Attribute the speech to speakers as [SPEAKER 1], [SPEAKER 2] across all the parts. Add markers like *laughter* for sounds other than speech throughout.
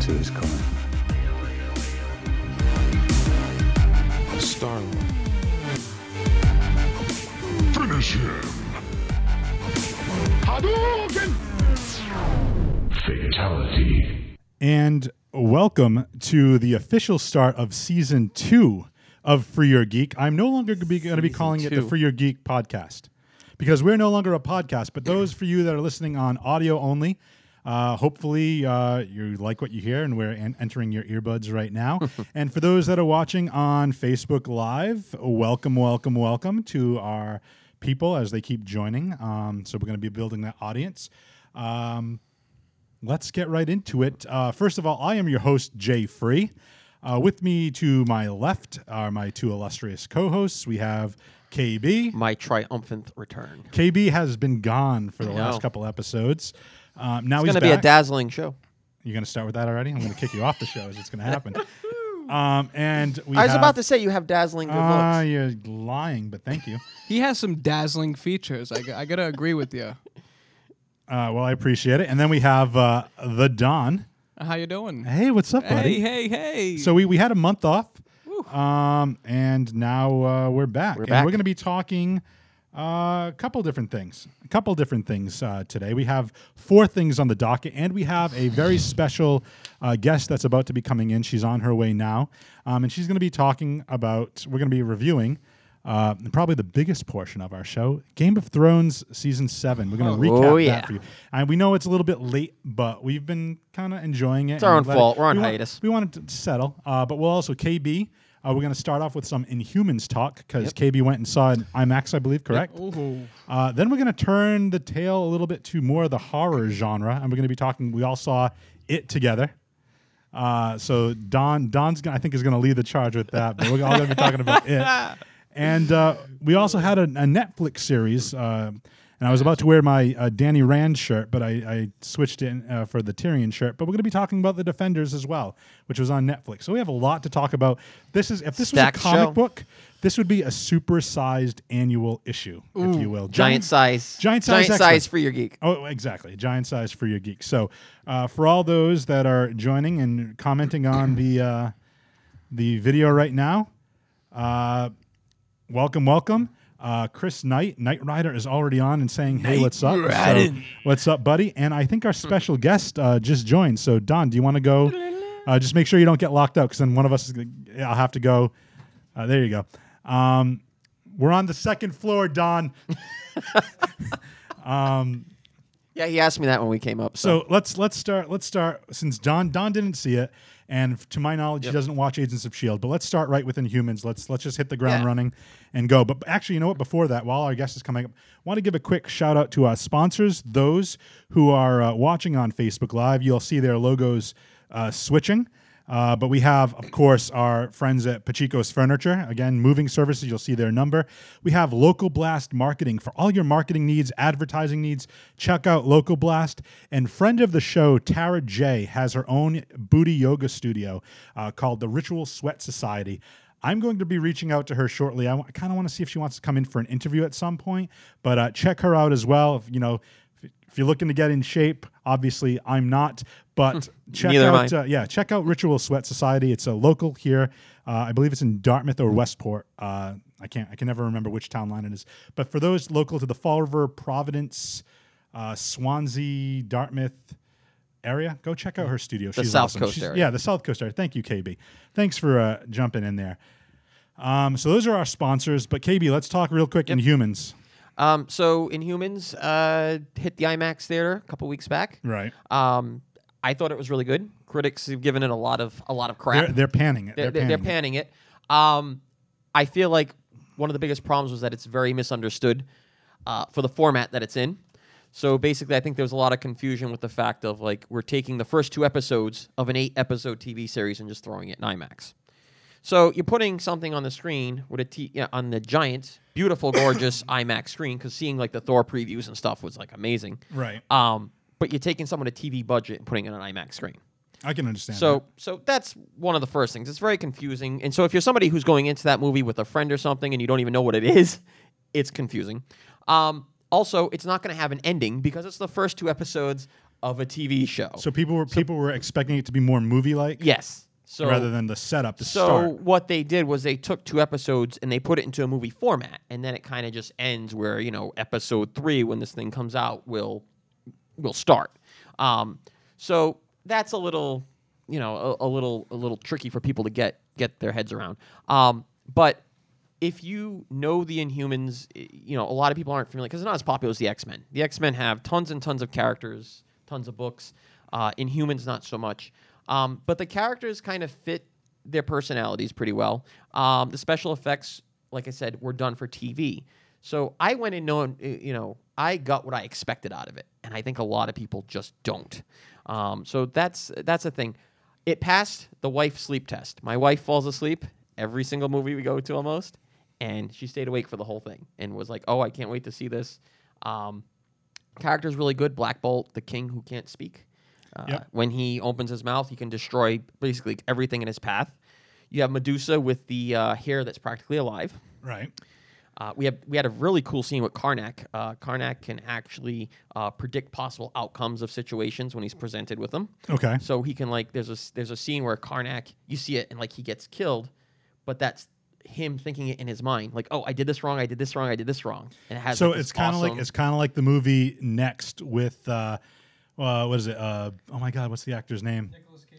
[SPEAKER 1] to is coming.
[SPEAKER 2] Star Lord.
[SPEAKER 3] Finish him! Hadouken! Fatality.
[SPEAKER 4] And welcome to the official start of season two of Free Your Geek. I'm no longer going to be calling it the
[SPEAKER 2] two.
[SPEAKER 4] Free Your Geek podcast because we're no longer a podcast. But those for you that are listening on audio only, uh, hopefully uh, you like what you hear and we're en- entering your earbuds right now. and for those that are watching on Facebook Live, welcome, welcome, welcome to our people as they keep joining. Um, so we're going to be building that audience. Let's get right into it. Uh, first of all, I am your host, Jay Free. Uh, with me to my left are my two illustrious co hosts. We have KB.
[SPEAKER 2] My triumphant return.
[SPEAKER 4] KB has been gone for the
[SPEAKER 2] I
[SPEAKER 4] last
[SPEAKER 2] know.
[SPEAKER 4] couple episodes. Um, now
[SPEAKER 2] It's
[SPEAKER 4] he's
[SPEAKER 2] going to be a
[SPEAKER 4] back.
[SPEAKER 2] dazzling show.
[SPEAKER 4] You're going to start with that already? I'm going to kick you off the show as it's going to
[SPEAKER 2] *laughs*
[SPEAKER 4] happen. Um, and we
[SPEAKER 2] I was
[SPEAKER 4] have-
[SPEAKER 2] about to say you have dazzling good
[SPEAKER 4] Ah,
[SPEAKER 2] looks.
[SPEAKER 4] you're lying, but thank you.
[SPEAKER 5] He has some dazzling features. I, g- I gotta agree with you.
[SPEAKER 4] Uh, well, I appreciate it. And then we have uh, the Don.
[SPEAKER 5] How you doing?
[SPEAKER 4] Hey, what's up, buddy?
[SPEAKER 5] hey, hey, hey.
[SPEAKER 4] So we, we had a month off, um, and now uh, we're back. and
[SPEAKER 2] back.
[SPEAKER 4] we're going to be talking uh, a couple different things. A couple different things uh, today. We have four things on the docket, and we have a very special uh, guest that's about to be coming in. She's on her way now, um, and she's going to be talking about. We're going to be reviewing. Uh, probably the biggest portion of our show, Game of Thrones season seven. We're going to recap
[SPEAKER 2] yeah.
[SPEAKER 4] that for you, and we know it's a little bit late, but we've been kind of enjoying it.
[SPEAKER 2] It's our
[SPEAKER 4] and
[SPEAKER 2] own
[SPEAKER 4] let
[SPEAKER 2] fault. We're on
[SPEAKER 4] we wa-
[SPEAKER 2] hiatus.
[SPEAKER 4] we wanted to settle, uh, but we'll also KB. Uh, we're going to start off with some Inhumans talk because KB went and saw an IMAX, I believe, correct?
[SPEAKER 5] Ooh.
[SPEAKER 4] Uh, then we're going to turn the tale a little bit to more of the horror genre, and we're going to be talking. We all saw it together. Uh, so Don Don's gonna, I think is going to lead the charge with that, but we're all going to be talking about it. And uh, we also had a, a Netflix series, uh, and I was about to wear my uh, Danny Rand shirt, but I, I switched in uh, for the Tyrion shirt. But we're going to be talking about the Defenders as well, which was on Netflix. So we have a lot to talk about. This is if this
[SPEAKER 2] Stacked
[SPEAKER 4] was a comic
[SPEAKER 2] show.
[SPEAKER 4] book, this would be a supersized annual issue, if you will.
[SPEAKER 2] Giant size.
[SPEAKER 4] Giant size
[SPEAKER 2] Giant
[SPEAKER 4] X-Men.
[SPEAKER 2] size for your geek.
[SPEAKER 4] Oh, exactly. Giant size for your geek. So, uh, for all those that are joining and commenting on the uh, the video right now, uh, welcome, welcome. Uh, Chris Knight, Knight Rider is already on and saying, "Hey, what's up? So, what's up, buddy?" And I think our special guest uh, just joined. So, Don, do you want to go? Uh, just make sure you don't get locked out, because then one of us, is gonna, I'll have to go. Uh, there you go. Um, we're on the second floor, Don.
[SPEAKER 2] Yeah, he asked me that when we came up. So,
[SPEAKER 4] So let's let's start let's start since Don Don didn't see it, and f- to my knowledge, he doesn't watch Agents of Shield. E But let's start right within humans. Let's let's just hit the ground
[SPEAKER 2] Yeah.
[SPEAKER 4] running and go. But actually, you know what? Before that, while our guest is coming up, want to give a quick shout out to our sponsors. Those who are uh, watching on Facebook Live, you'll see their logos uh, switching. Uh, but we have, of course, our friends at Pachico's Furniture. Again, moving services, you'll see their number. We have Local Blast Marketing for all your marketing needs, advertising needs. Check out Local Blast. And friend of the show, Tara J, has her own booty yoga studio uh, called the Ritual Sweat Society. I'm going to be reaching out to her shortly. I kind of want to see if she wants to come in for an interview at some point, but uh, check her out as well. If, you know, if, if you're looking to get in shape, obviously I'm not, but check
[SPEAKER 2] Hmm. Neither am
[SPEAKER 4] out
[SPEAKER 2] I.
[SPEAKER 4] uh, yeah, check out Ritual Sweat Society. It's a local here. Uh, I believe it's in Dartmouth or Westport. Uh, I can't. I can never remember which town line it is. But for those local to the Fall River, Providence, uh, Swansea, Dartmouth area, go check out her studio. The She's
[SPEAKER 2] South
[SPEAKER 4] awesome.
[SPEAKER 2] Coast
[SPEAKER 4] She's-
[SPEAKER 2] area.
[SPEAKER 4] Yeah, the South Coast area. Thank you, KB. Thanks for uh, jumping in there. Um, so those are our sponsors. But KB, let's talk real quick in humans.
[SPEAKER 2] um, so Inhumans uh, hit the IMAX theater a couple weeks back.
[SPEAKER 4] Right.
[SPEAKER 2] Um, I thought it was really good. Critics have given it a lot of a lot of crap.
[SPEAKER 4] They're, they're panning it.
[SPEAKER 2] Uh, they're, they're, they're
[SPEAKER 4] panning.
[SPEAKER 2] panning it. Um, I feel like one of the biggest problems was that it's very misunderstood uh, for the format that it's in. So basically, I think there's a lot of confusion with the fact of like we're taking the first two episodes of an eight episode TV series and just throwing it in IMAX. So you're putting something on the screen with a t- yeah, on the giant, beautiful, gorgeous IMAX screen because seeing like the Thor previews and stuff was like amazing.
[SPEAKER 4] Right.
[SPEAKER 2] Um, but you're taking someone a TV budget and putting it on an IMAX screen.
[SPEAKER 4] I can understand.
[SPEAKER 2] So, so that's one of the first things. It's very confusing, and so if you're somebody who's going into that movie with a friend or something, and you don't even know what it is, *laughs* it's confusing. Um, also, it's not going to have an ending because it's the first two episodes of a TV show.
[SPEAKER 4] So people were people were expecting it to be more movie like
[SPEAKER 2] yes. So
[SPEAKER 4] rather than the setup, the
[SPEAKER 2] so
[SPEAKER 4] start.
[SPEAKER 2] what they did was they took two episodes and they put it into a movie format, and then it kind of just ends where you know episode three, when this thing comes out, will will start. Um, so that's a little, you know, a, a little a little tricky for people to get get their heads around. Um, but if you know the Inhumans, i- you know a lot of people aren't familiar because it's not as popular as the X Men. The X Men have tons and tons of characters, tons of books. Uh, Inhumans, not so much. Um, but the characters kind of fit their personalities pretty well. Um, the special effects, like I said, were done for TV. So I went in knowing, uh, you know, I got what I expected out of it, and I think a lot of people just don't. Um, so that's that's a thing. It passed the wife sleep test. My wife falls asleep every single movie we go to almost, and she stayed awake for the whole thing and was like, "Oh, I can't wait to see this." Um, character's really good. Black Bolt, the king who can't speak. Uh,
[SPEAKER 4] Yep.
[SPEAKER 2] When he opens his mouth, he can destroy basically everything in his path. You have Medusa with the uh, hair that's practically alive.
[SPEAKER 4] Right.
[SPEAKER 2] Uh, we have we had a really cool scene with Karnak. Uh, Karnak can actually uh, predict possible outcomes of situations when he's presented with them.
[SPEAKER 4] Okay.
[SPEAKER 2] So he can like there's a s- there's a scene where Karnak you see it and like he gets killed, but that's him thinking it in his mind like oh I did this wrong I did this wrong I did this wrong and it has
[SPEAKER 4] So
[SPEAKER 2] like, this
[SPEAKER 4] it's kind of
[SPEAKER 2] awesome,
[SPEAKER 4] like it's kind of like the movie Next with uh, uh, what is it? Uh, oh my God, what's the actor's name?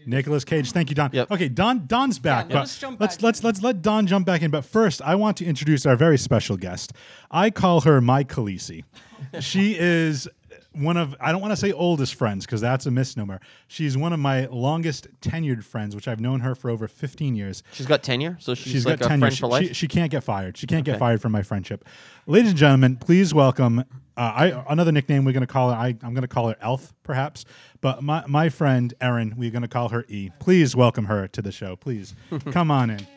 [SPEAKER 4] Nicholas Cage. Thank you, Don.
[SPEAKER 2] Yep.
[SPEAKER 4] Okay, Don. Don's back.
[SPEAKER 5] now
[SPEAKER 4] but
[SPEAKER 5] let's jump
[SPEAKER 4] let's
[SPEAKER 5] back
[SPEAKER 4] let's let's let Don jump back in. But first, I want to introduce our very special guest. I call her my Khaleesi. she is one of I don't want to say oldest friends because that's a misnomer. She's one of my longest tenured friends, which I've known her for over 15 years
[SPEAKER 2] she's got tenure so she's,
[SPEAKER 4] she's
[SPEAKER 2] like
[SPEAKER 4] got
[SPEAKER 2] a
[SPEAKER 4] tenure.
[SPEAKER 2] friend
[SPEAKER 4] She,
[SPEAKER 2] for life
[SPEAKER 4] she- she can't get fired. She can't get fired from my friendship. Ladies and gentlemen, please welcome. Uh, I another nickname we're gonna call her. I, I'm gonna call her Elf, perhaps. But my my friend Erin, we're gonna call her E. Please welcome her to the show.
[SPEAKER 2] *laughs*
[SPEAKER 4] Please come on in.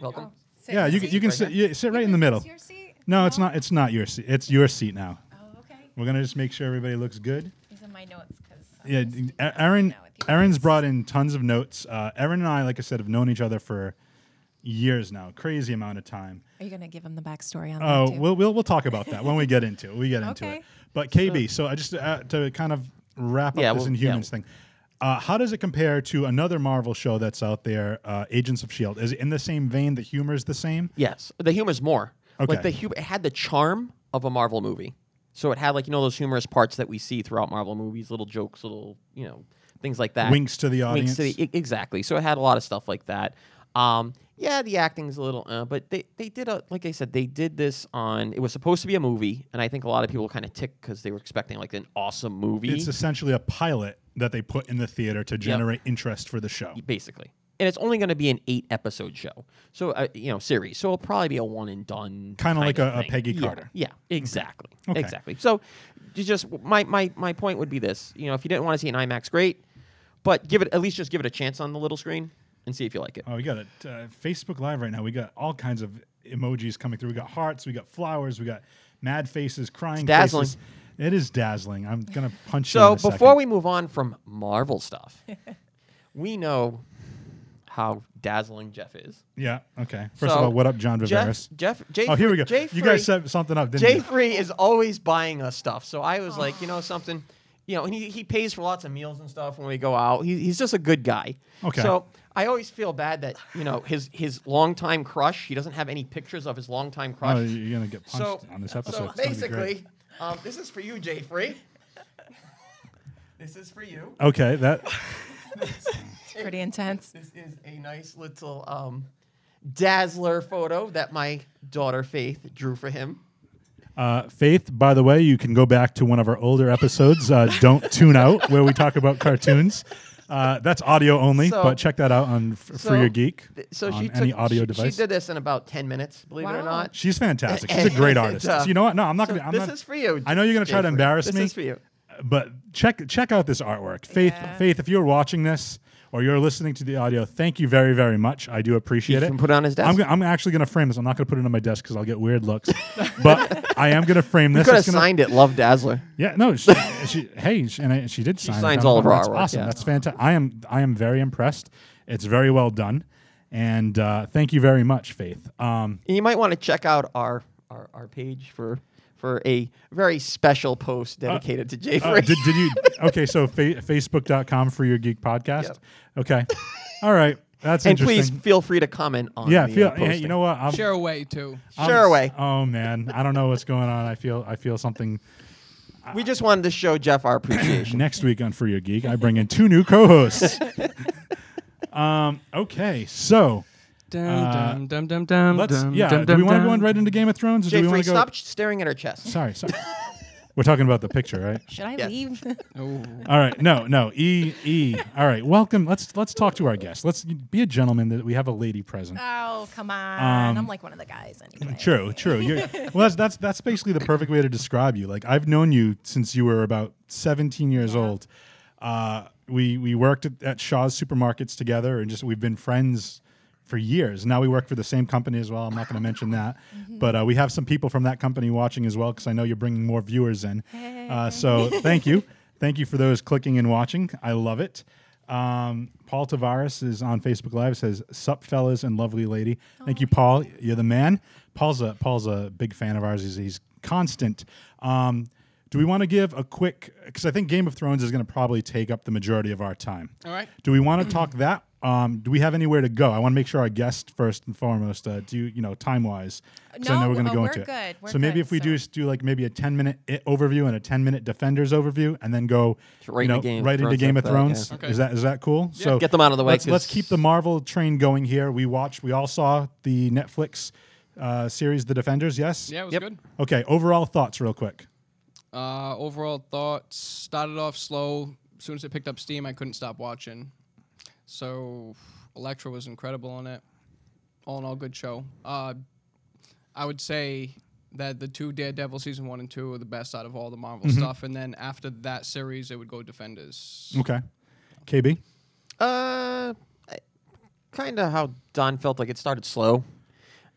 [SPEAKER 2] welcome
[SPEAKER 1] Sit
[SPEAKER 4] Yeah,
[SPEAKER 1] in
[SPEAKER 4] you
[SPEAKER 1] the
[SPEAKER 4] can you
[SPEAKER 1] seat.
[SPEAKER 4] can sit you sit right in the
[SPEAKER 1] Is this
[SPEAKER 4] middle.
[SPEAKER 1] your seat?
[SPEAKER 4] No, it's not. It's not your seat. It's your seat now.
[SPEAKER 1] Oh, okay.
[SPEAKER 4] We're gonna just make sure everybody looks good.
[SPEAKER 1] These are my notes uh, because.
[SPEAKER 4] Yeah, e, Aaron. Aaron's brought in tons of notes. Uh, Aaron and I, like I said, have known each other for years now. Crazy amount of time.
[SPEAKER 1] Are you gonna give him the backstory on
[SPEAKER 4] Oh,
[SPEAKER 1] that too?
[SPEAKER 4] we'll, we'll we'll talk about that when we get into it. We get into it.
[SPEAKER 1] Okay.
[SPEAKER 4] But KB, so, I just uh, to kind of wrap up
[SPEAKER 2] Yeah,
[SPEAKER 4] this
[SPEAKER 2] well,
[SPEAKER 4] Inhumans
[SPEAKER 2] yeah.
[SPEAKER 4] thing. Uh, how does it compare to another Marvel show that's out there, uh, Agents of Shield? Is it in the same vein? The humor is the same.
[SPEAKER 2] Yes, the humor's more.
[SPEAKER 4] Okay.
[SPEAKER 2] Like the humor, it had the charm of a Marvel movie. So it had like you know those humorous parts that we see throughout Marvel movies, little jokes, little you know things like that.
[SPEAKER 4] Winks to the
[SPEAKER 2] Winks to
[SPEAKER 4] audience.
[SPEAKER 2] the- e- exactly. So it had a lot of stuff like that. Um, yeah, the acting's a little, uh, but they they did a like I said they did this on. It was supposed to be a movie, and I think a lot of people kind of ticked because they were expecting like an awesome movie.
[SPEAKER 4] It's essentially a pilot that they put in the theater to generate interest for the show.
[SPEAKER 2] basically. And it's only going to be an eight episode show. So, uh, you know, series. So it'll probably be a one and done.
[SPEAKER 4] Kinda
[SPEAKER 2] kind
[SPEAKER 4] like
[SPEAKER 2] of
[SPEAKER 4] a- a
[SPEAKER 2] thing.
[SPEAKER 4] Peggy
[SPEAKER 2] Yeah,
[SPEAKER 4] Carter.
[SPEAKER 2] Yeah, exactly.
[SPEAKER 4] Okay.
[SPEAKER 2] Exactly. So you just, my, my, my point would be this you know, if you didn't want to see an IMAX, great. But give it, at least just give it a chance on the little screen and see if you like it.
[SPEAKER 4] Oh, we got it. Uh, Facebook Live right now. We got all kinds of emojis coming through. We got hearts. We got flowers. We got mad faces, crying
[SPEAKER 2] dazzling.
[SPEAKER 4] faces. It is dazzling. I'm gonna punch you.
[SPEAKER 2] so
[SPEAKER 4] in a second.
[SPEAKER 2] before we move on from
[SPEAKER 4] *laughs*
[SPEAKER 2] Marvel stuff, we know how dazzling Jeff is.
[SPEAKER 4] Yeah. Okay. First
[SPEAKER 2] So,
[SPEAKER 4] of all, what up, John Viveris?
[SPEAKER 2] Jeff, Jeff, Jay,
[SPEAKER 4] oh, here we go.
[SPEAKER 2] Jay
[SPEAKER 4] you guys
[SPEAKER 2] Free-
[SPEAKER 4] set something up, didn't
[SPEAKER 2] J
[SPEAKER 4] you?
[SPEAKER 2] Free is always buying us stuff. So I was like,
[SPEAKER 4] *sighs*
[SPEAKER 2] you know something, you know, and he, he pays for lots of meals and stuff when we go out. He, he's just a good guy.
[SPEAKER 4] Okay.
[SPEAKER 2] So I always feel bad that you know his his longtime crush. He doesn't have any pictures of his longtime crush.
[SPEAKER 4] Oh, you're gonna get punched
[SPEAKER 2] so
[SPEAKER 4] on this episode.
[SPEAKER 2] so
[SPEAKER 4] It's gonna be great.
[SPEAKER 2] basically, um, this is for you, Jay Free. *laughs* this is for you.
[SPEAKER 4] Okay. That.
[SPEAKER 1] it's pretty intense.
[SPEAKER 2] This is a nice little um, dazzler photo that my daughter Faith drew for him.
[SPEAKER 4] Uh, Faith, by the way, you can go back to one of our older episodes, uh, Don't Tune Out, where we talk about cartoons. Uh, that's audio only,
[SPEAKER 2] So-
[SPEAKER 4] but check that out on f- For Your Geek
[SPEAKER 2] th- So
[SPEAKER 4] on
[SPEAKER 2] she took,
[SPEAKER 4] any audio
[SPEAKER 2] she,
[SPEAKER 4] device.
[SPEAKER 2] She did this in about ten minutes. Believe it or
[SPEAKER 1] Wow.
[SPEAKER 2] not.
[SPEAKER 4] She's fantastic.
[SPEAKER 2] *laughs*
[SPEAKER 4] She's a great
[SPEAKER 2] And,
[SPEAKER 4] artist.
[SPEAKER 2] uh,
[SPEAKER 4] So you know what? No, I'm not
[SPEAKER 2] so
[SPEAKER 4] gonna. I'm
[SPEAKER 2] this
[SPEAKER 4] not-
[SPEAKER 2] is for you,
[SPEAKER 4] I know you're gonna try to
[SPEAKER 2] Jeffrey.
[SPEAKER 4] embarrass
[SPEAKER 2] This
[SPEAKER 4] me.
[SPEAKER 2] is for you.
[SPEAKER 4] But check check out this artwork, Faith.
[SPEAKER 1] Yeah.
[SPEAKER 4] Faith, if you're watching this or you're listening to the audio, thank you very very much. I do appreciate
[SPEAKER 2] He
[SPEAKER 4] it.
[SPEAKER 2] can put it on his desk.
[SPEAKER 4] I'm, gonna, I'm actually gonna frame this. I'm not gonna put it on my desk because I'll get weird
[SPEAKER 2] *laughs*
[SPEAKER 4] looks. but I am gonna frame this.
[SPEAKER 2] Could have
[SPEAKER 4] It's gonna-
[SPEAKER 2] signed it, Love Dazzler.
[SPEAKER 4] yeah, no, she, she hey, she, and I, she did sign. it.
[SPEAKER 2] signs
[SPEAKER 4] I'm-
[SPEAKER 2] all of our
[SPEAKER 4] That's
[SPEAKER 2] artwork,
[SPEAKER 4] awesome.
[SPEAKER 2] yeah.
[SPEAKER 4] That's fantastic. I am I am very impressed. It's very well done, and uh, thank you very much, Faith. Um,
[SPEAKER 2] And you might want to check out our, our our page for for a very special post dedicated to Jay
[SPEAKER 4] Uh,
[SPEAKER 2] Free.
[SPEAKER 4] did, did
[SPEAKER 2] *laughs*
[SPEAKER 4] you? Okay, so fa- facebook.com for your geek podcast. Okay. All right. That's
[SPEAKER 2] and please
[SPEAKER 4] interesting.
[SPEAKER 2] feel free to comment on.
[SPEAKER 4] yeah,
[SPEAKER 2] the, uh,
[SPEAKER 4] feel, hey,
[SPEAKER 2] posting.
[SPEAKER 4] you know what? I'm,
[SPEAKER 5] Share away too.
[SPEAKER 4] I'm-
[SPEAKER 2] Share away.
[SPEAKER 4] Oh man, I don't know what's going on. I feel I feel something.
[SPEAKER 2] We just wanted to show Jeff our appreciation.
[SPEAKER 4] Next week on For Your Geek, I bring in two new
[SPEAKER 2] *laughs*
[SPEAKER 4] co-hosts. um. Okay. So
[SPEAKER 5] Dum dum dum dum dum.
[SPEAKER 4] let's.
[SPEAKER 5] dum,
[SPEAKER 4] Yeah.
[SPEAKER 5] dum,
[SPEAKER 4] do we
[SPEAKER 5] dum,
[SPEAKER 4] want to go
[SPEAKER 5] dum.
[SPEAKER 4] in right into Game of Thrones? Or *coughs*
[SPEAKER 2] Jay
[SPEAKER 4] do we
[SPEAKER 2] Free,
[SPEAKER 4] want to go?
[SPEAKER 2] stop staring at her
[SPEAKER 4] *laughs*
[SPEAKER 2] chest.
[SPEAKER 4] Sorry. Sorry. We're talking about the picture, right?
[SPEAKER 1] Should I
[SPEAKER 2] Yes.
[SPEAKER 1] leave? *laughs*
[SPEAKER 5] Oh.
[SPEAKER 4] All right, no, no, E E. All right, welcome. Let's let's talk to our guest. Let's be a gentleman that we have a lady present.
[SPEAKER 1] oh, come on. I'm like one of the guys anyway.
[SPEAKER 4] Um, True, true. You're, well, that's, that's that's basically the perfect way to describe you. Like I've known you since you were about 17 years old. Uh, we we worked at, at Shaw's supermarkets together, and just we've been friends for years. Now we work for the same company as well. I'm not going to mention that, but uh, we have some people from that company watching as well because I know you're bringing more viewers in. Uh, so thank you, thank you for those clicking and watching. I love it. Um, Paul Tavares is on Facebook Live. Says "Sup, fellas and lovely lady." Thank you, Paul. You're the man. Paul's a Paul's a big fan of ours. He's, he's constant. Um, do we want to give a quick? Because I think Game of Thrones is going to probably take up the majority of our time.
[SPEAKER 5] All right.
[SPEAKER 4] Do we want to talk that? Um, do we have anywhere to go? I want to make sure our guest first and foremost. Uh, do you, you know time wise? I know
[SPEAKER 1] No,
[SPEAKER 4] we're going to
[SPEAKER 1] uh,
[SPEAKER 4] go
[SPEAKER 1] we're
[SPEAKER 4] into it.
[SPEAKER 1] good. We're
[SPEAKER 4] so maybe
[SPEAKER 1] good,
[SPEAKER 4] if we
[SPEAKER 1] so-
[SPEAKER 4] do just do like maybe a ten minute i- overview and a ten minute defenders overview, and then go
[SPEAKER 2] Right
[SPEAKER 4] you
[SPEAKER 2] into
[SPEAKER 4] know,
[SPEAKER 2] Game of
[SPEAKER 4] right into
[SPEAKER 2] Thrones
[SPEAKER 4] Game of
[SPEAKER 2] after that,
[SPEAKER 4] Thrones.
[SPEAKER 2] yeah.
[SPEAKER 5] Okay.
[SPEAKER 4] Is that is that cool? So
[SPEAKER 2] Get them out of the way,
[SPEAKER 4] Let's, let's
[SPEAKER 2] 'cause-
[SPEAKER 4] keep the Marvel train going here. We watched. We all saw the Netflix uh, series, The Defenders. Yes.
[SPEAKER 5] Yeah, it was
[SPEAKER 2] Yep.
[SPEAKER 5] good.
[SPEAKER 4] Okay. Overall thoughts, real quick.
[SPEAKER 5] Uh, overall thoughts started off slow. As soon as it picked up steam, I couldn't stop watching. So, Electra was incredible on it. All in all, good show. Uh, I would say that the two Daredevil season one and two are the best out of all the Marvel
[SPEAKER 4] Mm-hmm.
[SPEAKER 5] stuff. And then after that series, it would go Defenders.
[SPEAKER 4] Okay. KB.
[SPEAKER 2] Uh, kind of how Don felt like it started slow,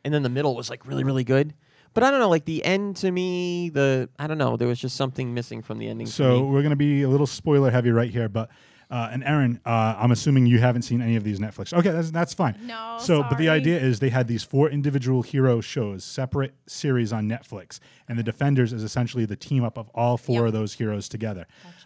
[SPEAKER 2] and then the middle was like really, really good. But I don't know, like the end to me, the I don't know, there was just something missing from the ending. for
[SPEAKER 4] So
[SPEAKER 2] me.
[SPEAKER 4] we're going to be a little spoiler heavy right here, but uh, and Aaron, uh, I'm assuming you haven't seen any of these Netflix. Okay, that's that's fine.
[SPEAKER 1] No,
[SPEAKER 4] So, but the
[SPEAKER 1] sorry.
[SPEAKER 4] idea is they had these four individual hero shows, separate series on Netflix, and the Defenders is essentially the team up of all four
[SPEAKER 1] Yep.
[SPEAKER 4] of those heroes together.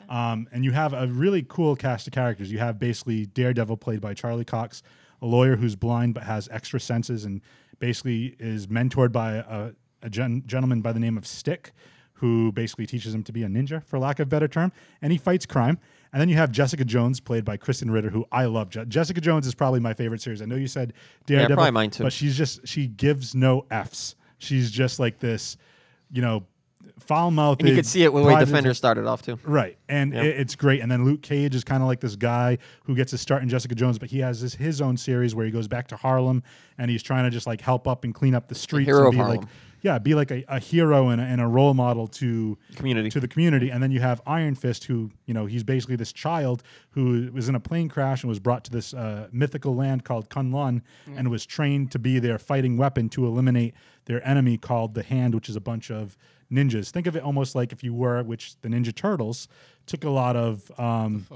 [SPEAKER 4] Um, and you have a really cool cast of characters. You have basically Daredevil played by Charlie Cox, a lawyer who's blind but has extra senses, and basically is mentored by a, a gen- gentleman by the name of Stick, who basically teaches him to be a ninja, for lack of a better term, and he fights crime. And then you have Jessica Jones, played by Kristen Ritter, who I love. Je- Jessica Jones is probably my favorite series. I know you said Daredevil,
[SPEAKER 2] probably mine too.
[SPEAKER 4] but she's just she gives no f's. She's just like this, you know, foul mouthed.
[SPEAKER 2] and you could see it when the defender started off too.
[SPEAKER 4] Right, and it, it's great. And then Luke Cage is kind of like this guy who gets his start in Jessica Jones, but he has this, his own series where he goes back to Harlem and he's trying to just like help up and clean up the streets
[SPEAKER 2] hero
[SPEAKER 4] and
[SPEAKER 2] of
[SPEAKER 4] be
[SPEAKER 2] Harlem.
[SPEAKER 4] like, yeah, be like a, a hero and a, and a role model to
[SPEAKER 2] Community.
[SPEAKER 4] to the community. And then you have Iron Fist, who you know he's basically this child who was in a plane crash and was brought to this uh, mythical land called Kunlun and was trained to be their fighting weapon to eliminate their enemy called the Hand, which is a bunch of ninjas. Think of it almost like if you were, which the Ninja Turtles took a lot of. Um,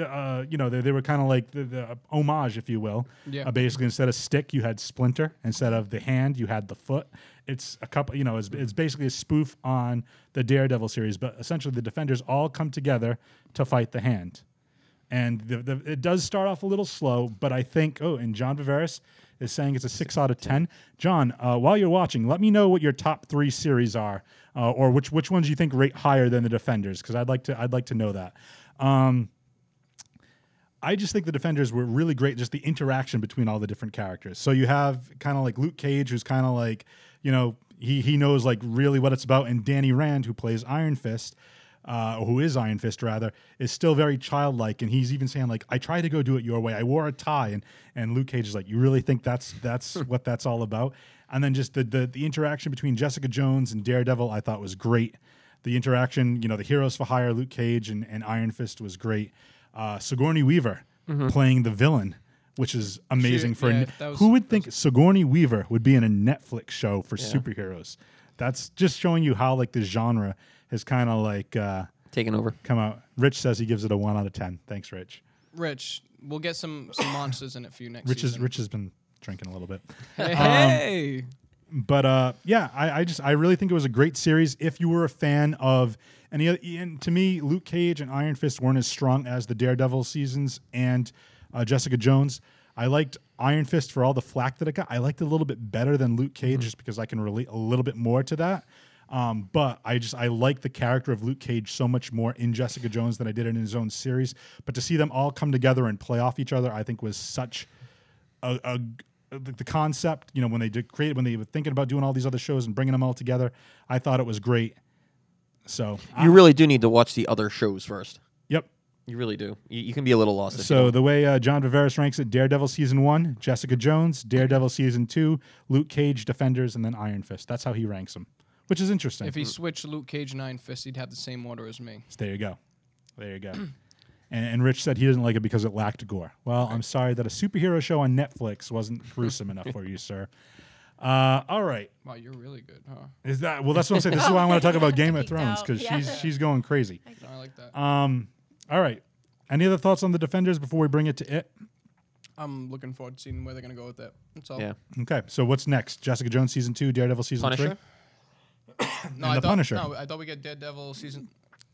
[SPEAKER 4] uh, you know, they, they were kind of like the, the homage, if you will.
[SPEAKER 5] Yeah.
[SPEAKER 4] Uh, basically, instead of stick, you had splinter. Instead of the hand, you had the foot. It's a couple, you know, it's, it's basically a spoof on the Daredevil series, but essentially the defenders all come together to fight the hand. And the, the, it does start off a little slow, but I think, oh, and John Viveris is saying it's a six out of 10. John, uh, while you're watching, let me know what your top three series are. Uh, or which which ones you think rate higher than the defenders? Because I'd like to I'd like to know that. I just think the defenders were really great, just the interaction between all the different characters. So you have kind of like Luke Cage, who's kind of like, you know, he he knows like really what it's about, and Danny Rand, who plays Iron Fist, uh, or who is Iron Fist rather, is still very childlike, and he's even saying like, "I tried to go do it your way. I wore a tie," and and Luke Cage is like, "You really think that's that's what that's all about?" And then just the the, the interaction between Jessica Jones and Daredevil, I thought was great the interaction, you know, the heroes for hire, Luke Cage and, and Iron Fist was great. Uh, Sigourney Weaver playing the villain, which is amazing for a
[SPEAKER 5] Mm-hmm. yeah,
[SPEAKER 4] n-
[SPEAKER 5] that was-
[SPEAKER 4] who would think Sigourney Weaver would be in a Netflix show for superheroes. That's just showing you how like the genre has kind of like uh,
[SPEAKER 2] Taking over.
[SPEAKER 4] come out. Rich says he gives it a one out of ten. Thanks, Rich.
[SPEAKER 5] Rich, we'll get some some *coughs* monsters in it for you next
[SPEAKER 4] Rich Um, is
[SPEAKER 5] season.
[SPEAKER 4] Rich has been drinking a little bit.
[SPEAKER 5] Hey, hey.
[SPEAKER 4] but uh, yeah, I, I just I really think it was a great series. If you were a fan of any, other, and to me, Luke Cage and Iron Fist weren't as strong as the Daredevil seasons and uh, Jessica Jones. I liked Iron Fist for all the flack that it got. I liked it a little bit better than Luke Cage just because I can relate a little bit more to that. Um, but I just I like the character of Luke Cage so much more in Jessica Jones than I did in his own series. But to see them all come together and play off each other, I think was such a, a- the the concept. You know, when they did create when they were thinking about doing all these other shows and bringing them all together, I thought it was great. So I-
[SPEAKER 2] You really do need to watch the other shows first.
[SPEAKER 4] yep.
[SPEAKER 2] You really do. You, you can be a little lost. If you
[SPEAKER 4] So the way uh, John Viveris ranks it: Daredevil season one, Jessica Jones, Daredevil season two, Luke Cage, Defenders, and then Iron Fist. That's how he ranks them, which is interesting.
[SPEAKER 5] If he switched Luke Cage and Iron Fist, he'd have the same order as me.
[SPEAKER 4] So there you go. There you go.
[SPEAKER 5] Hmm.
[SPEAKER 4] and, *clears throat* and Rich said he doesn't like it because it lacked gore. Well, I'm sorry that a superhero show on Netflix wasn't gruesome
[SPEAKER 5] *laughs*
[SPEAKER 4] enough for you, sir. Uh, all right.
[SPEAKER 5] Wow, you're really good, huh?
[SPEAKER 4] Is that well? That's what I'm saying. This is why I want to talk
[SPEAKER 1] *laughs*
[SPEAKER 4] about Game of
[SPEAKER 1] Geeked
[SPEAKER 4] Thrones
[SPEAKER 1] out.
[SPEAKER 4] because
[SPEAKER 1] Yeah.
[SPEAKER 4] she's she's going crazy.
[SPEAKER 5] No, I like that.
[SPEAKER 4] Um, All right. Any other thoughts on the Defenders before we bring it to it?
[SPEAKER 5] I'm looking forward to seeing where they're gonna go with that. That's all.
[SPEAKER 2] Yeah.
[SPEAKER 4] Okay. So what's next? Jessica Jones season two, Daredevil season
[SPEAKER 2] Punisher.
[SPEAKER 5] No,
[SPEAKER 4] And
[SPEAKER 5] I
[SPEAKER 4] the
[SPEAKER 5] thought,
[SPEAKER 4] Punisher.
[SPEAKER 5] No, I thought we got Daredevil season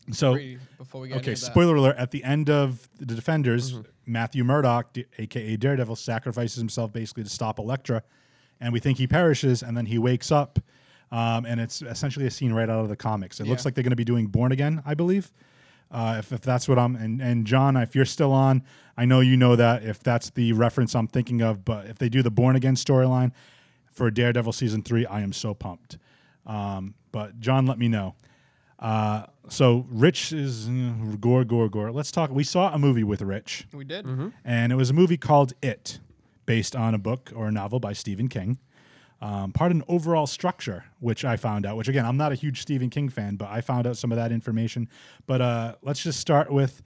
[SPEAKER 4] three. So
[SPEAKER 5] three before we get
[SPEAKER 4] okay.
[SPEAKER 5] into that. Mm-hmm.
[SPEAKER 4] Spoiler alert: At the end of the Defenders, Matthew Murdock, d- aka Daredevil, sacrifices himself basically to stop Elektra, and we think he perishes, and then he wakes up, um, and it's essentially a scene right out of the comics. It looks
[SPEAKER 5] Yeah.
[SPEAKER 4] like they're going to be doing Born Again, I believe. Uh, if, if that's what I'm and, and John, if you're still on, I know you know that if that's the reference I'm thinking of. But if they do the Born Again storyline for Daredevil season three, I am so pumped. Um, but John, let me know. Uh, so Rich is mm, gore, gore, gore. Let's talk. We saw a movie with Rich,
[SPEAKER 5] We did.
[SPEAKER 4] and it was a movie called It, based on a book or a novel by Stephen King. Um, part of an overall structure, which I found out. Which again, I'm not a huge Stephen King fan, but I found out some of that information. But uh, let's just start with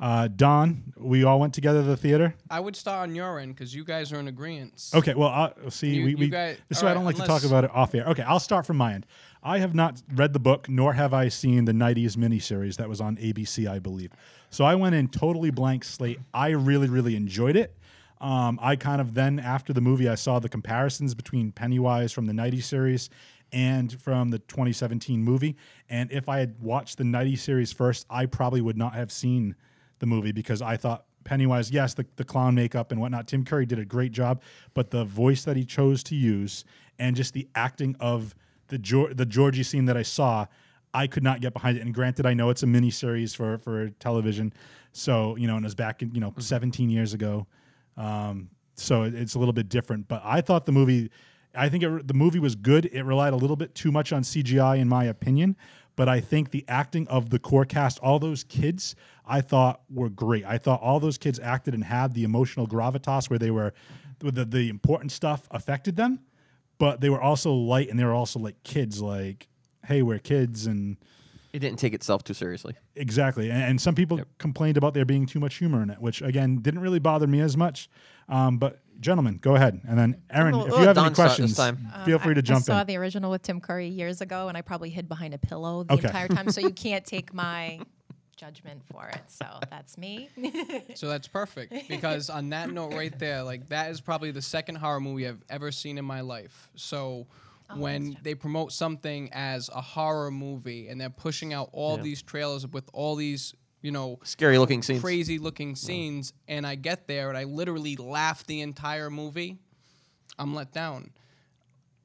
[SPEAKER 4] uh, Don. We all went together to the theater.
[SPEAKER 5] I would start on your end because you guys are in agreement.
[SPEAKER 4] Okay, well, I'll, see,
[SPEAKER 5] You-
[SPEAKER 4] we,
[SPEAKER 5] you
[SPEAKER 4] we
[SPEAKER 5] guys-
[SPEAKER 4] this is
[SPEAKER 5] all
[SPEAKER 4] why I
[SPEAKER 5] right,
[SPEAKER 4] don't like to talk
[SPEAKER 5] unless-
[SPEAKER 4] about it off air. Okay, I'll start from my end. I have not read the book, nor have I seen the '90s miniseries that was on ABC, I believe. So I went in totally blank slate. I really, really enjoyed it. Um, I kind of then, after the movie, I saw the comparisons between Pennywise from the '90s series and from the 2017 movie. And if I had watched the '90s series first, I probably would not have seen the movie because I thought Pennywise, yes, the, the clown makeup and whatnot. Tim Curry did a great job, but the voice that he chose to use and just the acting of the Geor- the Georgie scene that I saw, I could not get behind it. And granted, I know it's a mini series for for television, so you know, and it was back in you know 17 years ago, um, so it- it's a little bit different. But I thought the movie, I think it, the movie was good. It relied a little bit too much on CGI, in my opinion. But I think the acting of the core cast, all those kids, I thought were great. I thought all those kids acted and had the emotional gravitas where they were, the, the important stuff affected them, but they were also light and they were also like kids, like, hey, we're kids and
[SPEAKER 2] It didn't take itself too seriously.
[SPEAKER 4] Exactly, and, and some people complained about there being too much humor in it, which again didn't really bother me as much. Um, but gentlemen, go ahead, and then Aaron,
[SPEAKER 2] We'll-
[SPEAKER 4] if
[SPEAKER 2] we'll
[SPEAKER 4] you
[SPEAKER 2] let
[SPEAKER 4] have any
[SPEAKER 2] Don start this
[SPEAKER 4] questions,
[SPEAKER 2] time.
[SPEAKER 4] feel free to
[SPEAKER 1] Um, I
[SPEAKER 4] jump
[SPEAKER 1] saw
[SPEAKER 4] in.
[SPEAKER 1] the original with Tim Curry years ago, and I probably hid behind a pillow the
[SPEAKER 4] Okay.
[SPEAKER 1] entire
[SPEAKER 4] *laughs*
[SPEAKER 1] time, so you can't take my judgment for it. So that's
[SPEAKER 2] *laughs*
[SPEAKER 1] me.
[SPEAKER 5] So that's perfect because on that note right there, like that is probably the second horror movie I've ever seen in my life. So when they promote something as a horror movie and they're pushing out all these trailers with all these, you know,
[SPEAKER 2] Scary looking scenes.
[SPEAKER 5] crazy looking scenes, and I get there and I literally laugh the entire movie, I'm let down.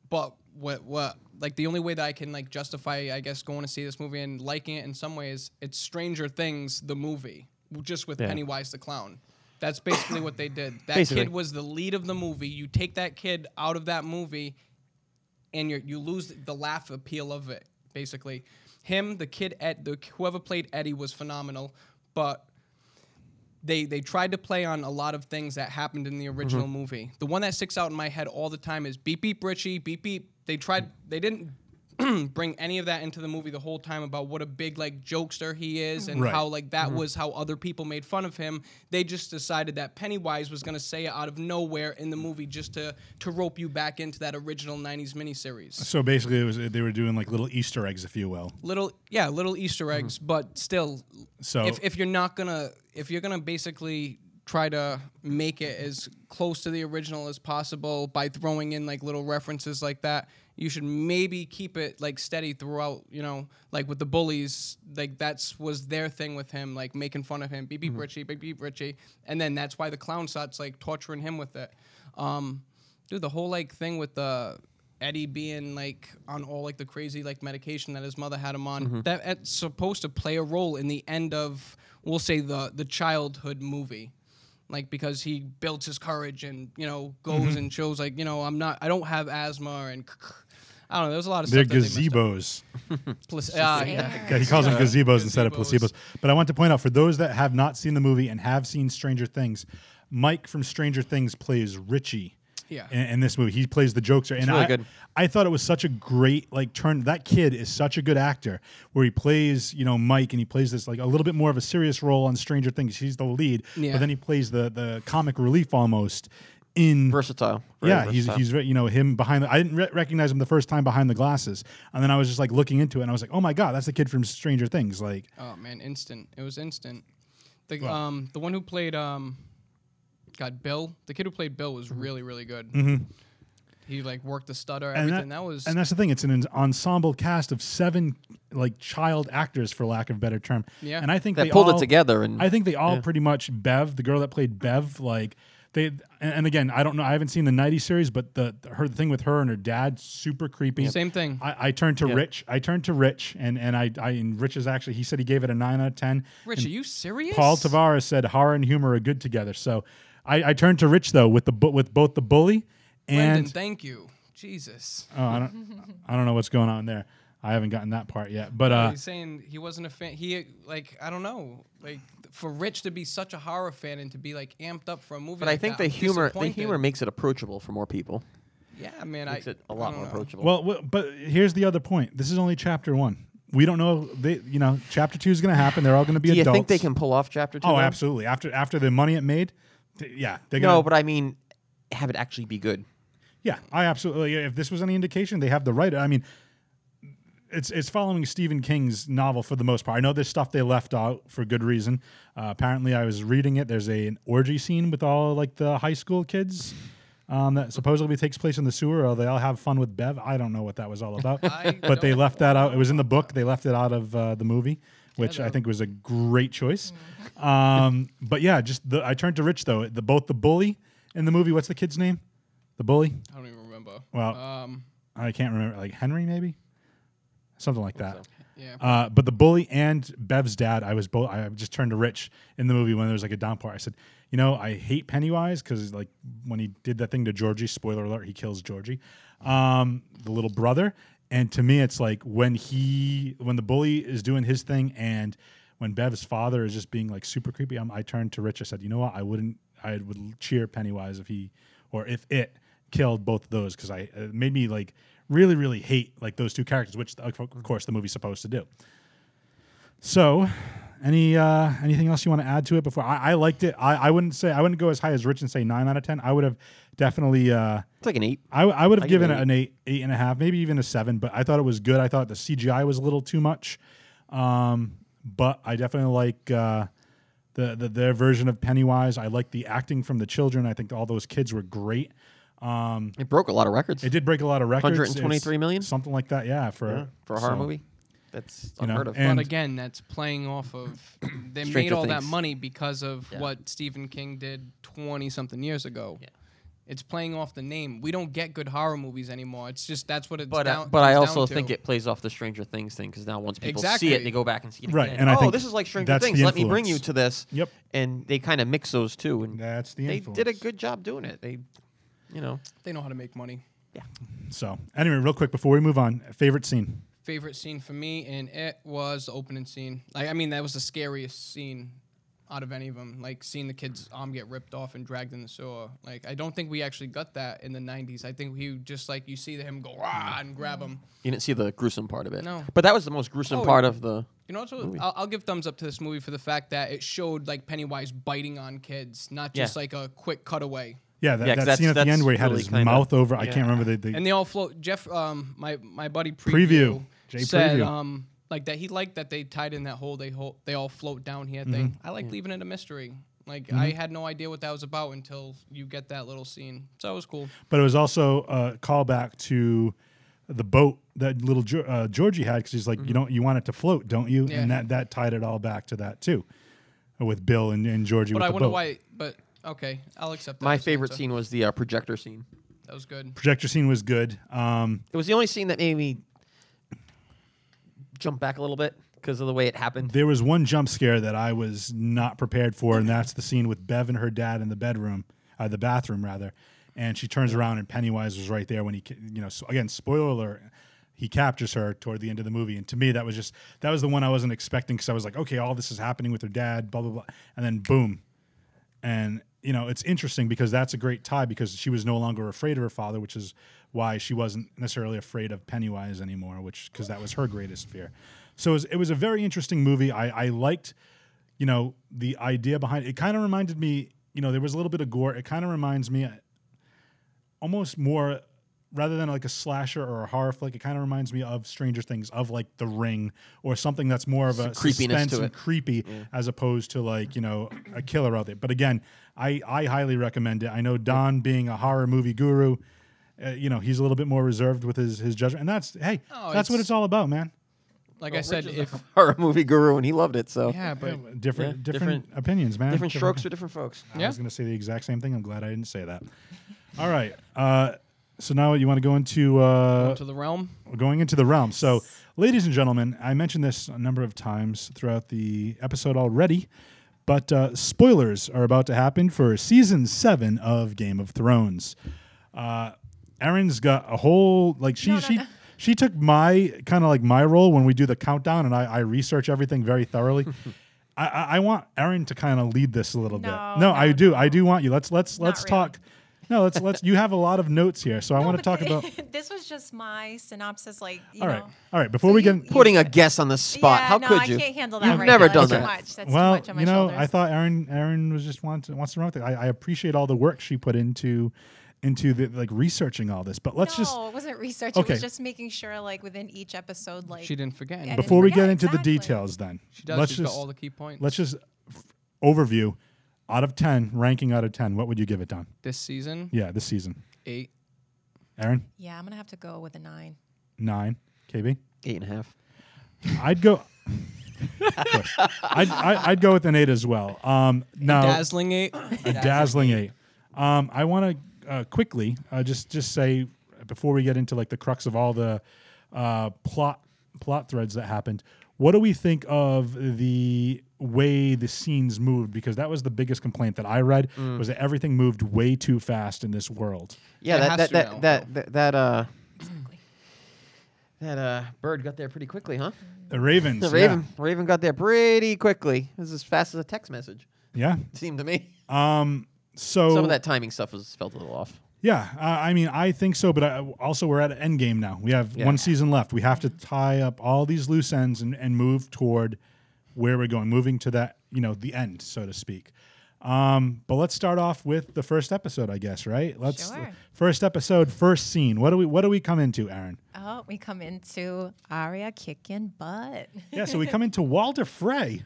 [SPEAKER 5] But what what like the only way that I can like justify I guess going to see this movie and liking it in some ways it's Stranger Things the movie just with Pennywise the clown. That's basically what they did. That
[SPEAKER 2] Basically.
[SPEAKER 5] kid was the lead of the movie. You take that kid out of that movie and you you lose the laugh appeal of it basically. Him, the kid Ed, the whoever played Eddie was phenomenal, but they they tried to play on a lot of things that happened in the original movie. The one that sticks out in my head all the time is beep beep Richie beep beep. They tried they didn't *clears throat* bring any of that into the movie the whole time about what a big like jokester he is and
[SPEAKER 4] Right.
[SPEAKER 5] how like that was how other people made fun of him. They just decided that Pennywise was going to say it out of nowhere in the movie just to to rope you back into that original 90s miniseries.
[SPEAKER 4] So basically, it was they were doing like little Easter eggs, if you will.
[SPEAKER 5] Little yeah, little easter eggs, but still
[SPEAKER 4] So
[SPEAKER 5] if, if you're not gonna if you're gonna basically try to make it as close to the original as possible by throwing in like little references like that you should maybe keep it like steady throughout. You know, like with the bullies, like that's was their thing with him, like making fun of him, beep beep Richie, beep beep Richie, and then that's why the clown starts like torturing him with it. Um, dude, the whole like thing with the Eddie being like on all like the crazy like medication that his mother had him
[SPEAKER 4] Mm-hmm.
[SPEAKER 5] on that that's supposed to play a role in the end of we'll say the the childhood movie like because he builds his courage and you know goes
[SPEAKER 4] Mm-hmm.
[SPEAKER 5] and shows like you know I'm not I don't have asthma and I don't know there's a lot of
[SPEAKER 4] They're
[SPEAKER 5] stuff that they messed up.
[SPEAKER 4] gazebos.
[SPEAKER 5] Plus- ah, yeah.
[SPEAKER 4] Yeah, he calls them gazebos instead of
[SPEAKER 5] Gazebos.
[SPEAKER 4] placebos. But I want to point out for those that have not seen the movie and have seen Stranger Things, Mike from Stranger Things plays Richie.
[SPEAKER 5] Yeah.
[SPEAKER 4] In, in this movie, he plays the jokester, and
[SPEAKER 2] really
[SPEAKER 4] I,
[SPEAKER 2] good.
[SPEAKER 4] I thought it was such a great like turn. That kid is such a good actor, where he plays you know Mike, and he plays this like a little bit more of a serious role on Stranger Things. He's the lead,
[SPEAKER 5] Yeah.
[SPEAKER 4] but then he plays the the comic relief almost in
[SPEAKER 2] Versatile. Very
[SPEAKER 4] yeah, he's
[SPEAKER 2] versatile.
[SPEAKER 4] he's re- you know him behind. The, I didn't re- recognize him the first time behind the glasses, and then I was just like looking into it, and I was like, oh my god, that's the kid from Stranger Things. Like,
[SPEAKER 5] oh man instant it was instant the um the one who played um God Bill the kid who played Bill
[SPEAKER 4] Mm-hmm.
[SPEAKER 5] was really really good he like worked the stutter
[SPEAKER 4] and
[SPEAKER 5] everything that, was
[SPEAKER 4] and that's the thing. It's an ensemble cast of seven like child actors, for lack of a better term.
[SPEAKER 5] Yeah.
[SPEAKER 4] and I think
[SPEAKER 2] That
[SPEAKER 4] they
[SPEAKER 2] pulled it
[SPEAKER 4] all-
[SPEAKER 2] together and-
[SPEAKER 4] I think they all pretty much Bev, the girl that played Bev, like. They, and- and again, I don't know. I haven't seen the '90s series, but the her the thing with her and her dad, super creepy.
[SPEAKER 5] same thing
[SPEAKER 4] I, I turned to Rich. I turned to Rich, and and I, I and Rich is actually he said he gave it a nine out of ten.
[SPEAKER 5] Rich, are you serious?
[SPEAKER 4] Paul Tavares said horror and humor are good together. So I, I turned to Rich though with the bu- with both the bully
[SPEAKER 5] Brendan,
[SPEAKER 4] and
[SPEAKER 5] thank you. Jesus.
[SPEAKER 4] oh, I don't I don't know what's going on there. I haven't gotten that part yet, but uh,
[SPEAKER 5] He's saying he wasn't a fan. He like I don't know. Like for Rich to be such a horror fan and to be like amped up for a movie.
[SPEAKER 2] But I think the humor the humor makes it approachable for more people.
[SPEAKER 5] Yeah, man.
[SPEAKER 2] Makes
[SPEAKER 5] I,
[SPEAKER 2] it a lot
[SPEAKER 5] I
[SPEAKER 2] more
[SPEAKER 5] don't know.
[SPEAKER 2] approachable.
[SPEAKER 4] well, w- but here's the other point. This is only chapter one. We don't know. They you know chapter two is going to happen. They're all going to be
[SPEAKER 2] do you
[SPEAKER 4] adults.
[SPEAKER 2] think they can pull off chapter two?
[SPEAKER 4] Oh,
[SPEAKER 2] though?
[SPEAKER 4] absolutely. After after the money it made, th- yeah, they're gonna,
[SPEAKER 2] No, but I mean, have it actually be good.
[SPEAKER 4] Yeah, I absolutely. If this was any indication, they have the right. I mean, it's it's following Stephen King's novel for the most part. I know there's stuff they left out for good reason. Uh, apparently, I was reading it. There's a, an orgy scene with all like the high school kids um, that supposedly takes place in the sewer. Or they all have fun with Bev. I don't know what that was all about,
[SPEAKER 5] *laughs* I
[SPEAKER 4] but they
[SPEAKER 5] don't-
[SPEAKER 4] left that out. It was in the book. They left it out of uh, the movie, which I think was a great choice.
[SPEAKER 5] Mm-hmm.
[SPEAKER 4] Um, but yeah, just the, I turned to Rich though. The both the bully in the movie. What's the kid's name? The bully.
[SPEAKER 5] I don't even remember.
[SPEAKER 4] Well-
[SPEAKER 5] um,
[SPEAKER 4] I can't remember, like Henry maybe, something like that.
[SPEAKER 5] yeah.
[SPEAKER 4] Uh, but the bully and Bev's dad, I was both. I just turned to Rich in the movie when there was like a downpour. I said, you know, I hate Pennywise because like when he did that thing to Georgie. Spoiler alert: he kills Georgie, um, the little brother. And to me, it's like when he, when the bully is doing his thing, and when Bev's father is just being like super creepy. i I turned to Rich. I said, you know what? I wouldn't. I would cheer Pennywise if he or if it killed both of those because I uh, it made me like really really hate like those two characters, which of of course the movie's supposed to do. So, any uh, anything else you want to add to it before I, I liked it? I, I wouldn't say I wouldn't go as high as Rich and say nine out of ten. I would have definitely uh,
[SPEAKER 2] It's like an eight.
[SPEAKER 4] I, I would have
[SPEAKER 2] I give
[SPEAKER 4] given
[SPEAKER 2] it
[SPEAKER 4] it an eight eight and a half, maybe even a seven. But I thought it was good. I thought the CGI was a little too much, um, but I definitely like. Uh, the, the their version of Pennywise. I like the acting from the children. I think all those kids were great.
[SPEAKER 2] It broke a lot of records
[SPEAKER 4] It did break a lot of records. It's
[SPEAKER 2] 123 million?
[SPEAKER 4] something like that. Yeah, for
[SPEAKER 2] for a horror
[SPEAKER 4] so,
[SPEAKER 2] movie. That's
[SPEAKER 4] you know,
[SPEAKER 2] unheard of.
[SPEAKER 4] and-
[SPEAKER 5] but again, that's playing
[SPEAKER 2] *coughs*
[SPEAKER 5] off of they made
[SPEAKER 2] Stranger
[SPEAKER 5] all that
[SPEAKER 2] Things.
[SPEAKER 5] money because of what Stephen King did twenty something years ago. Yeah. It's playing off the name. We don't get good horror movies anymore. It's just that's what it's
[SPEAKER 2] but uh,
[SPEAKER 5] down.
[SPEAKER 2] but I
[SPEAKER 5] comes down
[SPEAKER 2] also
[SPEAKER 5] to.
[SPEAKER 2] think it plays off the Stranger Things thing because now once people see it,
[SPEAKER 5] Exactly.
[SPEAKER 2] they go back and see it
[SPEAKER 4] Right,
[SPEAKER 2] again.
[SPEAKER 4] and I
[SPEAKER 2] oh,
[SPEAKER 4] think
[SPEAKER 2] this is like Stranger
[SPEAKER 4] that's the
[SPEAKER 2] Things. Let me bring you
[SPEAKER 4] influence.
[SPEAKER 2] to this.
[SPEAKER 4] Yep.
[SPEAKER 2] And they kind of mix those two, and
[SPEAKER 4] That's the
[SPEAKER 2] they did a
[SPEAKER 4] influence.
[SPEAKER 2] good job doing it. They, you know,
[SPEAKER 5] they know how to make money.
[SPEAKER 4] So anyway, real quick before we move on, favorite scene.
[SPEAKER 5] favorite scene for me, and it was the opening scene. Like, I mean, that was the scariest scene out of any of them. Like, seeing the kid's arm get ripped off and dragged in the sewer. Like, I don't think we actually got that in the 90s. I think he just, like, you see him go, rah, and grab him.
[SPEAKER 2] you didn't see the gruesome part of it.
[SPEAKER 5] No.
[SPEAKER 2] But that was the most gruesome
[SPEAKER 5] Oh,
[SPEAKER 2] part of the.
[SPEAKER 5] You know, what's what? I'll, I'll give thumbs up to this movie for the fact that it showed, like, Pennywise biting on kids, not just,
[SPEAKER 2] Yeah.
[SPEAKER 5] like, a quick cutaway.
[SPEAKER 4] Yeah, that,
[SPEAKER 2] Yeah, 'cause
[SPEAKER 4] that scene at
[SPEAKER 2] that's-
[SPEAKER 4] the end
[SPEAKER 2] that's
[SPEAKER 4] where he had
[SPEAKER 2] really
[SPEAKER 4] his
[SPEAKER 2] kinda-
[SPEAKER 4] mouth over. I can't remember the. the
[SPEAKER 5] And they all float. Jeff, um, my my buddy
[SPEAKER 4] Preview.
[SPEAKER 5] preview,
[SPEAKER 4] Jay
[SPEAKER 5] said
[SPEAKER 4] Preview.
[SPEAKER 5] um like that he liked that they tied in that whole they whole, they all float down here thing.
[SPEAKER 4] Mm-hmm.
[SPEAKER 5] I like leaving it a mystery. Like I had no idea what that was about until you get that little scene. So it was cool.
[SPEAKER 4] but it was also a callback to the boat that little Geo- uh, Georgie had because he's like,
[SPEAKER 2] Mm-hmm.
[SPEAKER 4] you don't you want it to float, don't you?
[SPEAKER 5] Yeah.
[SPEAKER 4] And that that tied it all back to that too, with Bill and, and Georgie.
[SPEAKER 5] But
[SPEAKER 4] with
[SPEAKER 5] I
[SPEAKER 4] the
[SPEAKER 5] wonder
[SPEAKER 4] boat.
[SPEAKER 5] why. But okay, I'll accept that.
[SPEAKER 2] My
[SPEAKER 5] as an
[SPEAKER 2] favorite
[SPEAKER 5] answer.
[SPEAKER 2] scene was the uh, projector scene. Oh,
[SPEAKER 5] That was good.
[SPEAKER 4] projector scene was good. Um,
[SPEAKER 2] It was the only scene that made me jump back a little bit because of the way it happened.
[SPEAKER 4] there was one jump scare that I was not prepared for, and that's the scene with Bev and her dad in the bedroom, uh, the bathroom rather. And she turns around, and Pennywise was right there when he, ca- you know, so again, spoiler alert, he captures her toward the end of the movie. And to me, that was just that was the one I wasn't expecting because I was like, okay, all this is happening with her dad, blah blah blah, and then boom, and you know it's interesting because that's a great tie because she was no longer afraid of her father which is why she wasn't necessarily afraid of pennywise anymore which because that was her greatest fear so it was, it was a very interesting movie i, I liked you know the idea behind it, kind of reminded me you know there was a little bit of gore it kind of reminds me uh, almost more rather than like a slasher or a horror flick it kind of reminds me of stranger things of like the ring or something that's more of a
[SPEAKER 2] creepiness
[SPEAKER 4] suspense
[SPEAKER 2] to
[SPEAKER 4] and
[SPEAKER 2] it.
[SPEAKER 4] creepy as opposed to like you know a killer out there but again i i highly recommend it i know don being a horror movie guru uh, you know he's a little bit more reserved with his his judgment and that's hey
[SPEAKER 5] Oh,
[SPEAKER 4] that's what
[SPEAKER 5] it's-
[SPEAKER 4] it's all about man
[SPEAKER 5] Like I
[SPEAKER 2] *laughs*
[SPEAKER 5] said, if
[SPEAKER 2] Horror movie guru, and he loved it. So
[SPEAKER 5] yeah,
[SPEAKER 4] different
[SPEAKER 5] but
[SPEAKER 4] different,
[SPEAKER 2] different-
[SPEAKER 4] opinions man
[SPEAKER 2] different strokes for different folks.
[SPEAKER 4] I
[SPEAKER 5] Yeah.
[SPEAKER 4] was going to say the exact same thing. I'm glad I didn't say that. All right. Uh, so now you want to go into uh,
[SPEAKER 5] to the realm.
[SPEAKER 4] going into the realm. So, ladies and gentlemen, I mentioned this a number of times throughout the episode already, but uh, spoilers are about to happen for season seven of Game of Thrones. Uh, Erin's got a whole like she
[SPEAKER 1] No, no,
[SPEAKER 4] she.
[SPEAKER 1] no.
[SPEAKER 4] She took my kind of like my role when we do the countdown, and I, I research everything very
[SPEAKER 1] *laughs*
[SPEAKER 4] thoroughly. I, I, I want Erin to kind of lead this a little bit.
[SPEAKER 1] No,
[SPEAKER 4] No, I
[SPEAKER 1] no,
[SPEAKER 4] do. I do want you. Let's let's
[SPEAKER 1] Not
[SPEAKER 4] let's
[SPEAKER 1] really.
[SPEAKER 4] talk. No, let's let's. You have a lot of notes here, so I want to
[SPEAKER 1] but *laughs*
[SPEAKER 4] talk about.
[SPEAKER 1] this was just my synopsis. Like, you
[SPEAKER 4] All
[SPEAKER 1] know,
[SPEAKER 4] right, all right. Before we
[SPEAKER 1] you-
[SPEAKER 4] get
[SPEAKER 1] you-
[SPEAKER 2] Putting a guess on the spot.
[SPEAKER 1] Yeah,
[SPEAKER 2] How
[SPEAKER 1] no,
[SPEAKER 2] could
[SPEAKER 1] I
[SPEAKER 2] you?
[SPEAKER 1] can't handle that
[SPEAKER 2] You've
[SPEAKER 1] right
[SPEAKER 2] never
[SPEAKER 1] now.
[SPEAKER 2] done
[SPEAKER 1] That's
[SPEAKER 2] that.
[SPEAKER 1] Too much. That's
[SPEAKER 4] well,
[SPEAKER 1] too much on my
[SPEAKER 4] you know,
[SPEAKER 1] shoulders.
[SPEAKER 4] I thought Aaron Aaron was just wants wants to run with it. I, I appreciate all the work she put into into the like researching all this, but let's
[SPEAKER 1] no,
[SPEAKER 4] just
[SPEAKER 1] it wasn't research. It
[SPEAKER 4] Okay.
[SPEAKER 1] was just making sure, like within each episode, like
[SPEAKER 5] She didn't forget.
[SPEAKER 1] Yeah,
[SPEAKER 5] anything.
[SPEAKER 4] before we
[SPEAKER 1] Yeah,
[SPEAKER 4] get into the
[SPEAKER 1] exactly.
[SPEAKER 4] details, then
[SPEAKER 5] she does.
[SPEAKER 4] let's
[SPEAKER 5] she's
[SPEAKER 4] just
[SPEAKER 5] got all the key points.
[SPEAKER 4] let's just f- overview out of ten ranking out of ten. What would you give it, Don?
[SPEAKER 5] this season
[SPEAKER 4] Yeah, this season,
[SPEAKER 5] eight.
[SPEAKER 4] Aaron
[SPEAKER 1] yeah, I'm gonna have to go with a nine.
[SPEAKER 4] nine, KB.
[SPEAKER 2] Eight and a half.
[SPEAKER 4] I'd go. *laughs* Of course. I'd, I- I'd go with an eight as well. Um, now,
[SPEAKER 5] Dazzling eight.
[SPEAKER 4] a dazzling eight. Um, I want to uh, quickly uh, just just say before we get into like the crux of all the uh, plot plot threads that happened. What do we think of the way the scenes moved? Because that was the biggest complaint that I read was that everything moved way too fast in this world.
[SPEAKER 2] Yeah,
[SPEAKER 5] It
[SPEAKER 2] that
[SPEAKER 5] has
[SPEAKER 2] that
[SPEAKER 5] to
[SPEAKER 2] that,
[SPEAKER 5] now.
[SPEAKER 2] that that that uh that uh bird got there pretty quickly, huh?
[SPEAKER 4] The Ravens,
[SPEAKER 2] The
[SPEAKER 4] yeah.
[SPEAKER 2] Raven Raven got there pretty quickly. It was as fast as a text message.
[SPEAKER 4] yeah.
[SPEAKER 2] It seemed to me.
[SPEAKER 4] Um, so
[SPEAKER 2] Some of that timing stuff was felt a little off.
[SPEAKER 4] Yeah, uh, I mean, I think so, but I, also we're at an end game now. We have
[SPEAKER 2] Yeah.
[SPEAKER 4] one season left. We have to tie up all these loose ends and, and move toward where we're going, moving to that, you know, the end, so to speak. Um, but let's start off with the first episode, I guess, right? Let's
[SPEAKER 1] Sure.
[SPEAKER 4] first episode, first scene. What do we what do we come into, Aaron?
[SPEAKER 1] Oh, we come into Aria kicking butt.
[SPEAKER 4] *laughs* Yeah, so we come into Walter Frey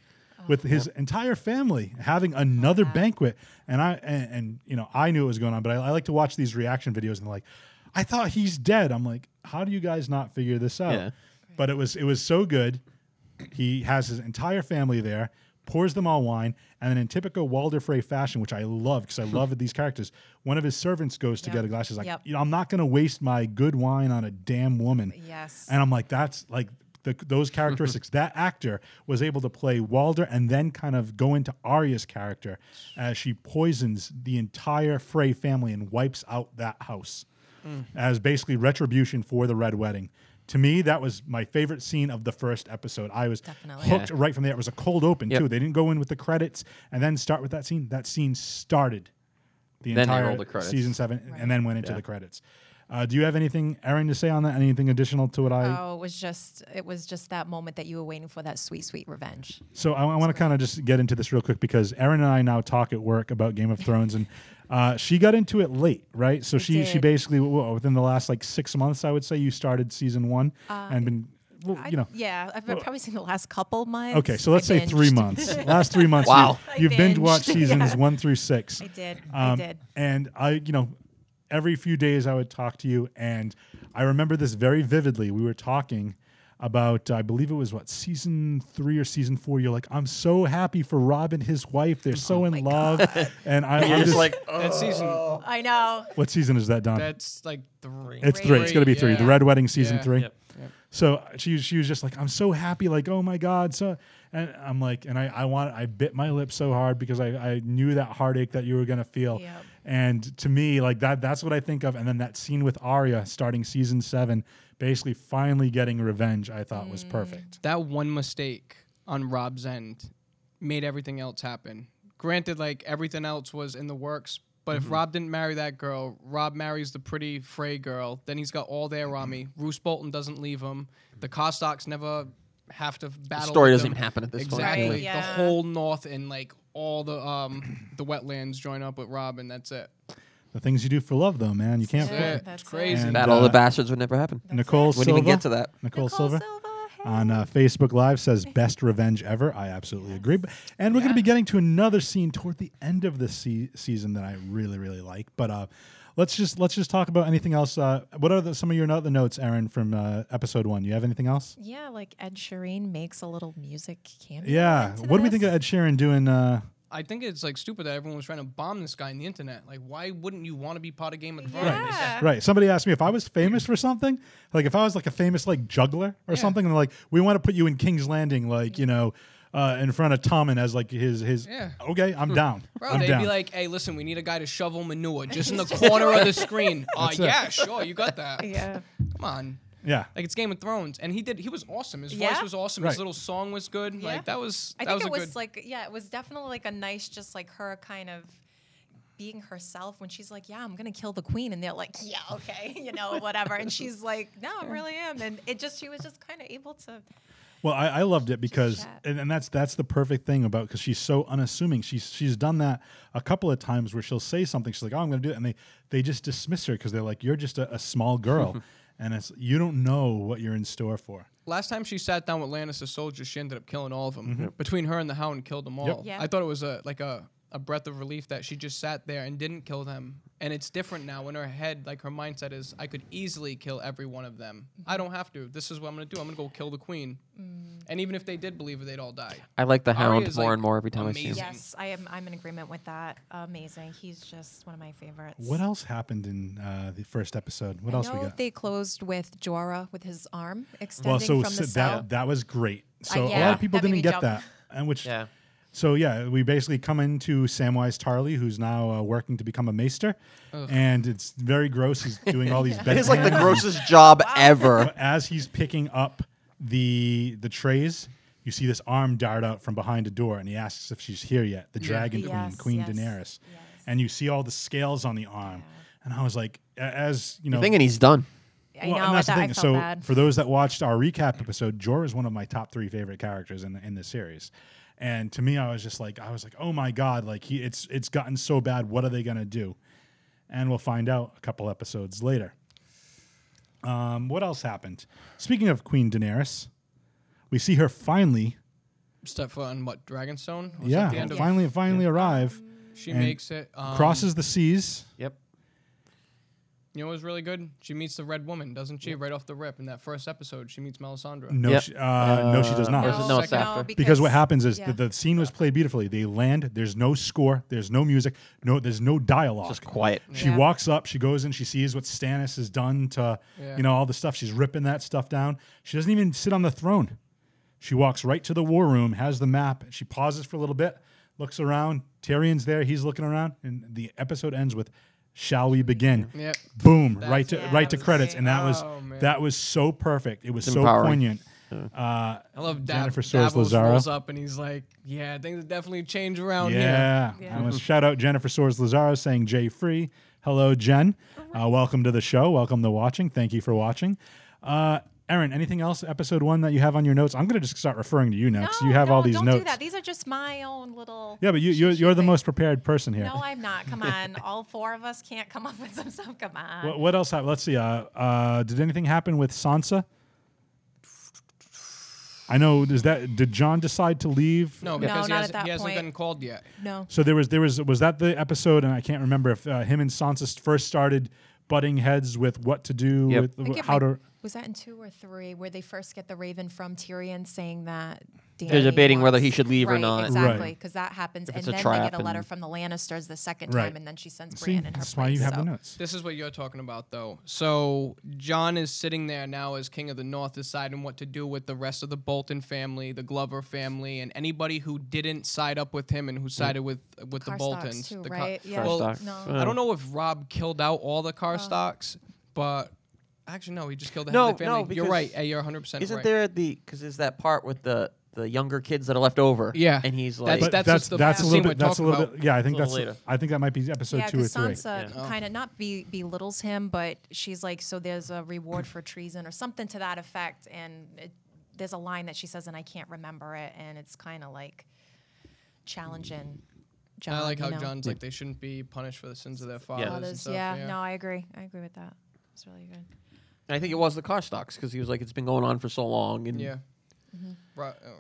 [SPEAKER 4] with his entire family having another banquet, and I and, and you know I knew it was going on, but I, I like to watch these reaction videos and like, I thought he's dead. I'm like, how do you guys not figure this out?
[SPEAKER 2] Yeah.
[SPEAKER 4] But it was it was so good. He has his entire family there, pours them all wine, and then in typical Walder Frey fashion, which I love because I love these characters. One of his servants goes to
[SPEAKER 1] Yep.
[SPEAKER 4] get a glass. He's like,
[SPEAKER 1] Yep.
[SPEAKER 4] you know, I'm not going to waste my good wine on a damn woman.
[SPEAKER 1] Yes.
[SPEAKER 4] And I'm like, that's like the, those
[SPEAKER 2] *laughs*
[SPEAKER 4] characteristics. that actor was able to play Walder and then kind of go into Arya's character as she poisons the entire Frey family and wipes out that house
[SPEAKER 2] Mm.
[SPEAKER 4] as basically retribution for the Red Wedding. To me, that was my favorite scene of the first episode. I was
[SPEAKER 1] Definitely.
[SPEAKER 4] hooked right from there. It was a cold open
[SPEAKER 2] Yep.
[SPEAKER 4] too. They didn't go in with the credits and then start with that scene. That scene started the
[SPEAKER 2] Then they
[SPEAKER 4] entire
[SPEAKER 2] rolled the credits.
[SPEAKER 4] season seven
[SPEAKER 1] Right.
[SPEAKER 4] and then went into the credits. Uh, do you have anything, Aaron, to say on that? Anything additional to what I?
[SPEAKER 1] Oh, it was just it was just that moment that you were waiting for that sweet, sweet revenge.
[SPEAKER 4] So I, want to kind of just get into this real quick because Erin and I now talk at work about Game
[SPEAKER 1] *laughs*
[SPEAKER 4] of Thrones, and uh, she got into it late, right? So she she
[SPEAKER 1] did.
[SPEAKER 4] basically wh- wh- within the last like six months, I would say you started season one and been, well,
[SPEAKER 1] Uh, I,
[SPEAKER 4] you know,
[SPEAKER 1] yeah, I've probably seen the last couple months.
[SPEAKER 4] okay. So let's
[SPEAKER 1] I
[SPEAKER 4] say three
[SPEAKER 1] binged.
[SPEAKER 4] months.
[SPEAKER 1] *laughs*
[SPEAKER 4] last three months.
[SPEAKER 2] Wow.
[SPEAKER 1] I *laughs*
[SPEAKER 4] you've, you've binge watched
[SPEAKER 1] binged.
[SPEAKER 4] seasons
[SPEAKER 1] Yeah.
[SPEAKER 4] one through six.
[SPEAKER 1] I did. I
[SPEAKER 4] Um,
[SPEAKER 1] did.
[SPEAKER 4] And I, you know, every few days I would talk to you, and I remember this very vividly. We were talking about, I believe it was what season three or season four. You're like, I'm so happy for Rob and his wife. They're so in love, and I, I'm
[SPEAKER 2] You're
[SPEAKER 4] just
[SPEAKER 2] just like,
[SPEAKER 5] That's season.
[SPEAKER 1] I know.
[SPEAKER 4] what season is that, Don?
[SPEAKER 5] That's like three.
[SPEAKER 4] Oh. it's three. It's gonna be three. The
[SPEAKER 5] yeah.
[SPEAKER 4] Red Wedding season
[SPEAKER 5] Yeah.
[SPEAKER 4] three.
[SPEAKER 2] Yep.
[SPEAKER 4] So she was- she was just like, I'm so happy, like, oh my god. So and I'm like, and I I want I bit my lip so hard because I, I knew that heartache that you were gonna feel.
[SPEAKER 1] Yep.
[SPEAKER 4] And to me, like that that's what I think of. And then that scene with Arya starting season seven, basically finally getting revenge, I thought was perfect.
[SPEAKER 5] that one mistake on Rob's end made everything else happen. Granted, like everything else was in the works, but
[SPEAKER 2] Mm-hmm.
[SPEAKER 5] if Rob didn't marry that girl, Rob marries the pretty Frey girl, then he's got all
[SPEAKER 2] Mm-hmm.
[SPEAKER 5] their army. Roose Bolton doesn't leave him. The Costocks never have to battle.
[SPEAKER 2] story
[SPEAKER 5] with
[SPEAKER 2] doesn't
[SPEAKER 5] them.
[SPEAKER 2] even happen at this point.
[SPEAKER 5] exactly.
[SPEAKER 1] Right, yeah.
[SPEAKER 5] The whole north and like all the um the wetlands join up with Rob, and that's it.
[SPEAKER 4] The things you do for love though, man. You can't
[SPEAKER 5] That's
[SPEAKER 1] Yeah,
[SPEAKER 5] it.
[SPEAKER 1] that's
[SPEAKER 5] it's crazy.
[SPEAKER 4] it.
[SPEAKER 2] Battle of
[SPEAKER 4] uh,
[SPEAKER 2] the Bastards would never happen.
[SPEAKER 4] Nicole
[SPEAKER 2] Wouldn't even
[SPEAKER 4] Silva-
[SPEAKER 2] get to that.
[SPEAKER 4] Nicole,
[SPEAKER 1] Silva.
[SPEAKER 4] Silva. on uh, Facebook Live says best revenge ever. I absolutely agree. But- And we're going to be getting to another scene toward the end of this se- season that I really really like. But uh, let's just let's just talk about anything else. Uh, what are the, some of your other notes, Aaron, from uh, episode one? You have anything else?
[SPEAKER 1] Yeah, like Ed Sheeran makes a little music cameo.
[SPEAKER 4] Yeah.
[SPEAKER 1] into
[SPEAKER 4] What do we
[SPEAKER 1] this.
[SPEAKER 4] think of Ed Sheeran doing? Uh,
[SPEAKER 5] I think it's like stupid that everyone was trying to bomb this guy on the internet. Like, why wouldn't you want to be part of Game of Thrones?
[SPEAKER 1] Yeah.
[SPEAKER 4] Right. Somebody asked me if I was famous for something, like if I was like a famous like juggler or something, and they're like, we want to put you in King's Landing, like you know, uh, in front of Tommen as like his his.
[SPEAKER 5] Yeah. Hmm.
[SPEAKER 4] Okay, I'm down.
[SPEAKER 5] Bro,
[SPEAKER 4] I'm
[SPEAKER 5] they'd
[SPEAKER 4] down.
[SPEAKER 5] be like, "Hey, listen, we need a guy to shovel manure just
[SPEAKER 1] *laughs*
[SPEAKER 5] in the corner of the screen."
[SPEAKER 4] *laughs*
[SPEAKER 5] Oh yeah, sure, you got that.
[SPEAKER 1] Yeah.
[SPEAKER 5] Come on,
[SPEAKER 4] yeah.
[SPEAKER 5] like it's Game of Thrones, and he did. He was awesome. His voice
[SPEAKER 1] Yeah.
[SPEAKER 5] was awesome.
[SPEAKER 4] Right.
[SPEAKER 5] His little song was good.
[SPEAKER 1] Yeah.
[SPEAKER 5] Like that was.
[SPEAKER 1] I
[SPEAKER 5] that
[SPEAKER 1] think
[SPEAKER 5] was
[SPEAKER 1] it
[SPEAKER 5] a
[SPEAKER 1] was
[SPEAKER 5] good,
[SPEAKER 1] like yeah, it was definitely like a nice just like her kind of being herself when she's like, "Yeah, I'm going to kill the queen." And they're like, "Yeah, okay." *laughs* You know, whatever. And she's like, "No, I really am." And it just she was just kind of able to
[SPEAKER 4] Well, I, I loved it because,
[SPEAKER 1] chat.
[SPEAKER 4] and, and that's that's the perfect thing about because she's so unassuming. She's she's done that a couple of times where she'll say something. She's like, "Oh, I'm going to do it," and they they just dismiss her because they're like, "You're just a, a small
[SPEAKER 2] *laughs*
[SPEAKER 4] girl," and it's you don't know what you're in store for.
[SPEAKER 5] last time she sat down with Lannister soldiers, she ended up killing all of them.
[SPEAKER 4] Mm-hmm.
[SPEAKER 5] Between her and the Hound, killed them all.
[SPEAKER 1] Yeah.
[SPEAKER 5] I thought it was a like a a breath of relief that she just sat there and didn't kill them. And it's different now in her head. Like her mindset is, I could easily kill every one of them. I don't have to. This is what I'm gonna do. I'm gonna go kill the queen. And even if they did believe her, they'd all die.
[SPEAKER 2] I like the
[SPEAKER 5] Arya
[SPEAKER 2] Hound
[SPEAKER 5] is,
[SPEAKER 2] more
[SPEAKER 5] like,
[SPEAKER 2] and more every time I see
[SPEAKER 5] amazing.
[SPEAKER 2] him.
[SPEAKER 1] Yes, I am I'm in agreement with that. Amazing. He's just one of my favorites.
[SPEAKER 4] What else happened in uh, the first episode? What
[SPEAKER 1] I
[SPEAKER 4] else we
[SPEAKER 1] know
[SPEAKER 4] got?
[SPEAKER 1] they closed with Jorah with his arm extending
[SPEAKER 4] well, so,
[SPEAKER 1] from
[SPEAKER 4] so
[SPEAKER 1] the cell.
[SPEAKER 4] that that was great. So a lot
[SPEAKER 1] yeah,
[SPEAKER 4] of people
[SPEAKER 1] that made
[SPEAKER 4] didn't
[SPEAKER 1] me
[SPEAKER 4] get
[SPEAKER 1] jump.
[SPEAKER 4] that, and which
[SPEAKER 2] Yeah.
[SPEAKER 4] So yeah, we basically come into Samwise Tarly, who's now uh, working to become a maester, and it's very gross. He's doing all
[SPEAKER 2] *laughs*
[SPEAKER 4] these.
[SPEAKER 2] It is like the
[SPEAKER 4] bedpans.
[SPEAKER 2] grossest job ever.
[SPEAKER 4] But as he's picking up the the trays, you see this arm dart out from behind a door, and he asks if she's here yet. The dragon
[SPEAKER 1] Yes,
[SPEAKER 4] queen,
[SPEAKER 1] yes,
[SPEAKER 4] Queen Daenerys,
[SPEAKER 1] yes.
[SPEAKER 4] and you see all the scales on the arm, and I was like, a- as you know,
[SPEAKER 2] Thinking he's done.
[SPEAKER 1] I
[SPEAKER 4] well, and
[SPEAKER 1] know I,
[SPEAKER 4] that's the
[SPEAKER 1] thought, I
[SPEAKER 4] thing.
[SPEAKER 1] felt
[SPEAKER 4] so
[SPEAKER 1] bad.
[SPEAKER 4] for those that watched our recap episode, Jorah is one of my top three favorite characters in the, in the series. And to me, I was just like, I was like, oh my god, like he, it's it's gotten so bad. What are they gonna do? And we'll find out a couple episodes later. Um, what else happened? Speaking of Queen Daenerys, we see her finally.
[SPEAKER 5] Step foot on what Dragonstone? Or was that
[SPEAKER 4] yeah,
[SPEAKER 5] the end of-
[SPEAKER 4] finally, finally arrive.
[SPEAKER 5] She
[SPEAKER 4] and
[SPEAKER 5] makes it. Um,
[SPEAKER 4] crosses the seas.
[SPEAKER 2] Yep.
[SPEAKER 5] You know what was really good? She meets the red woman, doesn't she? Right off the rip in that first episode, she meets Melisandre.
[SPEAKER 4] No,
[SPEAKER 2] Yep.
[SPEAKER 4] she, uh, no, she does not.
[SPEAKER 2] or is it- no, it's after.
[SPEAKER 1] because,
[SPEAKER 4] because what happens is
[SPEAKER 1] yeah.
[SPEAKER 4] that the scene was played beautifully. They land. There's no score. There's no music. No, there's no dialogue.
[SPEAKER 2] Just quiet.
[SPEAKER 4] She
[SPEAKER 1] Yeah.
[SPEAKER 4] walks up. She goes in. She sees what Stannis has done to,
[SPEAKER 5] Yeah.
[SPEAKER 4] you know, all the stuff. She's ripping that stuff down. She doesn't even sit on the throne. She walks right to the war room. Has the map. She pauses for a little bit. Looks around. Tyrion's there. He's looking around. And the episode ends with, "Shall we begin?"
[SPEAKER 5] Yep.
[SPEAKER 4] Boom. right to
[SPEAKER 1] yeah,
[SPEAKER 4] right
[SPEAKER 1] that
[SPEAKER 4] to
[SPEAKER 1] was
[SPEAKER 4] credits.
[SPEAKER 1] great.
[SPEAKER 4] And that was
[SPEAKER 5] Oh, man.
[SPEAKER 4] that was so perfect. It was so
[SPEAKER 2] empowering.
[SPEAKER 4] poignant. Uh,
[SPEAKER 5] I love Dav-
[SPEAKER 4] Jennifer Soares
[SPEAKER 5] Davos
[SPEAKER 4] Lazaro.
[SPEAKER 5] rolls up and he's like, "Yeah, things definitely change
[SPEAKER 1] Oh,
[SPEAKER 5] around here."
[SPEAKER 4] Yeah. I want to shout out Jennifer Soares Lazaro saying Jay Free. Hello, Jen.
[SPEAKER 1] Oh,
[SPEAKER 4] Uh, welcome to the show. Welcome to watching. Thank you for watching. Uh, Aaron, anything else, episode one, that you have on your notes? I'm going to just start referring to you now because you have
[SPEAKER 1] no,
[SPEAKER 4] all these
[SPEAKER 1] don't
[SPEAKER 4] notes.
[SPEAKER 1] do that. These are just my own little.
[SPEAKER 4] yeah, but you, you're, you're the
[SPEAKER 1] Shit,
[SPEAKER 4] most prepared person here.
[SPEAKER 1] No, I'm not. Come on, all four of us can't come up with some stuff. Come on.
[SPEAKER 4] what, what else? Happened? Let's see. Uh, uh, did anything happen with Sansa? I know. Is that did John decide to leave?
[SPEAKER 5] No, because he,
[SPEAKER 1] not at
[SPEAKER 5] hasn't,
[SPEAKER 1] that
[SPEAKER 5] he hasn't
[SPEAKER 1] point.
[SPEAKER 5] gotten called yet.
[SPEAKER 1] No.
[SPEAKER 4] So there was there was was that the episode, and I can't remember if uh, him and Sansa first started butting heads with what to do
[SPEAKER 2] Yep.
[SPEAKER 1] I
[SPEAKER 4] with
[SPEAKER 1] get
[SPEAKER 4] how
[SPEAKER 1] my-
[SPEAKER 4] to.
[SPEAKER 1] Was that in two or three where they first get the raven from Tyrion saying that
[SPEAKER 2] They're
[SPEAKER 1] Dany
[SPEAKER 2] debating whether
[SPEAKER 1] wants-
[SPEAKER 2] he should leave or
[SPEAKER 1] Right,
[SPEAKER 2] not. Right.
[SPEAKER 1] Exactly, because that happens, and
[SPEAKER 2] it's a
[SPEAKER 1] then they
[SPEAKER 2] trap
[SPEAKER 1] get a letter
[SPEAKER 2] and-
[SPEAKER 1] from the Lannisters the second
[SPEAKER 4] Right.
[SPEAKER 1] time, and then she sends
[SPEAKER 4] See,
[SPEAKER 1] Brienne in her
[SPEAKER 4] that's why you
[SPEAKER 1] place,
[SPEAKER 4] have the
[SPEAKER 1] so-
[SPEAKER 4] notes.
[SPEAKER 5] This is what you're talking about, though. So John is sitting there now as king of the North, deciding what to do with the rest of the Bolton family, the Glover family, and anybody who didn't side up with him and who sided with with the
[SPEAKER 1] Karstocks
[SPEAKER 5] Boltons.
[SPEAKER 1] too,
[SPEAKER 5] the Ka-
[SPEAKER 1] right? Yeah.
[SPEAKER 5] Well,
[SPEAKER 2] Karstocks.
[SPEAKER 1] No. Oh.
[SPEAKER 5] I don't know if Rob killed out all the Car stocks, but actually, no, he just killed the head of the
[SPEAKER 2] No, no,
[SPEAKER 5] family. you're
[SPEAKER 2] because
[SPEAKER 5] right. eh, You're 100 percent
[SPEAKER 2] Isn't
[SPEAKER 5] right.
[SPEAKER 2] there the because there's that part with the the younger kids that are left over?
[SPEAKER 5] Yeah.
[SPEAKER 2] and he's
[SPEAKER 5] That's-
[SPEAKER 4] But
[SPEAKER 2] like,
[SPEAKER 5] that's
[SPEAKER 4] that's
[SPEAKER 5] just the
[SPEAKER 4] that's a
[SPEAKER 5] scene
[SPEAKER 4] little
[SPEAKER 5] we're
[SPEAKER 4] bit. That's a
[SPEAKER 5] talking
[SPEAKER 4] little
[SPEAKER 5] about.
[SPEAKER 4] bit. Yeah, I think
[SPEAKER 2] A
[SPEAKER 4] that's.
[SPEAKER 2] little later.
[SPEAKER 4] I think that might be episode
[SPEAKER 1] Yeah,
[SPEAKER 4] two or
[SPEAKER 1] because
[SPEAKER 4] three. Oh.
[SPEAKER 1] Sansa kind of not be, belittles him, but she's like, so there's a reward for treason or something to that effect, and it, there's a line that she says, and I can't remember it, and it's kind of like challenging. John,
[SPEAKER 5] I like
[SPEAKER 1] you
[SPEAKER 5] how
[SPEAKER 1] know?
[SPEAKER 5] John's like they shouldn't be punished for the sins of their fathers. and
[SPEAKER 1] Others,
[SPEAKER 5] stuff,
[SPEAKER 1] yeah, no, I agree. I agree with that. It's really good.
[SPEAKER 2] and I think it was the car stocks because he was like, it's been going on for so long, and
[SPEAKER 5] yeah.
[SPEAKER 1] Mm-hmm.
[SPEAKER 5] Right. oh.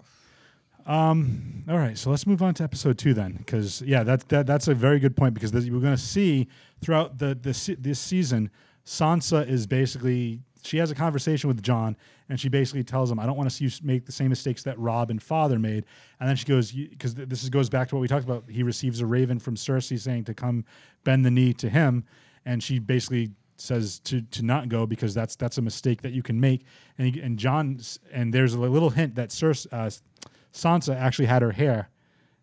[SPEAKER 4] All right, so let's move on to episode two then, because yeah, that, that that's a very good point because this, we're going to see throughout the, the se- this season, Sansa is basically she has a conversation with John, and she basically tells him, "I don't want to see you s- make the same mistakes that Rob and Father made." And then she goes, because th- this is, goes back to what we talked about. He receives a raven from Cersei saying to come bend the knee to him, and she basically says to to not go because that's that's a mistake that you can make. And he, and John and there's a little hint that Cersei. Uh, Sansa actually had her hair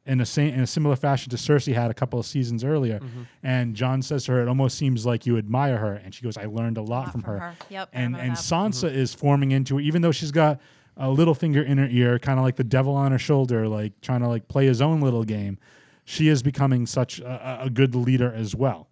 [SPEAKER 4] in a same in a similar fashion to Cersei had a couple of seasons earlier. And John says to her, "It almost seems like you admire her." And she goes, "I learned a lot, from, her."
[SPEAKER 1] Yep, I
[SPEAKER 4] And
[SPEAKER 1] remember
[SPEAKER 4] and
[SPEAKER 1] that.
[SPEAKER 4] Sansa is forming into her, even though she's got a little finger in her ear, kind of like the devil on her shoulder, like trying to like play his own little game. She is becoming such a, a- a good leader as well.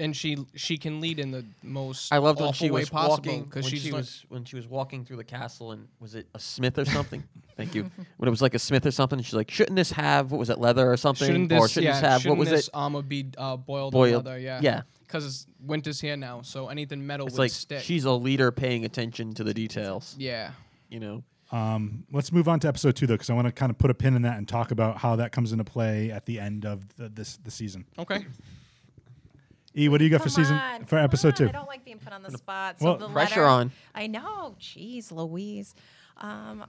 [SPEAKER 5] And she she can lead in the most
[SPEAKER 2] I loved
[SPEAKER 5] awful
[SPEAKER 2] when she
[SPEAKER 5] way
[SPEAKER 2] was
[SPEAKER 5] possible
[SPEAKER 2] walking when
[SPEAKER 5] she's
[SPEAKER 2] she
[SPEAKER 5] lear-
[SPEAKER 2] was when she was walking through the castle and was it a smith or
[SPEAKER 5] *laughs*
[SPEAKER 2] something? Thank you. When it was like a smith or something, she's like, "Shouldn't this have what was it leather or something?
[SPEAKER 5] Shouldn't
[SPEAKER 2] or
[SPEAKER 5] this,
[SPEAKER 2] shouldn't
[SPEAKER 5] yeah,
[SPEAKER 2] this have
[SPEAKER 5] shouldn't
[SPEAKER 2] what was
[SPEAKER 5] this
[SPEAKER 2] it?
[SPEAKER 5] armor be uh, boiled,
[SPEAKER 2] Boiled,
[SPEAKER 5] in leather? Yeah.
[SPEAKER 2] yeah.
[SPEAKER 5] Because winter's here now, so anything metal
[SPEAKER 2] It's
[SPEAKER 5] would
[SPEAKER 2] like
[SPEAKER 5] stick.
[SPEAKER 2] she's a leader paying attention to the details.
[SPEAKER 5] yeah.
[SPEAKER 2] You know,
[SPEAKER 4] Let's move on to episode two though, because I want to kind of put a pin in that and talk about how that comes into play at the end of the, this the season.
[SPEAKER 5] Okay.
[SPEAKER 4] E, what do you got
[SPEAKER 1] Come
[SPEAKER 4] for season
[SPEAKER 1] on,
[SPEAKER 4] for
[SPEAKER 1] come
[SPEAKER 4] episode
[SPEAKER 1] on.
[SPEAKER 4] two?
[SPEAKER 1] I don't like being put on the spot. So
[SPEAKER 4] Well,
[SPEAKER 1] the
[SPEAKER 2] pressure
[SPEAKER 1] letter-
[SPEAKER 2] on.
[SPEAKER 1] I know. Jeez, Louise. Um,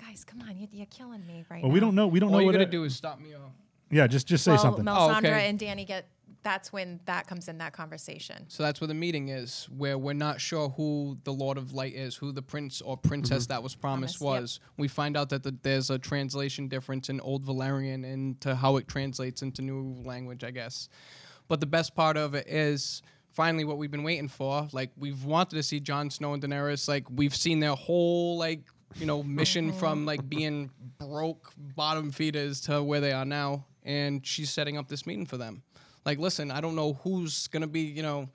[SPEAKER 1] guys, come on. You, you're killing me right now.
[SPEAKER 4] Well, we don't know. We don't
[SPEAKER 5] All
[SPEAKER 4] know
[SPEAKER 5] you
[SPEAKER 4] what
[SPEAKER 5] gotta
[SPEAKER 4] it-
[SPEAKER 5] do is stop me off.
[SPEAKER 4] Yeah, just just say
[SPEAKER 1] well,
[SPEAKER 4] something.
[SPEAKER 1] Melisandre
[SPEAKER 5] Oh, okay.
[SPEAKER 1] and Danny get. That's when that comes in that conversation.
[SPEAKER 5] So that's where the meeting is, where we're not sure who the Lord of Light is, who the prince or princess that was promised
[SPEAKER 1] Promise, yep.
[SPEAKER 5] was. We find out that the, there's a translation difference in Old Valerian and to how it translates into new language, I guess. But the best part of it is finally what we've been waiting for. Like we've wanted to see Jon Snow and Daenerys. Like we've seen their whole like you know mission from like being broke bottom feeders to where they are now, and she's setting up this meeting for them. Like, listen, I don't know who's gonna be you know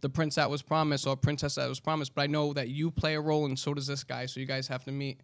[SPEAKER 5] the prince that was promised or princess that was promised, but I know that you play a role, and so does this guy. So you guys have to meet.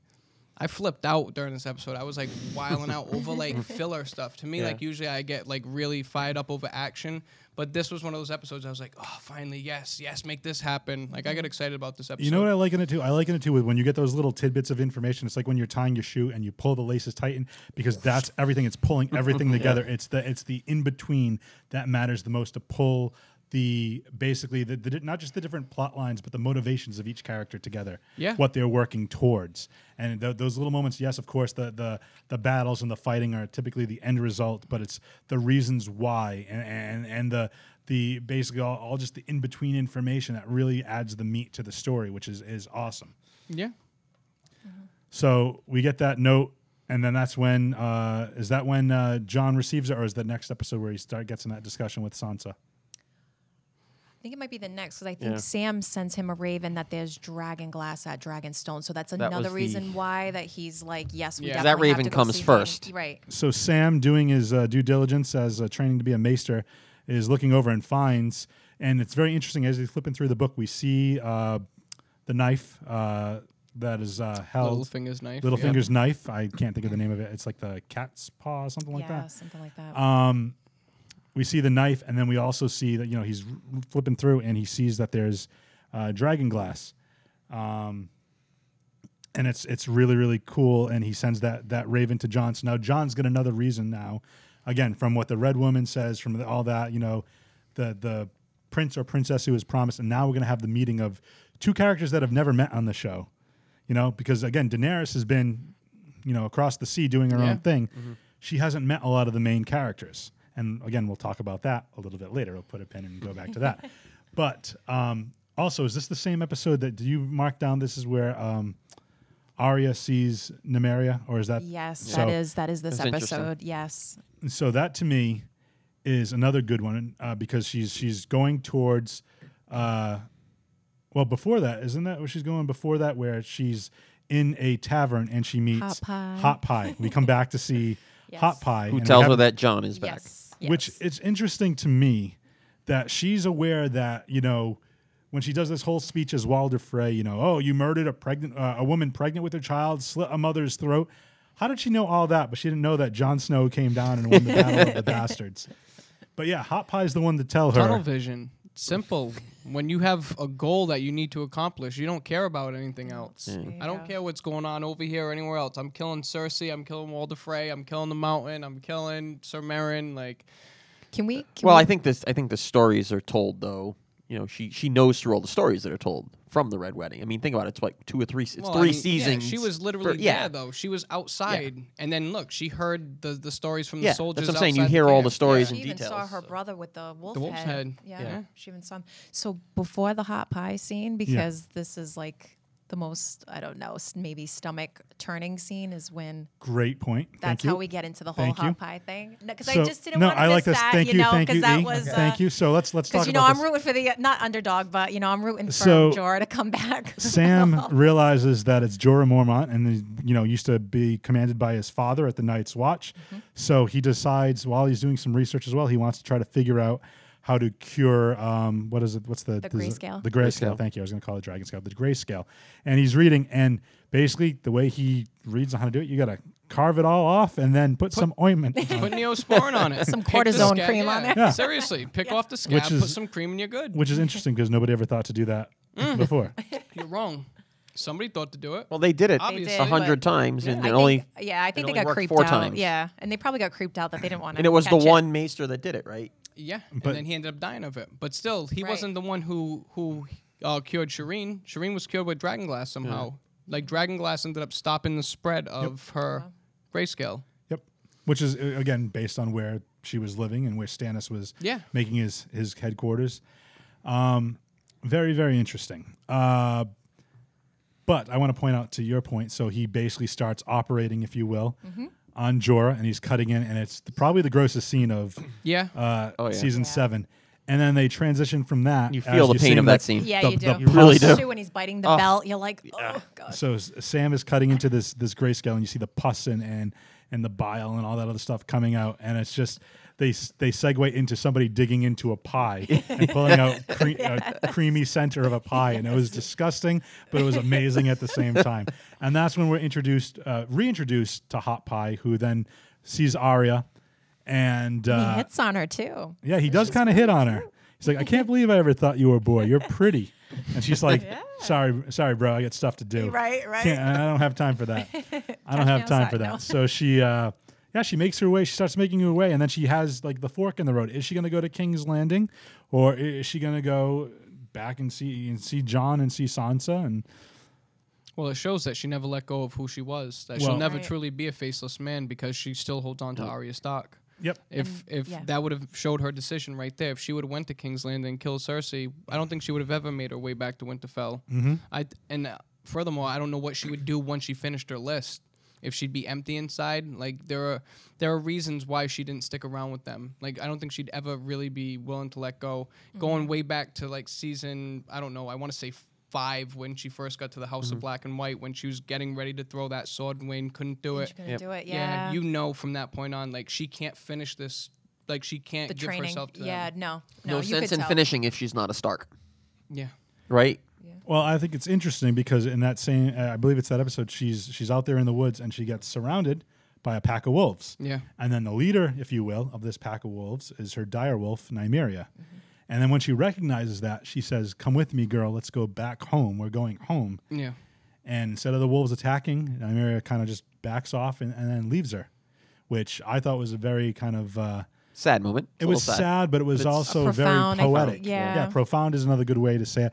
[SPEAKER 5] I flipped out during this episode. I was like wiling out
[SPEAKER 4] *laughs*
[SPEAKER 5] over like filler stuff. To me,
[SPEAKER 2] Yeah.
[SPEAKER 5] like usually I get like really fired up over action, but this was one of those episodes I was like, oh, finally, yes, yes, make this happen. Like I got excited about this episode.
[SPEAKER 4] Mm. You know what I like in it too? I like in it too with when you get those little tidbits of information. It's like when you're tying your shoe and you pull the laces tight in because
[SPEAKER 5] *laughs*
[SPEAKER 4] that's everything. It's pulling everything together. It's the it's the in between that matters the most to pull the basically the, the not just the different plot lines but the motivations of each character together.
[SPEAKER 5] Yeah.
[SPEAKER 4] what they're working towards and th- those little moments. Yes, of course the the the battles and the fighting are typically the end result, but it's the reasons why and and, and the the basically all, all just the in between information that really adds the meat to the story, which is is awesome.
[SPEAKER 5] yeah.
[SPEAKER 4] So we get that note, and then that's when uh, is that when uh, John receives it, or is that next episode where he start gets in that discussion with Sansa?
[SPEAKER 1] I think it might be the next because I think
[SPEAKER 2] Yeah.
[SPEAKER 1] Sam sends him a raven that there's dragon glass at Dragonstone. So that's
[SPEAKER 2] was
[SPEAKER 1] another
[SPEAKER 2] the-
[SPEAKER 1] reason why that he's like, yes, we
[SPEAKER 5] Yeah.
[SPEAKER 1] yeah.
[SPEAKER 5] That
[SPEAKER 2] raven comes first.
[SPEAKER 1] right?
[SPEAKER 4] So Sam, doing his uh, due diligence as uh, training to be a maester, is looking over and finds, and it's very interesting as he's flipping through the book. We see uh, the knife uh, that is uh, held.
[SPEAKER 5] Littlefinger's knife. yeah.
[SPEAKER 4] Littlefinger's knife. I can't think of the name of it. It's like the cat's paw, or something like
[SPEAKER 1] yeah,
[SPEAKER 4] that. Um,
[SPEAKER 1] something like that.
[SPEAKER 4] we see the knife, and then we also see that you know he's r- flipping through, and he sees that there's uh, dragon glass, um, and it's it's really really cool and he sends that that raven to john so now john's got another reason now again from what the red woman says from the, all that you know the the prince or princess who was promised and now we're going to have the meeting of two characters that have never met on the show you know because again daenerys has been you know across the sea doing her
[SPEAKER 5] Yeah.
[SPEAKER 4] own thing
[SPEAKER 1] Mm-hmm.
[SPEAKER 4] she hasn't met a lot of the main characters and again we'll talk about that a little bit later we'll put a pin and go back to
[SPEAKER 1] *laughs*
[SPEAKER 4] that but um also is this the same episode that do you mark down this is where um Arya sees Nymeria, or is that
[SPEAKER 1] Yes,
[SPEAKER 4] So,
[SPEAKER 1] that is that is this
[SPEAKER 2] That's interesting.
[SPEAKER 1] episode. Yes.
[SPEAKER 4] so that to me is another good one uh, because she's she's going towards, uh, well, before that, isn't that what she's going before that? Where she's in a tavern and she meets
[SPEAKER 1] Hot Pie.
[SPEAKER 4] Hot Pie. We come back to see
[SPEAKER 1] *laughs* Yes.
[SPEAKER 4] Hot Pie,
[SPEAKER 2] Who
[SPEAKER 4] and we
[SPEAKER 2] tells her
[SPEAKER 4] haven't-
[SPEAKER 2] that John is back?
[SPEAKER 1] Yes.
[SPEAKER 4] which
[SPEAKER 1] yes.
[SPEAKER 4] it's interesting to me that she's aware that you know when she does this whole speech as Walder Frey, you know, oh, you murdered a pregnant uh, a woman pregnant with her child, slit a mother's throat. How did she know all that? But she didn't know that Jon Snow came down and won the battle
[SPEAKER 1] *laughs*
[SPEAKER 4] of the bastards. But yeah, Hot Pie's the one to tell her.
[SPEAKER 5] Tunnel vision. Simple. when you have a goal that you need to accomplish, you don't care about anything
[SPEAKER 1] Mm,
[SPEAKER 5] else. I don't
[SPEAKER 1] go.
[SPEAKER 5] care what's going on over here or anywhere else. I'm killing Cersei. I'm killing Walder Frey. I'm killing the Mountain. I'm killing Sir Merrin. Like,
[SPEAKER 1] can we? Can
[SPEAKER 2] Well,
[SPEAKER 1] we,
[SPEAKER 2] I think this. I think the stories are told though. You know, she she knows through all the stories that are told from the Red Wedding. I mean, think about it. It's like two or three. It's
[SPEAKER 5] well, oh, I
[SPEAKER 2] three
[SPEAKER 5] mean, yeah,
[SPEAKER 2] seasons.
[SPEAKER 5] she was
[SPEAKER 2] for-
[SPEAKER 5] literally
[SPEAKER 2] yeah.
[SPEAKER 5] there though. She was outside, and then look, she heard the the stories from
[SPEAKER 2] Yeah,
[SPEAKER 5] the
[SPEAKER 2] that's
[SPEAKER 5] soldiers.
[SPEAKER 2] what I'm saying. You
[SPEAKER 5] outside
[SPEAKER 2] hear all
[SPEAKER 5] camp.
[SPEAKER 2] the stories
[SPEAKER 1] she
[SPEAKER 2] and
[SPEAKER 1] even saw
[SPEAKER 2] details,
[SPEAKER 1] her
[SPEAKER 2] so.
[SPEAKER 1] brother with the wolf
[SPEAKER 5] The wolf's
[SPEAKER 1] head.
[SPEAKER 5] head,
[SPEAKER 1] Yeah,
[SPEAKER 5] yeah.
[SPEAKER 1] She even saw him. So before the hot pie scene, because this is like the most I don't know, s- maybe stomach turning scene is when
[SPEAKER 4] Great point.
[SPEAKER 1] that's
[SPEAKER 4] Thank you.
[SPEAKER 1] how we get into the whole
[SPEAKER 4] Thank
[SPEAKER 1] hot
[SPEAKER 4] you.
[SPEAKER 1] pie thing. Because I
[SPEAKER 4] So-
[SPEAKER 1] just didn't
[SPEAKER 4] no,
[SPEAKER 1] want to
[SPEAKER 4] I
[SPEAKER 1] miss
[SPEAKER 4] like this.
[SPEAKER 1] that.
[SPEAKER 4] Thank
[SPEAKER 1] you
[SPEAKER 4] you,
[SPEAKER 1] know,
[SPEAKER 4] thank you,
[SPEAKER 1] because that
[SPEAKER 4] E.
[SPEAKER 1] was uh,
[SPEAKER 4] thank you. So let's let's talk
[SPEAKER 1] Because you know
[SPEAKER 4] about
[SPEAKER 1] I'm
[SPEAKER 4] this.
[SPEAKER 1] rooting for the not underdog, but you know I'm rooting for
[SPEAKER 4] So-
[SPEAKER 1] Jorah to come *laughs* back.
[SPEAKER 2] *laughs*
[SPEAKER 4] Sam realizes that it's Jorah Mormont, and he, you know used to be commanded by his father at the Night's Watch. So he decides, while he's doing some research as well, he wants to try to figure out how to cure. Um, what is it? What's the the
[SPEAKER 1] grayscale?
[SPEAKER 4] The grayscale.
[SPEAKER 2] Grayscale.
[SPEAKER 4] Thank you. I was going to call it dragon scale. The grayscale. And he's reading, and basically the way he reads on how to do it, you got to carve it all off and then put, some ointment. on it.
[SPEAKER 5] Put neosporin on it.
[SPEAKER 1] *laughs* Some
[SPEAKER 5] Pick the
[SPEAKER 1] cortisone
[SPEAKER 5] scab-
[SPEAKER 1] cream on
[SPEAKER 5] yeah,
[SPEAKER 1] there.
[SPEAKER 5] Seriously,
[SPEAKER 1] *laughs*
[SPEAKER 5] pick off the scab,
[SPEAKER 4] Which
[SPEAKER 5] put
[SPEAKER 4] is-
[SPEAKER 5] some cream, and you're good.
[SPEAKER 4] Which is interesting because nobody ever thought to do that before.
[SPEAKER 5] You're wrong. Somebody thought to do it.
[SPEAKER 2] Well, they did it
[SPEAKER 5] Obviously. They
[SPEAKER 2] a
[SPEAKER 5] did,
[SPEAKER 2] hundred
[SPEAKER 1] but-
[SPEAKER 2] times, and
[SPEAKER 1] I
[SPEAKER 2] it
[SPEAKER 1] think-
[SPEAKER 2] only
[SPEAKER 1] yeah, I think they
[SPEAKER 2] only
[SPEAKER 1] got
[SPEAKER 2] worked
[SPEAKER 1] creeped
[SPEAKER 2] four
[SPEAKER 1] out.
[SPEAKER 2] times.
[SPEAKER 1] Yeah, and they probably got creeped out that they didn't want to.
[SPEAKER 2] and it was the one maester that did it, right?
[SPEAKER 5] Yeah,
[SPEAKER 4] But-
[SPEAKER 5] and then he ended up dying of it. But still, he
[SPEAKER 1] Right.
[SPEAKER 5] wasn't the one who who uh, cured Shireen. Shireen was cured with dragon glass somehow. Like dragon glass ended up stopping the spread of her grayscale.
[SPEAKER 4] Yep. Which is uh, again based on where she was living and where Stannis was
[SPEAKER 5] Yeah.
[SPEAKER 4] making his his headquarters. Um, very very interesting. Uh, but I want to point out to your point. So he basically starts operating, if you will, on Jorah, and he's cutting in, and it's the, probably the grossest scene of
[SPEAKER 5] Yeah,
[SPEAKER 4] uh,
[SPEAKER 2] Oh, yeah.
[SPEAKER 4] season seven. And then they transition from that.
[SPEAKER 2] You
[SPEAKER 4] as
[SPEAKER 2] feel the
[SPEAKER 4] you're
[SPEAKER 2] pain
[SPEAKER 4] seeing
[SPEAKER 2] of that
[SPEAKER 4] the-
[SPEAKER 2] scene.
[SPEAKER 1] Yeah,
[SPEAKER 4] the-
[SPEAKER 1] you do.
[SPEAKER 4] the
[SPEAKER 1] You
[SPEAKER 2] really
[SPEAKER 4] pus-
[SPEAKER 2] do.
[SPEAKER 1] Especially when he's biting the belt, you're like, oh god.
[SPEAKER 4] so S- Sam is cutting into this this grayscale, and you see the pus and and, and the bile and all that other stuff coming out, and it's just they s- they segue into somebody digging into a pie and pulling
[SPEAKER 1] *laughs*
[SPEAKER 4] out cre- a creamy center of a pie, and it was disgusting, but it was amazing at the same time. And that's when we're introduced, uh, reintroduced to Hot Pie, who then sees Arya, and
[SPEAKER 1] He
[SPEAKER 4] uh,
[SPEAKER 1] hits on her too.
[SPEAKER 4] yeah, he does kind of hit on her. He's like, I can't believe I ever thought you were a boy. You're pretty. And
[SPEAKER 1] *laughs*
[SPEAKER 4] she's like, Sorry, sorry, bro. I got stuff to do.
[SPEAKER 1] Right, right.
[SPEAKER 4] Can't- I don't have time for
[SPEAKER 1] *laughs*
[SPEAKER 4] that. I don't have
[SPEAKER 1] me
[SPEAKER 4] time
[SPEAKER 1] outside,
[SPEAKER 4] for that.
[SPEAKER 1] no.
[SPEAKER 4] So she, uh, yeah, she makes her way. She starts making her way, and then she has like the fork in the road. Is she going to go to King's Landing, or i- is she going to go back and see and see John and see Sansa? And
[SPEAKER 5] Well, it shows that she never let go of who she was. That
[SPEAKER 4] Well-
[SPEAKER 5] she'll never
[SPEAKER 1] Right.
[SPEAKER 5] truly be a faceless man because she still holds on to Arya Stark.
[SPEAKER 4] yep,
[SPEAKER 5] If if
[SPEAKER 1] yeah.
[SPEAKER 5] that would have showed her decision right there, if she would have went to King's Landing and killed Cersei, I don't think she would have ever made her way back to Winterfell. Mm-hmm. I and uh, furthermore, I don't know what she would do once she finished her list. If she'd be empty inside, like there are there are reasons why she didn't stick around with them. Like I don't think she'd ever really be willing to let go. Going way back to like season, I don't know. I want to say five when she first got to the House of Black and White when she was getting ready to throw that sword and Wayne couldn't do it
[SPEAKER 1] She's gonna do it.
[SPEAKER 5] yeah.
[SPEAKER 1] Yeah.
[SPEAKER 5] you know from that point on, like she can't finish this. Like she can't
[SPEAKER 1] the
[SPEAKER 5] give
[SPEAKER 1] training.
[SPEAKER 5] herself to
[SPEAKER 1] Yeah,
[SPEAKER 5] them.
[SPEAKER 1] no,
[SPEAKER 2] No,
[SPEAKER 1] no, you
[SPEAKER 2] sense
[SPEAKER 1] could
[SPEAKER 2] in
[SPEAKER 1] tell.
[SPEAKER 2] finishing if she's not a Stark,
[SPEAKER 5] Yeah.
[SPEAKER 2] right?
[SPEAKER 4] Well, I think it's interesting because in that same, uh, I believe it's that episode, she's she's out there in the woods and she gets surrounded by a pack of wolves.
[SPEAKER 5] Yeah.
[SPEAKER 4] And then the leader, if you will, of this pack of wolves is her dire wolf, Nymeria. And then when she recognizes that, she says, "Come with me, girl. Let's go back home. We're going home."
[SPEAKER 5] Yeah.
[SPEAKER 4] And instead of the wolves attacking, Nymeria kind of just backs off and, and then leaves her, which I thought was a very kind of. Uh,
[SPEAKER 2] Sad moment.
[SPEAKER 4] it
[SPEAKER 2] It's a
[SPEAKER 4] was
[SPEAKER 2] little
[SPEAKER 4] sad. but it was
[SPEAKER 2] It's-
[SPEAKER 4] also
[SPEAKER 1] Profound, I
[SPEAKER 4] very
[SPEAKER 1] think.
[SPEAKER 4] poetic.
[SPEAKER 1] Yeah.
[SPEAKER 4] profound is another good way to say it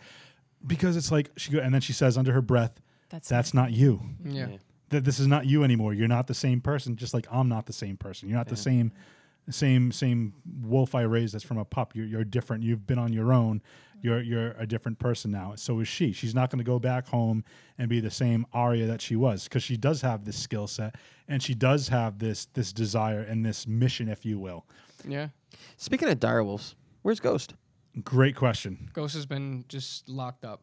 [SPEAKER 4] because it's like she go, and then she says under her breath, "That's,
[SPEAKER 1] That's
[SPEAKER 4] not you.
[SPEAKER 5] Yeah.
[SPEAKER 4] That this is not you anymore. You're not the same person. Just like I'm not the same person. You're not the same." Same, same wolf I raised that's from a pup. You're, you're different. You've been on your own. You're, you're a different person now. So is she. She's not going to go back home and be the same Arya that she was because she does have this skill set and she does have this, this desire and this mission, if you will.
[SPEAKER 5] Yeah.
[SPEAKER 2] Speaking of direwolves, where's Ghost?
[SPEAKER 4] Great question.
[SPEAKER 5] Ghost has been just locked up.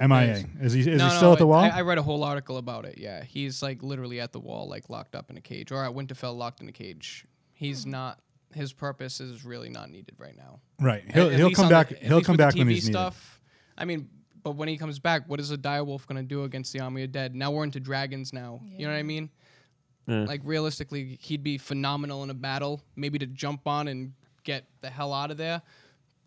[SPEAKER 4] MIA. Is he is
[SPEAKER 5] No,
[SPEAKER 4] he
[SPEAKER 5] no,
[SPEAKER 4] still at the
[SPEAKER 5] I-
[SPEAKER 4] wall?
[SPEAKER 5] I, I read a whole article about it. Yeah, he's like literally at the wall, like locked up in a cage, or at Winterfell, locked in a cage.
[SPEAKER 1] Hmm.
[SPEAKER 5] He's not. His purpose is really not needed right now.
[SPEAKER 4] right. He'll
[SPEAKER 5] At- at
[SPEAKER 4] he'll
[SPEAKER 5] least
[SPEAKER 4] come
[SPEAKER 5] on the-
[SPEAKER 4] back.
[SPEAKER 5] at
[SPEAKER 4] he'll
[SPEAKER 5] least
[SPEAKER 4] come
[SPEAKER 5] with the
[SPEAKER 4] back when
[SPEAKER 5] TV
[SPEAKER 4] he's
[SPEAKER 5] stuff. I mean, but when he comes back, what is a direwolf going to do against the army of dead? Now we're into dragons. Now you know what I mean. Like realistically, he'd be phenomenal in a battle, maybe to jump on and get the hell out of there.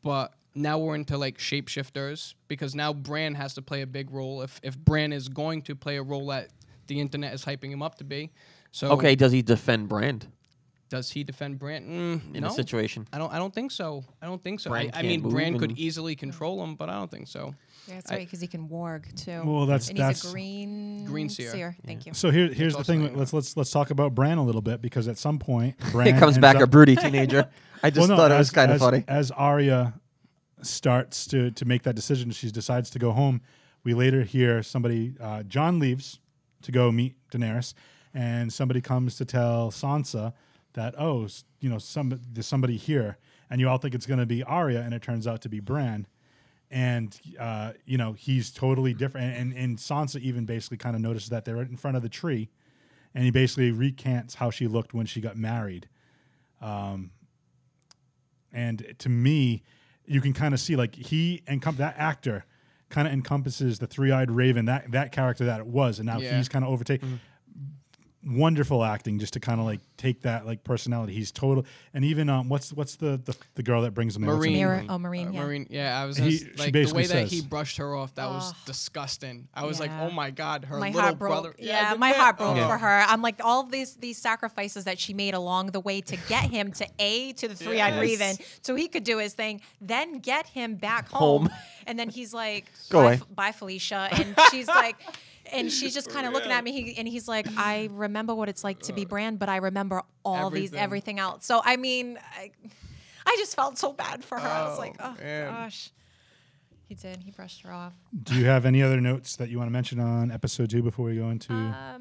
[SPEAKER 5] But now we're into like shapeshifters because now Bran has to play a big role. If if Bran is going to play a role that the internet is hyping him up to be, so
[SPEAKER 2] Okay, does he defend Brand
[SPEAKER 5] does he defend Bran? Mm,
[SPEAKER 2] in
[SPEAKER 5] no.
[SPEAKER 2] a situation?
[SPEAKER 5] I don't. I don't think so. I don't think so.
[SPEAKER 2] Bran
[SPEAKER 5] I, I
[SPEAKER 2] can't
[SPEAKER 5] mean,
[SPEAKER 2] move
[SPEAKER 5] Bran could
[SPEAKER 2] and-
[SPEAKER 5] easily control him, but I don't think so.
[SPEAKER 1] That's right, because he can warg too.
[SPEAKER 4] Well, that's-
[SPEAKER 1] and
[SPEAKER 4] that's-
[SPEAKER 1] he's a green
[SPEAKER 5] Green seer.
[SPEAKER 1] Thank you.
[SPEAKER 4] needed. So here here's the
[SPEAKER 5] also
[SPEAKER 4] thing.
[SPEAKER 5] hanging
[SPEAKER 4] Let's let's let's talk about Bran a little bit because at some
[SPEAKER 2] *laughs*
[SPEAKER 4] point
[SPEAKER 2] He
[SPEAKER 4] Bran
[SPEAKER 2] comes
[SPEAKER 4] ends
[SPEAKER 2] back
[SPEAKER 4] up-
[SPEAKER 2] a
[SPEAKER 4] *laughs*
[SPEAKER 2] broody teenager. I just
[SPEAKER 4] Well, no,
[SPEAKER 2] thought it
[SPEAKER 4] as-
[SPEAKER 2] was kind of
[SPEAKER 4] as-
[SPEAKER 2] funny.
[SPEAKER 4] As Arya starts to to make that decision, she decides to go home. We later hear somebody uh, John leaves to go meet Daenerys, and somebody comes to tell Sansa that oh s- you know some there's somebody here, and you all think it's going to be Arya, and it turns out to be Bran. And uh, you know he's totally different, and, and and Sansa even basically kind of notices that they're in front of the tree, and he basically recants how she looked when she got married, Um, and to me, you can kind of see like he and that actor kind of encompasses the three-eyed raven that that character that it was, and now
[SPEAKER 5] Yeah. Mm-hmm.
[SPEAKER 4] he's kind of overtaken. Wonderful acting, just to kind of like take that like personality. He's total, and even um, what's what's the the, the girl that brings him in? What's her
[SPEAKER 5] Marine.
[SPEAKER 4] name?
[SPEAKER 1] Mira, oh, Marine,
[SPEAKER 5] Uh,
[SPEAKER 1] yeah.
[SPEAKER 5] Marine, yeah, I was
[SPEAKER 4] He-
[SPEAKER 5] just-
[SPEAKER 4] she
[SPEAKER 5] like the
[SPEAKER 4] basically
[SPEAKER 5] way that he
[SPEAKER 4] says-
[SPEAKER 5] brushed her off. That was
[SPEAKER 1] Ugh.
[SPEAKER 5] disgusting. I was like,
[SPEAKER 1] Yeah.
[SPEAKER 5] oh my god, her
[SPEAKER 1] my
[SPEAKER 5] little
[SPEAKER 1] heart broke.
[SPEAKER 5] brother.
[SPEAKER 1] Yeah,
[SPEAKER 5] the
[SPEAKER 1] my
[SPEAKER 5] man-
[SPEAKER 1] heart broke
[SPEAKER 5] Oh.
[SPEAKER 1] for her. I'm like all these these sacrifices that she made along the way to get him to a to the three eyed
[SPEAKER 5] Yes.
[SPEAKER 1] raven, so he could do his thing, then get him back home,
[SPEAKER 2] Home.
[SPEAKER 1] and then
[SPEAKER 5] *laughs*
[SPEAKER 1] he's like,
[SPEAKER 2] Go
[SPEAKER 1] bye,
[SPEAKER 2] away.
[SPEAKER 1] F- bye, Felicia, and she's like. And she's just kind of looking at me, he, and he's like, "I remember what it's like to be Brand, but I remember all these
[SPEAKER 5] Everything.
[SPEAKER 1] everything else." So I mean, I, I just felt so bad for her. I was
[SPEAKER 5] Oh,
[SPEAKER 1] like, "Oh
[SPEAKER 5] man.
[SPEAKER 1] gosh." He did. He brushed her off.
[SPEAKER 4] Do you have any other notes that you want to mention on episode two before we go into?
[SPEAKER 1] uh,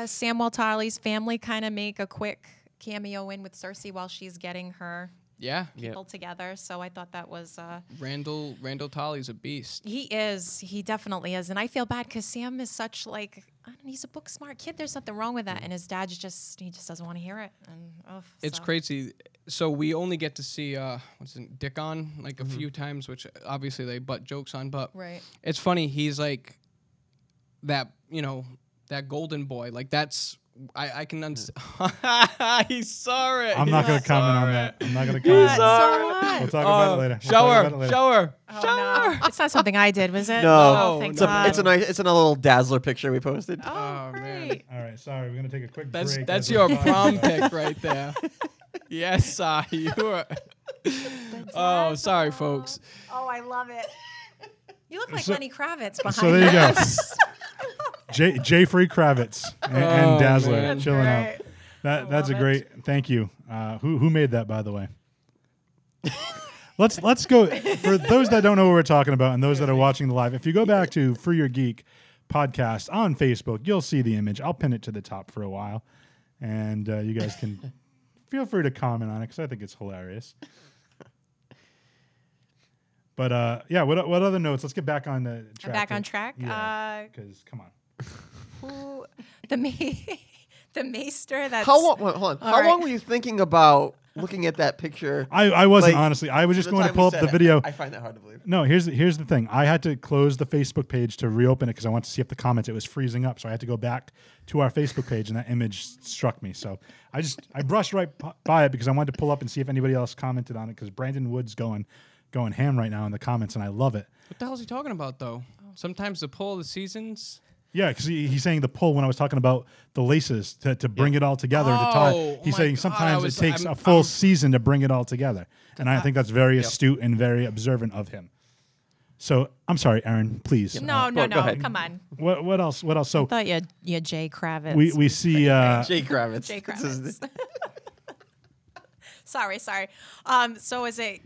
[SPEAKER 1] Samwell Tarley's family kind of make a quick cameo in with Cersei while she's getting her
[SPEAKER 5] Yeah,
[SPEAKER 1] people together. So I thought that was uh,
[SPEAKER 5] Randall Randall Tolly's a beast.
[SPEAKER 1] he is he definitely is, and I feel bad because Sam is such like I don't know, he's a book smart kid. There's nothing wrong with that, and his dad's just he just doesn't want to hear it. And oh,
[SPEAKER 5] Mm. It's crazy. So we only get to see uh, what's his name, Dick on like
[SPEAKER 4] Mm-hmm.
[SPEAKER 5] a few times, which obviously they butt jokes on. But
[SPEAKER 1] Right.
[SPEAKER 5] it's funny. He's like that. You know that golden boy. Like that's. I, I can understand. *laughs* he saw it.
[SPEAKER 4] I'm
[SPEAKER 5] He
[SPEAKER 4] not
[SPEAKER 5] *laughs*
[SPEAKER 4] going to
[SPEAKER 5] saw
[SPEAKER 4] comment on
[SPEAKER 5] it.
[SPEAKER 4] that. I'm not going to comment.
[SPEAKER 1] So
[SPEAKER 4] on that.
[SPEAKER 1] what?
[SPEAKER 4] We'll talk about it
[SPEAKER 5] "Oh,
[SPEAKER 4] later. We'll talk about it
[SPEAKER 5] Uh, Shower,
[SPEAKER 4] later.
[SPEAKER 5] shower.
[SPEAKER 1] Oh, no. It's not something I did, was it?
[SPEAKER 2] No.
[SPEAKER 1] oh, thank
[SPEAKER 2] It's a,
[SPEAKER 1] God.
[SPEAKER 2] it's a nice, it's another little dazzler picture we posted.
[SPEAKER 1] oh,
[SPEAKER 5] Oh, man.
[SPEAKER 1] great.
[SPEAKER 4] All right, sorry. We're going to take a quick
[SPEAKER 5] That's
[SPEAKER 4] break.
[SPEAKER 5] that's
[SPEAKER 4] as we *laughs*
[SPEAKER 5] your
[SPEAKER 4] talk
[SPEAKER 5] prom
[SPEAKER 4] about-
[SPEAKER 5] pick right there. yes, I. you are. Oh, sorry, folks.
[SPEAKER 1] Oh, I love it. You look like
[SPEAKER 4] So-
[SPEAKER 1] Lenny Kravitz behind.
[SPEAKER 4] So there you go. *laughs* J. J. Free Kravitz and, and
[SPEAKER 5] Oh,
[SPEAKER 4] Dazzler
[SPEAKER 5] man. That's
[SPEAKER 4] chilling out.
[SPEAKER 1] great.
[SPEAKER 4] That that's a
[SPEAKER 1] love
[SPEAKER 4] great. Thank you. Uh, who who made that by the way? *laughs* let's let's go for those that don't know what we're talking about and those that are watching the live. If you go back to Free Your Geek podcast on Facebook, you'll see the image. I'll pin it to the top for a while, and uh, you guys can feel free to comment on it because I think it's hilarious. *laughs* But uh, yeah, what what other notes? Let's get back on the track.
[SPEAKER 1] Back on track. Uh,
[SPEAKER 4] Because come on.
[SPEAKER 1] who the ma- *laughs* the maester that's
[SPEAKER 2] How long? Hold on. How
[SPEAKER 1] right.
[SPEAKER 2] long were you thinking about looking at that picture?
[SPEAKER 4] I, I wasn't
[SPEAKER 2] Like,
[SPEAKER 4] honestly. I was just
[SPEAKER 2] The
[SPEAKER 4] going to
[SPEAKER 2] time we
[SPEAKER 4] pull up
[SPEAKER 2] said
[SPEAKER 4] the
[SPEAKER 2] it,
[SPEAKER 4] video.
[SPEAKER 2] I find that hard to believe.
[SPEAKER 4] No, here's the, here's the thing. I had to close the Facebook page to reopen it because I wanted to see if the comments. It was freezing up, so I had to go back to our Facebook page, and that image struck me. So I just I brushed right p- by it because I wanted to pull up and see if anybody else commented on it because Brandon Woods going going ham right now in the comments, and I love it.
[SPEAKER 5] What the hell is he talking about though? Sometimes the pull of the seasons.
[SPEAKER 4] Yeah, because he, he's saying the pull when I was talking about the laces to, to bring it all together. to tie-
[SPEAKER 5] Oh,
[SPEAKER 4] he's
[SPEAKER 5] my
[SPEAKER 4] saying
[SPEAKER 5] God, I
[SPEAKER 4] sometimes
[SPEAKER 5] was-
[SPEAKER 4] it takes
[SPEAKER 5] I'm-
[SPEAKER 4] a full
[SPEAKER 5] I'm-
[SPEAKER 4] season to bring it all together, and I think that's very astute and very observant of him. So I'm sorry, Aaron. Please,
[SPEAKER 5] Oh,
[SPEAKER 2] go-
[SPEAKER 1] No, no,
[SPEAKER 2] go
[SPEAKER 1] no.
[SPEAKER 2] ahead.
[SPEAKER 1] Come on.
[SPEAKER 4] What what else? What else? So
[SPEAKER 1] thought you, you Jay Kravitz.
[SPEAKER 4] we we see uh,
[SPEAKER 2] Jay Kravitz.
[SPEAKER 1] *laughs* Jay
[SPEAKER 2] That's his
[SPEAKER 1] *laughs* Kravitz. sorry, sorry. Um, so is it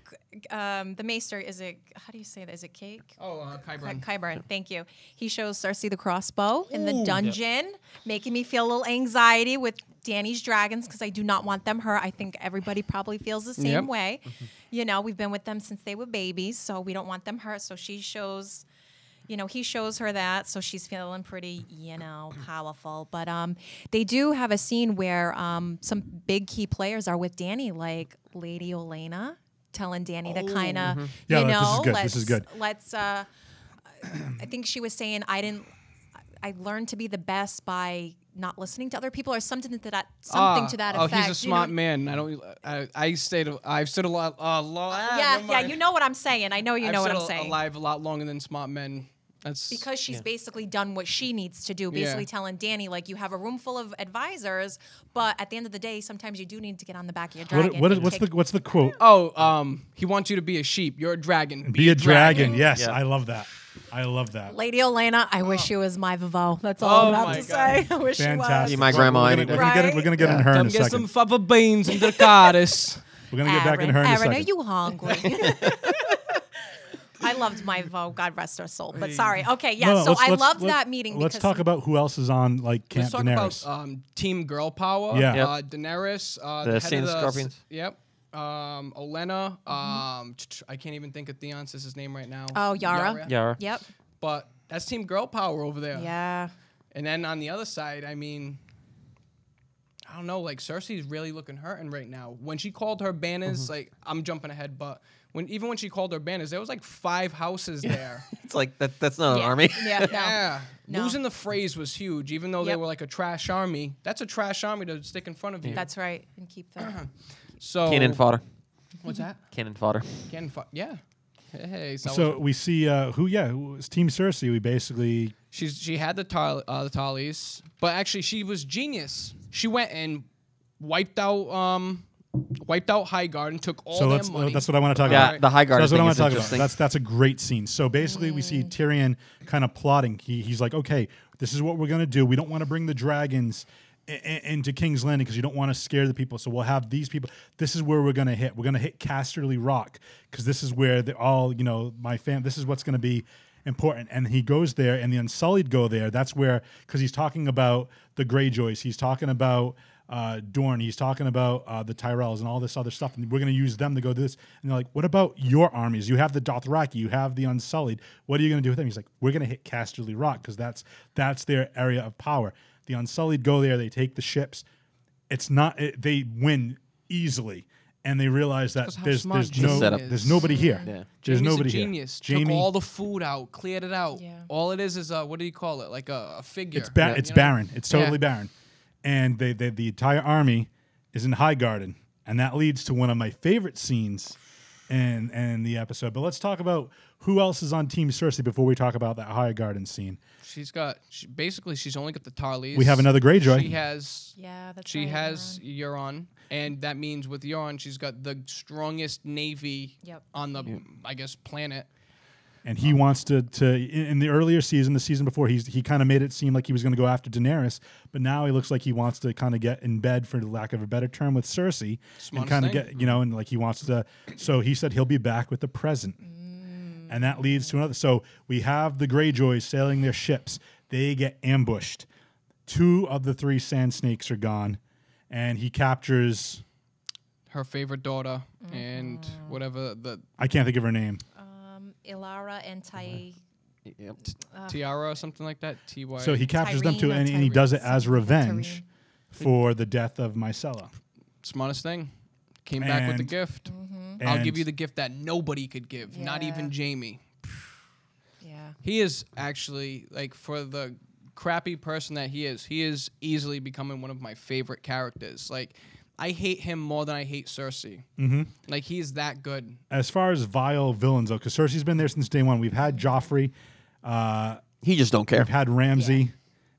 [SPEAKER 1] um, the Maester? Is it how do you say that? Is it cake?
[SPEAKER 5] Oh, uh, Kyburn.
[SPEAKER 1] Kyburn, thank you. He shows Cersei the crossbow in the dungeon, making me feel a little anxiety with Danny's dragons because I do not want them hurt. I think everybody probably feels the same
[SPEAKER 4] *laughs*
[SPEAKER 5] Yep.
[SPEAKER 1] way.
[SPEAKER 4] Mm-hmm.
[SPEAKER 1] You know, we've been with them since they were babies, so we don't want them hurt. So she shows, you know, he shows her that, so she's feeling pretty, you know,
[SPEAKER 4] *clears throat*
[SPEAKER 1] powerful. But um, they do have a scene where um, some big key players are with Danny, like Lady Olena. Telling Danny to kind of,
[SPEAKER 4] Oh, mm-hmm. Yeah,
[SPEAKER 1] you
[SPEAKER 4] this is
[SPEAKER 1] know,
[SPEAKER 4] good.
[SPEAKER 1] let's
[SPEAKER 4] This is good.
[SPEAKER 1] let's uh, I think she was saying I didn't. I learned to be the best by not listening to other people or something to that something
[SPEAKER 5] Ah,
[SPEAKER 1] to that
[SPEAKER 5] oh, he's
[SPEAKER 1] effect.
[SPEAKER 5] a
[SPEAKER 1] you
[SPEAKER 5] smart
[SPEAKER 1] know?
[SPEAKER 5] man. I don't. I, I stayed. a- I've stood a lot. Uh, lo- ah,
[SPEAKER 1] Yeah,
[SPEAKER 5] never
[SPEAKER 1] yeah,
[SPEAKER 5] mind.
[SPEAKER 1] you know what I'm saying. I know you
[SPEAKER 5] I've
[SPEAKER 1] know what
[SPEAKER 5] stood
[SPEAKER 1] I'm
[SPEAKER 5] al-
[SPEAKER 1] saying.
[SPEAKER 5] Alive a lot longer than smart men. That's
[SPEAKER 1] because she's basically done what she needs to do, basically
[SPEAKER 5] Yeah.
[SPEAKER 1] telling Danny like you have a room full of advisors, but at the end of the day, sometimes you do need to get on the back of your dragon.
[SPEAKER 4] what, what is,
[SPEAKER 1] and
[SPEAKER 4] what's the
[SPEAKER 1] take-
[SPEAKER 4] what's the quote?
[SPEAKER 5] Oh, um, he wants you to be a sheep. You're a dragon.
[SPEAKER 4] Be a dragon. Yes,
[SPEAKER 2] Yeah.
[SPEAKER 4] I love that. I love that.
[SPEAKER 1] Lady Elena? I wish she was my Vivo. That's all
[SPEAKER 5] Oh
[SPEAKER 1] I'm about
[SPEAKER 5] my
[SPEAKER 1] to
[SPEAKER 5] God.
[SPEAKER 1] say. *laughs* I wish
[SPEAKER 4] Fantastic.
[SPEAKER 1] she
[SPEAKER 2] My
[SPEAKER 4] Well,
[SPEAKER 2] grandma
[SPEAKER 4] We're gonna,
[SPEAKER 2] ain't
[SPEAKER 4] we're gonna get,
[SPEAKER 1] Right?
[SPEAKER 4] we're gonna get in her in
[SPEAKER 5] Come
[SPEAKER 4] a
[SPEAKER 5] get some
[SPEAKER 4] second.
[SPEAKER 5] fava beans
[SPEAKER 4] *laughs*
[SPEAKER 5] and dracaris.
[SPEAKER 4] We're gonna
[SPEAKER 1] was.
[SPEAKER 4] get back in her in a
[SPEAKER 1] Aaron,
[SPEAKER 4] second.
[SPEAKER 1] are you hungry? *laughs* I loved my Vo. God rest her soul. But sorry. Okay, yeah.
[SPEAKER 4] No, no,
[SPEAKER 1] so
[SPEAKER 4] let's-
[SPEAKER 1] I
[SPEAKER 4] let's-
[SPEAKER 1] loved
[SPEAKER 4] let-
[SPEAKER 1] that meeting.
[SPEAKER 4] Let's
[SPEAKER 1] because
[SPEAKER 4] talk about who else is on like Camp
[SPEAKER 5] Let's talk
[SPEAKER 4] Daenerys.
[SPEAKER 5] about um, Team Girl Power.
[SPEAKER 4] Yeah. Yep.
[SPEAKER 5] Uh, Daenerys. Uh,
[SPEAKER 2] The
[SPEAKER 5] head of
[SPEAKER 2] Sand Scorpions.
[SPEAKER 5] Yep. Um, Olenna. Um, t- t- I can't even think of Theon's is his name right now.
[SPEAKER 1] Mm-hmm. Oh, Yara.
[SPEAKER 2] Yara.
[SPEAKER 1] Yep.
[SPEAKER 5] But that's Team Girl Power over there.
[SPEAKER 1] Yeah.
[SPEAKER 5] And then on the other side, I mean, I don't know. Like Cersei's really looking hurting right now. When she called her banners,
[SPEAKER 1] Mm-hmm.
[SPEAKER 5] like I'm jumping ahead, but when even when she called her banners, there was like five houses there.
[SPEAKER 2] It's like that. That's not an
[SPEAKER 1] Yeah.
[SPEAKER 2] army.
[SPEAKER 1] Yeah. *laughs* No.
[SPEAKER 5] yeah,
[SPEAKER 1] No.
[SPEAKER 5] losing the phrase was huge. Even though they
[SPEAKER 1] Yep.
[SPEAKER 5] were like a trash army, that's a trash army to stick in front of you.
[SPEAKER 1] That's right. And keep that.
[SPEAKER 5] so
[SPEAKER 2] Cannon fodder.
[SPEAKER 5] What's that?
[SPEAKER 2] Cannon fodder.
[SPEAKER 5] Cannon fodder. Yeah. Hey, Hey, so,
[SPEAKER 4] So we see uh, who, yeah, who is Team Cersei. We basically
[SPEAKER 5] she's she had the tol- uh, the tallies, but actually she was genius. She went and wiped out um wiped out Highgarden, took all
[SPEAKER 4] so
[SPEAKER 5] their
[SPEAKER 4] let's
[SPEAKER 5] money.
[SPEAKER 4] that's what I want to talk
[SPEAKER 2] Yeah,
[SPEAKER 4] about.
[SPEAKER 2] the high
[SPEAKER 4] So
[SPEAKER 2] guard.
[SPEAKER 4] that's what I
[SPEAKER 2] thing
[SPEAKER 4] want
[SPEAKER 2] is
[SPEAKER 4] to talk about.
[SPEAKER 2] interesting.
[SPEAKER 4] That's that's a great scene. So basically, we see Tyrion kind of plotting. He, he's like, okay, this is what we're gonna do. We don't want to bring the dragons i- i- into King's Landing because you don't want to scare the people. So we'll have these people. This is where we're gonna hit. We're gonna hit Casterly Rock because this is where they're all you know my fam. This is what's gonna be important. And he goes there, and the Unsullied go there. That's where because he's talking about the Greyjoys. He's talking about uh, Dorn. He's talking about uh, the Tyrells and all this other stuff, and we're going to use them to go do this. And they're like, "What about your armies? You have the Dothraki, you have the Unsullied. What are you going to do with them?" He's like, "We're going to hit Casterly Rock because that's that's their area of power. The Unsullied go there, they take the ships. It's not it, they win easily, and they realize that
[SPEAKER 5] That's how
[SPEAKER 4] there's
[SPEAKER 5] smart
[SPEAKER 4] there's no
[SPEAKER 2] Jaime Setup.
[SPEAKER 4] there's
[SPEAKER 5] is.
[SPEAKER 4] nobody here. There's
[SPEAKER 5] Jamie's
[SPEAKER 4] nobody
[SPEAKER 5] a genius.
[SPEAKER 4] here.
[SPEAKER 5] Took all the food out, cleared it out.
[SPEAKER 1] Yeah.
[SPEAKER 5] All it is is uh, what do you call it? Like a, a figure.
[SPEAKER 4] It's ba- it's
[SPEAKER 5] you know?
[SPEAKER 4] barren. It's totally barren. And they, they the entire army is in High Garden, and that leads to one of my favorite scenes in in the episode. But let's talk about who else is on Team Cersei before we talk about that High Garden scene.
[SPEAKER 5] She's got she, basically she's only got the Tarleys.
[SPEAKER 4] We have another Greyjoy.
[SPEAKER 5] She has
[SPEAKER 1] Yeah, that's
[SPEAKER 5] she
[SPEAKER 1] right,
[SPEAKER 5] has Euron, and that means with Euron she's got the strongest navy
[SPEAKER 1] Yep.
[SPEAKER 5] on the I guess planet.
[SPEAKER 4] and he wants to to in in the earlier season, the season before, he's he kind of made it seem like he was going to go after Daenerys, but now he looks like he wants to kind of get in bed, for lack of a better term, with Cersei, and
[SPEAKER 5] Smartest
[SPEAKER 4] kind of
[SPEAKER 5] thing.
[SPEAKER 4] get you know, and like he wants to. So he said he'll be back with the present,
[SPEAKER 5] Mm.
[SPEAKER 4] and that leads to another. So we have the Greyjoys sailing their ships. They get ambushed. Two of the three Sand Snakes are gone, and he captures.
[SPEAKER 5] Her favorite daughter and
[SPEAKER 1] Mm-hmm.
[SPEAKER 5] whatever the
[SPEAKER 4] I can't think of her name.
[SPEAKER 1] Ilara and Tai.
[SPEAKER 2] Yep.
[SPEAKER 5] tiara or something like that. T Y.
[SPEAKER 4] So he captures them
[SPEAKER 1] Tyrene
[SPEAKER 4] too,
[SPEAKER 1] or
[SPEAKER 4] and, and he does it
[SPEAKER 1] Tyrese,
[SPEAKER 4] as
[SPEAKER 1] something like
[SPEAKER 4] revenge
[SPEAKER 1] Tyrene.
[SPEAKER 4] for the death of Mycela.
[SPEAKER 5] smartest thing. Came back with the
[SPEAKER 4] And-
[SPEAKER 5] gift. I'll give
[SPEAKER 4] And-
[SPEAKER 5] you the gift that nobody could give, not even
[SPEAKER 1] Mm-hmm. Yeah.
[SPEAKER 5] Jamie.
[SPEAKER 1] Yeah.
[SPEAKER 5] He is actually like for the crappy person that he is, he is easily becoming one of my favorite characters. Like I hate him more than I hate Cersei. Mm-hmm. Like he's that good.
[SPEAKER 4] As far as vile villains, though, because Cersei's been there since day one. We've had Joffrey,
[SPEAKER 2] He just don't
[SPEAKER 4] *laughs*
[SPEAKER 2] care.
[SPEAKER 4] we've had Ramsey,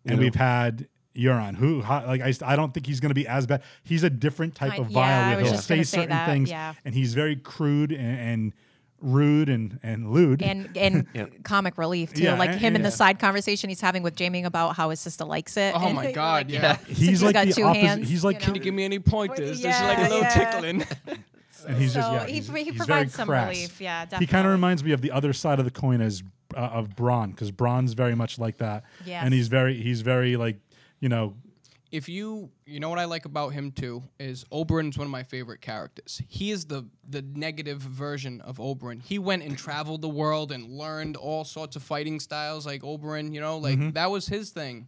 [SPEAKER 4] and we've had Euron. Who, ho- like, I, s- I don't think he's going to be as bad. He's a different type
[SPEAKER 1] I-
[SPEAKER 4] of
[SPEAKER 1] yeah,
[SPEAKER 4] vile.
[SPEAKER 1] I
[SPEAKER 4] where
[SPEAKER 1] was
[SPEAKER 4] he'll
[SPEAKER 1] just gonna say
[SPEAKER 4] certain
[SPEAKER 1] that,
[SPEAKER 4] things,
[SPEAKER 1] yeah.
[SPEAKER 4] and he's very crude and, and rude and and lewd.
[SPEAKER 1] and and comic relief too.
[SPEAKER 4] Yeah,
[SPEAKER 1] like
[SPEAKER 4] and-
[SPEAKER 1] him in
[SPEAKER 4] yeah.
[SPEAKER 1] the side conversation he's having with Jamie about how his sister likes it.
[SPEAKER 5] Oh
[SPEAKER 1] And
[SPEAKER 5] my
[SPEAKER 1] *laughs* you're
[SPEAKER 5] god,
[SPEAKER 1] like,
[SPEAKER 5] yeah. Can
[SPEAKER 4] he's
[SPEAKER 1] Since he's
[SPEAKER 4] like
[SPEAKER 1] got
[SPEAKER 4] the
[SPEAKER 1] two
[SPEAKER 4] opposite.
[SPEAKER 1] hands,
[SPEAKER 4] he's like,
[SPEAKER 1] you know?
[SPEAKER 5] you give me any pointers? There's
[SPEAKER 1] Yeah,
[SPEAKER 5] like a little
[SPEAKER 1] yeah.
[SPEAKER 5] tickling.
[SPEAKER 1] *laughs*
[SPEAKER 4] and he's just
[SPEAKER 1] So
[SPEAKER 4] yeah.
[SPEAKER 1] he-
[SPEAKER 4] he's-
[SPEAKER 1] he
[SPEAKER 4] he's very
[SPEAKER 1] provides some
[SPEAKER 4] crass.
[SPEAKER 1] relief, yeah,
[SPEAKER 4] He kind
[SPEAKER 1] definitely.
[SPEAKER 4] of reminds me of the other side of the coin as uh, of Braun because Braun's very much like that.
[SPEAKER 1] Yes.
[SPEAKER 4] and he's very he's very like you know
[SPEAKER 5] if you you know what I like about him too is Oberyn's one of my favorite characters. He is the the negative version of Oberyn. He went and traveled the world and learned all sorts of fighting styles like Oberyn, you know,
[SPEAKER 4] Mm-hmm.
[SPEAKER 5] like that was his thing.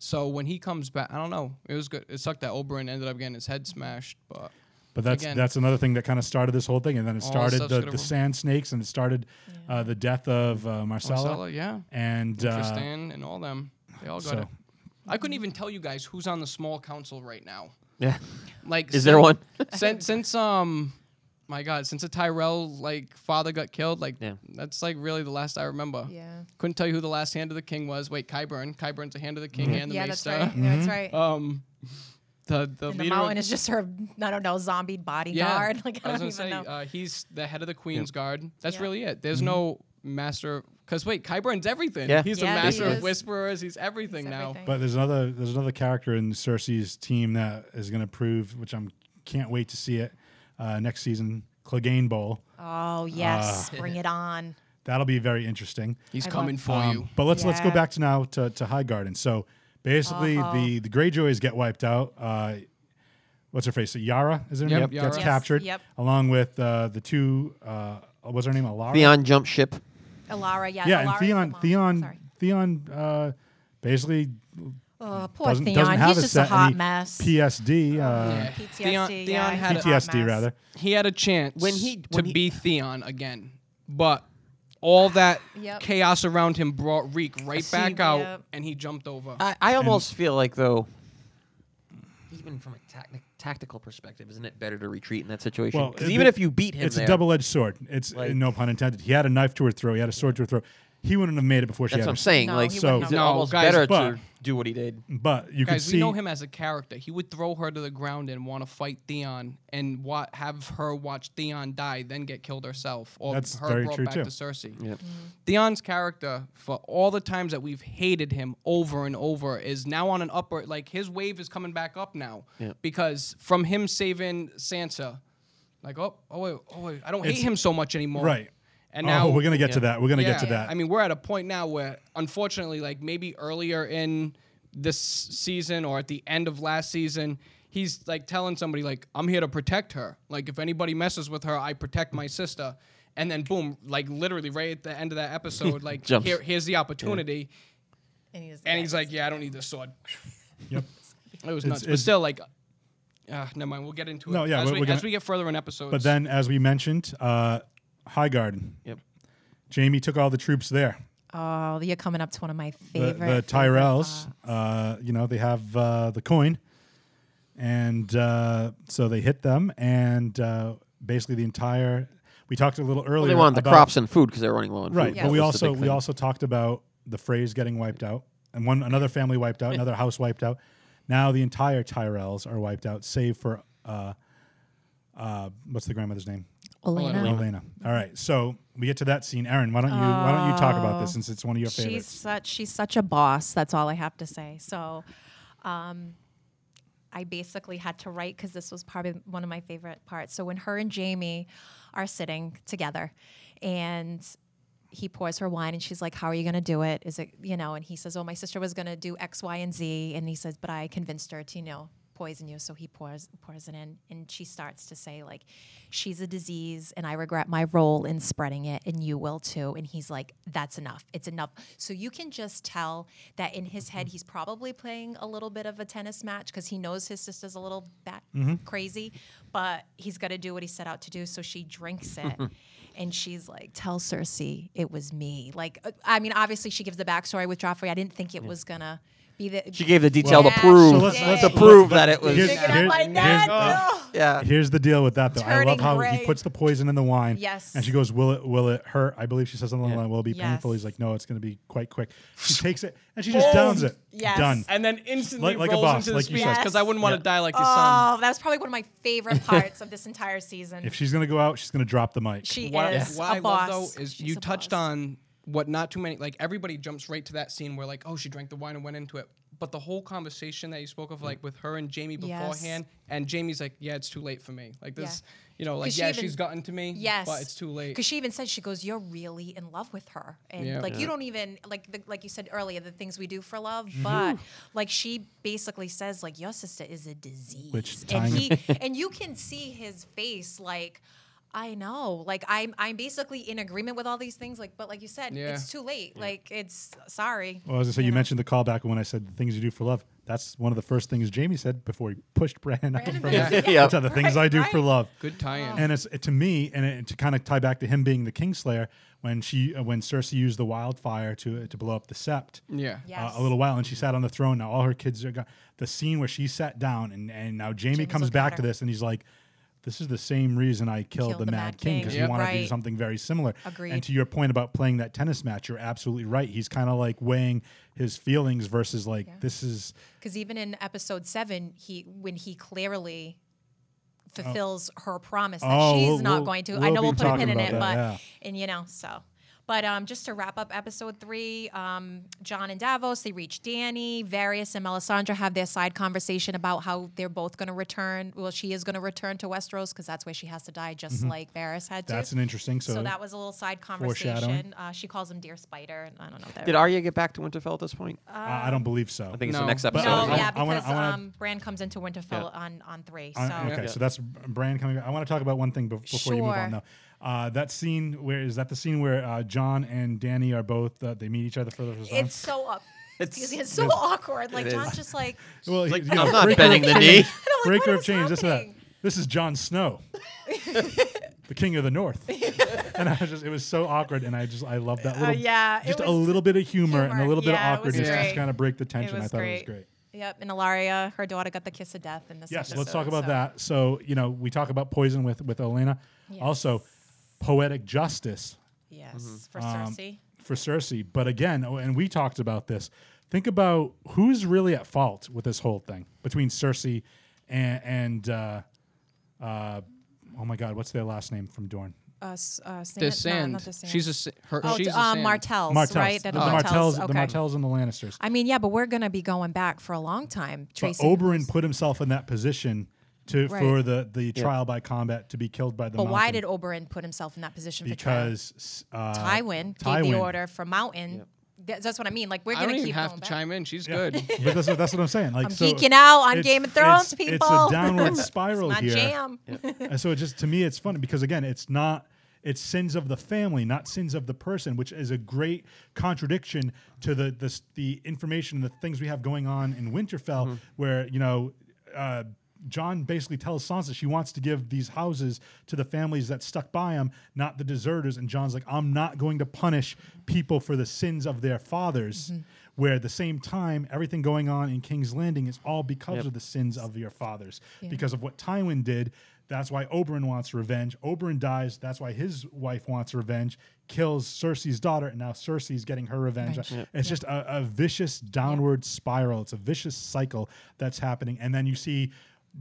[SPEAKER 5] So when he comes back, I don't know. It was good. It sucked that Oberyn ended up getting his head smashed, but
[SPEAKER 4] But that's
[SPEAKER 5] Again.
[SPEAKER 4] that's another thing that kind of started this whole thing, and then it
[SPEAKER 5] All
[SPEAKER 4] started
[SPEAKER 5] stuff's
[SPEAKER 4] the,
[SPEAKER 5] gonna
[SPEAKER 4] the
[SPEAKER 5] ru-
[SPEAKER 4] sand snakes, and it started uh, the death of uh, Marcella,
[SPEAKER 5] Marcella, yeah.
[SPEAKER 4] and uh,
[SPEAKER 5] Tristan and all them, they all got
[SPEAKER 4] so-
[SPEAKER 5] it. I couldn't even tell you guys who's on the small council right now.
[SPEAKER 2] Yeah.
[SPEAKER 5] Like,
[SPEAKER 2] Is there
[SPEAKER 5] sin-
[SPEAKER 2] one?
[SPEAKER 1] *laughs*
[SPEAKER 5] since since um, my God, since the Tyrell like father got killed, like
[SPEAKER 2] Yeah.
[SPEAKER 5] that's like really the last I remember.
[SPEAKER 1] Yeah.
[SPEAKER 5] Couldn't tell you who the last hand of the king was. Wait, Kyburn. Kyburn's the hand of the king
[SPEAKER 2] Mm-hmm.
[SPEAKER 5] and the
[SPEAKER 1] Yeah, that's
[SPEAKER 5] maester.
[SPEAKER 1] right. That's
[SPEAKER 4] Mm-hmm.
[SPEAKER 1] right.
[SPEAKER 5] Um, *laughs* the the
[SPEAKER 1] and the
[SPEAKER 5] leader.
[SPEAKER 1] mountain
[SPEAKER 5] of,
[SPEAKER 1] is just her, I don't know, zombied bodyguard. *laughs* Like I,
[SPEAKER 5] was
[SPEAKER 1] don't even
[SPEAKER 5] gonna say,
[SPEAKER 1] know.
[SPEAKER 5] Uh, he's the head of the queen's guard. That's
[SPEAKER 1] Yeah.
[SPEAKER 5] really it. There's no master. Cause wait, Kyburn's everything.
[SPEAKER 2] Mm-hmm. Yeah.
[SPEAKER 5] He's
[SPEAKER 1] Yeah,
[SPEAKER 5] the
[SPEAKER 1] he
[SPEAKER 5] master
[SPEAKER 1] is.
[SPEAKER 5] of whisperers. He's everything now.
[SPEAKER 1] everything.
[SPEAKER 4] but there's another there's another character in Cersei's team that is going to prove, which I'm can't wait to see it uh, next season, Clegane Bowl.
[SPEAKER 5] uh,
[SPEAKER 1] oh
[SPEAKER 5] *laughs*
[SPEAKER 1] yes, bring it on.
[SPEAKER 4] That'll be very interesting.
[SPEAKER 5] He's
[SPEAKER 1] love-
[SPEAKER 5] coming for you.
[SPEAKER 4] Um, But let's let's go
[SPEAKER 1] Yeah. Uh-huh.
[SPEAKER 4] back to now to, to High Garden. So basically, the the Greyjoys get wiped out. Uh, what's her face? Yara is her
[SPEAKER 5] Yep,
[SPEAKER 4] name? Gets
[SPEAKER 5] Yara. Yes,
[SPEAKER 4] captured
[SPEAKER 1] yep.
[SPEAKER 4] along with uh, the two. Uh, what's her name? Alara.
[SPEAKER 2] Theon jump ship.
[SPEAKER 1] Alara, yeah.
[SPEAKER 4] Yeah,
[SPEAKER 1] Alara's
[SPEAKER 4] and
[SPEAKER 1] the
[SPEAKER 4] Theon
[SPEAKER 1] mom.
[SPEAKER 4] Theon
[SPEAKER 1] Sorry.
[SPEAKER 4] Theon uh, basically
[SPEAKER 1] Oh, poor
[SPEAKER 4] doesn't
[SPEAKER 1] Theon.
[SPEAKER 4] doesn't have
[SPEAKER 1] He's
[SPEAKER 4] a
[SPEAKER 1] just
[SPEAKER 4] set
[SPEAKER 1] a hot
[SPEAKER 4] any
[SPEAKER 1] mess.
[SPEAKER 4] PSD. Uh,
[SPEAKER 5] Yeah.
[SPEAKER 1] PTSD.
[SPEAKER 5] Theon-
[SPEAKER 1] yeah,
[SPEAKER 5] Theon
[SPEAKER 1] he's
[SPEAKER 5] had
[SPEAKER 1] a
[SPEAKER 5] a-
[SPEAKER 1] hot
[SPEAKER 4] PTSD
[SPEAKER 1] mess.
[SPEAKER 4] rather.
[SPEAKER 5] he had a chance
[SPEAKER 2] When he-
[SPEAKER 5] to
[SPEAKER 2] when he-
[SPEAKER 5] be Theon again, but all that
[SPEAKER 1] Yep.
[SPEAKER 5] chaos around him brought Reek right
[SPEAKER 2] See,
[SPEAKER 5] back out,
[SPEAKER 1] Yep.
[SPEAKER 5] and he jumped over.
[SPEAKER 2] I, I almost feel like though, even from a tactic, tactical perspective, isn't it better to retreat in that situation?
[SPEAKER 4] Well,
[SPEAKER 2] Because
[SPEAKER 4] it-
[SPEAKER 2] even if you beat him,
[SPEAKER 4] It's
[SPEAKER 2] there,
[SPEAKER 4] a double-edged sword. It's
[SPEAKER 2] Like-
[SPEAKER 4] no pun intended. He had a knife to her throat. He had a sword to her throat. He wouldn't have made it before she
[SPEAKER 2] That's
[SPEAKER 4] had
[SPEAKER 2] what
[SPEAKER 4] her.
[SPEAKER 2] I'm saying.
[SPEAKER 1] No,
[SPEAKER 2] like,
[SPEAKER 1] he
[SPEAKER 4] So-
[SPEAKER 1] wouldn't
[SPEAKER 2] it's
[SPEAKER 1] have-
[SPEAKER 5] No,
[SPEAKER 2] almost
[SPEAKER 5] guys,
[SPEAKER 2] better
[SPEAKER 4] but-
[SPEAKER 2] to do what he did.
[SPEAKER 4] But you
[SPEAKER 5] Guys,
[SPEAKER 4] can see
[SPEAKER 5] we know him as a character. He would throw her to the ground and want to fight Theon and wa- have her watch Theon die, then get killed herself, or
[SPEAKER 4] That's
[SPEAKER 5] her
[SPEAKER 4] very
[SPEAKER 5] brought
[SPEAKER 4] true,
[SPEAKER 5] back
[SPEAKER 4] too.
[SPEAKER 5] to Cersei. Theon's character, for all the times that we've hated him over and over, is now on an upward. Like his wave is coming back up now because from him saving Sansa, like oh oh wait, oh wait, I don't hate him so much anymore.
[SPEAKER 4] right.
[SPEAKER 5] And now
[SPEAKER 4] oh, we're gonna get to that. We're gonna get to
[SPEAKER 5] yeah.
[SPEAKER 4] that.
[SPEAKER 5] I mean, we're at a point now where, unfortunately, like maybe earlier in this season or at the end of last season, he's like telling somebody like, "I'm here to protect her. Like, if anybody messes with her, I protect my sister." And then boom, like literally right at the end of that episode, like
[SPEAKER 2] Jumps.
[SPEAKER 5] here, here's the opportunity,
[SPEAKER 1] And he's,
[SPEAKER 5] and he's like, "Yeah, I don't need this sword."
[SPEAKER 4] Yep.
[SPEAKER 5] It was
[SPEAKER 4] It's-
[SPEAKER 5] nuts, but
[SPEAKER 4] it's-
[SPEAKER 5] still like. Uh, never mind. We'll get into it
[SPEAKER 4] No, yeah,
[SPEAKER 5] as,
[SPEAKER 4] we're-
[SPEAKER 5] we,
[SPEAKER 4] we're gonna-
[SPEAKER 5] as we get further in episodes.
[SPEAKER 4] But then, as we mentioned, uh, High Garden.
[SPEAKER 2] Yep.
[SPEAKER 4] Jamie took all the troops there.
[SPEAKER 1] oh, you're coming up to one of my
[SPEAKER 4] The,
[SPEAKER 1] favorite.
[SPEAKER 4] the Tyrells, uh, you know, they have uh, the coin, and uh, so they hit them, and uh, basically the entire. We talked a little earlier.
[SPEAKER 2] They wanted the
[SPEAKER 4] about-
[SPEAKER 2] crops and food because they were running low on
[SPEAKER 4] right?
[SPEAKER 2] food.
[SPEAKER 1] Yeah.
[SPEAKER 4] But
[SPEAKER 2] That
[SPEAKER 4] we
[SPEAKER 2] was the
[SPEAKER 4] also
[SPEAKER 2] big
[SPEAKER 4] we
[SPEAKER 2] thing.
[SPEAKER 4] also talked about the phrase getting wiped out, and one another family wiped out, another house wiped out. Now the entire Tyrells are wiped out, save for uh, uh, what's the grandmother's name?
[SPEAKER 5] Oh,
[SPEAKER 1] Elena.
[SPEAKER 4] Elena. All right, so we get to that scene. Aaron, why don't you why don't you talk about this since it's one of your
[SPEAKER 1] Oh, She's
[SPEAKER 4] favorites?
[SPEAKER 1] such she's such a boss. That's all I have to say. So, um, I basically had to write because this was probably one of my favorite parts. So when her and Jamie are sitting together, and he pours her wine and she's like, How are you gonna do it? Is it you know? And he says, Oh, my sister was gonna do X, Y, and Z. And he says, But I convinced her to, you know, poison you. So he pours pours it in and she starts to say, like, she's a disease and I regret my role in spreading it, and you will too. And he's like, That's enough. It's enough. So you can just tell that in his head he's probably playing a little bit of a tennis match because he knows his sister's a little bat crazy, but he's gotta do what he set out to do. So she drinks it. And she's like, "Tell Cersei it was me." Like, uh, I mean, obviously she gives the backstory with Joffrey. I didn't think it was gonna be the.
[SPEAKER 2] She gave the detailed
[SPEAKER 1] Yeah,
[SPEAKER 2] approve
[SPEAKER 1] she
[SPEAKER 4] So let's-
[SPEAKER 1] did.
[SPEAKER 4] let's-
[SPEAKER 2] to prove
[SPEAKER 4] let's-
[SPEAKER 2] that it was.
[SPEAKER 4] here's-
[SPEAKER 1] Figured out my
[SPEAKER 4] here's-
[SPEAKER 1] dad.
[SPEAKER 2] Oh, yeah.
[SPEAKER 4] Here's the deal with that though. I love
[SPEAKER 1] Turning
[SPEAKER 4] how he
[SPEAKER 1] gray.
[SPEAKER 4] puts the poison in the wine.
[SPEAKER 1] Yes.
[SPEAKER 4] And she goes, "Will it? Will it hurt?" I believe she says something along the
[SPEAKER 2] Yeah.
[SPEAKER 4] line, "Will it be painful?"
[SPEAKER 1] Yes.
[SPEAKER 4] He's like, "No, it's going to be quite quick."
[SPEAKER 1] *laughs*
[SPEAKER 4] She takes it and she just downs it.
[SPEAKER 1] Yes.
[SPEAKER 4] Done.
[SPEAKER 5] and then instantly
[SPEAKER 4] Like- like a
[SPEAKER 5] rolls
[SPEAKER 4] boss,
[SPEAKER 5] into the
[SPEAKER 4] like you
[SPEAKER 5] speech
[SPEAKER 1] said.
[SPEAKER 5] because I wouldn't want
[SPEAKER 4] Yeah.
[SPEAKER 5] to die like your son.
[SPEAKER 1] Oh, that was probably one of my
[SPEAKER 5] *laughs*
[SPEAKER 1] favorite parts of this entire season.
[SPEAKER 4] If she's going to go out, she's going to drop the mic.
[SPEAKER 1] she
[SPEAKER 5] What,
[SPEAKER 1] is
[SPEAKER 5] what
[SPEAKER 1] a
[SPEAKER 5] I
[SPEAKER 1] boss.
[SPEAKER 5] love though is
[SPEAKER 1] She's
[SPEAKER 5] you
[SPEAKER 1] a
[SPEAKER 5] touched
[SPEAKER 1] boss.
[SPEAKER 5] on what not too many like everybody jumps right to that scene where like oh she drank the wine and went into it, but the whole conversation that you spoke of like with her and Jamie
[SPEAKER 1] Yes.
[SPEAKER 5] beforehand, and Jamie's like yeah it's too late for me like this
[SPEAKER 1] Yeah.
[SPEAKER 5] you know like
[SPEAKER 1] 'Cause she
[SPEAKER 5] yeah
[SPEAKER 1] even-
[SPEAKER 5] she's gotten to me
[SPEAKER 1] Yes,
[SPEAKER 5] but it's too late
[SPEAKER 1] Because she even said she goes, "You're really in love with her," and
[SPEAKER 5] Yeah.
[SPEAKER 1] like you don't even like the, like you said earlier, the things we do for love.
[SPEAKER 5] Mm-hmm.
[SPEAKER 1] But like she basically says, like your sister is a disease,
[SPEAKER 4] Which time-
[SPEAKER 1] and he
[SPEAKER 5] *laughs*
[SPEAKER 1] and you can see his face like. I know. Like I'm I'm basically in agreement with all these things like but like you said
[SPEAKER 5] Yeah.
[SPEAKER 1] it's too late. Like it's sorry.
[SPEAKER 4] Well, I was going to say, you mentioned the callback when I said the things you do for love. That's one of the first things Jamie said before he pushed Brandon out
[SPEAKER 1] Brandon
[SPEAKER 4] from
[SPEAKER 1] Yeah.
[SPEAKER 4] his-
[SPEAKER 1] Davis,
[SPEAKER 4] *laughs*
[SPEAKER 1] yeah.
[SPEAKER 4] That's how the things I do
[SPEAKER 1] Right,
[SPEAKER 4] for
[SPEAKER 1] right.
[SPEAKER 4] love.
[SPEAKER 5] good tie-in
[SPEAKER 4] And it's to me, and it, to kind of tie back to him being the Kingslayer when she uh, when Cersei used the wildfire to to blow up the Sept.
[SPEAKER 5] yeah
[SPEAKER 4] uh,
[SPEAKER 1] Yes.
[SPEAKER 4] a little while, and she sat on the throne. Now all her kids are gone. The scene where she sat down, and and now Jamie
[SPEAKER 1] Jamie's
[SPEAKER 4] comes
[SPEAKER 1] looking
[SPEAKER 4] back
[SPEAKER 1] at
[SPEAKER 4] to
[SPEAKER 1] her.
[SPEAKER 4] this, and he's like, "This is the same reason I killed, the, Mad King because
[SPEAKER 1] Yep.
[SPEAKER 4] he wanted to do
[SPEAKER 1] Right.
[SPEAKER 4] something very similar."
[SPEAKER 1] Agreed.
[SPEAKER 4] And to your point about playing that tennis match, you're absolutely right. He's kind of like weighing his feelings versus like this is
[SPEAKER 1] Because even in episode seven, he when he clearly fulfills her promise that
[SPEAKER 4] Oh,
[SPEAKER 1] she's
[SPEAKER 4] we'll-
[SPEAKER 1] not
[SPEAKER 4] we'll-
[SPEAKER 1] going to.
[SPEAKER 4] we'll
[SPEAKER 1] I know
[SPEAKER 4] be
[SPEAKER 1] we'll put a
[SPEAKER 4] talking
[SPEAKER 1] pin in
[SPEAKER 4] about
[SPEAKER 1] it,
[SPEAKER 4] that,
[SPEAKER 1] but
[SPEAKER 4] yeah.
[SPEAKER 1] and you know so. But um, just to wrap up episode three, um, John and Davos they reach Danny. Various and Melisandre have their side conversation about how they're both going to return. Well, she is going to return to Westeros because that's where she has to die, just like Varys had to.
[SPEAKER 4] Mm-hmm. that's an interesting. So,
[SPEAKER 1] so that was a little side
[SPEAKER 4] Foreshadowing.
[SPEAKER 1] conversation. Uh, she calls him Dear Spider, and I don't know. What that
[SPEAKER 2] Did Arya get back to Winterfell at this point?
[SPEAKER 4] I, I don't believe so.
[SPEAKER 2] I think it's
[SPEAKER 5] No.
[SPEAKER 2] the next
[SPEAKER 5] But
[SPEAKER 2] episode.
[SPEAKER 1] No,
[SPEAKER 2] isn't it?
[SPEAKER 1] yeah,
[SPEAKER 4] I wanna- I
[SPEAKER 1] because
[SPEAKER 4] wanna-
[SPEAKER 1] um, Bran comes into Winterfell on on three. So
[SPEAKER 4] I- Uh, okay, so that's Bran coming. back. I want to talk about one thing bef- before you move
[SPEAKER 1] Sure.
[SPEAKER 4] on, though. Uh, that scene where is that the scene where uh, John and Danny are both uh, they meet each other for the first time?
[SPEAKER 1] it's
[SPEAKER 5] *laughs*
[SPEAKER 1] so up.
[SPEAKER 2] It's-
[SPEAKER 1] Excuse me, it's so awkward. Like
[SPEAKER 2] is.
[SPEAKER 1] John's just
[SPEAKER 4] *laughs*
[SPEAKER 1] like,
[SPEAKER 4] Well,
[SPEAKER 2] Like,
[SPEAKER 4] you know,
[SPEAKER 2] I'm not
[SPEAKER 4] breaker
[SPEAKER 2] bending
[SPEAKER 4] of
[SPEAKER 2] the knee.
[SPEAKER 1] *laughs*
[SPEAKER 4] chains-
[SPEAKER 1] I'm like,
[SPEAKER 4] breaker
[SPEAKER 1] what
[SPEAKER 4] of
[SPEAKER 1] is
[SPEAKER 4] chains. This, and that.
[SPEAKER 1] happening?
[SPEAKER 4] this is Jon
[SPEAKER 1] *laughs*
[SPEAKER 4] Snow, the king of the north. and I was just, it was so awkward, and I just, I love that little,
[SPEAKER 1] Uh, yeah, it
[SPEAKER 4] just a
[SPEAKER 1] was-
[SPEAKER 4] little bit of humor, and a
[SPEAKER 1] humor,
[SPEAKER 4] little bit of
[SPEAKER 1] yeah, it was
[SPEAKER 4] awkwardness just
[SPEAKER 1] great.
[SPEAKER 4] kind of break the tension. I
[SPEAKER 1] was
[SPEAKER 4] thought it
[SPEAKER 1] great.
[SPEAKER 4] was great.
[SPEAKER 1] yep. And Ilaria, her daughter, got the kiss of death in this.
[SPEAKER 4] Yes, let's
[SPEAKER 1] episode,
[SPEAKER 4] talk about
[SPEAKER 1] so-
[SPEAKER 4] that. So you know, we talk about poison with with Elena, also poetic justice
[SPEAKER 1] Yes,
[SPEAKER 5] Mm-hmm.
[SPEAKER 1] for
[SPEAKER 4] Um,
[SPEAKER 1] Cersei.
[SPEAKER 4] for Cersei. But again, oh, and we talked about this. Think about who's really at fault with this whole thing between Cersei and, and uh, uh, oh my God, what's their last name from Dorne?
[SPEAKER 1] Uh, s- uh, Sand,
[SPEAKER 5] the sand
[SPEAKER 1] No, not the sand.
[SPEAKER 5] she's a sa- her
[SPEAKER 1] oh,
[SPEAKER 5] she's a
[SPEAKER 1] uh,
[SPEAKER 5] sand.
[SPEAKER 1] Martells,
[SPEAKER 4] Martells,
[SPEAKER 1] right?
[SPEAKER 4] the,
[SPEAKER 1] That
[SPEAKER 4] Martells, the
[SPEAKER 1] okay.
[SPEAKER 4] Martells and the Lannisters.
[SPEAKER 1] I mean, yeah, but we're gonna be going back for a long time.
[SPEAKER 4] But
[SPEAKER 1] Tracy,
[SPEAKER 4] Oberyn put himself in that position to for
[SPEAKER 1] Right.
[SPEAKER 4] the the trial by combat to be killed by the.
[SPEAKER 1] but why
[SPEAKER 4] Mountain
[SPEAKER 1] did Oberyn put himself in that position? for trial?
[SPEAKER 4] because s-
[SPEAKER 1] *laughs*
[SPEAKER 4] uh,
[SPEAKER 1] Tywin, gave
[SPEAKER 4] Tywin.
[SPEAKER 1] the order for Mountain. Th- That's what I mean. Like we're
[SPEAKER 5] I don't
[SPEAKER 1] gonna
[SPEAKER 5] even
[SPEAKER 1] keep
[SPEAKER 5] have
[SPEAKER 1] going
[SPEAKER 5] to
[SPEAKER 1] back.
[SPEAKER 5] chime in she's
[SPEAKER 4] Yeah. *laughs*
[SPEAKER 5] good
[SPEAKER 4] but that's, what- that's what I'm saying. Like
[SPEAKER 1] I'm
[SPEAKER 4] so
[SPEAKER 1] geeking out on
[SPEAKER 4] it's-
[SPEAKER 1] Game of
[SPEAKER 4] it's-
[SPEAKER 1] Thrones,
[SPEAKER 4] It's
[SPEAKER 1] people.
[SPEAKER 4] a
[SPEAKER 1] *laughs*
[SPEAKER 4] downward spiral
[SPEAKER 1] My
[SPEAKER 4] here.
[SPEAKER 1] jam.
[SPEAKER 4] and so it just to me it's funny because again it's not it's sins of the family not sins of the person which is a great contradiction to the the, s- the information the things we have going on in winterfell where you know uh, John basically tells Sansa she wants to give these houses to the families that stuck by him, not the deserters. And John's like, I'm not going to punish people for the sins of their fathers. Where at the same time, everything going on in King's Landing is all because of the sins of your fathers, because of what Tywin did. That's why Oberyn wants revenge. Oberyn dies. That's why his wife wants revenge, kills Cersei's daughter, and now Cersei's getting her revenge. It's just a, a vicious downward spiral. It's a vicious cycle that's happening. And then you see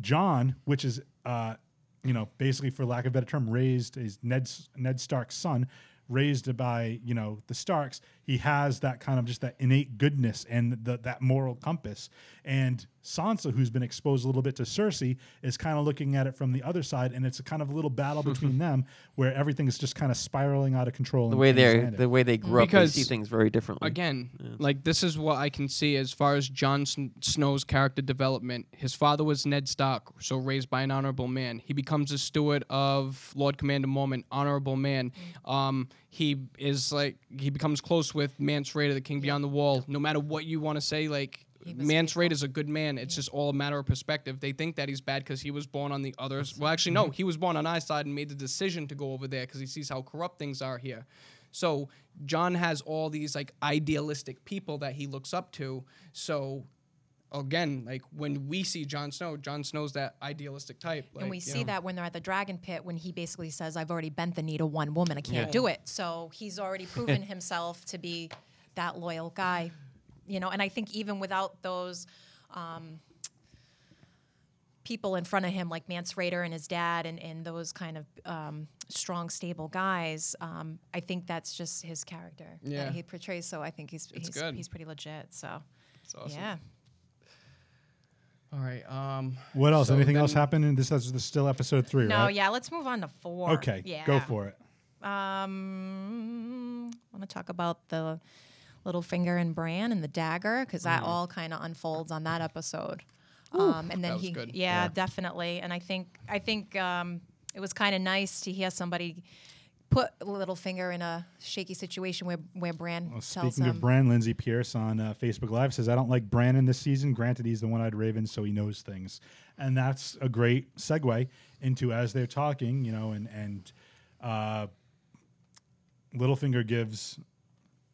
[SPEAKER 4] John, which is, uh, you know, basically for lack of a better term, raised is Ned's Ned Stark's son, raised by you know the Starks. He has that kind of just that innate goodness and the, that moral compass. And Sansa, who's been exposed a little bit to Cersei, is kind of looking at it from the other side, and it's a kind of a little battle
[SPEAKER 2] *laughs*
[SPEAKER 4] between them where everything is just kind of spiraling out of control.
[SPEAKER 2] The way they the way they grew up, they see
[SPEAKER 5] Because-
[SPEAKER 2] things very differently.
[SPEAKER 5] again like this is what i can see as far as jon Sn- snow's character development his father was ned stark so raised by an honorable man he becomes a steward of lord commander mormon honorable man um, he is like he becomes close with mance raider the king beyond the wall no matter what you want to say like Mance Raid is a good man. It's just all a matter of perspective. They think that he's bad because he was born on the other. s- Well, actually, no. He was born on our side and made the decision to go over there because he sees how corrupt things are here. So John has all these like idealistic people that he looks up to. So again, like when we see Jon Snow, Jon Snow's that idealistic type. Like,
[SPEAKER 1] *laughs* and we
[SPEAKER 5] you
[SPEAKER 1] see
[SPEAKER 5] know.
[SPEAKER 1] that when they're at the dragon pit when he basically says i've already bent the knee to one woman i can't do it so he's
[SPEAKER 4] *laughs*
[SPEAKER 1] already proven himself to be that loyal guy you know and i think even without those um, people in front of him like mance raider and his dad and, and those kind of um, strong stable guys um, i think that's just his character
[SPEAKER 5] Yeah.
[SPEAKER 1] that he portrays so i think he's he's,
[SPEAKER 5] good.
[SPEAKER 1] he's pretty legit so
[SPEAKER 5] It's awesome.
[SPEAKER 1] yeah
[SPEAKER 5] All right. Um,
[SPEAKER 4] What else?
[SPEAKER 5] So
[SPEAKER 4] Anything else
[SPEAKER 5] then-
[SPEAKER 4] happened? And this is this is still episode three,
[SPEAKER 1] no
[SPEAKER 4] right?
[SPEAKER 1] yeah let's move on to four
[SPEAKER 4] Okay,
[SPEAKER 1] yeah
[SPEAKER 4] go for it.
[SPEAKER 1] Um, I want to talk about the little finger and Bran and the dagger because that all kind of unfolds on that episode. Um, and then
[SPEAKER 5] That was
[SPEAKER 1] he,
[SPEAKER 5] good.
[SPEAKER 1] Yeah, definitely. And I think I think um, it was kind of nice to hear somebody put Littlefinger in a shaky situation where where Bran tells
[SPEAKER 4] Speaking
[SPEAKER 1] him.
[SPEAKER 4] of Bran, Lindsay Pierce on uh, Facebook Live says, I don't like Bran in this season. Granted, he's the one eyed raven, so he knows things. And that's a great segue into as they're talking, you know, and, and uh, Littlefinger gives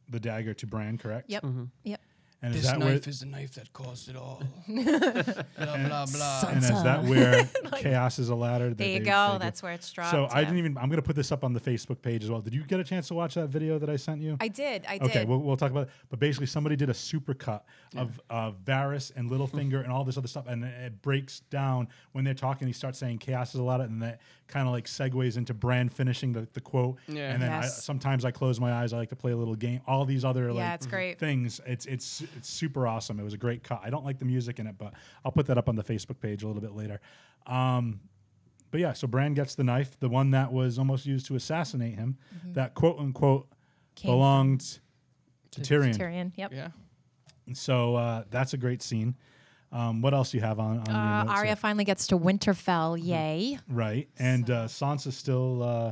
[SPEAKER 4] the dagger to Bran, correct?
[SPEAKER 1] yep, yep.
[SPEAKER 4] And is
[SPEAKER 5] This
[SPEAKER 4] that
[SPEAKER 5] knife
[SPEAKER 4] where,
[SPEAKER 5] is the knife that caused it
[SPEAKER 1] *laughs*
[SPEAKER 5] all. blah blah blah.
[SPEAKER 4] and is that where chaos is a ladder? that
[SPEAKER 1] There you
[SPEAKER 4] they-
[SPEAKER 1] go.
[SPEAKER 4] they
[SPEAKER 1] That's where it's dropped.
[SPEAKER 4] So I
[SPEAKER 1] yeah.
[SPEAKER 4] didn't even. I'm going to put this up on the Facebook page as well. Did you get a chance to watch that video that I sent you?
[SPEAKER 1] I did. I did.
[SPEAKER 4] Okay, we'll, we'll talk about it. But basically, somebody did a supercut of uh, Varys and Littlefinger and all this other stuff, and it- it breaks down when they're talking. He starts saying chaos is a lot, of, and that kind of like segues into Bran finishing the, the quote.
[SPEAKER 5] Yeah.
[SPEAKER 4] And then I,
[SPEAKER 1] Yes.
[SPEAKER 4] sometimes I close my eyes. I like to play a little game. All these other like
[SPEAKER 1] Yeah, it's great.
[SPEAKER 4] things. It's it's it's super awesome. It was a great cut. I don't like the music in it, but I'll put that up on the Facebook page a little bit later. Um, but yeah, so Bran gets the knife, the one that was almost used to assassinate him,
[SPEAKER 1] Mm-hmm.
[SPEAKER 4] that quote unquote
[SPEAKER 1] Came
[SPEAKER 4] belonged to Tyrion.
[SPEAKER 1] Tyrion. Yep.
[SPEAKER 5] Yeah.
[SPEAKER 4] And So uh, that's a great scene. Um, what else do you have on, on your
[SPEAKER 1] Uh,
[SPEAKER 4] notes
[SPEAKER 1] Arya
[SPEAKER 4] here?
[SPEAKER 1] finally gets to Winterfell. Yay.
[SPEAKER 4] Right, and uh, Sansa's still uh,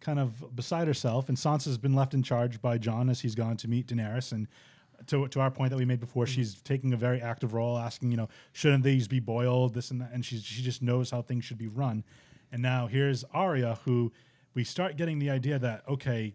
[SPEAKER 4] kind of beside herself, and Sansa's been left in charge by John as he's gone to meet Daenerys and. To, to our point that we made
[SPEAKER 5] Mm-hmm.
[SPEAKER 4] before, she's taking a very active role, asking, you know, shouldn't these be boiled, this and that, and she she just knows how things should be run. And now here's Arya, who we start getting the idea that okay,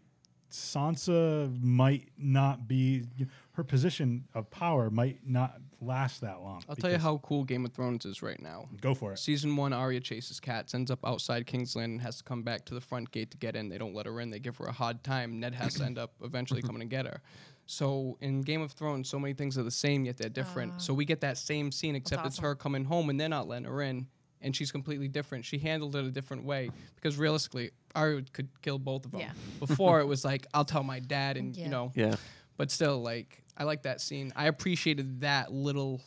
[SPEAKER 4] Sansa might not be her position of power might not last that long.
[SPEAKER 5] I'll tell you how cool Game of Thrones is right now.
[SPEAKER 4] Go for it.
[SPEAKER 5] Season one, Arya chases cats, ends up outside King's Landing, has to come back to the front gate to get in. They don't let her in. They give her a hard time. Ned has to end
[SPEAKER 4] *coughs*
[SPEAKER 5] up eventually coming and get her. So in Game of Thrones, so many things are the same yet they're
[SPEAKER 1] Ah.
[SPEAKER 5] different. so we get that same scene, except it's her coming home and they're not letting her in, and she's completely different. She handled it a different way because realistically, Arya could kill both of them.
[SPEAKER 1] Yeah.
[SPEAKER 5] Before it was like, I'll tell my dad, and
[SPEAKER 1] Yeah.
[SPEAKER 5] you know,
[SPEAKER 2] Yeah.
[SPEAKER 5] but still like i like that scene i appreciated that little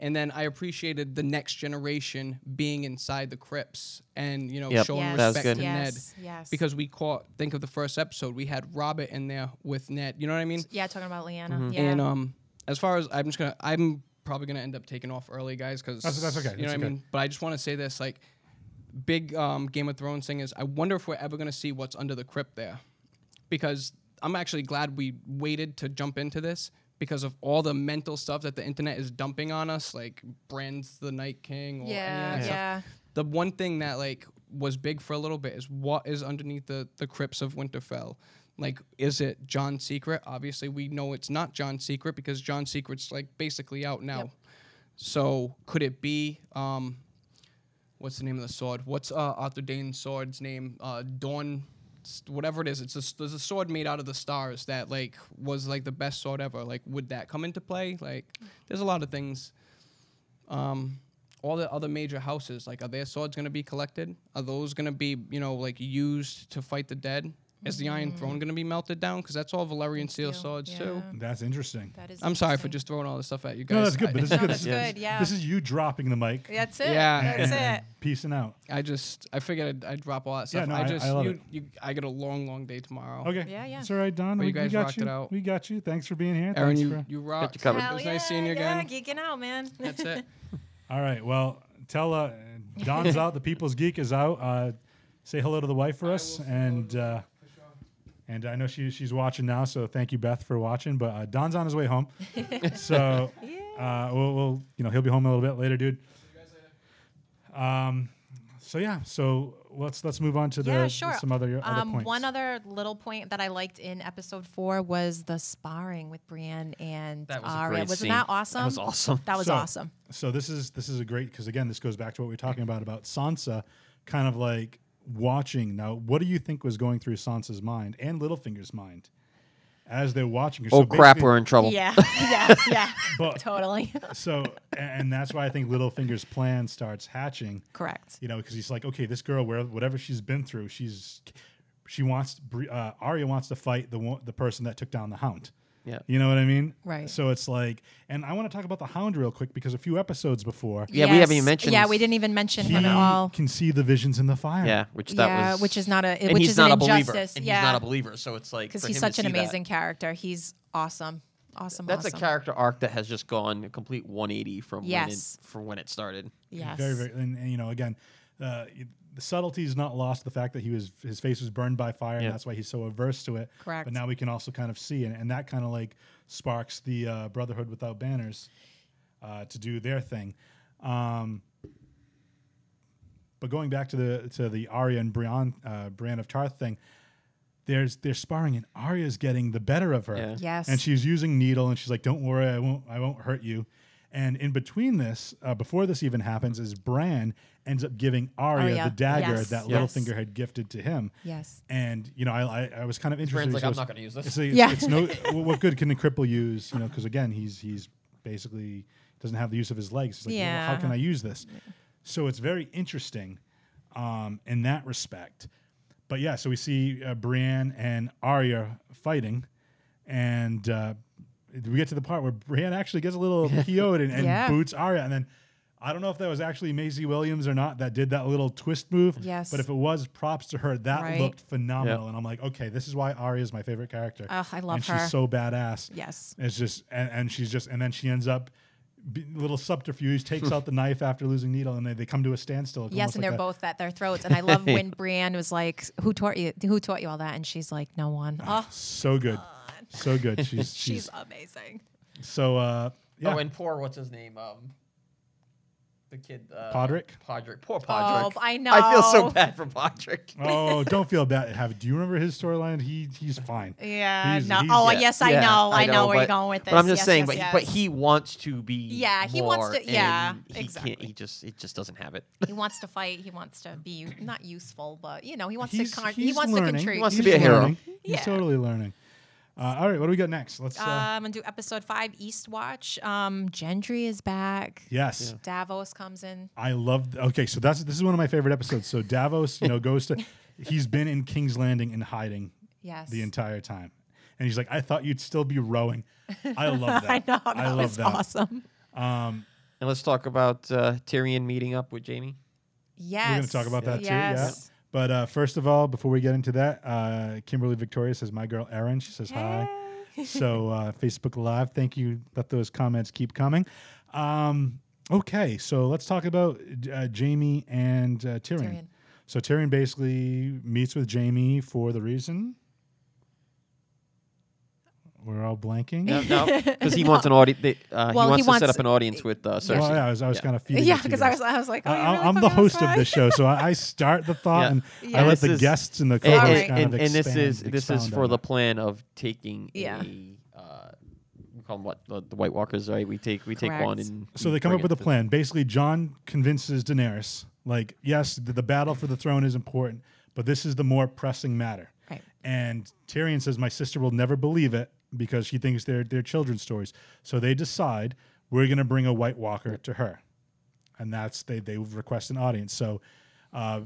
[SPEAKER 5] and then i appreciated the next generation being inside the crypts and you know
[SPEAKER 2] Yep,
[SPEAKER 5] showing
[SPEAKER 1] Yes,
[SPEAKER 2] that was
[SPEAKER 5] respect
[SPEAKER 2] good.
[SPEAKER 5] to
[SPEAKER 1] Yes,
[SPEAKER 5] ned
[SPEAKER 1] yes.
[SPEAKER 5] because we caught think of the first episode we had robert in there with ned you know what i mean
[SPEAKER 1] Yeah, talking about Lyanna. Yeah.
[SPEAKER 5] and um as far as i'm just gonna i'm probably gonna end up taking off early guys because
[SPEAKER 4] That's- that's okay,
[SPEAKER 5] you know
[SPEAKER 4] that's
[SPEAKER 5] what i
[SPEAKER 4] okay.
[SPEAKER 5] mean but i just want to say this like big um, Game of Thrones thing is I wonder if we're ever going to see what's under the crypt there. Because I'm actually glad we waited to jump into this because of all the mental stuff that the internet is dumping on us, like Brand's the Night King or any of
[SPEAKER 1] Yeah,
[SPEAKER 5] that stuff.
[SPEAKER 1] yeah.
[SPEAKER 5] The one thing that like was big for a little bit is what is underneath the, the crypts of Winterfell. Like, is it John's secret? Obviously, we know it's not John's secret because John's secret's like basically out now. So could it be um, what's the name of the sword? What's uh, Arthur Dane's sword's name? Uh, Dawn, s- whatever it is. It's a, s- there's a sword made out of the stars that like was like the best sword ever. Like, would that come into play? Like, there's a lot of things. Um, all the other major houses, like, are their swords gonna be collected? Are those gonna be you know like used to fight the dead? Is the Iron Throne gonna be melted down? Because that's all Valerian steel
[SPEAKER 1] Steel,
[SPEAKER 5] swords
[SPEAKER 1] yeah.
[SPEAKER 5] too.
[SPEAKER 4] That's interesting.
[SPEAKER 1] That is
[SPEAKER 5] I'm sorry for
[SPEAKER 1] interesting.
[SPEAKER 5] just throwing all this stuff at you guys.
[SPEAKER 4] No, that's
[SPEAKER 5] *laughs*
[SPEAKER 4] good. But this
[SPEAKER 5] I,
[SPEAKER 4] is good.
[SPEAKER 1] that's
[SPEAKER 4] This-
[SPEAKER 1] good, yeah.
[SPEAKER 4] This is you dropping the mic.
[SPEAKER 1] That's it.
[SPEAKER 5] Yeah.
[SPEAKER 1] That's
[SPEAKER 4] and
[SPEAKER 2] *laughs*
[SPEAKER 1] it.
[SPEAKER 4] Peacing out.
[SPEAKER 5] I just I figured I'd, I'd drop all that
[SPEAKER 4] Yeah,
[SPEAKER 5] stuff.
[SPEAKER 4] no,
[SPEAKER 5] I
[SPEAKER 4] I-
[SPEAKER 5] just
[SPEAKER 4] I love
[SPEAKER 5] you,
[SPEAKER 4] it.
[SPEAKER 5] you I get a long long day tomorrow.
[SPEAKER 4] Okay.
[SPEAKER 1] Yeah, yeah.
[SPEAKER 4] It's all right, Don.
[SPEAKER 5] But
[SPEAKER 4] We,
[SPEAKER 5] you
[SPEAKER 4] we
[SPEAKER 5] guys
[SPEAKER 4] got
[SPEAKER 5] rocked
[SPEAKER 4] you.
[SPEAKER 5] it out.
[SPEAKER 4] We got you. Thanks for being here.
[SPEAKER 5] Aaron,
[SPEAKER 4] Thanks
[SPEAKER 5] you
[SPEAKER 4] for-
[SPEAKER 5] you rock.
[SPEAKER 2] you covered.
[SPEAKER 5] It
[SPEAKER 1] Hell
[SPEAKER 5] was
[SPEAKER 1] yeah,
[SPEAKER 5] nice seeing you
[SPEAKER 1] yeah,
[SPEAKER 5] again.
[SPEAKER 1] geeking out, man.
[SPEAKER 5] That's
[SPEAKER 1] *laughs*
[SPEAKER 5] it.
[SPEAKER 4] all right. Well, tell uh, Don's
[SPEAKER 1] *laughs*
[SPEAKER 4] out. The People's Geek is out. Uh, say hello to the wife for us, and uh, and I know she she's watching now. So thank you, Beth, for watching. But uh, Don's on his way home, so uh, we'll, we'll you know he'll be home a little bit later, dude. Um, so yeah, so let's let's move on to the
[SPEAKER 1] yeah, sure.
[SPEAKER 4] some other, other
[SPEAKER 1] um,
[SPEAKER 4] points.
[SPEAKER 1] One other little point that I liked in episode four was the sparring with Brienne and
[SPEAKER 2] That was a
[SPEAKER 1] Arya.
[SPEAKER 2] great
[SPEAKER 1] Wasn't
[SPEAKER 2] scene.
[SPEAKER 1] that
[SPEAKER 2] That
[SPEAKER 1] awesome?
[SPEAKER 2] was awesome.
[SPEAKER 1] That was
[SPEAKER 4] So-
[SPEAKER 1] awesome.
[SPEAKER 4] So this is this is a great because again this goes back to what we were talking about about Sansa, kind of like watching now. What do you think was going through Sansa's mind and Littlefinger's mind as they're watching her?
[SPEAKER 2] Oh
[SPEAKER 4] So
[SPEAKER 2] crap,
[SPEAKER 4] basically-
[SPEAKER 2] we're in trouble. *laughs*
[SPEAKER 1] Yeah, yeah, yeah.
[SPEAKER 4] But-
[SPEAKER 1] totally *laughs*
[SPEAKER 4] So a- and that's why I think Littlefinger's plan starts hatching.
[SPEAKER 1] correct.
[SPEAKER 4] You know because he's like, okay, this girl, where whatever she's been through, she's she wants Bre- uh, Arya wants to fight the one, the person that took down the Hound.
[SPEAKER 2] Yeah.
[SPEAKER 4] You know what I mean?
[SPEAKER 1] Right.
[SPEAKER 4] So it's like, and I want to talk about the Hound real quick because a few episodes before,
[SPEAKER 2] Yeah, we haven't even mentioned
[SPEAKER 1] Yeah,
[SPEAKER 2] this.
[SPEAKER 1] we didn't even mention
[SPEAKER 4] he
[SPEAKER 1] him at all.
[SPEAKER 4] can see the visions in the fire.
[SPEAKER 2] Yeah, which that
[SPEAKER 1] Yeah,
[SPEAKER 2] was
[SPEAKER 1] which is not a
[SPEAKER 2] and
[SPEAKER 1] which
[SPEAKER 2] he's
[SPEAKER 1] is
[SPEAKER 2] not
[SPEAKER 1] an
[SPEAKER 2] a believer.
[SPEAKER 1] injustice.
[SPEAKER 2] And
[SPEAKER 1] yeah,
[SPEAKER 2] he's not a believer, so it's like
[SPEAKER 1] because
[SPEAKER 2] for
[SPEAKER 1] he's
[SPEAKER 2] him to
[SPEAKER 1] such an
[SPEAKER 2] see that-
[SPEAKER 1] amazing character. He's awesome, awesome.
[SPEAKER 2] That's
[SPEAKER 1] awesome.
[SPEAKER 2] a character arc that has just gone a complete 180 from when it,
[SPEAKER 1] Yes.
[SPEAKER 2] from when it started.
[SPEAKER 1] Yes.
[SPEAKER 4] Very, very, and, and, you know, again, uh, y- the subtlety is not lost. The fact that he was his face was burned by fire,
[SPEAKER 2] Yeah.
[SPEAKER 4] and that's why he's so averse to it.
[SPEAKER 1] Correct.
[SPEAKER 4] But now we can also kind of see, and, and that kind of like sparks the uh, Brotherhood without banners uh, to do their thing. Um, but going back to the to the Arya and Brian uh, Brienne of Tarth thing, there's they're sparring and Arya's getting the better of her.
[SPEAKER 2] Yeah.
[SPEAKER 1] Yes.
[SPEAKER 4] And she's using needle and she's like, "Don't worry, I won't I won't hurt you." And in between this, uh, before this even happens, is Bran ends up giving Arya
[SPEAKER 1] Arya,
[SPEAKER 4] the dagger
[SPEAKER 1] yes,
[SPEAKER 4] that
[SPEAKER 1] yes.
[SPEAKER 4] Littlefinger had gifted to him.
[SPEAKER 1] Yes.
[SPEAKER 4] And you know, I I, I was kind of interested.
[SPEAKER 2] Bran's like,
[SPEAKER 4] so
[SPEAKER 2] "I'm
[SPEAKER 4] it's-
[SPEAKER 2] not gonna use this."
[SPEAKER 4] It's, like, it's,
[SPEAKER 1] *laughs* Yeah.
[SPEAKER 4] it's no. wh- what good can a cripple use? You know, because again, he's he's basically doesn't have the use of his legs. He's like, "Well,
[SPEAKER 1] Yeah.
[SPEAKER 4] how can I use this? So it's very interesting um, in that respect. But yeah, so we see uh, Brienne and Arya fighting, and uh, we get to the part where Brienne actually gets a little PO'd and, and
[SPEAKER 1] Yeah.
[SPEAKER 4] boots Arya, and then. I don't know if that was actually Maisie Williams or not that did that little twist move.
[SPEAKER 1] Yes.
[SPEAKER 4] But if it was, props to her. That
[SPEAKER 1] Right.
[SPEAKER 4] looked phenomenal. And I'm like, okay, this is why Arya is my favorite character.
[SPEAKER 1] Ugh, I love
[SPEAKER 4] and
[SPEAKER 1] her.
[SPEAKER 4] She's so badass.
[SPEAKER 1] Yes.
[SPEAKER 4] It's just, and, and she's just, and then she ends up, be, little subterfuge,
[SPEAKER 2] *laughs*
[SPEAKER 4] takes out the knife after losing Needle, and they, they come to a standstill. It's
[SPEAKER 1] Yes,
[SPEAKER 4] almost
[SPEAKER 1] and
[SPEAKER 4] like
[SPEAKER 1] they're
[SPEAKER 4] a-
[SPEAKER 1] both at their throats. And I love when Brienne was like, "Who taught you? Who taught you all that?" And she's like, "No one." Oh,
[SPEAKER 4] So good. So
[SPEAKER 1] *laughs*
[SPEAKER 4] good. She's,
[SPEAKER 1] she's
[SPEAKER 4] she's,
[SPEAKER 1] amazing.
[SPEAKER 4] so, uh, yeah.
[SPEAKER 2] Oh, and poor what's his name? Um, the kid. Uh,
[SPEAKER 4] Podrick?
[SPEAKER 2] Podrick. Poor Podrick.
[SPEAKER 1] Oh, I
[SPEAKER 2] I feel so
[SPEAKER 1] know.
[SPEAKER 2] bad for Podrick.
[SPEAKER 4] oh, don't feel bad. Have, do you remember his storyline? He He's fine.
[SPEAKER 1] Yeah.
[SPEAKER 4] He's-
[SPEAKER 1] no.
[SPEAKER 4] he's-
[SPEAKER 1] Oh,
[SPEAKER 2] Yeah,
[SPEAKER 1] yes, I
[SPEAKER 2] yeah,
[SPEAKER 1] know. I, know, where
[SPEAKER 2] but-
[SPEAKER 1] you're going with this.
[SPEAKER 2] But I'm just
[SPEAKER 1] Yes,
[SPEAKER 2] saying,
[SPEAKER 1] yes,
[SPEAKER 2] but, but
[SPEAKER 1] yes.
[SPEAKER 2] he wants to be.
[SPEAKER 1] Yeah, he wants
[SPEAKER 2] more,
[SPEAKER 1] to- yeah,
[SPEAKER 2] and he can't-
[SPEAKER 1] exactly.
[SPEAKER 2] he just it just doesn't have it. *laughs*
[SPEAKER 1] he wants to fight. He wants to be not useful, but you know, he wants
[SPEAKER 4] He's,
[SPEAKER 1] to. Con- he
[SPEAKER 4] he's
[SPEAKER 1] wants
[SPEAKER 4] learning.
[SPEAKER 1] to contribute.
[SPEAKER 2] wants to be a hero.
[SPEAKER 4] learning.
[SPEAKER 1] Yeah.
[SPEAKER 4] He's totally learning. Uh, all right, what do we got next? Let's. Uh,
[SPEAKER 1] Um, I'm gonna do episode five, Eastwatch. Um, Gendry is back.
[SPEAKER 4] yes.
[SPEAKER 1] Davos comes in.
[SPEAKER 4] I love. Okay, so that's this is one of my favorite episodes. So Davos, you know, goes
[SPEAKER 1] *laughs*
[SPEAKER 4] to. He's been in King's Landing in hiding
[SPEAKER 1] Yes. *laughs*
[SPEAKER 4] the entire time, and he's like, "I thought you'd still be rowing." I
[SPEAKER 1] *laughs*
[SPEAKER 4] love that.
[SPEAKER 1] I know. That
[SPEAKER 4] I love
[SPEAKER 1] was
[SPEAKER 4] that.
[SPEAKER 1] awesome.
[SPEAKER 2] And let's talk about uh, Tyrion meeting up with Jamie.
[SPEAKER 1] *laughs* Yes.
[SPEAKER 4] We're going to talk about that too. Yeah.
[SPEAKER 1] yes.
[SPEAKER 4] But uh, first of all, before we get into that, uh, Kimberly Victoria says, "My girl Erin." She says, "Hi." so uh, Facebook Live, thank you. Let those comments keep coming. Um, okay, so let's talk about uh, Jamie and uh, Tyrion.
[SPEAKER 1] Tyrion.
[SPEAKER 4] So Tyrion basically meets with Jamie for the reason. We're all blanking.
[SPEAKER 2] No, because he wants an audience. Uh,
[SPEAKER 1] Well,
[SPEAKER 2] he,
[SPEAKER 1] he
[SPEAKER 2] wants to set
[SPEAKER 1] wants-
[SPEAKER 2] up an audience with uh, Cersei.
[SPEAKER 4] Well, yeah, I was, I was
[SPEAKER 2] Yeah.
[SPEAKER 4] kind of feeding.
[SPEAKER 1] Yeah,
[SPEAKER 4] it to
[SPEAKER 1] because
[SPEAKER 4] you.
[SPEAKER 1] I was, I was like, oh,
[SPEAKER 4] I,
[SPEAKER 1] you
[SPEAKER 4] I-
[SPEAKER 1] really
[SPEAKER 4] I'm the
[SPEAKER 1] fucking
[SPEAKER 4] host of
[SPEAKER 1] decide?
[SPEAKER 4] this show, so
[SPEAKER 1] *laughs*
[SPEAKER 4] I, I start the thought,
[SPEAKER 2] Yeah.
[SPEAKER 4] and
[SPEAKER 1] Yeah.
[SPEAKER 4] I let
[SPEAKER 2] This
[SPEAKER 4] the
[SPEAKER 2] is-
[SPEAKER 4] guests and the
[SPEAKER 2] And,
[SPEAKER 4] co-hosts
[SPEAKER 1] Sorry.
[SPEAKER 2] and-
[SPEAKER 4] kind
[SPEAKER 2] and-
[SPEAKER 4] of
[SPEAKER 2] and this
[SPEAKER 4] expand-
[SPEAKER 2] is this is
[SPEAKER 4] expound
[SPEAKER 2] for
[SPEAKER 4] on
[SPEAKER 2] the
[SPEAKER 4] it.
[SPEAKER 2] plan of taking
[SPEAKER 1] Yeah.
[SPEAKER 2] a uh, we call them what the, the White Walkers, right? We take we take one
[SPEAKER 1] Correct.
[SPEAKER 2] and
[SPEAKER 4] So
[SPEAKER 2] we
[SPEAKER 4] they come up
[SPEAKER 2] bring it
[SPEAKER 4] with a
[SPEAKER 2] to-
[SPEAKER 4] plan. Basically, John convinces Daenerys, like, yes, the, the battle for the throne is important, but this is the more pressing matter.
[SPEAKER 1] Right.
[SPEAKER 4] And Tyrion says, "My sister will never believe it because she thinks they're they're children's stories." So they decide we're going to bring a White Walker to her, and that's they they request an audience. So uh,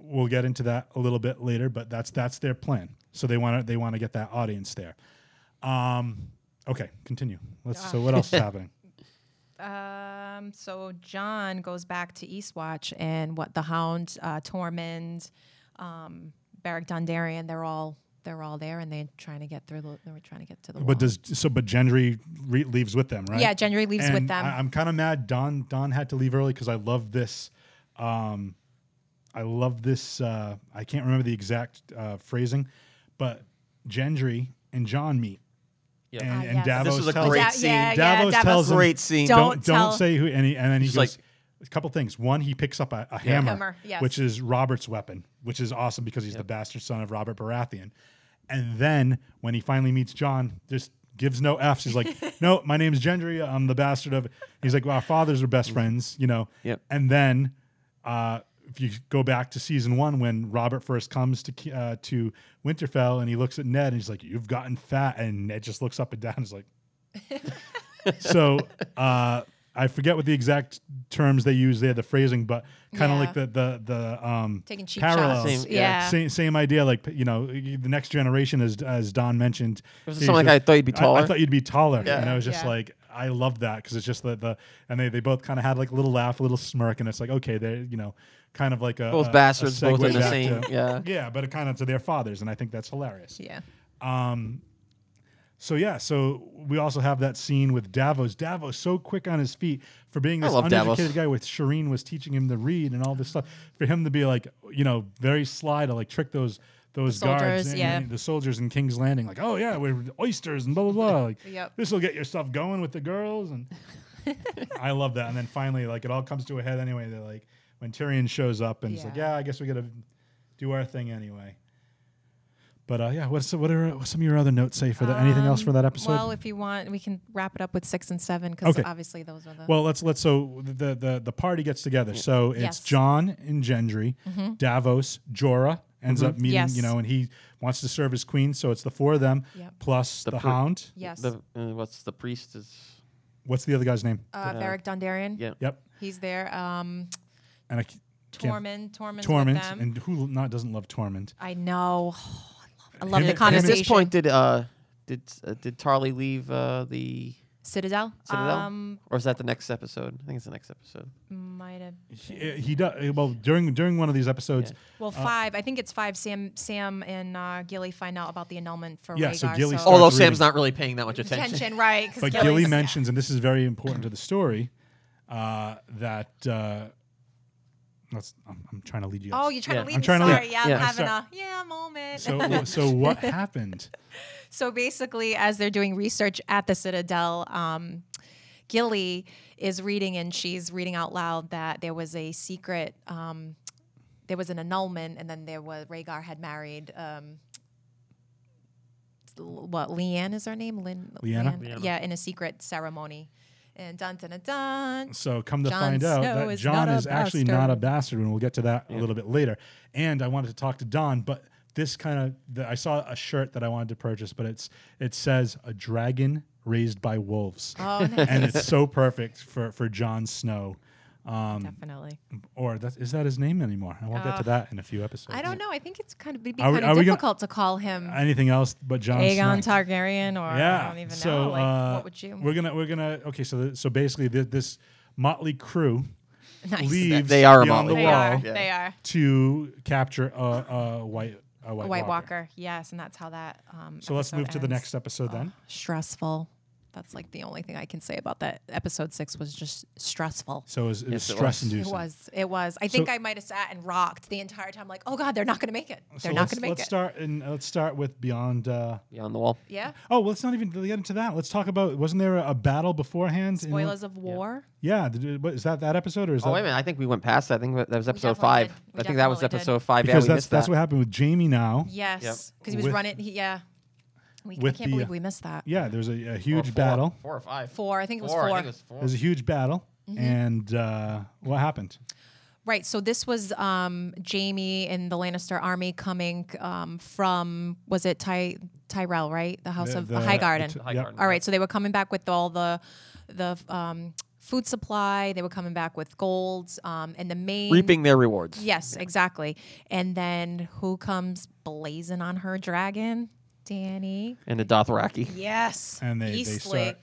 [SPEAKER 4] we'll get into that a little bit later, but that's that's their plan. So they want to they want to get that audience there. Um, okay, continue. Let's. So what else is happening?
[SPEAKER 1] Um, so John goes back to Eastwatch, and what the Hound, uh, Tormund, um, Beric Dondarrion, they're all they're all there, and they're trying to get through. The, they were trying to get to the. wall.
[SPEAKER 4] But does so? But Gendry re- leaves with them, right?
[SPEAKER 1] Yeah, Gendry leaves with
[SPEAKER 4] And
[SPEAKER 1] them.
[SPEAKER 4] I, am kind of mad. Don Don had to leave early because I love this. Um, I love this. Uh, I can't remember the exact uh, phrasing, but Gendry and John meet,
[SPEAKER 2] Yeah.
[SPEAKER 4] and,
[SPEAKER 1] Ah,
[SPEAKER 4] and
[SPEAKER 1] yes.
[SPEAKER 4] Davos
[SPEAKER 2] This was a
[SPEAKER 4] tells
[SPEAKER 2] great
[SPEAKER 1] Yeah,
[SPEAKER 2] scene.
[SPEAKER 1] Yeah, yeah,
[SPEAKER 4] Davos tells him-
[SPEAKER 2] Great scene.
[SPEAKER 4] don't
[SPEAKER 1] Don't
[SPEAKER 4] don't
[SPEAKER 1] tell-
[SPEAKER 4] say who and, he, and then he
[SPEAKER 2] He's
[SPEAKER 4] goes
[SPEAKER 2] like,
[SPEAKER 4] a couple things. One, he picks up a, a hammer,
[SPEAKER 1] Hammer, yes.
[SPEAKER 4] which is Robert's weapon, which is awesome because he's the bastard son of Robert Baratheon. And then when he finally meets John, just gives no f's. He's
[SPEAKER 1] *laughs*
[SPEAKER 4] like, "No, my name's Gendry. I'm the bastard of." He's like, well, "Our fathers were best friends," you know.
[SPEAKER 2] Mm-hmm. Yep.
[SPEAKER 4] And then, uh, if you go back to season one, when Robert first comes to Ki- uh, to Winterfell, and he looks at Ned, and he's like, "You've gotten fat," and Ned just looks up and down, and is like, so uh, I forget what the exact terms they use there, the phrasing, but kind of
[SPEAKER 1] Yeah.
[SPEAKER 4] like the the the um,
[SPEAKER 1] Taking cheap
[SPEAKER 4] parallels.
[SPEAKER 1] shots.
[SPEAKER 2] Same-
[SPEAKER 1] yeah.
[SPEAKER 4] Same, same idea, like you know, the next generation, as as Don mentioned.
[SPEAKER 2] Was it
[SPEAKER 4] he's
[SPEAKER 2] something like,
[SPEAKER 4] just-
[SPEAKER 2] "I thought you'd be
[SPEAKER 4] I- I,
[SPEAKER 2] taller"?
[SPEAKER 4] thought you'd be taller, and I was just
[SPEAKER 1] Yeah.
[SPEAKER 4] like, I love that because it's just the, the and they, they both kind of had like a little laugh, a little smirk, and it's like, okay, they're you know, kind of like a
[SPEAKER 2] Both
[SPEAKER 4] a- a
[SPEAKER 2] bastards, both
[SPEAKER 4] segue
[SPEAKER 2] in the
[SPEAKER 4] back
[SPEAKER 2] same-
[SPEAKER 4] to-
[SPEAKER 2] yeah.
[SPEAKER 4] yeah, but it kind of to their fathers, and I think that's hilarious.
[SPEAKER 1] Yeah.
[SPEAKER 4] So yeah, so we also have that scene with Davos. Davos so quick on his feet for being this
[SPEAKER 2] love Davos.
[SPEAKER 4] uneducated guy with Shireen was teaching him to read and all this stuff. For him to be like, you know, very sly to like trick those those guards
[SPEAKER 1] soldiers,
[SPEAKER 4] and,
[SPEAKER 1] yeah.
[SPEAKER 4] and the soldiers in King's Landing, like, oh yeah, we're oysters and blah blah blah. Like
[SPEAKER 1] Yep.
[SPEAKER 4] this will get your stuff going with the girls
[SPEAKER 1] *laughs*
[SPEAKER 4] and I love that. And then finally, like it all comes to a head anyway. They're like when Tyrion shows up and it's like,
[SPEAKER 1] Yeah.
[SPEAKER 4] yeah, I guess we gotta do our thing anyway. But uh, yeah, what's what are what's some of your other notes say for that? Anything else for that episode?
[SPEAKER 1] Um, Well, if you want, we can wrap it up with six and seven because
[SPEAKER 4] Okay.
[SPEAKER 1] obviously those are the.
[SPEAKER 4] Well, let's let's so the the the party gets together. So it's
[SPEAKER 1] Yes. Mm-hmm.
[SPEAKER 4] John and Gendry, Davos, Jorah ends up meeting,
[SPEAKER 1] Yes.
[SPEAKER 4] you know, and he wants to serve as queen. So it's the four of them
[SPEAKER 1] Yep.
[SPEAKER 4] plus the,
[SPEAKER 2] pr-
[SPEAKER 4] Hound.
[SPEAKER 1] yes.
[SPEAKER 2] The, uh, what's the priest is?
[SPEAKER 4] What's the other guy's name?
[SPEAKER 1] uh, Varric Dondarrion.
[SPEAKER 2] Yeah.
[SPEAKER 4] Yep,
[SPEAKER 1] He's there. Um,
[SPEAKER 4] and I c- can't-
[SPEAKER 1] Tormund. Tormund's with
[SPEAKER 4] Torment,
[SPEAKER 1] them.
[SPEAKER 4] and who not doesn't love Torment?
[SPEAKER 1] I know. *sighs* I love
[SPEAKER 4] Him- him
[SPEAKER 1] the
[SPEAKER 4] and-
[SPEAKER 2] At
[SPEAKER 1] conversation.
[SPEAKER 2] this point, did uh, did uh, did Tarly leave uh, the
[SPEAKER 1] Citadel.
[SPEAKER 2] Citadel,
[SPEAKER 1] Um,
[SPEAKER 2] or is that the next episode? I think it's the next episode.
[SPEAKER 1] might have.
[SPEAKER 4] He, he does well during during one of these episodes.
[SPEAKER 1] Well,
[SPEAKER 4] uh,
[SPEAKER 1] five. I think it's five. Sam, Sam, and uh, Gilly find out about the annulment for
[SPEAKER 4] Yeah,
[SPEAKER 1] Rhaegar.
[SPEAKER 4] so Gilly starts- reading.
[SPEAKER 2] Although Oh, Sam's not really paying that much attention.
[SPEAKER 1] tension, right? 'cause
[SPEAKER 4] But
[SPEAKER 1] Gilly's-
[SPEAKER 4] Gilly mentions, and this is very important to the story, uh, that uh, let's. I'm, I'm trying to lead you.
[SPEAKER 1] Oh,
[SPEAKER 4] guys.
[SPEAKER 1] you're trying
[SPEAKER 2] Yeah.
[SPEAKER 1] to leave
[SPEAKER 4] I'm
[SPEAKER 1] me.
[SPEAKER 4] trying to leave.
[SPEAKER 1] Sorry, yeah,
[SPEAKER 2] Yeah.
[SPEAKER 1] I'm having
[SPEAKER 4] Sorry.
[SPEAKER 1] a yeah moment. *laughs*
[SPEAKER 4] so so what happened?
[SPEAKER 1] So basically, as they're doing research at the Citadel, um, Gilly is reading and she's reading out loud that there was a secret, um, there was an annulment, and then there was Rhaegar had married. Um, L- what Leanne is her name? Lynn,
[SPEAKER 4] Lyanna?
[SPEAKER 1] Yeah, in a secret ceremony, and dun dun dun dun.
[SPEAKER 4] So come to
[SPEAKER 1] Jon
[SPEAKER 4] find out
[SPEAKER 1] Snow
[SPEAKER 4] that
[SPEAKER 1] is
[SPEAKER 4] John
[SPEAKER 1] not a
[SPEAKER 4] is actually not a
[SPEAKER 1] bastard.
[SPEAKER 4] bastard, and we'll get to that a little bit later. And I wanted to talk to Don, but this kind of I saw a shirt that I wanted to purchase, but it's it says a dragon raised by wolves,
[SPEAKER 1] Oh, *laughs* no,
[SPEAKER 4] and it's so perfect for for Jon Snow. Um,
[SPEAKER 1] definitely.
[SPEAKER 4] or that, is that his name anymore? And we'll get to that in a few episodes.
[SPEAKER 1] Uh, I don't know. I think it's kind of it'd be
[SPEAKER 4] Are we-
[SPEAKER 1] kind
[SPEAKER 4] are
[SPEAKER 1] of
[SPEAKER 4] we gonna-
[SPEAKER 1] difficult to call him
[SPEAKER 4] Anything else but Jon Snow?
[SPEAKER 1] Aegon Targaryen, or
[SPEAKER 4] yeah.
[SPEAKER 1] I don't even
[SPEAKER 4] so,
[SPEAKER 1] know. Like,
[SPEAKER 4] uh,
[SPEAKER 1] what would you?
[SPEAKER 4] We're gonna we're gonna okay. So th- so basically, th- this motley crew
[SPEAKER 1] *laughs* Nice.
[SPEAKER 4] leaves
[SPEAKER 2] They are a
[SPEAKER 4] beyond the
[SPEAKER 2] motley
[SPEAKER 1] They
[SPEAKER 2] crew.
[SPEAKER 4] wall
[SPEAKER 1] are.
[SPEAKER 2] Yeah.
[SPEAKER 1] They are.
[SPEAKER 4] to capture a, a white a white,
[SPEAKER 1] A White Walker. Yes, and that's how that. Um,
[SPEAKER 4] So let's
[SPEAKER 1] episode
[SPEAKER 4] move to the
[SPEAKER 1] ends.
[SPEAKER 4] next episode then.
[SPEAKER 1] Stressful. That's like the only thing I can say about that. Episode six was just stressful.
[SPEAKER 4] So it was, it was
[SPEAKER 2] Yes, it
[SPEAKER 4] stress
[SPEAKER 1] It
[SPEAKER 4] inducing.
[SPEAKER 1] was. It was. I think I might have sat and rocked the entire time, like, oh God, they're not going to make it. They're not going to make
[SPEAKER 4] let's
[SPEAKER 1] it.
[SPEAKER 4] Start and let's start with beyond. Uh,
[SPEAKER 2] Beyond the wall.
[SPEAKER 1] Yeah.
[SPEAKER 4] oh, well, let's not even get into that. Let's talk about. Wasn't there a, a battle beforehand? in-
[SPEAKER 1] Spoilers of war.
[SPEAKER 4] yeah. Did, what, is that that episode or is
[SPEAKER 2] Oh
[SPEAKER 4] that?
[SPEAKER 2] wait a minute! I think we went past that. I think that was episode five.
[SPEAKER 1] definitely did. We
[SPEAKER 2] I think that was
[SPEAKER 1] definitely did.
[SPEAKER 2] episode five.
[SPEAKER 4] Because
[SPEAKER 2] yeah, we
[SPEAKER 4] that's
[SPEAKER 2] missed
[SPEAKER 4] that's
[SPEAKER 2] that.
[SPEAKER 4] what happened with Jamie now.
[SPEAKER 1] Yes, because he was
[SPEAKER 4] With-
[SPEAKER 1] running. He, yeah. We, I
[SPEAKER 4] with
[SPEAKER 1] can't
[SPEAKER 4] the,
[SPEAKER 1] believe
[SPEAKER 4] uh,
[SPEAKER 1] we missed that.
[SPEAKER 4] Yeah, there was a, a
[SPEAKER 2] Or
[SPEAKER 4] huge
[SPEAKER 2] four-
[SPEAKER 4] battle.
[SPEAKER 2] Four or five.
[SPEAKER 1] Four. I think it was
[SPEAKER 2] Four. I
[SPEAKER 1] four.
[SPEAKER 2] think it was four.
[SPEAKER 4] There's a huge battle,
[SPEAKER 1] Mm-hmm.
[SPEAKER 4] and uh, what happened?
[SPEAKER 1] Right. So this was um, Jamie and the Lannister army coming um, from was it Ty- Tyrell, right? The House
[SPEAKER 4] The-
[SPEAKER 1] of
[SPEAKER 4] the-
[SPEAKER 1] High Garden.
[SPEAKER 4] the-
[SPEAKER 2] High
[SPEAKER 4] Yep.
[SPEAKER 2] garden.
[SPEAKER 1] All right, so they were coming back with all the the um, food supply. They were coming back with gold um, and the main
[SPEAKER 2] Reaping their rewards.
[SPEAKER 1] Yes, exactly. And then who comes blazing on her dragon? Danny.
[SPEAKER 2] And the Dothraki.
[SPEAKER 1] Yes.
[SPEAKER 4] And they, they start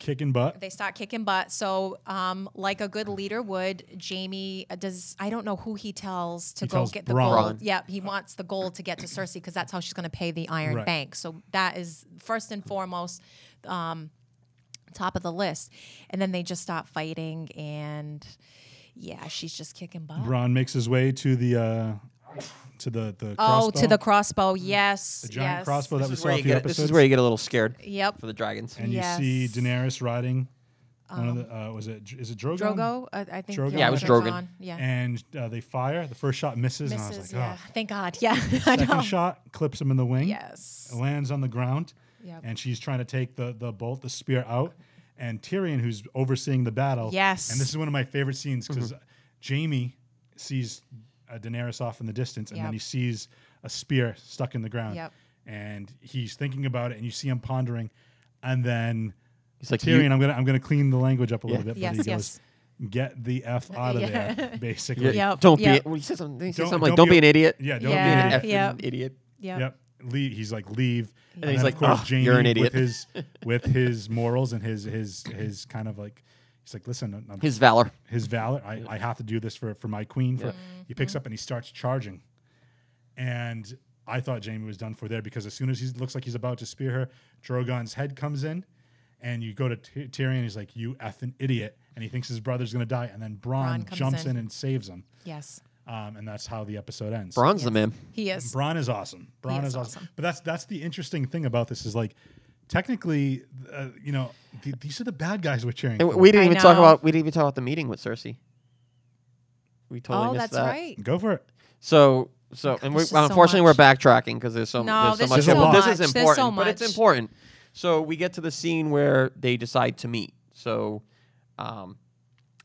[SPEAKER 4] kicking butt.
[SPEAKER 1] they start kicking butt. So, um, like a good leader would, Jamie uh, does. I don't know who he tells to
[SPEAKER 4] He
[SPEAKER 1] go
[SPEAKER 4] tells
[SPEAKER 1] get the
[SPEAKER 4] Bronn.
[SPEAKER 1] gold. Yep, he wants the gold to get to Cersei because that's how she's going to pay the Iron
[SPEAKER 4] Right.
[SPEAKER 1] Bank. So that is first and foremost, um, top of the list. And then they just stop fighting, and yeah, she's just kicking butt.
[SPEAKER 4] Bron makes his way to the uh, to the the
[SPEAKER 1] Oh,
[SPEAKER 4] crossbow,
[SPEAKER 1] to the crossbow. Yes,
[SPEAKER 4] the giant
[SPEAKER 1] yes.
[SPEAKER 4] crossbow that
[SPEAKER 2] This
[SPEAKER 4] we
[SPEAKER 2] is
[SPEAKER 4] saw
[SPEAKER 2] where
[SPEAKER 4] a
[SPEAKER 2] you
[SPEAKER 4] few
[SPEAKER 2] get. This
[SPEAKER 4] episodes.
[SPEAKER 2] is where you get a little scared
[SPEAKER 1] Yep.
[SPEAKER 2] for the dragons.
[SPEAKER 4] and
[SPEAKER 1] Yes.
[SPEAKER 4] you see Daenerys riding One of the uh, was it Dr- is it Drogo?
[SPEAKER 1] Um, Drogo, I, I think.
[SPEAKER 4] Drogon?
[SPEAKER 2] Yeah, it was
[SPEAKER 1] Drogon.
[SPEAKER 2] Drogon.
[SPEAKER 1] Yeah.
[SPEAKER 4] And uh, they fire. The first shot misses, and I was like,
[SPEAKER 1] Misses, yeah.
[SPEAKER 4] oh.
[SPEAKER 1] Thank God. *laughs* Yeah. I know.
[SPEAKER 4] Second shot clips him in the wing.
[SPEAKER 1] Yes.
[SPEAKER 4] Lands on the ground,
[SPEAKER 1] Yep.
[SPEAKER 4] and she's trying to take the the bolt, the spear out, and Tyrion, who's overseeing the battle.
[SPEAKER 1] Yes.
[SPEAKER 4] And this is one of my favorite scenes because Jamie sees uh, Daenerys off in the distance, and then
[SPEAKER 1] Yep.
[SPEAKER 4] he sees a spear stuck in the ground,
[SPEAKER 1] Yep.
[SPEAKER 4] and he's thinking about it, and you see him pondering, and then.
[SPEAKER 2] He's like,
[SPEAKER 4] Tyrion,
[SPEAKER 2] you,
[SPEAKER 4] I'm gonna I'm gonna clean the language up a little
[SPEAKER 2] Yeah.
[SPEAKER 4] bit, but
[SPEAKER 1] Yes,
[SPEAKER 4] he goes,
[SPEAKER 1] yes.
[SPEAKER 4] "Get the f out
[SPEAKER 1] *laughs*
[SPEAKER 4] of there," basically.
[SPEAKER 2] yeah,
[SPEAKER 1] Yep,
[SPEAKER 2] don't
[SPEAKER 1] yep.
[SPEAKER 2] be. Well, he said something, he said
[SPEAKER 4] Don't-
[SPEAKER 2] something like,
[SPEAKER 4] don't be
[SPEAKER 2] "Don't
[SPEAKER 4] a-
[SPEAKER 2] be an idiot."
[SPEAKER 4] Yeah, don't
[SPEAKER 1] Yeah.
[SPEAKER 4] be an
[SPEAKER 2] Effing
[SPEAKER 4] idiot.
[SPEAKER 1] Yep.
[SPEAKER 2] idiot.
[SPEAKER 1] Yep.
[SPEAKER 4] Yep. Leave. He's like leave. And,
[SPEAKER 2] he's
[SPEAKER 4] then,
[SPEAKER 2] like,
[SPEAKER 4] of course,
[SPEAKER 2] "Ugh,
[SPEAKER 4] Jamie
[SPEAKER 2] you're an
[SPEAKER 4] with
[SPEAKER 2] idiot." *laughs*
[SPEAKER 4] his with his morals and his his his kind of like he's like, listen, I'm,
[SPEAKER 2] His valor.
[SPEAKER 4] his valor. I, I have to do this for, for my queen. For
[SPEAKER 2] Mm-hmm.
[SPEAKER 4] he picks up and he starts charging, and I thought Jamie was done for there because as soon as he looks like he's about to spear her, Drogon's head comes in, and you go to Ty- Tyrion. He's like, "You effing idiot!" And he thinks his brother's gonna die, and then Bronn
[SPEAKER 1] Bronn comes
[SPEAKER 4] jumps in.
[SPEAKER 1] in.
[SPEAKER 4] and saves him,
[SPEAKER 1] Yes.
[SPEAKER 4] um, and that's how the episode ends.
[SPEAKER 2] Bronze the man.
[SPEAKER 1] He is.
[SPEAKER 4] Braun is awesome. Braun
[SPEAKER 1] is
[SPEAKER 4] is awesome.
[SPEAKER 1] awesome.
[SPEAKER 4] But that's that's the interesting thing about this is like, technically, uh, you know, th- these are the bad guys we're cheering.
[SPEAKER 2] And
[SPEAKER 4] for.
[SPEAKER 2] w- we didn't
[SPEAKER 1] I
[SPEAKER 2] even talk
[SPEAKER 1] know.
[SPEAKER 2] about. Uh, We didn't even talk about the meeting with Cersei. We totally
[SPEAKER 1] oh,
[SPEAKER 2] missed
[SPEAKER 1] that's
[SPEAKER 2] that.
[SPEAKER 1] right.
[SPEAKER 4] Go for it.
[SPEAKER 2] So so and we,
[SPEAKER 1] there's just so
[SPEAKER 2] unfortunately
[SPEAKER 1] much.
[SPEAKER 2] we're backtracking because there's so
[SPEAKER 1] No,
[SPEAKER 2] there's so
[SPEAKER 1] there's
[SPEAKER 2] much.
[SPEAKER 4] so
[SPEAKER 2] but
[SPEAKER 1] much.
[SPEAKER 2] This is
[SPEAKER 1] There's
[SPEAKER 2] important,
[SPEAKER 1] so
[SPEAKER 2] but it's
[SPEAKER 1] much.
[SPEAKER 2] important. So we get to the scene where they decide to meet. So, um,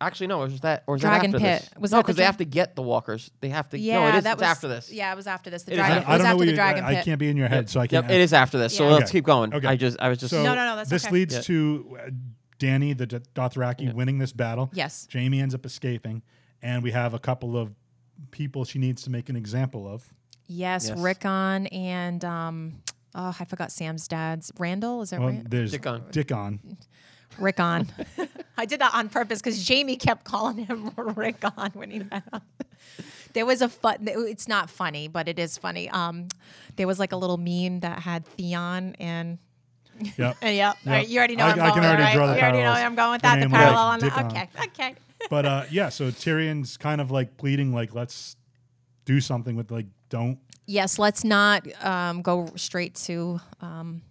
[SPEAKER 2] actually no, it was just that or is
[SPEAKER 1] Dragon
[SPEAKER 2] that after
[SPEAKER 1] Pit.
[SPEAKER 2] this?
[SPEAKER 1] Was
[SPEAKER 2] no
[SPEAKER 1] that the
[SPEAKER 2] because they
[SPEAKER 1] dra-
[SPEAKER 2] have to get the walkers. They have to.
[SPEAKER 1] Yeah,
[SPEAKER 2] no, it is,
[SPEAKER 1] that
[SPEAKER 2] it's
[SPEAKER 1] was
[SPEAKER 2] after this.
[SPEAKER 1] Yeah, it was after this. The
[SPEAKER 2] It is
[SPEAKER 1] dragon.
[SPEAKER 2] after-
[SPEAKER 1] it was after
[SPEAKER 4] what
[SPEAKER 1] the
[SPEAKER 4] you-
[SPEAKER 1] dragon
[SPEAKER 4] I,
[SPEAKER 1] pit.
[SPEAKER 4] I can't be in your head, so I can't.
[SPEAKER 2] Yep, it is after this. So
[SPEAKER 1] Yeah.
[SPEAKER 2] let's
[SPEAKER 4] Okay.
[SPEAKER 2] keep going.
[SPEAKER 4] Okay.
[SPEAKER 2] I just I was just
[SPEAKER 4] So
[SPEAKER 1] No, no, no, that's
[SPEAKER 4] this
[SPEAKER 1] okay.
[SPEAKER 4] leads
[SPEAKER 2] Yeah.
[SPEAKER 4] to uh, Danny, the D- Dothraki, winning this battle.
[SPEAKER 1] Yes.
[SPEAKER 4] Jamie ends up escaping, and we have a couple of people she needs to make an example of.
[SPEAKER 1] Yes,
[SPEAKER 2] Yes.
[SPEAKER 1] Rickon and um, oh, I forgot Sam's dad's Randall. Is that
[SPEAKER 4] Well,
[SPEAKER 1] right?
[SPEAKER 4] there's
[SPEAKER 2] Dickon.
[SPEAKER 1] *laughs*
[SPEAKER 4] Dickon.
[SPEAKER 1] Rickon. *laughs* I did that on purpose because Jamie kept calling him *laughs* Rickon when he met up. There was a fun. It's not funny, but it is funny. Um, there was like a little meme that had Theon and.
[SPEAKER 4] Yep.
[SPEAKER 1] and Uh, yep, all right, you already know
[SPEAKER 4] I-
[SPEAKER 1] I, am
[SPEAKER 4] I
[SPEAKER 1] going
[SPEAKER 4] can
[SPEAKER 1] with,
[SPEAKER 4] already
[SPEAKER 1] right?
[SPEAKER 4] draw the
[SPEAKER 1] you already know
[SPEAKER 4] parallels.
[SPEAKER 1] where I'm going with
[SPEAKER 4] Her
[SPEAKER 1] that. The
[SPEAKER 4] name was
[SPEAKER 1] parallel on that.
[SPEAKER 4] Dickon.
[SPEAKER 1] Okay, okay.
[SPEAKER 4] but uh, yeah, so Tyrion's kind of like pleading, like let's do something with like don't
[SPEAKER 1] Yes, let's not um, go straight to um,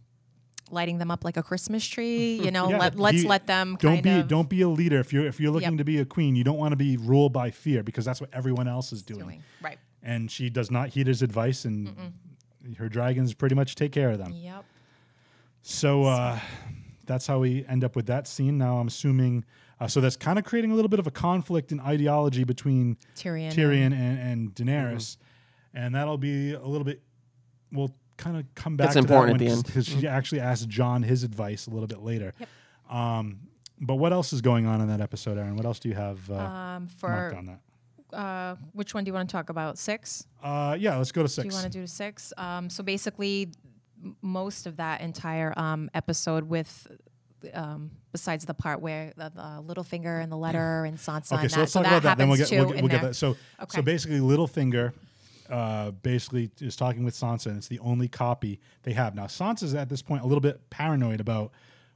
[SPEAKER 1] lighting them up like a
[SPEAKER 4] *laughs*
[SPEAKER 1] Christmas tree. You know,
[SPEAKER 4] Yeah,
[SPEAKER 1] let,
[SPEAKER 4] but
[SPEAKER 1] let's
[SPEAKER 4] you-
[SPEAKER 1] let them
[SPEAKER 4] don't
[SPEAKER 1] kind
[SPEAKER 4] be
[SPEAKER 1] of
[SPEAKER 4] don't be a leader if you're if you're looking
[SPEAKER 1] Yep.
[SPEAKER 4] to be a queen you don't want to be ruled by fear because that's what everyone else is doing,
[SPEAKER 1] doing right.
[SPEAKER 4] and she does not heed his advice and her dragons pretty much take care of them
[SPEAKER 1] Yep.
[SPEAKER 4] so uh, that's how we end up with that scene now i'm assuming uh, so that's kind of creating a little bit of a conflict in ideology between
[SPEAKER 1] Tyrion. Mm-hmm.
[SPEAKER 4] tyrion and, and daenerys and that'll be a little bit we'll kind of come back
[SPEAKER 2] That's
[SPEAKER 4] to
[SPEAKER 2] important
[SPEAKER 4] that
[SPEAKER 2] at
[SPEAKER 4] one
[SPEAKER 2] the
[SPEAKER 4] because
[SPEAKER 1] Mm-hmm.
[SPEAKER 4] she actually asked john his advice a little bit later um, but what else is going on in that episode aaron what else do you have uh,
[SPEAKER 1] Um,
[SPEAKER 4] marked
[SPEAKER 1] for
[SPEAKER 4] on that
[SPEAKER 1] uh, which one do you want to talk about? Six.
[SPEAKER 4] uh, yeah let's go to
[SPEAKER 1] Do you
[SPEAKER 4] six
[SPEAKER 1] want to do six? Um, so basically, m- most of that entire um, episode with. Um, besides the part where the, the Littlefinger and the letter and Sansa
[SPEAKER 4] okay
[SPEAKER 1] and
[SPEAKER 4] so let's
[SPEAKER 1] so
[SPEAKER 4] talk
[SPEAKER 1] that
[SPEAKER 4] about that then we'll
[SPEAKER 1] happens
[SPEAKER 4] get
[SPEAKER 1] too
[SPEAKER 4] we'll, get-
[SPEAKER 1] in
[SPEAKER 4] we'll get
[SPEAKER 1] there.
[SPEAKER 4] that so so
[SPEAKER 1] Okay.
[SPEAKER 4] basically Littlefinger uh, basically is talking with Sansa and it's the only copy they have now Sansa's at this point a little bit paranoid about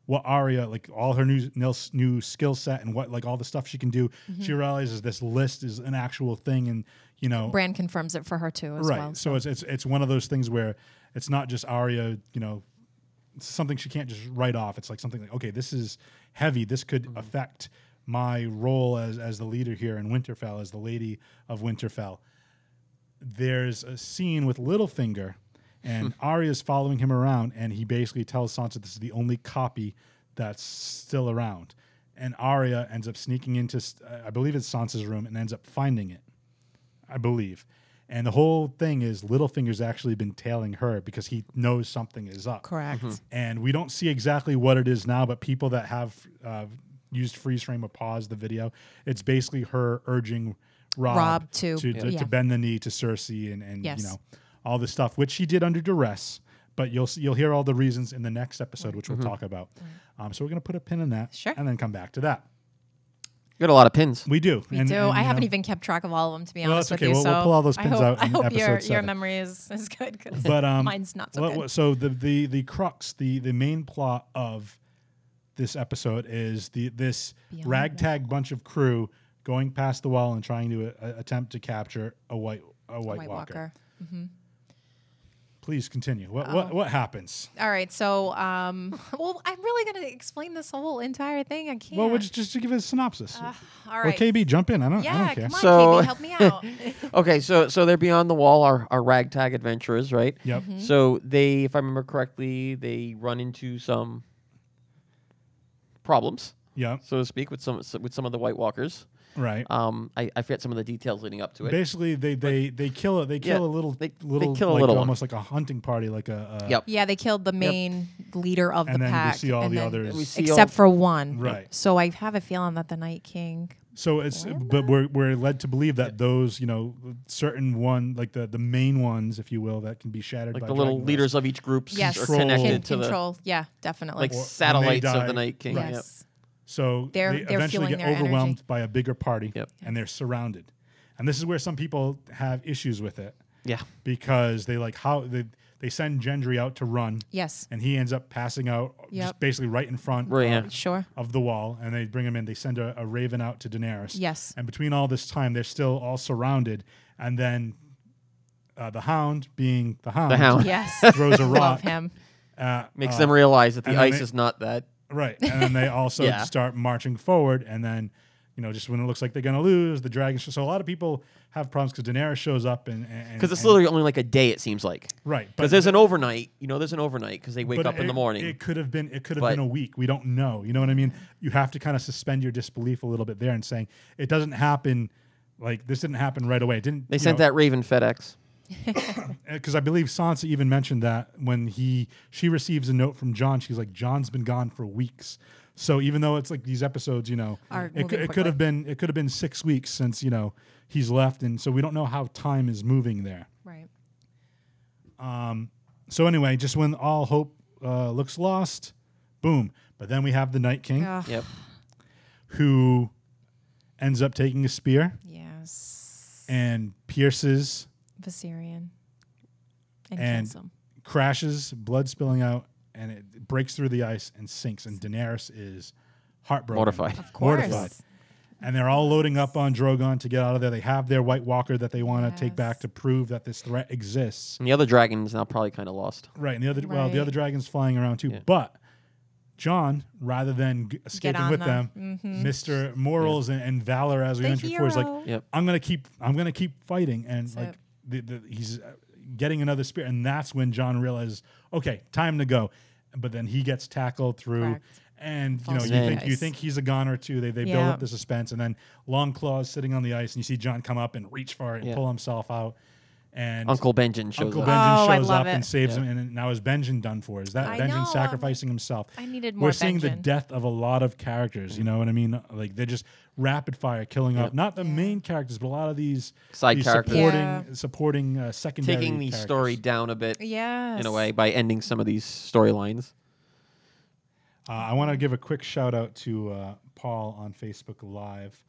[SPEAKER 4] what Arya like all her new nil- new skill set and what like all the stuff she can do
[SPEAKER 1] Mm-hmm.
[SPEAKER 4] she realizes this list is an actual thing and you know
[SPEAKER 1] Bran confirms it for her too as
[SPEAKER 4] right
[SPEAKER 1] well.
[SPEAKER 4] so it's, it's it's one of those things where it's not just Arya you know it's something she can't just write off it's like something like okay this is heavy this could
[SPEAKER 1] Mm-hmm.
[SPEAKER 4] affect my role as as the leader here in Winterfell as the lady of Winterfell there's a scene with Littlefinger and Arya's following him around and he basically tells Sansa this is the only copy that's still around and Arya ends up sneaking into s- uh, I believe it's Sansa's room and ends up finding it I believe. And the whole thing is Littlefinger's actually been tailing her because he knows something is up.
[SPEAKER 1] Correct.
[SPEAKER 4] And we don't see exactly what it is now, but people that have uh, used freeze frame or pause the video, it's basically her urging Rob,
[SPEAKER 1] Rob to-
[SPEAKER 4] to, to,
[SPEAKER 1] Yeah.
[SPEAKER 4] to bend the knee to Cersei and, and
[SPEAKER 1] Yes.
[SPEAKER 4] you know all this stuff, which she did under duress. But you'll s- you'll hear all the reasons in the next episode, which
[SPEAKER 2] Mm-hmm.
[SPEAKER 4] we'll talk about. Um, so we're gonna put a pin in that,
[SPEAKER 1] Mm-hmm. Sure.
[SPEAKER 4] and then come back to that.
[SPEAKER 2] Got a lot of pins.
[SPEAKER 4] We do.
[SPEAKER 1] We
[SPEAKER 4] and,
[SPEAKER 1] do.
[SPEAKER 4] and,
[SPEAKER 1] I
[SPEAKER 4] you
[SPEAKER 1] haven't
[SPEAKER 4] know-
[SPEAKER 1] even kept track of all of them, to be
[SPEAKER 4] Well,
[SPEAKER 1] honest
[SPEAKER 4] that's okay.
[SPEAKER 1] with you.
[SPEAKER 4] We'll-
[SPEAKER 1] so
[SPEAKER 4] we'll pull all those
[SPEAKER 1] I
[SPEAKER 4] pins
[SPEAKER 1] hope,
[SPEAKER 4] out
[SPEAKER 1] I
[SPEAKER 4] in
[SPEAKER 1] hope your,
[SPEAKER 4] episode
[SPEAKER 1] your
[SPEAKER 4] seven.
[SPEAKER 1] memory is, is good because
[SPEAKER 4] but um,
[SPEAKER 1] mine's not so
[SPEAKER 4] what-
[SPEAKER 1] good.
[SPEAKER 4] what- so the, the the crux, the the main plot of this episode is the this
[SPEAKER 1] Beyond
[SPEAKER 4] ragtag bunch of crew going past the wall and trying to uh, attempt to capture a white a white,
[SPEAKER 1] White
[SPEAKER 4] walker.
[SPEAKER 1] Walker.
[SPEAKER 4] Please continue. What
[SPEAKER 1] Oh.
[SPEAKER 4] what what happens?
[SPEAKER 1] All right, so um, *laughs* well, I'm really gonna explain this whole entire thing. I can't.
[SPEAKER 4] Well, just just to give a synopsis.
[SPEAKER 1] All
[SPEAKER 4] or
[SPEAKER 1] right.
[SPEAKER 4] KB, jump in. I don't. I
[SPEAKER 1] Uh, Yeah,
[SPEAKER 4] don't care.
[SPEAKER 1] come on,
[SPEAKER 2] So-
[SPEAKER 1] KB, help me out. *laughs*
[SPEAKER 2] Okay, so so they're beyond the wall, our, our ragtag adventurers, right?
[SPEAKER 4] Yep.
[SPEAKER 1] Mm-hmm.
[SPEAKER 2] So they, if I remember correctly, they run into some problems,
[SPEAKER 4] Yep.
[SPEAKER 2] so to speak, with some with some of the White Walkers.
[SPEAKER 4] Right.
[SPEAKER 2] Um, I, I forget some of the details leading up to it.
[SPEAKER 4] Basically, they they they kill a they kill
[SPEAKER 2] Yeah,
[SPEAKER 4] a little
[SPEAKER 2] they- they
[SPEAKER 4] little
[SPEAKER 2] kill a
[SPEAKER 4] like
[SPEAKER 2] little one.
[SPEAKER 4] almost like a hunting party like a, a
[SPEAKER 2] Yep.
[SPEAKER 1] yeah, they killed the main leader of
[SPEAKER 4] And
[SPEAKER 1] the
[SPEAKER 4] then we
[SPEAKER 1] pack.
[SPEAKER 4] see all
[SPEAKER 1] and
[SPEAKER 4] the
[SPEAKER 1] then-
[SPEAKER 4] others.
[SPEAKER 2] We see
[SPEAKER 1] except
[SPEAKER 2] all-
[SPEAKER 1] for one.
[SPEAKER 4] Right.
[SPEAKER 1] So I have a feeling that the Night King.
[SPEAKER 4] So it's but we're we're led to believe that those you know certain one like the the main ones if you will that can be shattered
[SPEAKER 2] like
[SPEAKER 4] by
[SPEAKER 2] the little
[SPEAKER 4] Dragon Glass.
[SPEAKER 2] leaders of each group
[SPEAKER 1] Yes.
[SPEAKER 2] are
[SPEAKER 4] Control.
[SPEAKER 2] connected
[SPEAKER 1] Can
[SPEAKER 2] to the
[SPEAKER 1] control. yeah, definitely.
[SPEAKER 2] like
[SPEAKER 4] Or when they
[SPEAKER 2] satellites of
[SPEAKER 4] die.
[SPEAKER 2] the Night King. Yep.
[SPEAKER 1] yes.
[SPEAKER 4] So
[SPEAKER 1] They're-
[SPEAKER 4] they
[SPEAKER 1] they're
[SPEAKER 4] eventually
[SPEAKER 1] feeling
[SPEAKER 4] get
[SPEAKER 1] their energy.
[SPEAKER 4] overwhelmed by a bigger party,
[SPEAKER 2] Yep.
[SPEAKER 4] and they're surrounded. And this is where some people have issues with it
[SPEAKER 2] Yeah.
[SPEAKER 4] because they like how they they send Gendry out to run,
[SPEAKER 1] Yes.
[SPEAKER 4] and he ends up passing out just
[SPEAKER 1] Yep.
[SPEAKER 4] basically right in front
[SPEAKER 2] Right. Yeah.
[SPEAKER 1] Sure.
[SPEAKER 4] of the wall. And they bring him in. They send a, a raven out to Daenerys.
[SPEAKER 1] Yes.
[SPEAKER 4] And between all this time, they're still all surrounded, and then uh, the Hound, being the Hound,
[SPEAKER 2] The hound
[SPEAKER 1] *laughs* Yes.
[SPEAKER 4] Oh. throws a
[SPEAKER 1] Love
[SPEAKER 4] rock.
[SPEAKER 1] him.
[SPEAKER 2] makes them realize that the
[SPEAKER 4] and then
[SPEAKER 2] ice
[SPEAKER 4] they-
[SPEAKER 2] is not that.
[SPEAKER 4] Right. And then they
[SPEAKER 2] *laughs*
[SPEAKER 4] also
[SPEAKER 2] Yeah.
[SPEAKER 4] start marching forward. And then, you know, just when it looks like they're going to lose, the dragons. So a lot of people have problems because Daenerys shows up and.
[SPEAKER 2] Because it's literally only like a day, it seems like.
[SPEAKER 4] Right.
[SPEAKER 2] Because there's an overnight, you know, there's an overnight because they wake
[SPEAKER 4] but
[SPEAKER 2] up in the
[SPEAKER 4] it-
[SPEAKER 2] morning.
[SPEAKER 4] It could have been. It could have
[SPEAKER 2] But-
[SPEAKER 4] been a week. We don't know. You know what I mean? You have to kind of suspend your disbelief a little bit there and saying it doesn't happen. Like this didn't happen right away. It didn't
[SPEAKER 2] they sent that Raven FedEx.
[SPEAKER 4] because I believe Sansa even mentioned that when he she receives a note from John, she's like, "John's been gone for weeks." So even though it's like these episodes, you know,
[SPEAKER 1] Are
[SPEAKER 4] it, cou-
[SPEAKER 1] moving
[SPEAKER 4] it could have
[SPEAKER 1] quickly.
[SPEAKER 4] been it could have been six weeks since you know he's left, and so we don't know how time is moving there.
[SPEAKER 1] Right.
[SPEAKER 4] So anyway, just when all hope uh, looks lost, boom. But then we have the Night King
[SPEAKER 1] Ugh,
[SPEAKER 2] Yep.
[SPEAKER 4] who ends up taking a spear
[SPEAKER 1] Yes.
[SPEAKER 4] and pierces,
[SPEAKER 1] Viserion. And,
[SPEAKER 4] And-
[SPEAKER 1] kills him.
[SPEAKER 4] crashes, blood spilling out, and it breaks through the ice and sinks. And Daenerys is heartbroken,
[SPEAKER 2] Mortified.
[SPEAKER 1] Of course.
[SPEAKER 4] mortified. And they're all loading up on Drogon to get out of there. They have their White Walker that they want to take back
[SPEAKER 1] Yes.
[SPEAKER 4] to prove that this threat exists.
[SPEAKER 2] And the other dragon is now probably kind of lost.
[SPEAKER 4] Right. And the other, well, the
[SPEAKER 1] Right.
[SPEAKER 4] other dragons flying around too. But John, rather than g- escaping
[SPEAKER 1] on
[SPEAKER 4] with them,
[SPEAKER 1] them. Mm-hmm.
[SPEAKER 4] Mr. Morals and, and Valor as we
[SPEAKER 1] The
[SPEAKER 4] mentioned before is
[SPEAKER 1] hero.
[SPEAKER 4] like,
[SPEAKER 2] Yep.
[SPEAKER 4] I'm gonna keep, I'm gonna keep fighting, and like
[SPEAKER 1] it.
[SPEAKER 4] the, the, he's uh, getting another spear, and that's when John realizes, okay, time to go. But then he gets tackled through,
[SPEAKER 1] Correct.
[SPEAKER 4] and you know, you
[SPEAKER 1] Falls
[SPEAKER 2] through the
[SPEAKER 4] think you
[SPEAKER 1] ice.
[SPEAKER 4] think he's a goner too. They they build
[SPEAKER 1] Yeah.
[SPEAKER 4] up the suspense, and then Long Claw's sitting on the ice, and you see John come up and reach for it and
[SPEAKER 2] Yeah.
[SPEAKER 4] pull himself out, and
[SPEAKER 2] Uncle Benjen shows
[SPEAKER 4] Uncle
[SPEAKER 2] up.
[SPEAKER 4] Benjen
[SPEAKER 1] Oh, I
[SPEAKER 4] shows
[SPEAKER 1] love
[SPEAKER 4] up and
[SPEAKER 1] it.
[SPEAKER 4] saves him, and now is Benjen done for? Is that
[SPEAKER 1] I
[SPEAKER 4] Benjen
[SPEAKER 1] know, um,
[SPEAKER 4] sacrificing himself?
[SPEAKER 1] I needed
[SPEAKER 4] We're
[SPEAKER 1] more
[SPEAKER 4] seeing the
[SPEAKER 1] Benjen.
[SPEAKER 4] death of a lot of characters. You know what I mean? Like they're just rapid fire killing off not the main characters, but a lot of these
[SPEAKER 2] Side
[SPEAKER 4] these
[SPEAKER 2] characters.
[SPEAKER 4] supporting
[SPEAKER 1] Yeah.
[SPEAKER 4] supporting uh, secondary
[SPEAKER 2] Taking the
[SPEAKER 4] characters.
[SPEAKER 2] story down a bit
[SPEAKER 1] Yes.
[SPEAKER 2] in a way by ending some of these storylines.
[SPEAKER 4] Uh, I want to give a quick shout out to uh, Paul on Facebook Live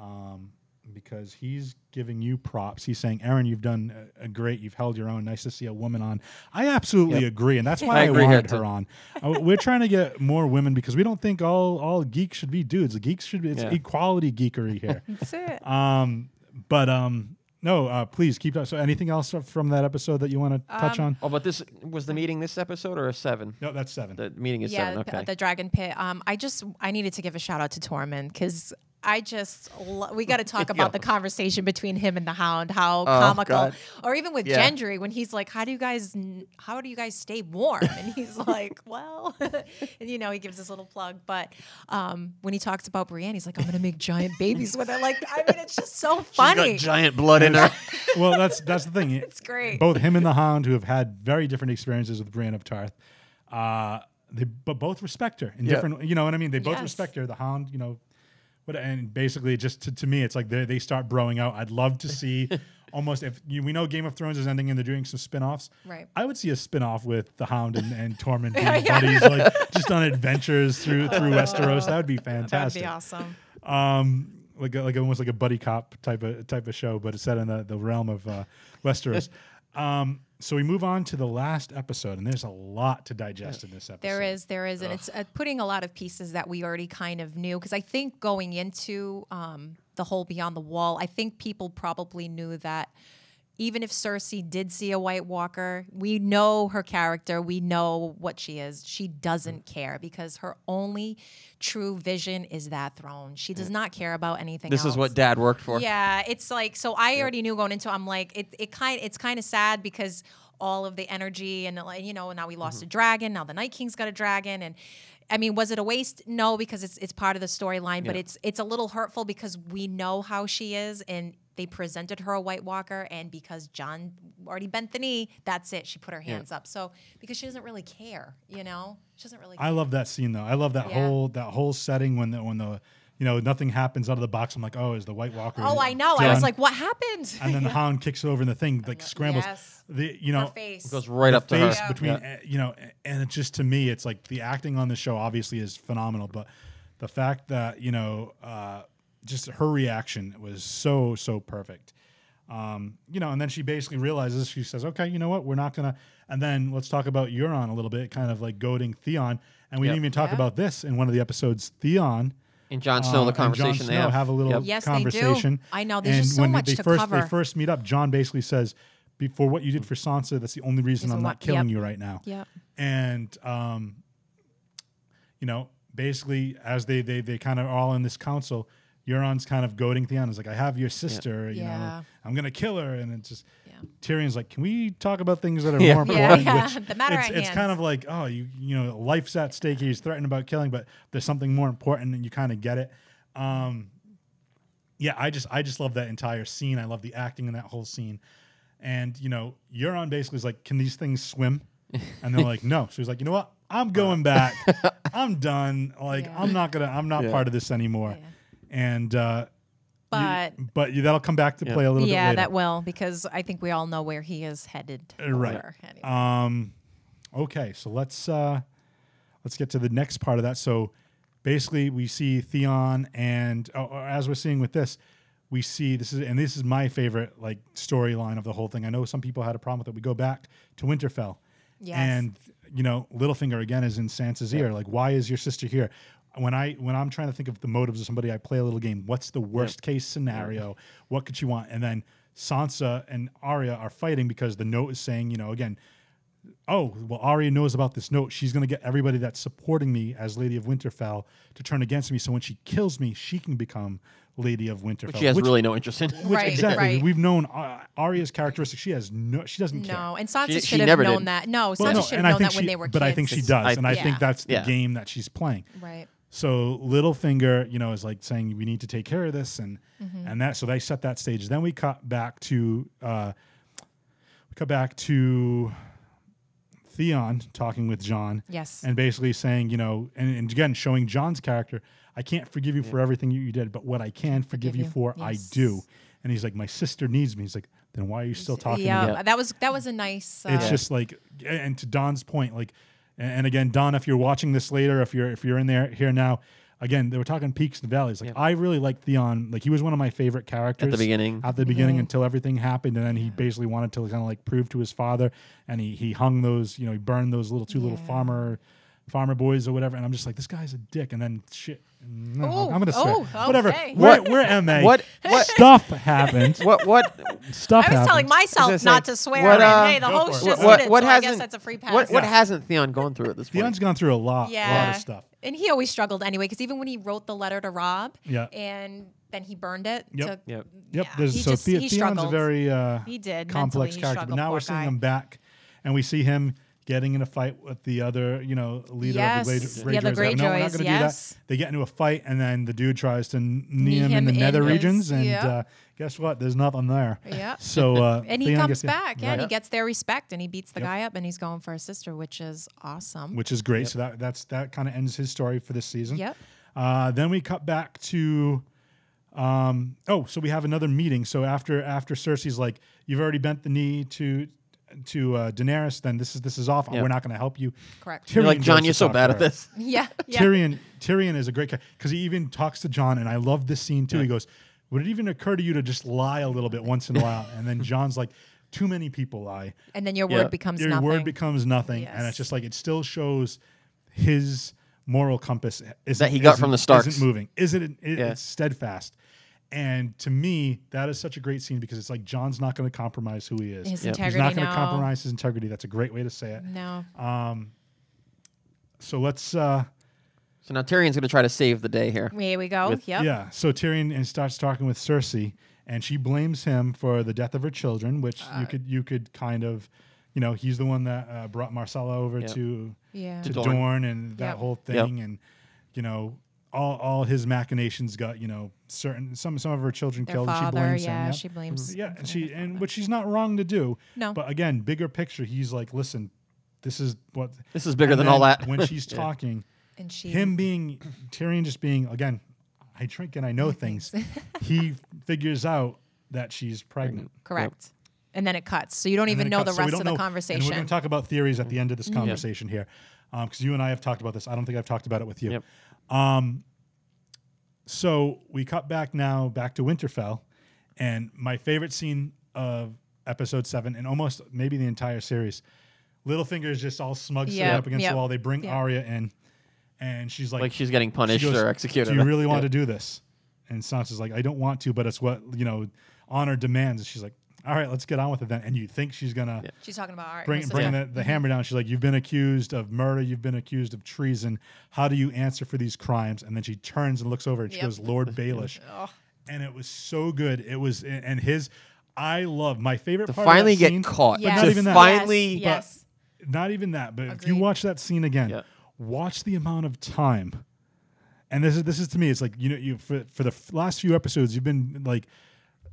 [SPEAKER 4] um, because he's giving you props. He's saying, "Aaron, you've done a, a great. You've held your own. Nice to see a woman on." I absolutely agree, and that's
[SPEAKER 2] *laughs*
[SPEAKER 4] why I,
[SPEAKER 2] I agree here
[SPEAKER 4] wanted her
[SPEAKER 2] too.
[SPEAKER 4] on. Uh, we're trying to get more women because we don't think all all geeks should be dudes. The geeks should be it's
[SPEAKER 2] Yeah.
[SPEAKER 4] equality geekery
[SPEAKER 2] *laughs*
[SPEAKER 4] here.
[SPEAKER 1] That's it.
[SPEAKER 4] um, but um, no, uh, please keep that. So, anything else from that episode that you want to touch on?
[SPEAKER 2] Oh, but this was the meeting this episode or a seven?
[SPEAKER 4] No, that's seven.
[SPEAKER 2] The meeting is
[SPEAKER 1] yeah,
[SPEAKER 2] seven.
[SPEAKER 1] p-
[SPEAKER 2] Okay.
[SPEAKER 1] the Dragon Pit. Um, I just I needed to give a shout out to Tormund because I just lo- we got
[SPEAKER 2] *laughs*
[SPEAKER 1] to talk about the conversation between him and the Hound, how comical,
[SPEAKER 2] Oh, God.
[SPEAKER 1] or even with
[SPEAKER 2] Yeah.
[SPEAKER 1] Gendry when he's like, "How do you guys n- how do you guys stay warm?" And he's *laughs* like, "Well," and you know he gives this little plug, but um, when he talks about Brienne, he's like, "I'm gonna make giant babies with her." Like, I mean, it's just so funny.
[SPEAKER 2] giant blood in her.
[SPEAKER 4] *laughs* well, that's that's the thing.
[SPEAKER 1] *laughs*
[SPEAKER 4] It's
[SPEAKER 1] great.
[SPEAKER 4] Both him and the Hound, who have had very different experiences with Brienne of Tarth, uh, they but both respect her in
[SPEAKER 2] Yeah.
[SPEAKER 4] different. You know what I mean? They both
[SPEAKER 1] Yes.
[SPEAKER 4] respect her. The Hound, you know, but and basically, it just to, to me, it's like they they start growing out. I'd love to
[SPEAKER 1] *laughs*
[SPEAKER 4] see. Almost, if you, we know Game of Thrones is ending and they're doing some spin-offs.
[SPEAKER 1] Right.
[SPEAKER 4] I would see a spin-off with the Hound and, and
[SPEAKER 1] *laughs*
[SPEAKER 4] Tormund being buddies, like just on adventures through through Westeros. That would be fantastic
[SPEAKER 1] That'd be awesome.
[SPEAKER 4] um, like a, like almost like a buddy cop type of type of show, but it's set in the, the realm of uh, Westeros. um, so we move on to the last episode, and there's a lot to digest in this episode.
[SPEAKER 1] There is, there is, and it's uh, putting a lot of pieces that we already kind of knew. Because I think going into um, the whole Beyond the Wall, I think people probably knew that even if Cersei did see a White Walker, we know her character, we know what she is. She
[SPEAKER 2] Mm.
[SPEAKER 1] doesn't care because her only true vision is that throne. She does not care about anything
[SPEAKER 2] This
[SPEAKER 1] else.
[SPEAKER 2] is what Dad worked for.
[SPEAKER 1] Yeah, it's like so. I already knew going into. it, I'm like it. It kind. It's kind of sad because all of the energy and like, you know now we
[SPEAKER 4] Mm-hmm.
[SPEAKER 1] lost a dragon. Now the Night King's got a dragon and. I mean, was it a waste? No, because it's it's part of the storyline, but
[SPEAKER 2] Yeah.
[SPEAKER 1] it's it's a little hurtful because we know how she is, and they presented her a White Walker, and because John already bent the knee, that's it. She put her hands up. So because she doesn't really care, you know, she doesn't really.
[SPEAKER 4] I love that scene though. I love that
[SPEAKER 1] Yeah.
[SPEAKER 4] whole that whole setting when the when the you know nothing happens out of the box. I'm like, oh, is the White Walker?
[SPEAKER 1] oh, I know. I was
[SPEAKER 4] done?
[SPEAKER 1] like, what happened? *laughs*
[SPEAKER 4] and then the Hound kicks over and the thing like scrambles.
[SPEAKER 1] Yes.
[SPEAKER 4] The you
[SPEAKER 1] her
[SPEAKER 4] know
[SPEAKER 1] face.
[SPEAKER 2] Goes right
[SPEAKER 4] the
[SPEAKER 2] up to her.
[SPEAKER 4] face
[SPEAKER 1] Yeah.
[SPEAKER 4] between
[SPEAKER 2] Yeah.
[SPEAKER 4] uh, you know, and it's just to me, it's like the acting on the show obviously is phenomenal, but the fact that you know, uh, just her reaction was so so perfect. Um, you know, and then she basically realizes she says, "Okay, you know what? We're not gonna." And then let's talk about Euron a little bit, kind of like goading Theon. And we
[SPEAKER 2] Yep.
[SPEAKER 4] didn't even talk
[SPEAKER 1] Yeah.
[SPEAKER 4] about this in one of the episodes. Theon,
[SPEAKER 2] And Jon Snow,
[SPEAKER 4] uh,
[SPEAKER 2] the
[SPEAKER 4] and Jon
[SPEAKER 2] conversation they
[SPEAKER 4] Snow
[SPEAKER 2] have.
[SPEAKER 4] a little
[SPEAKER 2] Yep.
[SPEAKER 1] Yes, they do.
[SPEAKER 4] conversation.
[SPEAKER 1] I know, there's just so
[SPEAKER 4] when
[SPEAKER 1] much
[SPEAKER 4] they
[SPEAKER 1] to
[SPEAKER 4] first, They
[SPEAKER 1] cover.
[SPEAKER 4] first meet up. John basically says, "Before what you did for Sansa, that's the only reason
[SPEAKER 1] Reason
[SPEAKER 4] I'm
[SPEAKER 1] why-
[SPEAKER 4] not killing
[SPEAKER 1] yep.
[SPEAKER 4] you right now."
[SPEAKER 1] Yep.
[SPEAKER 4] And um, you know, basically, as they they they kind of are all in this council, Euron's kind of goading Theon. Is like, "I have your sister. You
[SPEAKER 1] Yeah.
[SPEAKER 4] know, I'm gonna kill her." And it's just.
[SPEAKER 1] Yeah.
[SPEAKER 4] Tyrion's like, can we talk about things that are
[SPEAKER 2] *laughs* Yeah.
[SPEAKER 4] more
[SPEAKER 1] Yeah,
[SPEAKER 4] important?
[SPEAKER 1] yeah,
[SPEAKER 4] Which
[SPEAKER 1] the matter
[SPEAKER 4] it's,
[SPEAKER 1] at
[SPEAKER 4] it's
[SPEAKER 1] hand.
[SPEAKER 4] kind of like, oh, you you know, life's at stake. He's threatened about killing, but there's something more important, and you kind of get it. Um, yeah, I just I just love that entire scene. I love the acting in that whole scene, and you know, Euron basically is like, can these things swim? And they're like, no. So he's like, you know what? I'm going back. I'm done. Like,
[SPEAKER 1] Yeah.
[SPEAKER 4] I'm not gonna. I'm not
[SPEAKER 2] Yeah.
[SPEAKER 4] part of this anymore.
[SPEAKER 1] Yeah.
[SPEAKER 4] And uh, you-
[SPEAKER 1] But
[SPEAKER 4] but you- that'll come back to play a little
[SPEAKER 1] yeah,
[SPEAKER 4] bit later.
[SPEAKER 1] that will because I think we all know where he is headed.
[SPEAKER 4] Uh, right.
[SPEAKER 1] over anyway.
[SPEAKER 4] Um, okay, so let's uh, let's get to the next part of that. So basically, we see Theon, and uh, as we're seeing with this, we see this is and this is my favorite like storyline of the whole thing. I know some people had a problem with it. We go back to Winterfell,
[SPEAKER 1] Yes.
[SPEAKER 4] and you know Littlefinger again is in Sansa's ear. Like, why is your sister here? When I when I'm trying to think of the motives of somebody, I play a little game. What's the worst case scenario? What could she want? And then Sansa and Arya are fighting because the note is saying, you know, again, oh, well, Arya knows about this note. She's going to get everybody that's supporting me as Lady of Winterfell to turn against me. So when she kills me, she can become Lady of Winterfell.
[SPEAKER 2] Which she has
[SPEAKER 4] Which-
[SPEAKER 2] really no interest in.
[SPEAKER 1] Right.
[SPEAKER 4] exactly.
[SPEAKER 1] right.
[SPEAKER 4] We've known uh, Arya's characteristics. She has no. She doesn't care.
[SPEAKER 1] no, and Sansa
[SPEAKER 2] She-
[SPEAKER 1] should
[SPEAKER 2] she
[SPEAKER 1] have
[SPEAKER 2] never
[SPEAKER 1] known
[SPEAKER 2] did.
[SPEAKER 1] that. No, Sansa
[SPEAKER 4] Well, no,
[SPEAKER 1] should have
[SPEAKER 4] and I
[SPEAKER 1] known
[SPEAKER 4] think
[SPEAKER 1] that
[SPEAKER 4] she,
[SPEAKER 1] when they were kids.
[SPEAKER 4] but I think she does,
[SPEAKER 2] I-
[SPEAKER 4] and I
[SPEAKER 1] Yeah.
[SPEAKER 4] think that's the
[SPEAKER 2] Yeah.
[SPEAKER 4] game that she's playing.
[SPEAKER 1] Right.
[SPEAKER 4] So Littlefinger, you know, is like saying we need to take care of this and
[SPEAKER 1] Mm-hmm.
[SPEAKER 4] and that. So they set that stage. Then we cut back to uh, we cut back to Theon talking with John.
[SPEAKER 1] Yes.
[SPEAKER 4] And basically saying, you know, and, and again showing John's character, I can't forgive you for everything you, you did, but what I can forgive,
[SPEAKER 1] forgive
[SPEAKER 4] you
[SPEAKER 1] you.
[SPEAKER 4] for,
[SPEAKER 1] Yes.
[SPEAKER 4] I do. And he's like, my sister needs me. He's like, then why are you still talking? to me?
[SPEAKER 1] yeah,
[SPEAKER 2] Yeah.
[SPEAKER 1] that was that was a nice. Uh,
[SPEAKER 4] it's just like and to don's point like and again don if you're watching this later if you're if you're in there here now again they were talking peaks and valleys like i really liked theon like he was one of my favorite characters
[SPEAKER 2] beginning.
[SPEAKER 4] at the beginning
[SPEAKER 1] Mm-hmm.
[SPEAKER 4] until everything happened and then he basically wanted to kind of like prove to his father and he he hung those you know he burned those little two little
[SPEAKER 1] Yeah.
[SPEAKER 4] farmer farmer boys or whatever and i'm just like this guy's a dick and then shit no,
[SPEAKER 1] Ooh,
[SPEAKER 4] i'm gonna swear
[SPEAKER 1] oh,
[SPEAKER 4] whatever
[SPEAKER 1] okay.
[SPEAKER 4] we're, we're ma
[SPEAKER 2] What- what-
[SPEAKER 4] stuff happened
[SPEAKER 2] What? What?
[SPEAKER 4] stuff
[SPEAKER 1] I was
[SPEAKER 4] happened.
[SPEAKER 1] telling myself
[SPEAKER 2] As I
[SPEAKER 1] not
[SPEAKER 2] say,
[SPEAKER 1] to swear.
[SPEAKER 2] what,
[SPEAKER 1] and,
[SPEAKER 2] uh,
[SPEAKER 1] hey, the
[SPEAKER 4] Go
[SPEAKER 1] host
[SPEAKER 4] for it.
[SPEAKER 1] just
[SPEAKER 2] what,
[SPEAKER 1] did it,
[SPEAKER 2] what
[SPEAKER 1] so I
[SPEAKER 2] hasn't
[SPEAKER 1] guess that's a free pass.
[SPEAKER 2] What, what
[SPEAKER 4] Yeah.
[SPEAKER 2] hasn't Theon gone through
[SPEAKER 4] *laughs*
[SPEAKER 2] at this point?
[SPEAKER 4] theon's gone through a lot a lot
[SPEAKER 1] yeah.
[SPEAKER 4] of stuff
[SPEAKER 1] And he always struggled anyway, because even when he wrote the letter to Rob,
[SPEAKER 4] Yeah.
[SPEAKER 1] and then he burned it.
[SPEAKER 4] Yep.
[SPEAKER 1] To,
[SPEAKER 2] Yep.
[SPEAKER 4] Yep.
[SPEAKER 1] Yeah,
[SPEAKER 4] There's,
[SPEAKER 1] he
[SPEAKER 4] so
[SPEAKER 1] just-
[SPEAKER 4] Thea-
[SPEAKER 1] he
[SPEAKER 4] Theon's a
[SPEAKER 1] struggled.
[SPEAKER 4] very uh,
[SPEAKER 1] He did.
[SPEAKER 4] complex
[SPEAKER 1] Mentally,
[SPEAKER 4] character.
[SPEAKER 1] he
[SPEAKER 4] But
[SPEAKER 1] struggled,
[SPEAKER 4] now we're
[SPEAKER 1] poor
[SPEAKER 4] seeing
[SPEAKER 1] guy.
[SPEAKER 4] him back, and we see him getting in a fight with the other, you know, leader
[SPEAKER 1] Yes.
[SPEAKER 4] of the
[SPEAKER 1] The
[SPEAKER 4] Greyjoys.
[SPEAKER 1] other
[SPEAKER 4] Like, no, we're not
[SPEAKER 1] Greyjoys,
[SPEAKER 4] gonna
[SPEAKER 1] yes.
[SPEAKER 4] do that. They get into a fight, and then the dude tries to n- knee him, in
[SPEAKER 1] him
[SPEAKER 4] the
[SPEAKER 1] in
[SPEAKER 4] nether
[SPEAKER 1] his-
[SPEAKER 4] regions, and
[SPEAKER 1] yeah.
[SPEAKER 4] uh, guess what? There's nothing there.
[SPEAKER 1] Yeah.
[SPEAKER 4] So uh,
[SPEAKER 1] *laughs* And he
[SPEAKER 4] Theon gets-
[SPEAKER 1] comes back, yeah, and he
[SPEAKER 4] Right.
[SPEAKER 1] gets their respect, and he beats the
[SPEAKER 4] Yep.
[SPEAKER 1] guy up, and he's going for his sister, which is awesome.
[SPEAKER 4] which is great. So that that's that kind of ends his story for this season.
[SPEAKER 1] Yep.
[SPEAKER 4] Uh, then we cut back to, um, oh, so we have another meeting. So after after Cersei's like, you've already bent the knee to to uh, Daenerys. Then this is this is off. We're not going to help you.
[SPEAKER 1] Correct.
[SPEAKER 4] Tyrion
[SPEAKER 2] You're like John,
[SPEAKER 4] goes
[SPEAKER 2] you're
[SPEAKER 4] to
[SPEAKER 2] so
[SPEAKER 4] talk
[SPEAKER 2] bad
[SPEAKER 4] to
[SPEAKER 2] at
[SPEAKER 4] her.
[SPEAKER 2] this.
[SPEAKER 1] *laughs* yeah, yeah.
[SPEAKER 4] Tyrion Tyrion is a great guy because he even talks to John, and I love this scene too. He goes, "Would it even occur to you to just lie a little bit once in a while?" And then John's like, "Too many people lie."
[SPEAKER 1] and then your
[SPEAKER 2] Yeah.
[SPEAKER 1] word becomes
[SPEAKER 4] your
[SPEAKER 1] nothing.
[SPEAKER 4] word becomes nothing, and it's
[SPEAKER 1] Yes.
[SPEAKER 4] just like it still shows his moral compass is
[SPEAKER 2] That he got from the Starks.
[SPEAKER 4] isn't moving. Is it? it
[SPEAKER 2] Yeah.
[SPEAKER 4] It's steadfast, And to me, that is such a great scene because it's like John's not going to compromise who he is.
[SPEAKER 1] His
[SPEAKER 4] He's not
[SPEAKER 1] integrity, Mm-hmm.
[SPEAKER 4] going to
[SPEAKER 1] no.
[SPEAKER 4] compromise his integrity. That's a great way to say it.
[SPEAKER 1] No.
[SPEAKER 4] So let's, uh,
[SPEAKER 2] So now Tyrion's going to try to save the day here.
[SPEAKER 1] Here we go.
[SPEAKER 2] With-
[SPEAKER 1] yep.
[SPEAKER 4] yeah. So Tyrion and starts talking with Cersei, and she blames him for the death of her children, which
[SPEAKER 1] Uh,
[SPEAKER 4] you could you could kind of, you know, he's the one that uh, brought Marcella over
[SPEAKER 2] Yep.
[SPEAKER 4] to
[SPEAKER 1] Yeah.
[SPEAKER 4] to
[SPEAKER 2] Dorne.
[SPEAKER 4] Dorne. and that
[SPEAKER 1] Yep.
[SPEAKER 4] whole thing, and you know, all all his machinations got you know certain some some of her children
[SPEAKER 1] Their
[SPEAKER 4] killed. and she
[SPEAKER 1] father.
[SPEAKER 4] blames him.
[SPEAKER 1] yeah.
[SPEAKER 4] Yep.
[SPEAKER 1] She blames.
[SPEAKER 4] Yeah, and she and which she's not wrong to do.
[SPEAKER 1] No.
[SPEAKER 4] But again, bigger picture, he's like, listen, this is what
[SPEAKER 2] This is bigger
[SPEAKER 4] And
[SPEAKER 2] than all
[SPEAKER 4] then
[SPEAKER 2] that.
[SPEAKER 4] when she's talking,
[SPEAKER 1] And she.
[SPEAKER 4] him being Tyrion just being again, I drink and I
[SPEAKER 1] *laughs*
[SPEAKER 4] know things. he figures out that she's pregnant.
[SPEAKER 1] Correct. And then it cuts. So you don't even
[SPEAKER 4] And
[SPEAKER 1] know
[SPEAKER 4] then it
[SPEAKER 1] the
[SPEAKER 4] cuts. So we
[SPEAKER 1] rest
[SPEAKER 4] don't
[SPEAKER 1] of the
[SPEAKER 4] know- And we're
[SPEAKER 1] conversation.
[SPEAKER 4] going to talk about theories at the end of this conversation here, because you and I have talked about this. I don't think I've talked about it with you. Um,
[SPEAKER 2] Yep.
[SPEAKER 4] So we cut back now back to Winterfell, and my favorite scene of episode seven, and almost maybe the entire series, Littlefinger is just all smug, sitting
[SPEAKER 1] Yeah,
[SPEAKER 4] up against
[SPEAKER 1] yeah,
[SPEAKER 4] the wall. They bring
[SPEAKER 1] yeah.
[SPEAKER 4] Arya in, and she's like,
[SPEAKER 2] Like she's getting punished
[SPEAKER 4] she goes,
[SPEAKER 2] or executed.
[SPEAKER 4] Do you really want to do this? And Sansa's like, I don't want to, but it's what you know, honor demands. And she's like, All right, let's get on with it then. And you think she's gonna
[SPEAKER 1] She's talking about. All right,
[SPEAKER 4] bring
[SPEAKER 1] my
[SPEAKER 4] bring
[SPEAKER 1] sister.
[SPEAKER 4] the, the hammer down. She's like, You've been accused of murder. You've been accused of treason. How do you answer for these crimes? And then she turns and looks over and she
[SPEAKER 1] Yep.
[SPEAKER 4] goes, Lord Baelish. And it was so good. It was, and and his, I love my favorite
[SPEAKER 2] To
[SPEAKER 4] part. of that
[SPEAKER 2] finally
[SPEAKER 4] scene-
[SPEAKER 2] get caught.
[SPEAKER 1] Yes,
[SPEAKER 4] not
[SPEAKER 2] to
[SPEAKER 4] even that.
[SPEAKER 2] finally.
[SPEAKER 1] Yes. yes.
[SPEAKER 4] not even that, but if you
[SPEAKER 1] Agreed.
[SPEAKER 4] watch that scene again,
[SPEAKER 2] Yeah.
[SPEAKER 4] watch the amount of time. And this is this is to me, it's like you know, you for for the f- last few episodes, you've been like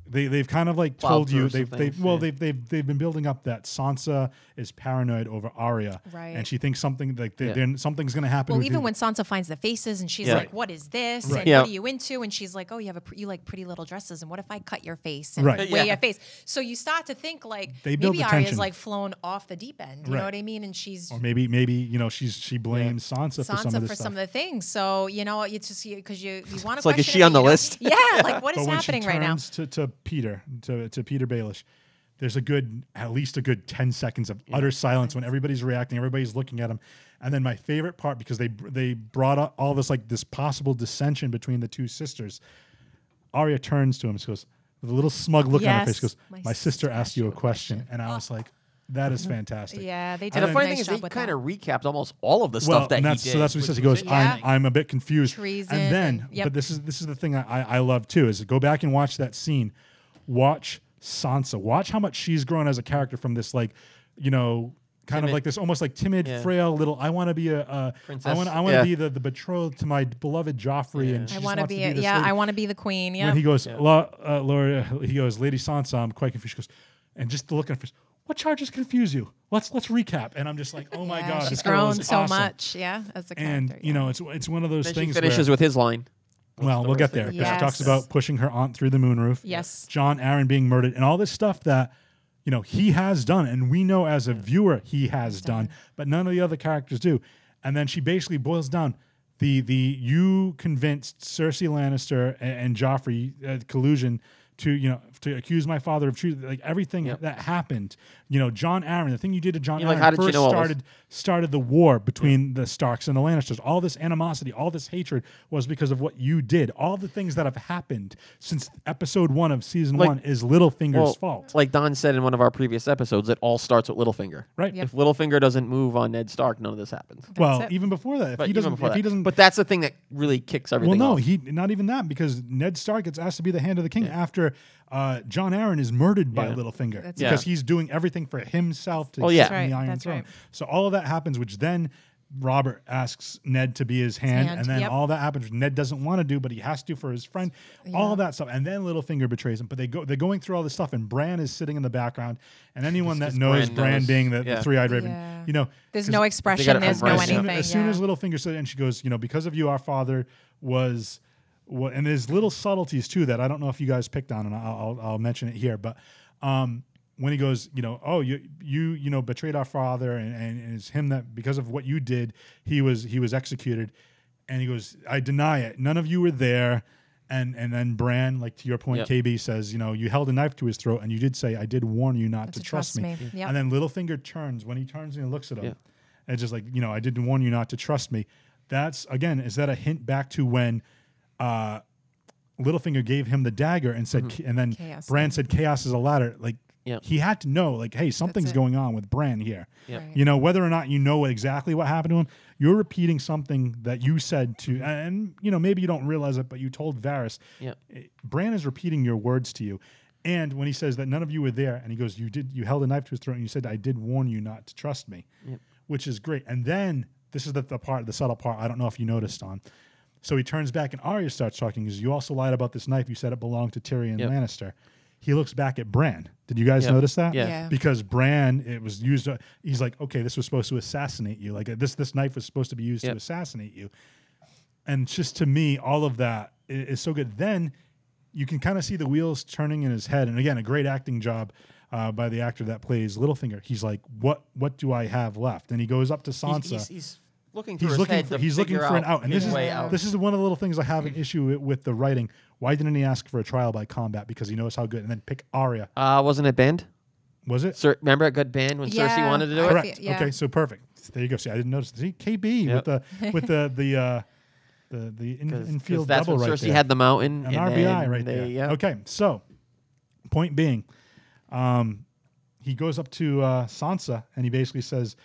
[SPEAKER 4] they they've kind of like
[SPEAKER 2] Plowed
[SPEAKER 4] told you
[SPEAKER 2] through
[SPEAKER 4] they've
[SPEAKER 2] some
[SPEAKER 4] they've
[SPEAKER 2] things,
[SPEAKER 4] well
[SPEAKER 2] yeah.
[SPEAKER 4] they've they've they've been building up that Sansa is paranoid over Arya,
[SPEAKER 1] Right.
[SPEAKER 4] And she thinks something like they,
[SPEAKER 2] Yeah.
[SPEAKER 4] then something's gonna happen.
[SPEAKER 1] Well,
[SPEAKER 4] with
[SPEAKER 1] even
[SPEAKER 4] you.
[SPEAKER 1] when Sansa finds the faces and she's
[SPEAKER 2] Yeah.
[SPEAKER 1] like, "What is this? And
[SPEAKER 2] Yeah.
[SPEAKER 1] what are you into?" And she's like, "Oh, you have a pr- you like pretty little dresses. And what if I cut your face and
[SPEAKER 4] Right.
[SPEAKER 1] weigh
[SPEAKER 2] Yeah.
[SPEAKER 1] your face?" So you start to think like
[SPEAKER 4] They build
[SPEAKER 1] maybe
[SPEAKER 4] the
[SPEAKER 1] Arya's
[SPEAKER 4] tension.
[SPEAKER 1] like flown off the deep end. You
[SPEAKER 4] Right.
[SPEAKER 1] know what I mean? And she's
[SPEAKER 4] or maybe maybe you know she's she blames Sansa, for some
[SPEAKER 1] Sansa
[SPEAKER 4] of this
[SPEAKER 1] for
[SPEAKER 4] stuff.
[SPEAKER 1] some of the things. So you know, it's just because
[SPEAKER 4] *laughs*
[SPEAKER 1] you you want to.
[SPEAKER 2] It's like, is she on the list?
[SPEAKER 1] Yeah, like what is
[SPEAKER 4] but when
[SPEAKER 1] happening
[SPEAKER 4] she
[SPEAKER 1] right now?
[SPEAKER 4] turns to, to Peter, to, to Peter Baelish, there's a good, at least a good 10 seconds of utter silence when everybody's reacting, everybody's looking at him. And then my favorite part, because they they brought up all this like this possible dissension between the two sisters, Arya turns to him and she goes, with a little smug look on her face,
[SPEAKER 1] Yes.
[SPEAKER 4] she goes,
[SPEAKER 1] My
[SPEAKER 4] My, sister asked you a question. And I was like, That is fantastic.
[SPEAKER 1] Uh-huh. Yeah, they did
[SPEAKER 2] And
[SPEAKER 1] a
[SPEAKER 2] the funny
[SPEAKER 1] nice
[SPEAKER 2] thing is,
[SPEAKER 1] job
[SPEAKER 2] they
[SPEAKER 1] with
[SPEAKER 2] kind
[SPEAKER 1] that.
[SPEAKER 2] of recapped almost all of the
[SPEAKER 4] Well,
[SPEAKER 2] stuff that
[SPEAKER 4] and that's,
[SPEAKER 2] he did.
[SPEAKER 4] so that's what he says.
[SPEAKER 2] which
[SPEAKER 4] He
[SPEAKER 2] was
[SPEAKER 4] goes, I'm,
[SPEAKER 1] Yeah.
[SPEAKER 4] I'm a bit confused.
[SPEAKER 1] Treason
[SPEAKER 4] And then,
[SPEAKER 1] and- yep.
[SPEAKER 4] but this is this is the thing I, I, I love too is go back and watch that scene. Watch Sansa. Watch how much she's grown as a character from this like, you know, kind of
[SPEAKER 2] Timid.
[SPEAKER 4] like this almost like timid,
[SPEAKER 2] Yeah.
[SPEAKER 4] frail little. I want to be a, a I
[SPEAKER 2] Princess.
[SPEAKER 4] want I want to
[SPEAKER 2] Yeah.
[SPEAKER 4] be the, the betrothed to my beloved Joffrey, and she
[SPEAKER 1] I
[SPEAKER 4] just
[SPEAKER 1] want to
[SPEAKER 4] wants
[SPEAKER 1] be,
[SPEAKER 4] to
[SPEAKER 1] a,
[SPEAKER 4] be this
[SPEAKER 1] yeah,
[SPEAKER 4] lady.
[SPEAKER 1] I want to be the queen. Yeah,
[SPEAKER 4] And he goes, "La- uh, Laura, he goes, Lady Sansa, I'm quite confused. She goes, and just the look on her face, what charges confuse you? Let's let's recap. And I'm just like, oh my
[SPEAKER 1] Yeah,
[SPEAKER 4] god,
[SPEAKER 1] she's
[SPEAKER 4] this girl
[SPEAKER 1] grown
[SPEAKER 4] is
[SPEAKER 1] so
[SPEAKER 4] awesome.
[SPEAKER 1] much. Yeah, as a
[SPEAKER 4] And
[SPEAKER 1] character.
[SPEAKER 4] you know, it's it's one of those
[SPEAKER 2] Then she
[SPEAKER 4] things.
[SPEAKER 2] finishes
[SPEAKER 4] where,
[SPEAKER 2] with his line.
[SPEAKER 4] well, we'll get there. 'cause She
[SPEAKER 1] Yes.
[SPEAKER 4] talks about pushing her aunt through the moonroof.
[SPEAKER 1] Yes.
[SPEAKER 4] John Aaron being murdered and all this stuff that you know he has done, and we know as a viewer he has done, but none of the other characters do. And then she basically boils down the the you convinced Cersei Lannister and, and Joffrey uh, collusion to you know to accuse my father of treason, like everything that happened. You know, John Aaron, the thing you did to John
[SPEAKER 2] You're like,
[SPEAKER 4] Aaron
[SPEAKER 2] how did you
[SPEAKER 4] first
[SPEAKER 2] know all this?
[SPEAKER 4] started started the war between the Starks and the Lannisters. All this animosity, all this hatred was because of what you did. All the things that have happened since episode one of season
[SPEAKER 2] Like-
[SPEAKER 4] one is Littlefinger's
[SPEAKER 2] Well,
[SPEAKER 4] fault.
[SPEAKER 2] Like Don said in one of our previous episodes, it all starts with Littlefinger.
[SPEAKER 4] Right. Yep.
[SPEAKER 2] If Littlefinger doesn't move on Ned Stark, none of this happens.
[SPEAKER 4] well,
[SPEAKER 1] it.
[SPEAKER 4] even before that, if
[SPEAKER 2] But
[SPEAKER 4] he doesn't,
[SPEAKER 2] even before
[SPEAKER 4] if he
[SPEAKER 2] that-
[SPEAKER 4] doesn't,
[SPEAKER 2] but that's the thing that really kicks
[SPEAKER 4] well,
[SPEAKER 2] everything.
[SPEAKER 4] no,
[SPEAKER 2] off.
[SPEAKER 4] he not even that because Ned Stark gets asked to be the hand of the king after uh, John Aaron is murdered by
[SPEAKER 2] Yeah.
[SPEAKER 4] Littlefinger
[SPEAKER 1] That's
[SPEAKER 4] because
[SPEAKER 2] right.
[SPEAKER 4] he's doing everything for himself to
[SPEAKER 2] Oh, yeah.
[SPEAKER 4] sit
[SPEAKER 1] That's
[SPEAKER 4] in the
[SPEAKER 1] right,
[SPEAKER 4] Iron
[SPEAKER 1] that's
[SPEAKER 4] Throne.
[SPEAKER 1] right.
[SPEAKER 4] So all of that happens, which then Robert asks Ned to be his hand,
[SPEAKER 1] hand,
[SPEAKER 4] and then
[SPEAKER 1] yep.
[SPEAKER 4] all that happens. which Ned doesn't want to do, but he has to for his friend. All that stuff, and then Littlefinger betrays him. But they go, they're going through all this stuff, and Bran is sitting in the background.
[SPEAKER 2] *laughs*
[SPEAKER 4] And anyone that
[SPEAKER 2] 'cause
[SPEAKER 4] knows
[SPEAKER 2] Bran
[SPEAKER 4] Bran
[SPEAKER 2] knows-
[SPEAKER 4] being the,
[SPEAKER 2] yeah.
[SPEAKER 4] the three-eyed Raven,
[SPEAKER 1] Yeah.
[SPEAKER 4] you know,
[SPEAKER 1] there's
[SPEAKER 4] 'cause
[SPEAKER 1] no expression.
[SPEAKER 2] gotta
[SPEAKER 1] There's no
[SPEAKER 2] compress it.
[SPEAKER 1] anything.
[SPEAKER 4] as soon, as, soon
[SPEAKER 1] yeah.
[SPEAKER 4] as Littlefinger said, and she goes, you know, because of you, our father was, wa- and there's little subtleties too that I don't know if you guys picked on, and I'll, I'll, I'll mention it here, but um, when he goes, you know, oh, you you you know betrayed our father, and, and it's him that because of what you did, he was he was executed, and he goes, I deny it. None of you were there. And, and then Bran, like to your point,
[SPEAKER 2] Yep.
[SPEAKER 4] KB says, you know, you held a knife to his throat, and you did say, "I did warn you not to trust, me."
[SPEAKER 1] Yep.
[SPEAKER 4] And then Littlefinger turns when he turns and looks at him.
[SPEAKER 2] Yeah.
[SPEAKER 4] And it's just like, you know, I didn't warn you not to trust me. That's again, is that a hint back to when uh Littlefinger gave him the dagger and said, and then
[SPEAKER 1] Chaos.
[SPEAKER 4] Bran said, "Chaos is a ladder." Like
[SPEAKER 2] Mm-hmm. Yeah.
[SPEAKER 4] he had to know, like, hey, something's
[SPEAKER 1] it.
[SPEAKER 4] going on with Bran here.
[SPEAKER 1] Right.
[SPEAKER 4] You know, whether or not you know what exactly what happened to him, you're repeating something that you said to, and you know, maybe you don't realize it, but you told Varys.
[SPEAKER 2] Yeah.
[SPEAKER 4] It- Bran is repeating your words to you. And when he says that none of you were there, and he goes, "You did, you held a knife to his throat, and you said, I did warn you not to trust me," which is great. And then this is the, the part, the subtle part. I don't know if you noticed on. So he turns back, and Arya starts talking. Is you also lied about this knife? You said it belonged to Tyrion
[SPEAKER 2] Yep.
[SPEAKER 4] Lannister. He looks back at Bran. Did you guys
[SPEAKER 2] Yep.
[SPEAKER 4] notice that?
[SPEAKER 2] Yeah.
[SPEAKER 1] Yeah.
[SPEAKER 4] Because Bran, it was used. uh, he's like, okay, this was supposed to assassinate you. Like uh, this, this knife was supposed to be used to
[SPEAKER 2] Yep.
[SPEAKER 4] assassinate you and just to me, all of that i- is, so good. Then you can kind of see the wheels turning in his head, and again, a great acting job uh, by the actor that plays Littlefinger. He's like, "What? What do I have left?" And he goes up to Sansa.
[SPEAKER 2] He's, he's, he's looking through
[SPEAKER 4] He's
[SPEAKER 2] his
[SPEAKER 4] looking
[SPEAKER 2] head
[SPEAKER 4] for
[SPEAKER 2] to
[SPEAKER 4] he's looking
[SPEAKER 2] figure
[SPEAKER 4] for an out, and this
[SPEAKER 2] his
[SPEAKER 4] is
[SPEAKER 2] way out.
[SPEAKER 4] this is one of the little things I have an issue with, with the writing. Why didn't he ask for a trial by combat? Because he knows how good. And then pick Arya.
[SPEAKER 2] Uh, wasn't it banned?
[SPEAKER 4] Was it
[SPEAKER 2] Cer- remember it got banned when Cersei
[SPEAKER 1] Yeah,
[SPEAKER 2] wanted to do
[SPEAKER 1] I
[SPEAKER 2] it?
[SPEAKER 1] feel-
[SPEAKER 4] correct?
[SPEAKER 1] yeah.
[SPEAKER 4] Okay, so perfect. There you go. See, I didn't notice. See, KB
[SPEAKER 2] Yep.
[SPEAKER 4] with the with the the uh, the the
[SPEAKER 2] *laughs*
[SPEAKER 4] in, infield
[SPEAKER 2] that's
[SPEAKER 4] double
[SPEAKER 2] when
[SPEAKER 4] right
[SPEAKER 2] Cersei
[SPEAKER 4] there.
[SPEAKER 2] had the mountain.
[SPEAKER 4] an
[SPEAKER 2] and
[SPEAKER 4] RBI
[SPEAKER 2] then
[SPEAKER 4] right
[SPEAKER 2] they-
[SPEAKER 4] there.
[SPEAKER 2] yeah.
[SPEAKER 4] Okay, so point being, um, he goes up to uh, Sansa and he basically says,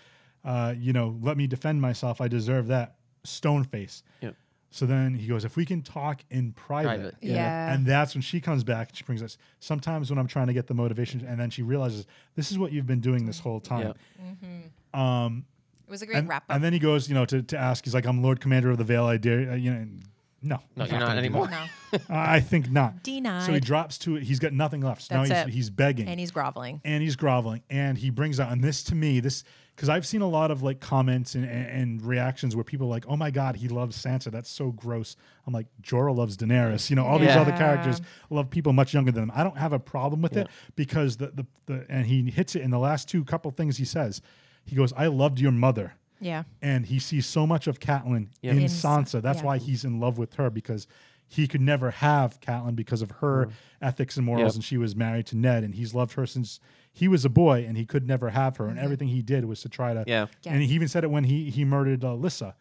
[SPEAKER 4] uh, "You know, let me defend myself. I deserve that." Stone face.
[SPEAKER 2] Yep.
[SPEAKER 4] So then he goes, "If we can talk in private."
[SPEAKER 2] Private.
[SPEAKER 1] Yeah. Yeah.
[SPEAKER 4] And that's when she comes back. She brings us. Sometimes when I'm trying to get the motivation, and then she realizes this is what you've been doing this whole time.
[SPEAKER 2] Yep.
[SPEAKER 1] It was a great
[SPEAKER 4] And,
[SPEAKER 1] wrap up.
[SPEAKER 4] and then he goes, you know, to, to ask. He's like, "I'm Lord Commander of the Vale. I dare uh, you know." and- No,
[SPEAKER 2] No,
[SPEAKER 4] he's
[SPEAKER 2] you're not
[SPEAKER 4] gonna do that. *coughs*
[SPEAKER 2] anymore.
[SPEAKER 1] no.
[SPEAKER 4] I I think not. So he
[SPEAKER 1] Denied.
[SPEAKER 4] drops to it. He's got nothing left. So now he's,
[SPEAKER 1] That's it.
[SPEAKER 4] he's begging
[SPEAKER 1] And he's groveling.
[SPEAKER 4] and he's groveling and he brings out, and this to me, this, because I've seen a lot of like comments and, and, and reactions where people are like, oh my God, he loves Sansa. That's so gross. I'm like, Jorah loves Daenerys. You know, all these
[SPEAKER 2] Yeah.
[SPEAKER 4] other characters love people much younger than them. I don't have a problem with it because the, the, the, and he hits it in the last two couple things he says. He goes, I loved your mother
[SPEAKER 1] Yeah.
[SPEAKER 4] and he sees so much of Catelyn in,
[SPEAKER 1] In Sa-
[SPEAKER 4] Sansa. That's
[SPEAKER 1] yeah.
[SPEAKER 4] why he's in love with her because he could never have Catelyn because of her ethics and morals,
[SPEAKER 2] Mm. Yep.
[SPEAKER 4] and she was married to Ned, and he's loved her since he was a boy, and he could never have her, and everything he did was to try to.
[SPEAKER 2] Yeah.
[SPEAKER 1] Mm-hmm. Yeah.
[SPEAKER 4] And he even said it when he he murdered uh, Lyssa.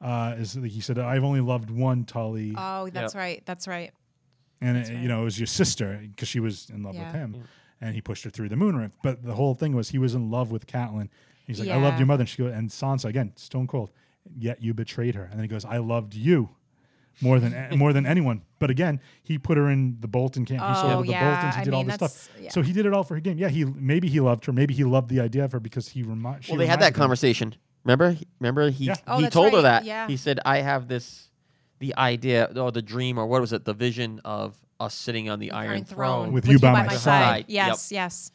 [SPEAKER 4] Uh, is he said I've only loved one Tully,
[SPEAKER 1] Oh, that's
[SPEAKER 2] Yeah.
[SPEAKER 1] right. That's right.
[SPEAKER 4] and it, you know it was your sister because she was in love
[SPEAKER 1] Yeah.
[SPEAKER 4] with him, and he pushed her through the moonroof. But the whole thing was he was in love with Catelyn. He's like, I loved
[SPEAKER 1] Yeah.
[SPEAKER 4] your mother, and she goes, and Sansa again, stone cold. Yet you betrayed her, and then he goes, I loved you more
[SPEAKER 1] *laughs*
[SPEAKER 4] than more than anyone. But again, he put her in the Bolton camp. He sold
[SPEAKER 1] Oh,
[SPEAKER 4] her to the
[SPEAKER 1] yeah.
[SPEAKER 4] Boltons. He
[SPEAKER 1] I
[SPEAKER 4] did all
[SPEAKER 1] mean,
[SPEAKER 4] this stuff.
[SPEAKER 1] that's- yeah.
[SPEAKER 4] So he did it all for her game. Yeah, he maybe he loved her. Maybe he loved the idea of her because he remi- she reminded.
[SPEAKER 2] Well, they had that
[SPEAKER 4] him.
[SPEAKER 2] conversation. Remember? He- Remember he
[SPEAKER 4] Yeah.
[SPEAKER 1] Oh,
[SPEAKER 2] he
[SPEAKER 1] that's
[SPEAKER 2] told her
[SPEAKER 1] right.
[SPEAKER 2] that.
[SPEAKER 1] Yeah.
[SPEAKER 2] He said, "I have this, the idea or the dream or what was it? The vision of us sitting on the, Iron, Throne."
[SPEAKER 4] With you by my
[SPEAKER 2] side.
[SPEAKER 1] Yes, yes.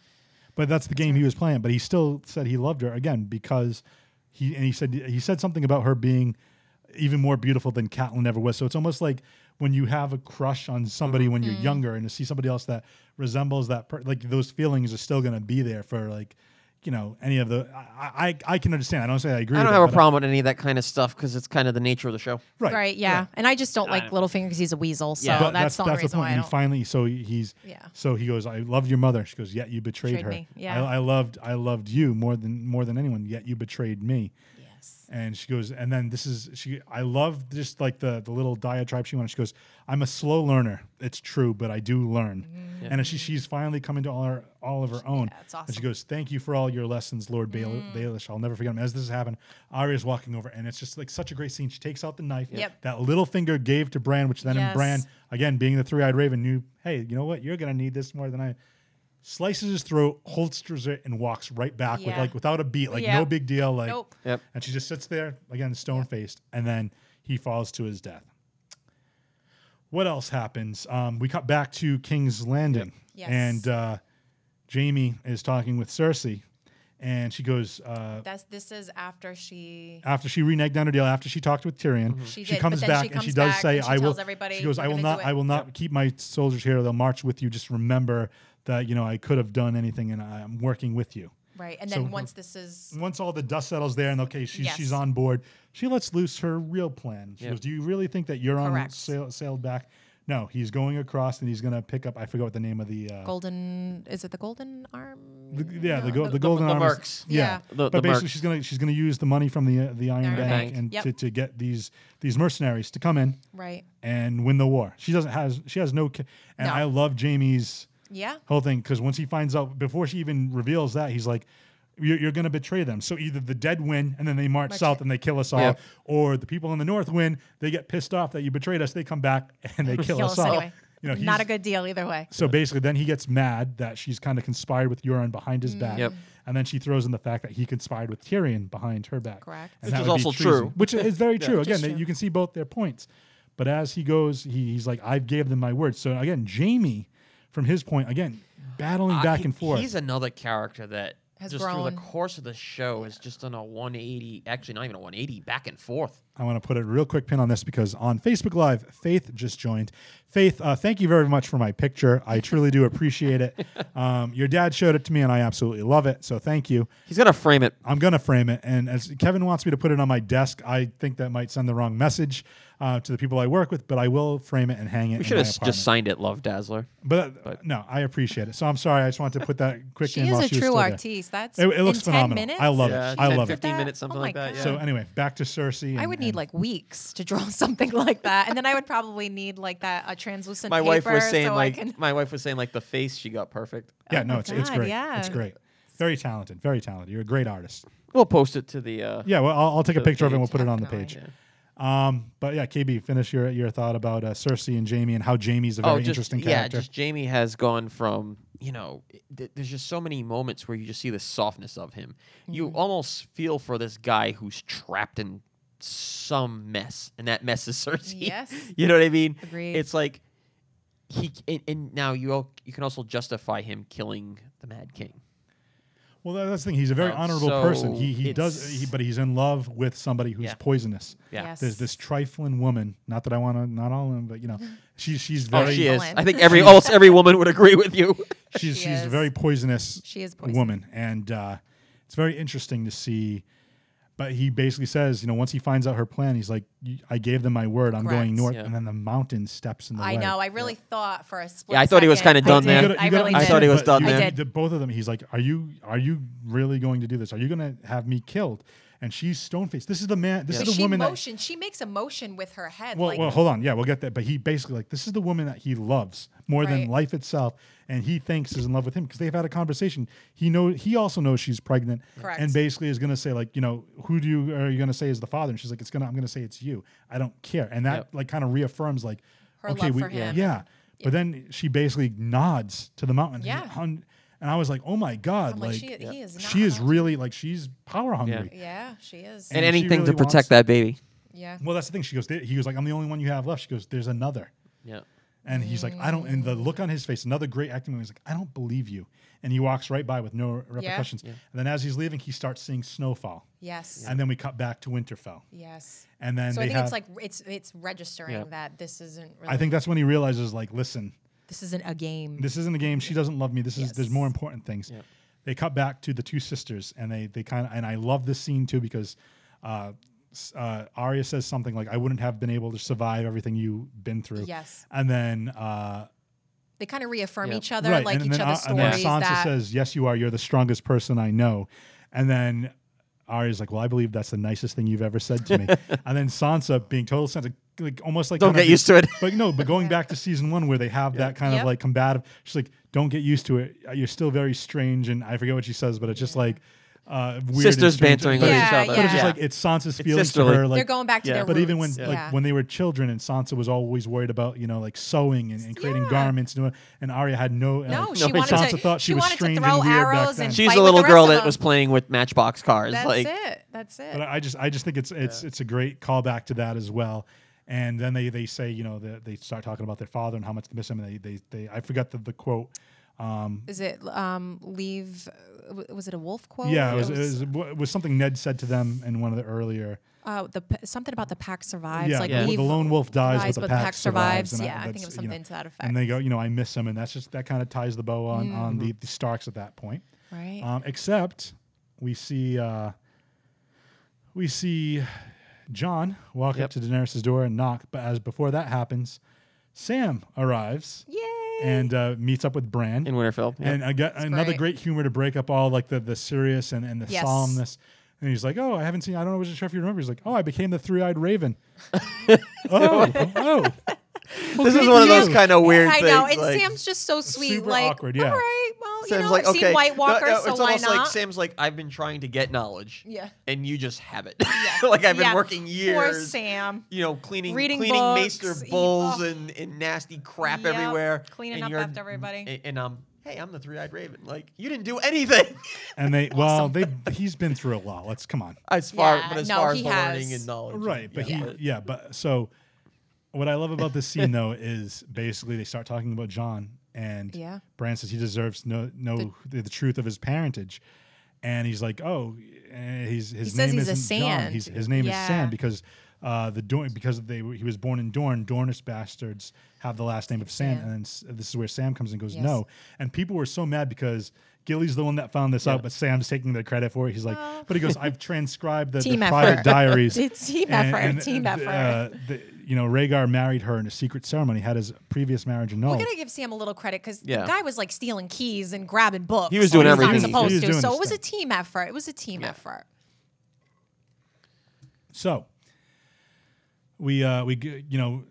[SPEAKER 4] But that's the game he was playing. But he still said he loved her again because he and he said he said something about her being even more beautiful than Catelyn ever was. So it's almost like when you have a crush on somebody when you're younger and to see somebody else that resembles that, per- like those feelings are still going to be there for like, you know, any of the. I I, I can understand. I don't say I agree.
[SPEAKER 2] I don't
[SPEAKER 4] with
[SPEAKER 2] have
[SPEAKER 4] that,
[SPEAKER 2] a
[SPEAKER 4] but
[SPEAKER 2] problem with any of that kind of stuff because it's kind of the nature of the show.
[SPEAKER 1] Right. yeah. And I just don't like Littlefinger because he's a weasel. So
[SPEAKER 2] Yeah.
[SPEAKER 4] But
[SPEAKER 1] that's, the only
[SPEAKER 4] that's
[SPEAKER 1] reason
[SPEAKER 4] point.
[SPEAKER 1] why I
[SPEAKER 4] he
[SPEAKER 1] don't.
[SPEAKER 4] finally, so he's
[SPEAKER 1] Yeah.
[SPEAKER 4] So he goes, "I loved your mother." She goes, "Yet you betrayed,
[SPEAKER 1] Betrayed
[SPEAKER 4] her.
[SPEAKER 1] me. Yeah.
[SPEAKER 4] I, I loved, I loved you more than more than anyone. Yet you betrayed me."
[SPEAKER 1] Yes.
[SPEAKER 4] and she goes and then this is she i love just like the the little diatribe she went on. she goes i'm a slow learner it's true but i do learn and she, she's finally coming to all her all of her own
[SPEAKER 1] Mm-hmm. it's
[SPEAKER 4] and she
[SPEAKER 1] awesome. Mm.
[SPEAKER 4] goes thank you for all your lessons lord Bael- baelish i'll never forget them as this has happened arya's walking over and it's just like such a great scene she takes out the knife
[SPEAKER 1] Yep.
[SPEAKER 4] that little finger gave to bran which then
[SPEAKER 1] Yes.
[SPEAKER 4] bran again being the three-eyed raven knew hey you know what you're gonna need this more than i slices his throat holsters it and walks right back with
[SPEAKER 1] Yeah.
[SPEAKER 4] like without a beat like
[SPEAKER 1] Yeah.
[SPEAKER 4] no big deal like
[SPEAKER 1] Nope.
[SPEAKER 2] Yep.
[SPEAKER 4] and she just sits there again, stone faced, and then he falls to his death. What else happens? Um, we cut back to King's Landing,
[SPEAKER 1] Yes.
[SPEAKER 4] and uh, Jamie is talking with Cersei, and she goes uh,
[SPEAKER 1] That's, this is after she.
[SPEAKER 4] after she reneged on her deal, after she talked with Tyrion,
[SPEAKER 1] She
[SPEAKER 4] she
[SPEAKER 1] did,
[SPEAKER 4] comes
[SPEAKER 1] but then
[SPEAKER 4] back
[SPEAKER 1] she
[SPEAKER 4] and she
[SPEAKER 1] comes
[SPEAKER 4] does
[SPEAKER 1] back
[SPEAKER 4] say,
[SPEAKER 1] and she
[SPEAKER 4] "I will."
[SPEAKER 1] tells everybody,
[SPEAKER 4] she goes,
[SPEAKER 1] "We're
[SPEAKER 4] "I will
[SPEAKER 1] gonna
[SPEAKER 4] not.
[SPEAKER 1] do it."
[SPEAKER 4] I will not keep my soldiers here. They'll march with you. Just remember that you know I could have done anything, and I'm working with you."
[SPEAKER 1] Right. And
[SPEAKER 4] So-
[SPEAKER 1] then once this is.
[SPEAKER 4] once all the dust settles there and okay she's,
[SPEAKER 1] Yes.
[SPEAKER 4] she's on board she lets loose her real plan she
[SPEAKER 2] Yep.
[SPEAKER 4] goes do you really think that you're on
[SPEAKER 1] Correct.
[SPEAKER 4] sail, sailed back No, he's going across and he's going to pick up. I forget what the name of the. Uh,
[SPEAKER 1] Golden is it the golden arm?
[SPEAKER 4] the- yeah, the, go- the,
[SPEAKER 2] the-
[SPEAKER 4] golden
[SPEAKER 2] the
[SPEAKER 4] arm is-
[SPEAKER 2] mercs.
[SPEAKER 4] Yeah,
[SPEAKER 1] Yeah.
[SPEAKER 2] The-
[SPEAKER 4] but
[SPEAKER 2] the
[SPEAKER 4] basically
[SPEAKER 2] mercs.
[SPEAKER 4] she's gonna she's gonna use the money from the the Iron,
[SPEAKER 1] Iron
[SPEAKER 4] Bank,
[SPEAKER 2] Bank.
[SPEAKER 4] and
[SPEAKER 1] Yep.
[SPEAKER 4] to, to get these these mercenaries to come in
[SPEAKER 1] Right.
[SPEAKER 4] and win the war. She doesn't has she has no. ca- And
[SPEAKER 1] No.
[SPEAKER 4] I love Jamie's
[SPEAKER 1] Yeah.
[SPEAKER 4] whole thing because once he finds out before she even reveals that he's like you're, you're going to betray them so either the dead win and then they march south and they kill us all
[SPEAKER 2] Yeah.
[SPEAKER 4] or the people in the north win they get pissed off that you betrayed us they come back and
[SPEAKER 1] *laughs*
[SPEAKER 4] they kill,
[SPEAKER 1] Kill us
[SPEAKER 4] all
[SPEAKER 1] anyway.
[SPEAKER 4] you know
[SPEAKER 1] Not a
[SPEAKER 4] he's-
[SPEAKER 1] good deal either way.
[SPEAKER 4] so basically then he gets mad that she's kind of conspired with Euron behind his back
[SPEAKER 2] Yep.
[SPEAKER 4] and then she throws in the fact that he conspired with Tyrion behind her back
[SPEAKER 1] Correct.
[SPEAKER 4] And
[SPEAKER 2] Which
[SPEAKER 4] that
[SPEAKER 2] is
[SPEAKER 4] would be
[SPEAKER 2] also
[SPEAKER 4] treason.
[SPEAKER 2] true.
[SPEAKER 4] which is
[SPEAKER 2] *laughs*
[SPEAKER 4] very true again
[SPEAKER 1] is
[SPEAKER 4] they-
[SPEAKER 1] true.
[SPEAKER 4] you can see both their points but as he goes he, he's like I gave them my word so again Jamie from his point again battling
[SPEAKER 2] Uh,
[SPEAKER 4] back
[SPEAKER 2] he-
[SPEAKER 4] and forth
[SPEAKER 2] He's another character that
[SPEAKER 1] Has
[SPEAKER 2] just through the
[SPEAKER 1] grown.
[SPEAKER 2] course of the show has just done a 180, actually not even a 180, back and forth.
[SPEAKER 4] I want to put a real quick pin on this because on Facebook Live, Faith just joined. Faith, uh, thank you very much for my picture. I truly do appreciate it. Um, your dad showed it to me, and I absolutely love it. So thank you.
[SPEAKER 2] He's gonna frame it.
[SPEAKER 4] I'm gonna frame it, and as Kevin wants me to put it on my desk, I think that might send the wrong message uh, to the people I work with. But I will frame it and hang it.
[SPEAKER 2] We
[SPEAKER 4] in
[SPEAKER 2] should
[SPEAKER 4] my
[SPEAKER 2] have just
[SPEAKER 4] apartment.
[SPEAKER 2] signed it, Love Dazzler.
[SPEAKER 4] But, uh, no, I appreciate it. So I'm sorry. I just wanted to put
[SPEAKER 2] *laughs*
[SPEAKER 4] that quick
[SPEAKER 1] She
[SPEAKER 4] in
[SPEAKER 1] is
[SPEAKER 4] while
[SPEAKER 1] a
[SPEAKER 4] she was
[SPEAKER 1] true
[SPEAKER 4] still there.
[SPEAKER 1] artiste. That's
[SPEAKER 4] It- it looks
[SPEAKER 1] in 10
[SPEAKER 4] phenomenal.
[SPEAKER 1] minutes?
[SPEAKER 4] I love it.
[SPEAKER 2] Yeah,
[SPEAKER 4] I
[SPEAKER 2] 10,
[SPEAKER 4] love it.
[SPEAKER 2] 15
[SPEAKER 1] That-
[SPEAKER 2] minutes, something
[SPEAKER 1] oh my
[SPEAKER 2] like that. Yeah.
[SPEAKER 1] God.
[SPEAKER 4] So anyway, back to Cersei.
[SPEAKER 1] I
[SPEAKER 4] and-
[SPEAKER 1] would need
[SPEAKER 4] and-
[SPEAKER 1] like weeks to draw *laughs* something like that, and then I would probably need like that a translucent.
[SPEAKER 2] *laughs* my wife was
[SPEAKER 1] paper
[SPEAKER 2] saying
[SPEAKER 1] so I
[SPEAKER 2] like *laughs*
[SPEAKER 1] can-
[SPEAKER 2] my wife was saying like the face she got perfect.
[SPEAKER 4] Yeah,
[SPEAKER 1] Oh
[SPEAKER 4] no,
[SPEAKER 1] my
[SPEAKER 4] it's it's
[SPEAKER 1] God,
[SPEAKER 4] great.
[SPEAKER 1] yeah.
[SPEAKER 4] It's great. Very talented. Very talented. You're a great artist.
[SPEAKER 2] We'll post it to the. Uh,
[SPEAKER 4] Yeah, well, I'll, I'll take a
[SPEAKER 2] To the
[SPEAKER 4] picture of it and we'll
[SPEAKER 2] page,
[SPEAKER 4] put it on the page.
[SPEAKER 1] definitely.
[SPEAKER 4] Um, but yeah, KB, finish your your thought about uh, Cersei and Jamie and how Jamie's a very
[SPEAKER 2] Oh, just
[SPEAKER 4] interesting
[SPEAKER 2] yeah,
[SPEAKER 4] character.
[SPEAKER 2] just Jamie has gone from you know. Th- there's just so many moments where you just see the softness of him. You
[SPEAKER 4] Mm-hmm.
[SPEAKER 2] almost feel for this guy who's trapped in some mess, and that mess is Cersei.
[SPEAKER 1] Yes.
[SPEAKER 2] you know what I mean.
[SPEAKER 1] Agreed.
[SPEAKER 2] It's like he and, and now you all, you can also justify him killing the Mad King.
[SPEAKER 4] well, that- that's the thing. He's a very
[SPEAKER 2] Oh,
[SPEAKER 4] honorable person.
[SPEAKER 2] so
[SPEAKER 4] He he does,
[SPEAKER 2] it's-
[SPEAKER 4] he, but he's in love with somebody who's
[SPEAKER 2] Yeah.
[SPEAKER 4] poisonous.
[SPEAKER 2] Yeah.
[SPEAKER 1] Yes.
[SPEAKER 4] There's this trifling woman. Not that I want to, not all of them, but you know,
[SPEAKER 1] Mm-hmm.
[SPEAKER 4] she, she's
[SPEAKER 2] Oh,
[SPEAKER 4] very
[SPEAKER 2] she is.
[SPEAKER 1] Excellent.
[SPEAKER 2] I
[SPEAKER 1] *laughs*
[SPEAKER 4] *laughs*
[SPEAKER 2] think every almost every woman would agree with you.
[SPEAKER 4] she's
[SPEAKER 1] She
[SPEAKER 4] she's a
[SPEAKER 1] is.
[SPEAKER 4] very poisonous.
[SPEAKER 1] She is poisonous.
[SPEAKER 4] woman, and uh, it's very interesting to see. But he basically says, you know, once he finds out her plan, he's like, "You- "I gave them my word. I'm going
[SPEAKER 1] Correct.
[SPEAKER 4] north."
[SPEAKER 2] Yeah.
[SPEAKER 4] And then the mountain steps in the
[SPEAKER 1] I
[SPEAKER 4] way.
[SPEAKER 1] know. I really thought for a split.
[SPEAKER 2] I thought he was
[SPEAKER 1] second,
[SPEAKER 2] kinda done
[SPEAKER 1] I
[SPEAKER 2] there.
[SPEAKER 1] did.
[SPEAKER 2] You
[SPEAKER 1] I really
[SPEAKER 2] I
[SPEAKER 1] did.
[SPEAKER 2] thought he was
[SPEAKER 4] but
[SPEAKER 2] done
[SPEAKER 4] you-
[SPEAKER 1] I
[SPEAKER 2] there.
[SPEAKER 1] did.
[SPEAKER 4] the- both of them. He's like, "Are you are you really going to do this? Are you going to have me killed?" And she's stone faced. This is the man. This
[SPEAKER 1] But
[SPEAKER 4] is the
[SPEAKER 1] she
[SPEAKER 4] woman that.
[SPEAKER 1] motion. She makes a motion with her head.
[SPEAKER 4] Well,
[SPEAKER 1] like,
[SPEAKER 4] well, hold on. Yeah, we'll get that. But he basically like this is the woman that he loves more than
[SPEAKER 1] Right.
[SPEAKER 4] life itself, and he thinks is in love with him because they've had a conversation. He know he also knows she's pregnant,
[SPEAKER 1] Correct.
[SPEAKER 4] and basically is going to say like, you know, who do you are you going to say is the father? And she's like, it's gonna I'm going to say it's you. I don't care. And that
[SPEAKER 2] Yep.
[SPEAKER 4] like kind of reaffirms like,
[SPEAKER 1] Her
[SPEAKER 4] okay,
[SPEAKER 1] love
[SPEAKER 4] we
[SPEAKER 1] for him.
[SPEAKER 4] yeah. But then she basically nods to the mountain.
[SPEAKER 1] Yeah.
[SPEAKER 4] And, and I was like, oh my god,
[SPEAKER 1] I'm
[SPEAKER 4] like,
[SPEAKER 1] like, she, he is not.
[SPEAKER 4] she is
[SPEAKER 1] allowed.
[SPEAKER 4] really like she's power hungry.
[SPEAKER 1] Yeah, she is.
[SPEAKER 2] and
[SPEAKER 4] she
[SPEAKER 2] anything
[SPEAKER 4] really
[SPEAKER 2] to
[SPEAKER 4] wants-
[SPEAKER 2] protect that baby.
[SPEAKER 1] yeah.
[SPEAKER 4] Well, that's the thing. She goes, there- he was like, I'm the only one you have left. She goes, there's another.
[SPEAKER 2] Yeah.
[SPEAKER 4] And he's like, I don't. And the look on his face, another great acting movie. He's like, I don't believe you. And he walks right by with no repercussions. And then as he's leaving, he starts seeing snowfall.
[SPEAKER 1] Yes.
[SPEAKER 4] And then we cut back to Winterfell.
[SPEAKER 1] Yes.
[SPEAKER 4] And then
[SPEAKER 1] So
[SPEAKER 4] they
[SPEAKER 1] I think
[SPEAKER 4] have.
[SPEAKER 1] it's like it's it's registering
[SPEAKER 2] Yeah.
[SPEAKER 1] that this isn't. Really,
[SPEAKER 4] I think that's when he realizes, like, listen,
[SPEAKER 1] this isn't a game.
[SPEAKER 4] this isn't a game. She doesn't love me. This is there's
[SPEAKER 1] Yes.
[SPEAKER 4] more important things. They cut back to the two sisters, and they they kind of and I love this scene too because uh, s- uh, Arya says something like, "I wouldn't have been able to survive everything you've been through."
[SPEAKER 1] Yes.
[SPEAKER 4] And then uh,
[SPEAKER 1] they kind of reaffirm
[SPEAKER 2] Yeah.
[SPEAKER 1] each other,
[SPEAKER 4] right.
[SPEAKER 1] like
[SPEAKER 4] and,
[SPEAKER 1] each
[SPEAKER 4] then,
[SPEAKER 1] other's
[SPEAKER 4] Ar- and then
[SPEAKER 1] stories.
[SPEAKER 4] Sansa
[SPEAKER 1] that
[SPEAKER 4] says, "Yes, you are. You're the strongest person I know." And then Arya's like, "Well, I believe that's the nicest thing you've ever said
[SPEAKER 1] *laughs*
[SPEAKER 4] to me." and then Sansa, being total sense, like, like almost like
[SPEAKER 2] Don't
[SPEAKER 4] kind of
[SPEAKER 2] get
[SPEAKER 4] the-
[SPEAKER 2] used to
[SPEAKER 1] *laughs*
[SPEAKER 2] it.
[SPEAKER 4] But no, but going back to season one where they have that kind of
[SPEAKER 1] Yep.
[SPEAKER 4] like combative, she's like, "Don't get used to it. Uh, You're still very strange." And I forget what she says, but it's just like uh, weird and
[SPEAKER 2] Sisters
[SPEAKER 4] strange.
[SPEAKER 2] bantering
[SPEAKER 4] But
[SPEAKER 2] with
[SPEAKER 4] it's-
[SPEAKER 2] each
[SPEAKER 1] Yeah,
[SPEAKER 2] other.
[SPEAKER 4] But it's just
[SPEAKER 1] yeah.
[SPEAKER 4] like it's Sansa's feelings
[SPEAKER 2] sisterly.
[SPEAKER 4] to her. Like
[SPEAKER 1] they're going back to
[SPEAKER 2] yeah.
[SPEAKER 1] their
[SPEAKER 4] but even when
[SPEAKER 1] roots.
[SPEAKER 4] like
[SPEAKER 1] Yeah.
[SPEAKER 4] when they were children and Sansa was always worried about you know like sewing and, and creating
[SPEAKER 1] Yeah.
[SPEAKER 4] garments and, doing- and Arya had no uh,
[SPEAKER 1] No,
[SPEAKER 4] like,
[SPEAKER 1] she wanted
[SPEAKER 4] Sansa
[SPEAKER 1] to-
[SPEAKER 4] thought she,
[SPEAKER 1] she
[SPEAKER 4] was
[SPEAKER 1] wanted to
[SPEAKER 4] strange
[SPEAKER 1] throw
[SPEAKER 4] and weird back
[SPEAKER 1] arrows
[SPEAKER 4] then.
[SPEAKER 1] and
[SPEAKER 2] She's
[SPEAKER 1] fight
[SPEAKER 2] the
[SPEAKER 1] with
[SPEAKER 2] little
[SPEAKER 1] the
[SPEAKER 2] girl
[SPEAKER 1] rest of
[SPEAKER 2] that was
[SPEAKER 1] them.
[SPEAKER 2] playing with Matchbox cars.
[SPEAKER 1] that's
[SPEAKER 2] like
[SPEAKER 1] it. That's it.
[SPEAKER 4] but I just I just think it's it's it's a great callback to that as well. And then they they say you know they, they start talking about their father and how much they miss him and they they, they I forgot the, the quote. Um,
[SPEAKER 1] Is it um leave? w- Was it a wolf quote?
[SPEAKER 4] yeah, it was, it, was, it was something Ned said to them in one of the earlier.
[SPEAKER 1] uh, the p- something about the pack survives.
[SPEAKER 4] yeah,
[SPEAKER 1] like
[SPEAKER 4] the,
[SPEAKER 1] leave,
[SPEAKER 4] the lone wolf dies, but the pack, survives. and
[SPEAKER 1] Yeah, I, think it
[SPEAKER 4] that's,
[SPEAKER 1] was
[SPEAKER 4] you know,
[SPEAKER 1] something to that effect. Mm.
[SPEAKER 4] And they go, you know, I miss him, and that's just that kind of ties the bow on on the, the Starks at that point.
[SPEAKER 1] right.
[SPEAKER 4] Um, except we see uh, we see John walk
[SPEAKER 2] Yep.
[SPEAKER 4] up to Daenerys' door and knock. But as before that happens, Sam arrives
[SPEAKER 1] Yay!
[SPEAKER 4] and uh, meets up with Bran.
[SPEAKER 2] in Winterfell. Yeah.
[SPEAKER 4] and I got another
[SPEAKER 1] great.
[SPEAKER 4] great humor to break up all like the the serious and, and the
[SPEAKER 1] Yes.
[SPEAKER 4] solemnness. And he's like, "Oh, I haven't seen. I don't know. Wasn't sure if you remember." He's like, "Oh, I became the three-eyed
[SPEAKER 2] *laughs*
[SPEAKER 4] raven." oh, oh,
[SPEAKER 2] this is one of those
[SPEAKER 4] you.
[SPEAKER 2] kind of weird
[SPEAKER 1] I
[SPEAKER 2] things.
[SPEAKER 1] know, and
[SPEAKER 2] like-
[SPEAKER 1] Sam's just so sweet.
[SPEAKER 4] super
[SPEAKER 1] like,
[SPEAKER 4] awkward, yeah.
[SPEAKER 1] all right, well,
[SPEAKER 2] Sam's
[SPEAKER 1] you know,
[SPEAKER 2] like,
[SPEAKER 1] I've
[SPEAKER 2] okay,
[SPEAKER 1] seen White
[SPEAKER 2] no,
[SPEAKER 1] Walker,
[SPEAKER 2] no,
[SPEAKER 1] so
[SPEAKER 2] it's
[SPEAKER 1] why
[SPEAKER 2] almost
[SPEAKER 1] not?
[SPEAKER 2] like Sam's like, I've been trying to get knowledge,
[SPEAKER 1] Yeah.
[SPEAKER 2] and you just have it. *laughs* like I've been
[SPEAKER 1] Yeah.
[SPEAKER 2] working
[SPEAKER 1] Poor
[SPEAKER 2] years,
[SPEAKER 1] Sam.
[SPEAKER 2] you know, cleaning
[SPEAKER 1] Reading
[SPEAKER 2] cleaning maester
[SPEAKER 1] books, eat-
[SPEAKER 2] bowls
[SPEAKER 1] oh.
[SPEAKER 2] and, and nasty crap
[SPEAKER 1] Yep,
[SPEAKER 2] everywhere,
[SPEAKER 1] cleaning
[SPEAKER 2] and
[SPEAKER 1] up
[SPEAKER 2] you're-
[SPEAKER 1] after everybody.
[SPEAKER 2] And, and um, hey, I'm the three-eyed raven. Like you didn't do *laughs* anything.
[SPEAKER 4] and they well, they he's been through a lot. Let's come on,
[SPEAKER 2] as far,
[SPEAKER 1] Yeah,
[SPEAKER 2] but as
[SPEAKER 1] no,
[SPEAKER 2] far as
[SPEAKER 1] he
[SPEAKER 2] the learning
[SPEAKER 1] has.
[SPEAKER 2] and knowledge, and-
[SPEAKER 4] right? But
[SPEAKER 2] yeah.
[SPEAKER 4] he, yeah, but so what I love about this scene though *laughs* is basically they start talking about John and
[SPEAKER 1] Yeah.
[SPEAKER 4] Bran says he deserves no know the, the truth of his parentage, and he's like, "Oh, eh, he's his
[SPEAKER 1] He
[SPEAKER 4] name
[SPEAKER 1] says he's a
[SPEAKER 4] isn't John.
[SPEAKER 1] Sand.
[SPEAKER 4] He's, his name is
[SPEAKER 1] Yeah.
[SPEAKER 4] Sand because uh, the Dorn because they were- he was born in Dorne. Dornish bastards have the last name of Sand,
[SPEAKER 1] Sand.
[SPEAKER 4] and then S- this is where Sam comes and goes,
[SPEAKER 1] Yes.
[SPEAKER 4] "No." And people were so mad because. Gilly's the one that found this out, but Sam's taking the credit for it. He's like, but he goes, I've transcribed the, the
[SPEAKER 1] Oh. *laughs* Team
[SPEAKER 4] private
[SPEAKER 1] effort. *laughs*
[SPEAKER 4] diaries.
[SPEAKER 1] It's team effort, team effort.
[SPEAKER 4] uh, the, you know, Rhaegar married her in a secret ceremony, had his previous marriage annulled.
[SPEAKER 1] We're gonna give Sam a little credit because
[SPEAKER 2] Yeah.
[SPEAKER 1] the guy was like stealing keys and grabbing books.
[SPEAKER 2] He was
[SPEAKER 1] when
[SPEAKER 2] doing
[SPEAKER 1] not
[SPEAKER 2] everything he
[SPEAKER 1] supposed
[SPEAKER 4] could. He was
[SPEAKER 1] to.
[SPEAKER 4] doing
[SPEAKER 1] so
[SPEAKER 4] his
[SPEAKER 1] it was a
[SPEAKER 4] thing.
[SPEAKER 1] team effort. It was a team effort.
[SPEAKER 4] So we uh, we g- you know,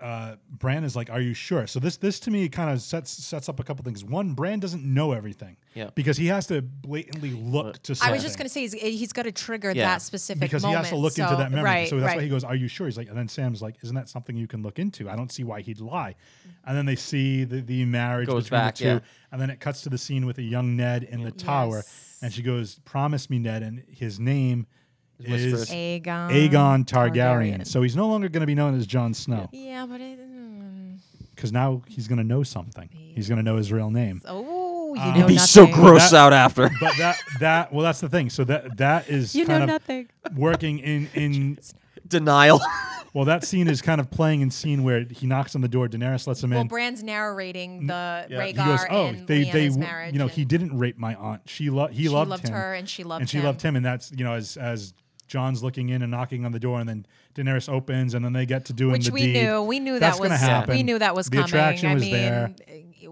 [SPEAKER 4] uh, Bran is like, "Are you sure?" So this this to me kind of sets sets up a couple things. One, Bran doesn't know everything,
[SPEAKER 2] Yeah.
[SPEAKER 4] because he has to blatantly look to. Something.
[SPEAKER 1] I was just gonna say he's, he's got to trigger
[SPEAKER 2] Yeah.
[SPEAKER 1] that specific
[SPEAKER 4] because
[SPEAKER 1] moment.
[SPEAKER 4] he has to look
[SPEAKER 1] so,
[SPEAKER 4] into that memory.
[SPEAKER 1] Right,
[SPEAKER 4] so that's
[SPEAKER 1] right.
[SPEAKER 4] why he goes, "Are you sure?" He's like, and then Sam's like, "Isn't that something you can look into?" I don't see why he'd lie. And then they see the, the marriage
[SPEAKER 2] Goes
[SPEAKER 4] between
[SPEAKER 2] back,
[SPEAKER 4] the two,
[SPEAKER 2] yeah.
[SPEAKER 4] and then it cuts to the scene with a young Ned in the tower,
[SPEAKER 1] Yes.
[SPEAKER 4] and she goes, "Promise me, Ned," and his name is
[SPEAKER 2] Whisperer.
[SPEAKER 1] Aegon.
[SPEAKER 4] Aegon Targaryen. So he's no longer going to be known as Jon Snow
[SPEAKER 1] Yeah, but it, mm,
[SPEAKER 4] because now he's going to know something. He's going to know his real name.
[SPEAKER 1] oh,
[SPEAKER 4] Ah.
[SPEAKER 1] you know
[SPEAKER 2] You'd be
[SPEAKER 1] nothing.
[SPEAKER 2] so grossed
[SPEAKER 4] That-
[SPEAKER 2] out *laughs* after.
[SPEAKER 4] But that that well, that's the thing. So that that is
[SPEAKER 1] You
[SPEAKER 4] kind
[SPEAKER 1] know
[SPEAKER 4] of
[SPEAKER 1] nothing.
[SPEAKER 4] working in
[SPEAKER 1] *laughs*
[SPEAKER 4] in
[SPEAKER 2] *laughs* Denial.
[SPEAKER 4] Well, that scene is kind of playing in scene where he knocks on the door, Daenerys lets him
[SPEAKER 1] Well,
[SPEAKER 4] in.
[SPEAKER 1] Brand's narrating the Rhaegar
[SPEAKER 4] he goes, "Oh,
[SPEAKER 1] and
[SPEAKER 4] they they
[SPEAKER 1] Lyanna's
[SPEAKER 4] w-
[SPEAKER 1] marriage.
[SPEAKER 4] you know,
[SPEAKER 1] and
[SPEAKER 4] he didn't rape my aunt. She loved he
[SPEAKER 1] she
[SPEAKER 4] loved, him.
[SPEAKER 1] her, and she loved
[SPEAKER 4] and she
[SPEAKER 1] him.
[SPEAKER 4] loved him and that's, you know, as as John's looking in and knocking on the door and then Daenerys opens and then they get to doing
[SPEAKER 1] Which
[SPEAKER 4] the
[SPEAKER 1] we
[SPEAKER 4] deed.
[SPEAKER 1] knew. We knew
[SPEAKER 4] That's
[SPEAKER 1] that was
[SPEAKER 4] gonna happen.
[SPEAKER 1] we knew that was
[SPEAKER 4] The
[SPEAKER 1] coming.
[SPEAKER 4] attraction
[SPEAKER 1] I
[SPEAKER 4] was
[SPEAKER 1] mean,
[SPEAKER 4] there.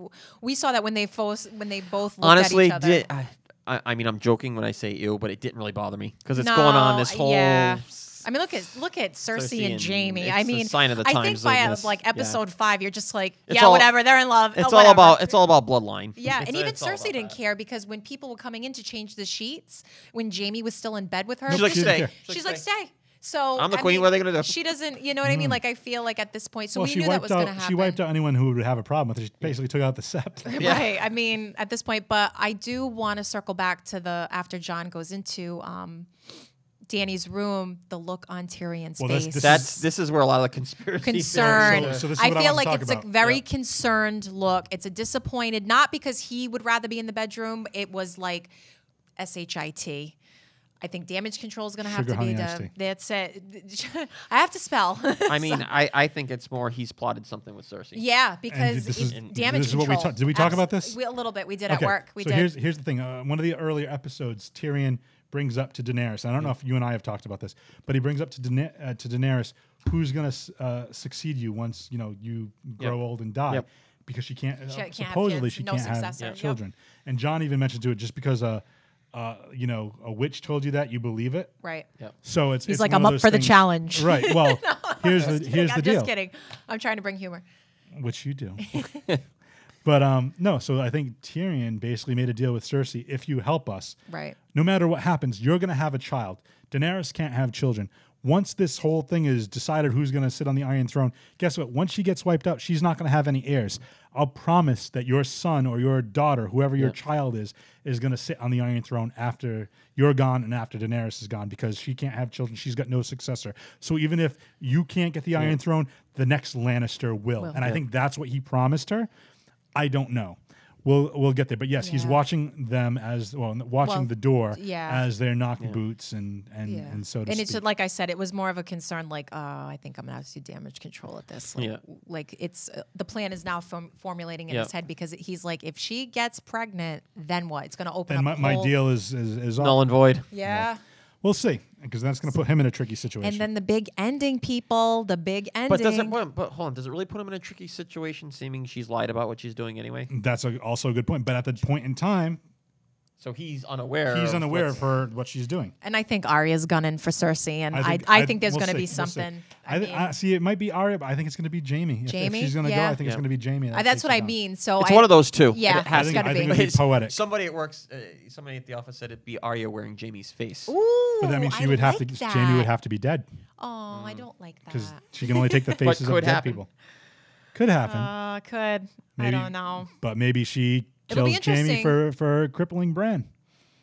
[SPEAKER 1] uh, we saw that when they both when they both looked
[SPEAKER 2] Honestly,
[SPEAKER 1] at each other.
[SPEAKER 2] did I, I? I mean, I'm joking when I say ew, but it didn't really bother me because it's
[SPEAKER 1] no,
[SPEAKER 2] going on this whole.
[SPEAKER 1] Yeah.
[SPEAKER 2] s-
[SPEAKER 1] I mean, look at look at Cersei,
[SPEAKER 2] Cersei and-
[SPEAKER 1] and Jamie.
[SPEAKER 2] it's
[SPEAKER 1] I
[SPEAKER 2] a
[SPEAKER 1] mean,
[SPEAKER 2] sign of the
[SPEAKER 1] I
[SPEAKER 2] times
[SPEAKER 1] think by
[SPEAKER 2] of
[SPEAKER 1] uh,
[SPEAKER 2] this,
[SPEAKER 1] like
[SPEAKER 2] yeah.
[SPEAKER 1] episode five, you're just like,
[SPEAKER 2] It's
[SPEAKER 1] yeah,
[SPEAKER 2] all-
[SPEAKER 1] whatever, they're in love.
[SPEAKER 2] It's
[SPEAKER 1] oh,
[SPEAKER 2] all
[SPEAKER 1] whatever.
[SPEAKER 2] about it's all about bloodline.
[SPEAKER 1] Yeah,
[SPEAKER 2] It's-
[SPEAKER 1] and even
[SPEAKER 2] it's all
[SPEAKER 1] Cersei
[SPEAKER 2] about
[SPEAKER 1] didn't
[SPEAKER 2] that.
[SPEAKER 1] care because when people were coming in to change the sheets, when Jamie was still in bed with her,
[SPEAKER 2] She's like,
[SPEAKER 1] just-
[SPEAKER 2] "Stay."
[SPEAKER 1] She's, like, stay. So
[SPEAKER 2] I'm the
[SPEAKER 1] I
[SPEAKER 2] queen,
[SPEAKER 1] mean,
[SPEAKER 2] what are they gonna do?
[SPEAKER 1] She doesn't, you know what I mean? Like I feel like at this point,
[SPEAKER 4] Mm-hmm.
[SPEAKER 1] so
[SPEAKER 4] well,
[SPEAKER 1] we
[SPEAKER 4] she
[SPEAKER 1] knew
[SPEAKER 4] wiped
[SPEAKER 1] that was
[SPEAKER 4] out
[SPEAKER 1] gonna happen.
[SPEAKER 4] she wiped out anyone who would have a problem with it. She basically took out the
[SPEAKER 1] *laughs*
[SPEAKER 4] sept.
[SPEAKER 2] Yeah.
[SPEAKER 1] Right. I mean, at this point, but I do want to circle back to the after John goes into um, Danny's room, the look on Tyrion's
[SPEAKER 4] Well, that's-
[SPEAKER 1] face.
[SPEAKER 4] this is
[SPEAKER 2] That's this is where a lot of the conspiracy theories
[SPEAKER 1] concerned.
[SPEAKER 2] are.
[SPEAKER 4] So- so this is
[SPEAKER 1] I
[SPEAKER 4] what I
[SPEAKER 1] feel
[SPEAKER 4] wanted to
[SPEAKER 1] like
[SPEAKER 4] talk
[SPEAKER 1] it's
[SPEAKER 4] about.
[SPEAKER 1] a very
[SPEAKER 4] Yeah.
[SPEAKER 1] concerned look. It's a disappointed, not because he would rather be in the bedroom. It was like shit. I think damage control is going to have
[SPEAKER 4] Sugar,
[SPEAKER 1] to be
[SPEAKER 4] honey,
[SPEAKER 1] done.
[SPEAKER 4] iced
[SPEAKER 1] That's it. *laughs* I have to spell.
[SPEAKER 2] I mean, *laughs* I, I think it's more he's plotted something with Cersei.
[SPEAKER 1] yeah,
[SPEAKER 4] this
[SPEAKER 1] because this
[SPEAKER 4] is-
[SPEAKER 1] is,
[SPEAKER 4] and
[SPEAKER 1] damage
[SPEAKER 4] this is what we
[SPEAKER 1] control.
[SPEAKER 4] talked- did we talk
[SPEAKER 1] Abs-
[SPEAKER 4] about this?
[SPEAKER 1] We, a little bit. We did
[SPEAKER 4] Okay,
[SPEAKER 1] at work. We
[SPEAKER 4] so
[SPEAKER 1] did.
[SPEAKER 4] here's here's the thing. Uh, one of the earlier episodes, Tyrion brings up to Daenerys. and I don't know if you and I have talked about this, but he brings up to Daena- uh, to Daenerys who's going to uh, succeed you once you know you grow
[SPEAKER 2] Yep.
[SPEAKER 4] old and die,
[SPEAKER 2] Yep.
[SPEAKER 4] because she can't, uh,
[SPEAKER 1] She can't have
[SPEAKER 4] supposedly
[SPEAKER 1] kids,
[SPEAKER 4] she
[SPEAKER 1] no
[SPEAKER 4] can't have
[SPEAKER 1] successor, yep.
[SPEAKER 4] children. And John even mentioned to it just because uh, uh, you know a witch told you that you believe it.
[SPEAKER 1] right.
[SPEAKER 4] So it's
[SPEAKER 1] He's
[SPEAKER 4] it's
[SPEAKER 1] like,
[SPEAKER 4] one of
[SPEAKER 1] "I'm up
[SPEAKER 4] those
[SPEAKER 1] for the
[SPEAKER 4] things-
[SPEAKER 1] challenge."
[SPEAKER 4] Right.
[SPEAKER 1] *laughs*
[SPEAKER 4] Well, here's the here's
[SPEAKER 1] I'm
[SPEAKER 4] the
[SPEAKER 1] just
[SPEAKER 4] deal
[SPEAKER 1] kidding. I'm trying to bring humor.
[SPEAKER 4] which you do. *laughs* but um, no, so I think Tyrion basically made a deal with Cersei. If you help us,
[SPEAKER 1] Right.
[SPEAKER 4] no matter what happens, you're going to have a child. Daenerys can't have children. Once this whole thing is decided who's going to sit on the Iron Throne, guess what? Once she gets wiped out, she's not going to have any heirs. I'll promise that your son or your daughter, whoever your child is, is going to sit on the Iron Throne after you're gone and after Daenerys is gone because she can't have children. She's got no successor. So even if you can't get the Iron Throne, the next Lannister will. And I think that's what he promised her. I don't know. We'll we'll get there. But yes, he's
[SPEAKER 1] Yeah.
[SPEAKER 4] watching them as well, n- watching
[SPEAKER 1] Well,
[SPEAKER 4] the door
[SPEAKER 1] yeah.
[SPEAKER 4] as they're knocking boots and and and so to
[SPEAKER 1] and
[SPEAKER 4] speak.
[SPEAKER 1] it's just, like I said, it was more of a concern. Like, oh, I think I'm gonna have to do damage control at this. Like,
[SPEAKER 2] Yeah.
[SPEAKER 1] like it's uh, the plan is now form- formulating in
[SPEAKER 2] Yeah.
[SPEAKER 1] his head because he's like, if she gets pregnant, then what? It's gonna open
[SPEAKER 4] and my,
[SPEAKER 1] up. a
[SPEAKER 4] my
[SPEAKER 1] whole-
[SPEAKER 4] deal is is, is
[SPEAKER 2] Null
[SPEAKER 4] off.
[SPEAKER 2] and void.
[SPEAKER 1] Yeah.
[SPEAKER 4] Well, We'll see, because that's going to put him in a tricky situation.
[SPEAKER 1] And then the big ending, people. The big ending.
[SPEAKER 2] But does it? But but hold on. Does it really put him in a tricky situation, seeming she's lied about what she's doing anyway?
[SPEAKER 4] that's a, also a good point. But at the point in time,
[SPEAKER 2] So he's unaware.
[SPEAKER 4] he's unaware of
[SPEAKER 2] what's-
[SPEAKER 4] her what she's doing.
[SPEAKER 1] and I think Arya's gunning for Cersei, and I I think, there's
[SPEAKER 4] we'll see,
[SPEAKER 1] going to be
[SPEAKER 4] we'll see.
[SPEAKER 1] something.
[SPEAKER 4] I, thi- I see. It might be Arya, but I think it's going to be Jamie. If- If,
[SPEAKER 1] Jamie?
[SPEAKER 4] she's going to go,
[SPEAKER 1] Yeah.
[SPEAKER 4] I think it's
[SPEAKER 2] Yeah.
[SPEAKER 4] going to be Jamie. that
[SPEAKER 1] Uh, that's
[SPEAKER 4] takes
[SPEAKER 1] what
[SPEAKER 4] it
[SPEAKER 1] I
[SPEAKER 4] down.
[SPEAKER 1] mean. So
[SPEAKER 2] It's
[SPEAKER 1] I-
[SPEAKER 2] one of those two.
[SPEAKER 1] Yeah,
[SPEAKER 2] It has
[SPEAKER 1] *laughs* it's
[SPEAKER 4] think-
[SPEAKER 2] to
[SPEAKER 1] gotta
[SPEAKER 4] I
[SPEAKER 1] be.
[SPEAKER 4] think It'd be poetic.
[SPEAKER 2] Somebody at work's. Uh, somebody at the office said it'd be Arya wearing Jamie's face.
[SPEAKER 1] Ooh,
[SPEAKER 4] But that means she
[SPEAKER 1] I
[SPEAKER 4] would have
[SPEAKER 1] like
[SPEAKER 4] to.
[SPEAKER 1] That.
[SPEAKER 4] Jamie would have to be dead
[SPEAKER 1] Oh,
[SPEAKER 2] Mm.
[SPEAKER 1] I don't like that.
[SPEAKER 4] because she can only
[SPEAKER 1] *laughs*
[SPEAKER 4] take the faces of
[SPEAKER 2] could
[SPEAKER 4] dead
[SPEAKER 2] happen.
[SPEAKER 4] people. Could happen,
[SPEAKER 1] Uh, could
[SPEAKER 4] Maybe-
[SPEAKER 1] I don't know.
[SPEAKER 4] but maybe she
[SPEAKER 1] It'll be
[SPEAKER 4] kills Jamie
[SPEAKER 1] interesting.
[SPEAKER 4] for for crippling Bran.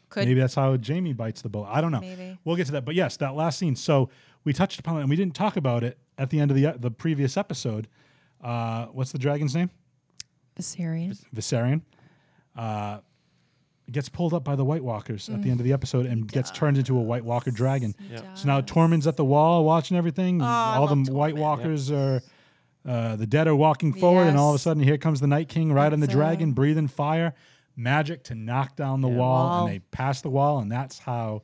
[SPEAKER 1] Could
[SPEAKER 4] Maybe that's how Jamie bites the bullet. I don't know.
[SPEAKER 1] Maybe.
[SPEAKER 4] We'll get to that. But yes, that last scene. So we touched upon it, and we didn't talk about it at the end of the the previous episode. Uh, what's the dragon's name?
[SPEAKER 1] Viserion?
[SPEAKER 4] Viserion. Uh, gets pulled up by the White Walkers at the end of
[SPEAKER 1] Mm.
[SPEAKER 4] the episode and gets turned into a White Walker dragon. So now Tormund's at the wall watching everything.
[SPEAKER 1] Oh,
[SPEAKER 4] all the White Walkers are. Uh, the dead are walking forward, and all of a
[SPEAKER 1] Yes.
[SPEAKER 4] sudden, here comes the Night King riding the
[SPEAKER 1] That's it.
[SPEAKER 4] dragon, breathing fire, magic to knock down the wall,
[SPEAKER 1] Wall.
[SPEAKER 4] and they pass the wall, and that's how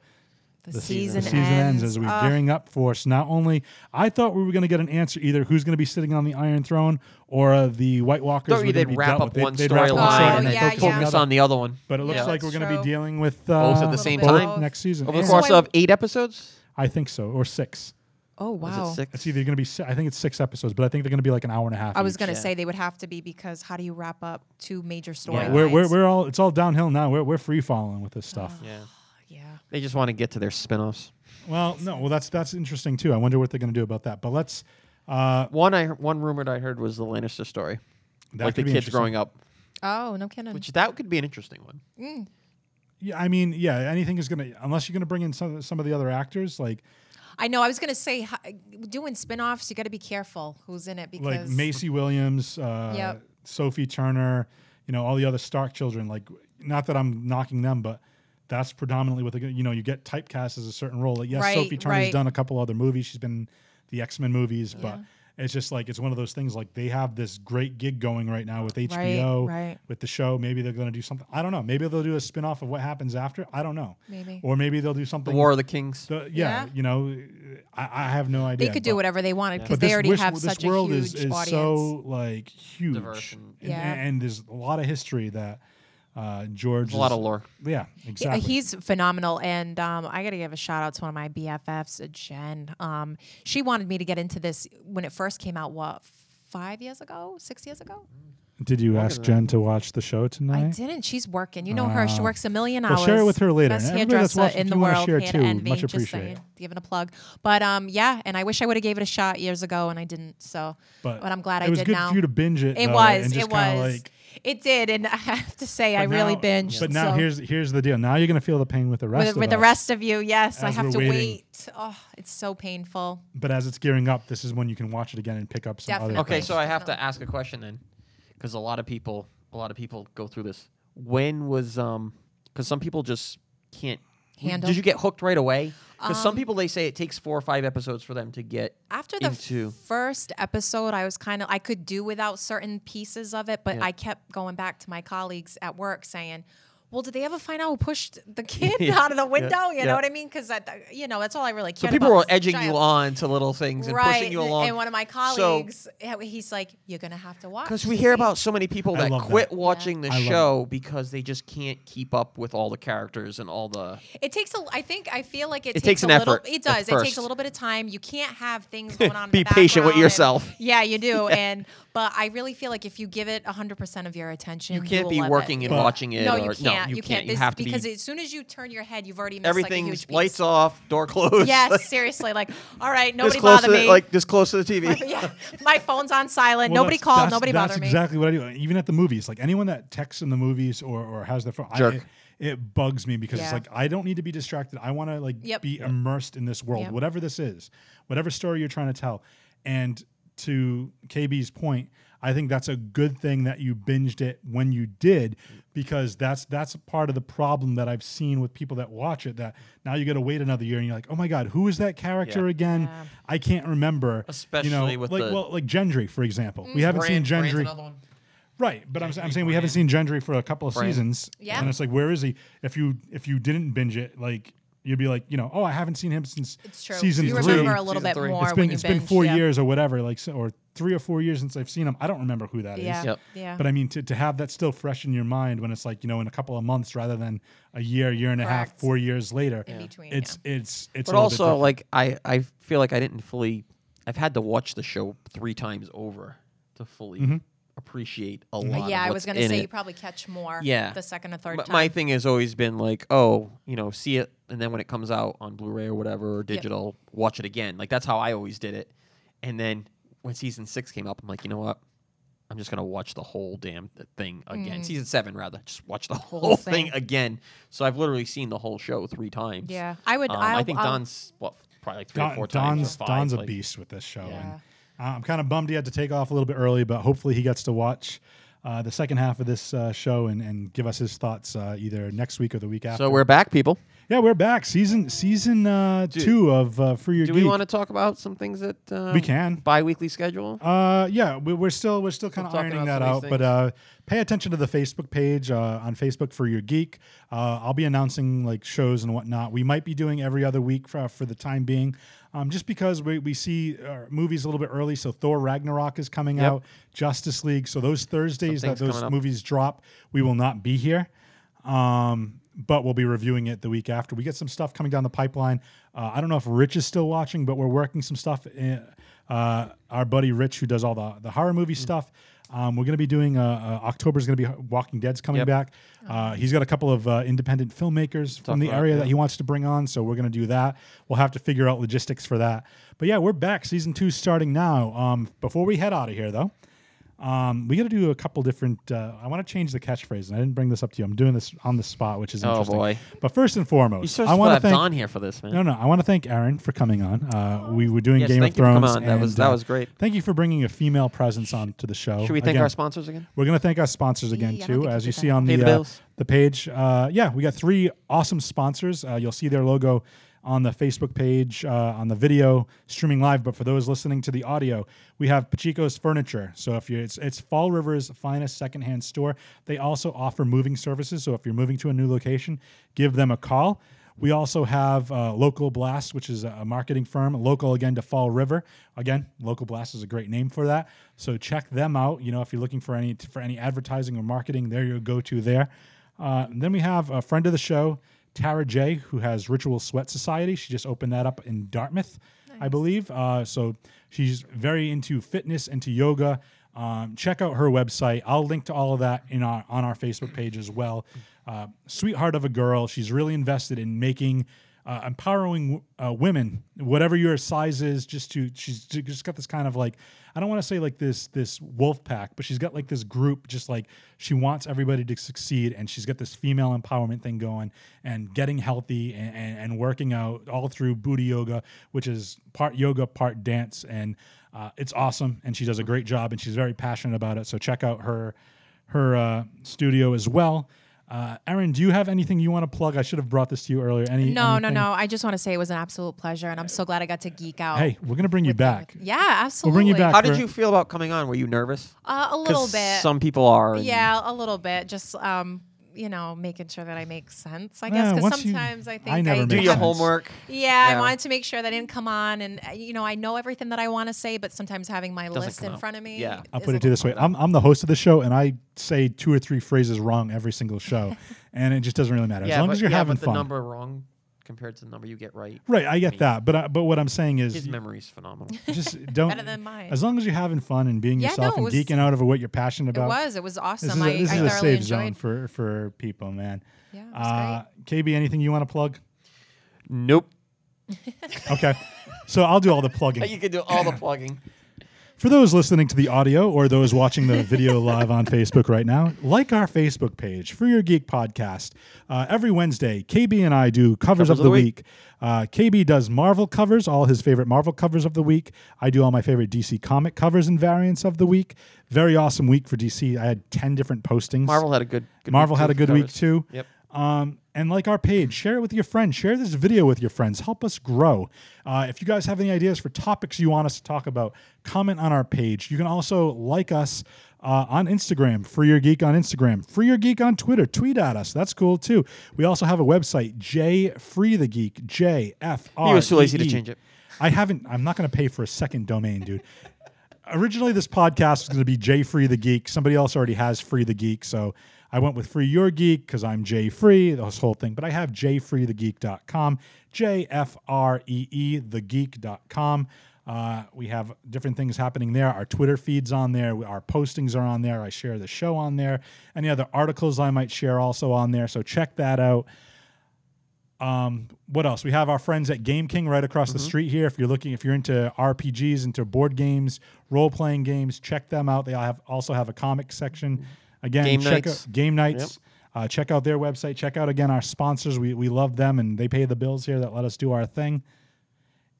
[SPEAKER 1] The,
[SPEAKER 4] the
[SPEAKER 1] season,
[SPEAKER 4] the season ends. as we're
[SPEAKER 1] Uh,
[SPEAKER 4] gearing up for us. Not only I thought we were going to get an answer either who's going to be sitting on the Iron Throne or uh, the White Walkers.
[SPEAKER 2] Thought
[SPEAKER 4] were gonna
[SPEAKER 2] they'd
[SPEAKER 4] be
[SPEAKER 2] wrap
[SPEAKER 4] dealt
[SPEAKER 2] up
[SPEAKER 4] with. They'd-
[SPEAKER 2] one
[SPEAKER 4] they'd wrap up one
[SPEAKER 1] story
[SPEAKER 2] storyline
[SPEAKER 1] Oh,
[SPEAKER 2] and
[SPEAKER 1] yeah,
[SPEAKER 2] then
[SPEAKER 1] yeah.
[SPEAKER 2] focus on the other one.
[SPEAKER 4] But it looks
[SPEAKER 2] Yeah.
[SPEAKER 4] like we're
[SPEAKER 1] That's
[SPEAKER 4] going to be
[SPEAKER 1] true.
[SPEAKER 4] dealing with uh,
[SPEAKER 2] Both at the same
[SPEAKER 1] little
[SPEAKER 4] both
[SPEAKER 1] bit.
[SPEAKER 2] time
[SPEAKER 4] next season.
[SPEAKER 2] over the
[SPEAKER 4] And-
[SPEAKER 1] So
[SPEAKER 2] course
[SPEAKER 1] I-
[SPEAKER 2] of eight episodes.
[SPEAKER 4] I think so, or six.
[SPEAKER 1] oh wow.
[SPEAKER 2] Is it six?
[SPEAKER 4] It's either going to be. si- I think it's six episodes, but I think they're going to be like an hour and a half.
[SPEAKER 1] I was
[SPEAKER 4] each.
[SPEAKER 1] gonna
[SPEAKER 2] Yeah.
[SPEAKER 1] say they would have to be because how do you wrap up two major storylines?
[SPEAKER 2] Yeah.
[SPEAKER 4] We're, we're, we're all it's all downhill now. We're, we're free falling with this
[SPEAKER 1] Oh.
[SPEAKER 4] stuff.
[SPEAKER 2] Yeah.
[SPEAKER 1] yeah.
[SPEAKER 2] They just want to get to their spin-offs.
[SPEAKER 4] Well, no, well that's that's interesting too. I wonder what they're going to do about that. But let's uh,
[SPEAKER 2] One I one rumored I heard was the Lannister story,
[SPEAKER 4] that
[SPEAKER 2] like the
[SPEAKER 4] could be
[SPEAKER 2] kids
[SPEAKER 4] interesting.
[SPEAKER 2] growing up,
[SPEAKER 1] Oh no kidding.
[SPEAKER 2] which that could be an interesting one.
[SPEAKER 4] Yeah, I mean, yeah, anything is going to unless you're going to bring in some some of the other actors like
[SPEAKER 1] I know. I was gonna say h- doing spin-offs, you got to be careful who's in it
[SPEAKER 4] like
[SPEAKER 1] because
[SPEAKER 4] Macy Williams, uh,
[SPEAKER 1] Yep.
[SPEAKER 4] Sophie Turner, you know, all the other Stark children. Like, not that I'm knocking them, but that's predominantly what they you know you get typecast as a certain role. Like, yes,
[SPEAKER 1] Right,
[SPEAKER 4] Sophie Turner's
[SPEAKER 1] right.
[SPEAKER 4] done a couple other movies. She's been in the X Men movies, but it's just like it's one of those things. Like they have this great gig going right now with HBO,
[SPEAKER 1] right.
[SPEAKER 4] with the show. Maybe they're going to do something. I don't know. Maybe they'll do a spin off of what happens after. I don't know.
[SPEAKER 1] Maybe.
[SPEAKER 4] Or maybe they'll do
[SPEAKER 2] The
[SPEAKER 4] something.
[SPEAKER 2] War of the Kings.
[SPEAKER 4] the- yeah,
[SPEAKER 1] Yeah.
[SPEAKER 4] you know, I, I have no
[SPEAKER 1] they
[SPEAKER 4] idea.
[SPEAKER 1] could do
[SPEAKER 4] but-
[SPEAKER 1] whatever they wanted because
[SPEAKER 4] but
[SPEAKER 1] they
[SPEAKER 4] this
[SPEAKER 1] already
[SPEAKER 4] wish-
[SPEAKER 1] have
[SPEAKER 4] this
[SPEAKER 1] such
[SPEAKER 4] world
[SPEAKER 1] a huge
[SPEAKER 4] is, is
[SPEAKER 1] audience.
[SPEAKER 4] so like huge,
[SPEAKER 2] Diverse
[SPEAKER 4] and,
[SPEAKER 2] and-
[SPEAKER 1] Yeah.
[SPEAKER 4] and there's a lot of history that uh, George.
[SPEAKER 2] There's a lot
[SPEAKER 4] is-
[SPEAKER 2] of lore.
[SPEAKER 4] Yeah,
[SPEAKER 1] Yeah,
[SPEAKER 4] exactly.
[SPEAKER 1] He's phenomenal, and um, I got to give a shout out to one of my BFFs, uh, Jen. Um, she wanted me to get into this when it first came out. What five years ago, six years ago?
[SPEAKER 4] Did you ask Jen to watch the show tonight?
[SPEAKER 1] I didn't. She's working. You know her. She works a million
[SPEAKER 4] Well,
[SPEAKER 1] hours.
[SPEAKER 4] share it with her later.
[SPEAKER 1] Best
[SPEAKER 4] And everybody that's
[SPEAKER 1] hairdresser
[SPEAKER 4] watching,
[SPEAKER 1] in
[SPEAKER 4] if
[SPEAKER 1] the
[SPEAKER 4] you wanna
[SPEAKER 1] world.
[SPEAKER 4] share it
[SPEAKER 1] Hannah
[SPEAKER 4] too,
[SPEAKER 1] Envy,
[SPEAKER 4] much
[SPEAKER 1] just
[SPEAKER 4] appreciated.
[SPEAKER 1] saying, Giving a plug, but um, yeah, and I wish I would have gave it a shot years ago, and I didn't. So,
[SPEAKER 4] But
[SPEAKER 1] I'm glad
[SPEAKER 4] it
[SPEAKER 1] I
[SPEAKER 4] was
[SPEAKER 1] did
[SPEAKER 4] good
[SPEAKER 1] now.
[SPEAKER 4] for you to binge it.
[SPEAKER 1] it
[SPEAKER 4] though,
[SPEAKER 1] was.
[SPEAKER 4] and just
[SPEAKER 1] It
[SPEAKER 4] kinda
[SPEAKER 1] was.
[SPEAKER 4] Like,
[SPEAKER 1] it did, and *laughs* I have to say, I
[SPEAKER 4] but
[SPEAKER 1] really
[SPEAKER 4] now-
[SPEAKER 1] binged.
[SPEAKER 4] But now
[SPEAKER 1] so-
[SPEAKER 4] here's here's the deal. Now you're gonna feel the pain with the rest
[SPEAKER 1] with,
[SPEAKER 4] of
[SPEAKER 1] with the
[SPEAKER 4] us.
[SPEAKER 1] rest of you. Yes, I
[SPEAKER 4] as
[SPEAKER 1] have
[SPEAKER 4] we're
[SPEAKER 1] to
[SPEAKER 4] waiting.
[SPEAKER 1] wait. Oh, it's so painful.
[SPEAKER 4] But as it's gearing up, this is when you can watch it again and pick up some other.
[SPEAKER 1] Definitely.
[SPEAKER 2] Okay,
[SPEAKER 4] things.
[SPEAKER 2] so I have to ask a question then, because a lot of people, a lot of people go through this. When was um? Because some people just can't.
[SPEAKER 1] Handle? Um,
[SPEAKER 2] Did you get hooked right away? Because some people they say it takes four or five episodes for them to get
[SPEAKER 1] After the
[SPEAKER 2] into.
[SPEAKER 1] first episode, I was kind of I could do without certain pieces of it, but I kept going back to my colleagues at work saying, "Well, did they ever find out who pushed
[SPEAKER 2] *laughs*
[SPEAKER 1] the kid out of the window?" You
[SPEAKER 2] yeah.
[SPEAKER 1] know what I mean? Because you know that's all I really
[SPEAKER 2] So
[SPEAKER 1] care.
[SPEAKER 2] people
[SPEAKER 1] about
[SPEAKER 2] were
[SPEAKER 1] was the
[SPEAKER 2] edging you
[SPEAKER 1] child.
[SPEAKER 2] on to little things and
[SPEAKER 1] right?
[SPEAKER 2] pushing you
[SPEAKER 1] and-
[SPEAKER 2] along.
[SPEAKER 1] And one of my colleagues, he- he's like, "You're gonna have to watch."
[SPEAKER 2] Because
[SPEAKER 1] to
[SPEAKER 2] we hear
[SPEAKER 1] see."
[SPEAKER 2] about so many people
[SPEAKER 4] I
[SPEAKER 2] that
[SPEAKER 4] love that.
[SPEAKER 2] quit watching the
[SPEAKER 4] I love
[SPEAKER 2] show because they just can't keep up with all the characters and all the.
[SPEAKER 1] It takes a. I think I feel like it,
[SPEAKER 2] It
[SPEAKER 1] takes,
[SPEAKER 2] takes
[SPEAKER 1] a
[SPEAKER 2] an
[SPEAKER 1] little,
[SPEAKER 2] effort
[SPEAKER 1] It
[SPEAKER 2] at
[SPEAKER 1] does. It takes
[SPEAKER 2] first.
[SPEAKER 1] a little bit of time. You can't
[SPEAKER 2] *laughs*
[SPEAKER 1] have things going on. in
[SPEAKER 2] Be
[SPEAKER 1] the
[SPEAKER 2] patient with
[SPEAKER 1] background and-
[SPEAKER 2] yourself.
[SPEAKER 1] yeah,
[SPEAKER 2] *laughs*
[SPEAKER 1] you do. And but I really feel like if you give it hundred percent of your attention,
[SPEAKER 2] You can't
[SPEAKER 1] will
[SPEAKER 2] be
[SPEAKER 1] love
[SPEAKER 2] working
[SPEAKER 1] it.
[SPEAKER 2] and watching it.
[SPEAKER 1] No,
[SPEAKER 2] or,
[SPEAKER 1] you can't.
[SPEAKER 2] you,
[SPEAKER 1] you can't.
[SPEAKER 2] You
[SPEAKER 1] This-
[SPEAKER 2] have to
[SPEAKER 1] because
[SPEAKER 2] be.
[SPEAKER 1] as soon as you turn your head, you've already missed like a
[SPEAKER 2] Everything's
[SPEAKER 1] huge piece.
[SPEAKER 2] lights off, door closed. *laughs*
[SPEAKER 1] Yes, seriously. Like, all right,
[SPEAKER 2] this
[SPEAKER 1] nobody
[SPEAKER 2] close to
[SPEAKER 1] bother
[SPEAKER 2] the,
[SPEAKER 1] me.
[SPEAKER 2] like this close to the TV.
[SPEAKER 1] *laughs* yeah, my phone's on silent.
[SPEAKER 4] Well,
[SPEAKER 1] nobody
[SPEAKER 4] that's-
[SPEAKER 1] call.
[SPEAKER 4] that's-
[SPEAKER 1] nobody
[SPEAKER 4] that's
[SPEAKER 1] bother me.
[SPEAKER 4] exactly what I do. Even at the movies, like anyone that texts in the movies or, or has their phone, I-
[SPEAKER 2] Jerk.
[SPEAKER 4] it, it bugs me because it's
[SPEAKER 1] Yeah.
[SPEAKER 4] like I don't need to be distracted. I want to like
[SPEAKER 1] Yep.
[SPEAKER 4] be immersed in this world,
[SPEAKER 1] Yep.
[SPEAKER 4] whatever this is, whatever story you're trying to tell. And to KB's point, I think that's a good thing that you binged it when you did because that's that's part of the problem that I've seen with people that watch it that now you got to wait another year and you're like, "Oh my god, who is that character
[SPEAKER 2] Yeah.
[SPEAKER 4] again?
[SPEAKER 1] Yeah.
[SPEAKER 4] I can't remember." you know,
[SPEAKER 2] Especially with
[SPEAKER 4] like
[SPEAKER 2] the-
[SPEAKER 4] well, like Gendry for example.
[SPEAKER 1] Mm-hmm.
[SPEAKER 4] We haven't
[SPEAKER 2] Brand-
[SPEAKER 4] seen
[SPEAKER 2] Brand's
[SPEAKER 4] Gendry.
[SPEAKER 2] another one.
[SPEAKER 4] Right, but I'm, I'm saying we haven't seen Gendry for a couple of
[SPEAKER 2] Brand.
[SPEAKER 4] seasons,
[SPEAKER 1] Yeah.
[SPEAKER 4] and it's like, where is he? If you if you didn't binge it, like You'd be like, you know, oh, I haven't seen him since
[SPEAKER 1] It's true.
[SPEAKER 4] season
[SPEAKER 1] you
[SPEAKER 4] three.
[SPEAKER 1] remember a little
[SPEAKER 2] Season
[SPEAKER 1] bit
[SPEAKER 2] three.
[SPEAKER 1] more
[SPEAKER 4] it's
[SPEAKER 1] when
[SPEAKER 4] been
[SPEAKER 1] you
[SPEAKER 4] it's
[SPEAKER 1] binge.
[SPEAKER 4] been four
[SPEAKER 1] yeah.
[SPEAKER 4] years or whatever, like so, or three or four years since I've seen him. I don't remember who that is.
[SPEAKER 1] Yeah.
[SPEAKER 2] Yep.
[SPEAKER 1] Yeah.
[SPEAKER 4] But I mean, to, to have that still fresh in your mind when it's like, you know, in a couple of months rather than a year, year and a half,
[SPEAKER 1] Correct.
[SPEAKER 4] four years later.
[SPEAKER 1] In between,
[SPEAKER 4] It's it's it's a
[SPEAKER 2] But
[SPEAKER 4] little bit
[SPEAKER 2] also,
[SPEAKER 4] different.
[SPEAKER 2] like I, I feel like I didn't fully. I've had to watch the show three times over to fully appreciate a lot. of
[SPEAKER 1] Uh, yeah, I
[SPEAKER 2] what's
[SPEAKER 1] was gonna
[SPEAKER 2] in
[SPEAKER 1] say
[SPEAKER 2] it.
[SPEAKER 1] you probably catch more.
[SPEAKER 2] Yeah.
[SPEAKER 1] The second or third
[SPEAKER 2] M-
[SPEAKER 1] time.
[SPEAKER 2] my thing has always been like, oh, you know, see it, and then when it comes out on Blu-ray or whatever or digital, watch it again. Like that's how I always did it. And then when season six came up, I'm like, you know what? I'm just gonna watch the whole damn th- thing again. Season seven, rather, just watch the whole, thing.
[SPEAKER 1] Mm. thing.
[SPEAKER 2] again. So I've literally seen the whole show three times.
[SPEAKER 1] Yeah. I would-
[SPEAKER 2] Um,
[SPEAKER 1] I'll-
[SPEAKER 2] think
[SPEAKER 1] I'll-
[SPEAKER 2] Don's what, probably like three or
[SPEAKER 4] Don,
[SPEAKER 2] four
[SPEAKER 4] Don's
[SPEAKER 2] times. or five,
[SPEAKER 4] Don's a
[SPEAKER 2] like-
[SPEAKER 4] beast with this show.
[SPEAKER 1] Yeah.
[SPEAKER 4] And, uh, I'm kind of bummed he had to take off a little bit early, but hopefully he gets to watch uh, the second half of this uh, show and, and give us his thoughts uh, either next week or the week after.
[SPEAKER 2] So we're back, people.
[SPEAKER 4] yeah, we're back season season uh, two of uh, Free Your
[SPEAKER 2] Do
[SPEAKER 4] Geek.
[SPEAKER 2] we want to talk about some things that uh,
[SPEAKER 4] We can.
[SPEAKER 2] bi-weekly schedule?
[SPEAKER 4] Uh, yeah, we, we're still we're still kind of
[SPEAKER 2] talking
[SPEAKER 4] ironing
[SPEAKER 2] about
[SPEAKER 4] that
[SPEAKER 2] some
[SPEAKER 4] out,
[SPEAKER 2] of these
[SPEAKER 4] but uh, pay attention to the Facebook page uh, on Facebook for your geek. Uh, I'll be announcing like shows and whatnot. We might be doing every other week for, for the time being, um, just because we we see uh, movies a little bit early. So Thor Ragnarok is coming out, Justice League. So those Thursdays that
[SPEAKER 2] things
[SPEAKER 4] those
[SPEAKER 2] coming up.
[SPEAKER 4] movies drop, we will not be here. Um, but we'll be reviewing it the week after. We get some stuff coming down the pipeline. Uh, I don't know if Rich is still watching, but we're working some stuff. In, uh, our buddy Rich, who does all the, the horror
[SPEAKER 2] Mm.
[SPEAKER 4] movie stuff, um, we're going to be doing. Uh, uh, October is going to be Walking Dead's coming
[SPEAKER 2] Yep.
[SPEAKER 4] back. Uh, he's got a couple of uh, independent filmmakers from the
[SPEAKER 2] about,
[SPEAKER 4] area
[SPEAKER 2] yeah.
[SPEAKER 4] that he wants to bring on, so we're going to do that. We'll have to figure out logistics for that. But yeah, we're back. Season two starting now. Um, before we head out of here, though, um, we got to do a couple different. Uh, I want to change the catchphrase, and I didn't bring this up to you. I'm doing this on the spot, which is
[SPEAKER 2] Oh,
[SPEAKER 4] interesting.
[SPEAKER 2] boy.
[SPEAKER 4] But first and foremost,
[SPEAKER 2] You're supposed
[SPEAKER 4] I
[SPEAKER 2] to
[SPEAKER 4] want
[SPEAKER 2] have
[SPEAKER 4] to thank.
[SPEAKER 2] Don here for this, man.
[SPEAKER 4] No, no, I want to thank Aaron for coming on. Uh, we were doing
[SPEAKER 2] Yes,
[SPEAKER 4] Game
[SPEAKER 2] thank
[SPEAKER 4] of
[SPEAKER 2] you for
[SPEAKER 4] Thrones.
[SPEAKER 2] coming on. That was-
[SPEAKER 4] and,
[SPEAKER 2] that
[SPEAKER 4] uh,
[SPEAKER 2] was great.
[SPEAKER 4] Thank you for bringing a female presence on to the show.
[SPEAKER 2] Should we thank
[SPEAKER 4] Again,
[SPEAKER 2] our sponsors again?
[SPEAKER 4] We're going to thank our sponsors again
[SPEAKER 1] Yeah, I don't
[SPEAKER 4] too,
[SPEAKER 1] think
[SPEAKER 4] as
[SPEAKER 1] we
[SPEAKER 4] you
[SPEAKER 1] did
[SPEAKER 4] see
[SPEAKER 1] that.
[SPEAKER 4] on
[SPEAKER 2] Pay
[SPEAKER 4] the
[SPEAKER 2] the
[SPEAKER 4] uh,
[SPEAKER 2] bills.
[SPEAKER 4] the page. Uh, yeah, we got three awesome sponsors. Uh, you'll see their logo on the Facebook page, uh, on the video streaming live. But for those listening to the audio, we have Pachico's Furniture. So if you, it's it's Fall River's finest secondhand store. They also offer moving services. So if you're moving to a new location, give them a call. We also have uh, Local Blast, which is a a marketing firm, local again to Fall River. Again, Local Blast is a great name for that. So check them out. You know, if you're looking for any for any advertising or marketing, they're your go-to there. Uh, and then we have a friend of the show, Tara J, who has Ritual Sweat Society. She just opened that up in Dartmouth, I believe. Uh, so she's very into fitness, into yoga. Um, check out her website. I'll link to all of that in our on our Facebook page as well. Uh, sweetheart of a girl, she's really invested in making uh, empowering uh, women, whatever your size is, just to she's j- just got this kind of like I don't want to say like this this wolf pack, but she's got like this group, just like she wants everybody to succeed, and she's got this female empowerment thing going, and getting healthy and, and, and working out all through booty yoga, which is part yoga, part dance, and uh, it's awesome, and she does a great job, and she's very passionate about it. So check out her her uh, studio as well. Uh, Aaron, do you have anything you want to plug? I should have brought this to you earlier. Any?
[SPEAKER 1] no, no,
[SPEAKER 4] anything?
[SPEAKER 1] no. I just want to say it was an absolute pleasure, and I'm so glad I got to geek out.
[SPEAKER 4] Hey, we're gonna bring you back.
[SPEAKER 1] Yeah, absolutely.
[SPEAKER 4] bring you back.
[SPEAKER 2] How did
[SPEAKER 4] for-
[SPEAKER 2] you feel about coming on? Were you nervous?
[SPEAKER 1] Uh, a
[SPEAKER 2] 'Cause
[SPEAKER 1] little bit.
[SPEAKER 2] Some people are. and-
[SPEAKER 1] yeah, a little bit. Just um, you know, making sure that I make sense. I
[SPEAKER 4] Yeah,
[SPEAKER 1] guess because
[SPEAKER 4] once you-
[SPEAKER 1] sometimes I
[SPEAKER 4] I
[SPEAKER 1] think
[SPEAKER 4] never
[SPEAKER 1] I
[SPEAKER 4] make
[SPEAKER 2] Do
[SPEAKER 1] have-
[SPEAKER 2] your
[SPEAKER 4] sense.
[SPEAKER 2] homework.
[SPEAKER 1] Yeah,
[SPEAKER 2] Yeah.
[SPEAKER 1] I wanted to make sure that I didn't come on, and uh, you know, I know everything that I want to say, but sometimes having my list
[SPEAKER 2] come
[SPEAKER 1] in
[SPEAKER 2] out.
[SPEAKER 1] front of me.
[SPEAKER 2] Yeah.
[SPEAKER 4] I'll
[SPEAKER 1] is
[SPEAKER 4] put
[SPEAKER 1] a
[SPEAKER 4] it to this way: I'm, I'm the host of the show, and I say two or three phrases wrong every
[SPEAKER 1] *laughs*
[SPEAKER 4] single show, and it just doesn't really matter as long
[SPEAKER 2] but,
[SPEAKER 4] as you're
[SPEAKER 2] yeah,
[SPEAKER 4] having
[SPEAKER 2] but
[SPEAKER 4] fun.
[SPEAKER 2] the number wrong compared to the number you get right.
[SPEAKER 4] right, I get that, but I, but what I'm saying is,
[SPEAKER 2] His memory's phenomenal.
[SPEAKER 4] just don't.
[SPEAKER 1] Better *laughs* than mine.
[SPEAKER 4] As long as you're having fun and being
[SPEAKER 1] Yeah,
[SPEAKER 4] yourself
[SPEAKER 1] no,
[SPEAKER 4] and
[SPEAKER 1] it was-
[SPEAKER 4] geeking out over what you're passionate
[SPEAKER 1] It
[SPEAKER 4] about.
[SPEAKER 1] was. It was
[SPEAKER 4] This
[SPEAKER 1] awesome.
[SPEAKER 4] is a,
[SPEAKER 1] I
[SPEAKER 4] this
[SPEAKER 1] I
[SPEAKER 4] is
[SPEAKER 1] thoroughly
[SPEAKER 4] a safe
[SPEAKER 1] enjoyed.
[SPEAKER 4] zone for for people, man.
[SPEAKER 1] Yeah, it was
[SPEAKER 4] Uh, KB, anything you want to plug?
[SPEAKER 2] nope.
[SPEAKER 1] *laughs*
[SPEAKER 4] Okay. So I'll do all the plugging.
[SPEAKER 2] You could do all *coughs* the plugging.
[SPEAKER 4] For those listening to the audio or those watching the video live on Facebook right now, like our Facebook page for your Geek Podcast. Uh, every Wednesday, KB and I do covers, of, the week. Uh, KB does Marvel covers, all his favorite Marvel covers of the week. I do all my favorite DC comic covers and variants of the week. Very awesome week for DC. I had ten different postings.
[SPEAKER 2] Marvel had a good. good
[SPEAKER 4] Marvel
[SPEAKER 2] week
[SPEAKER 4] had
[SPEAKER 2] too
[SPEAKER 4] a good
[SPEAKER 2] for
[SPEAKER 4] week
[SPEAKER 2] covers.
[SPEAKER 4] too.
[SPEAKER 2] Yep.
[SPEAKER 4] Um, and like our page. Share it with your friends. Share this video with your friends. Help us grow. Uh, if you guys have any ideas for topics you want us to talk about, comment on our page. You can also like us uh, on Instagram, Free Your Geek on Instagram, Free Your Geek on Twitter. Tweet at us. That's cool too. We also have a website, J Free the Geek, J F R. E
[SPEAKER 2] He was too lazy to change it.
[SPEAKER 4] I haven't. I'm not going to pay for a second domain, dude. Originally, this podcast was going to be J Free the Geek. Somebody else already has Free the Geek, so I went with Free Your Geek because I'm J Free. This whole thing, but I have jfreethegeek.com, J F R E E thegeek.com. Uh, we have different things happening there. Our Twitter feeds on there. Our postings are on there. I share the show on there. Any other articles I might share also on there. So check that out what else? We have our friends at Game King right across
[SPEAKER 2] Mm-hmm.
[SPEAKER 4] the street here. If you're looking, if you're into RPGs, into board games, role playing games, check them out. They have also have a comic section. Again,
[SPEAKER 2] Game
[SPEAKER 4] check
[SPEAKER 2] nights.
[SPEAKER 4] out game nights. Uh, check out their website. Check out again our sponsors. We we love them and they pay the bills here that let us do our thing.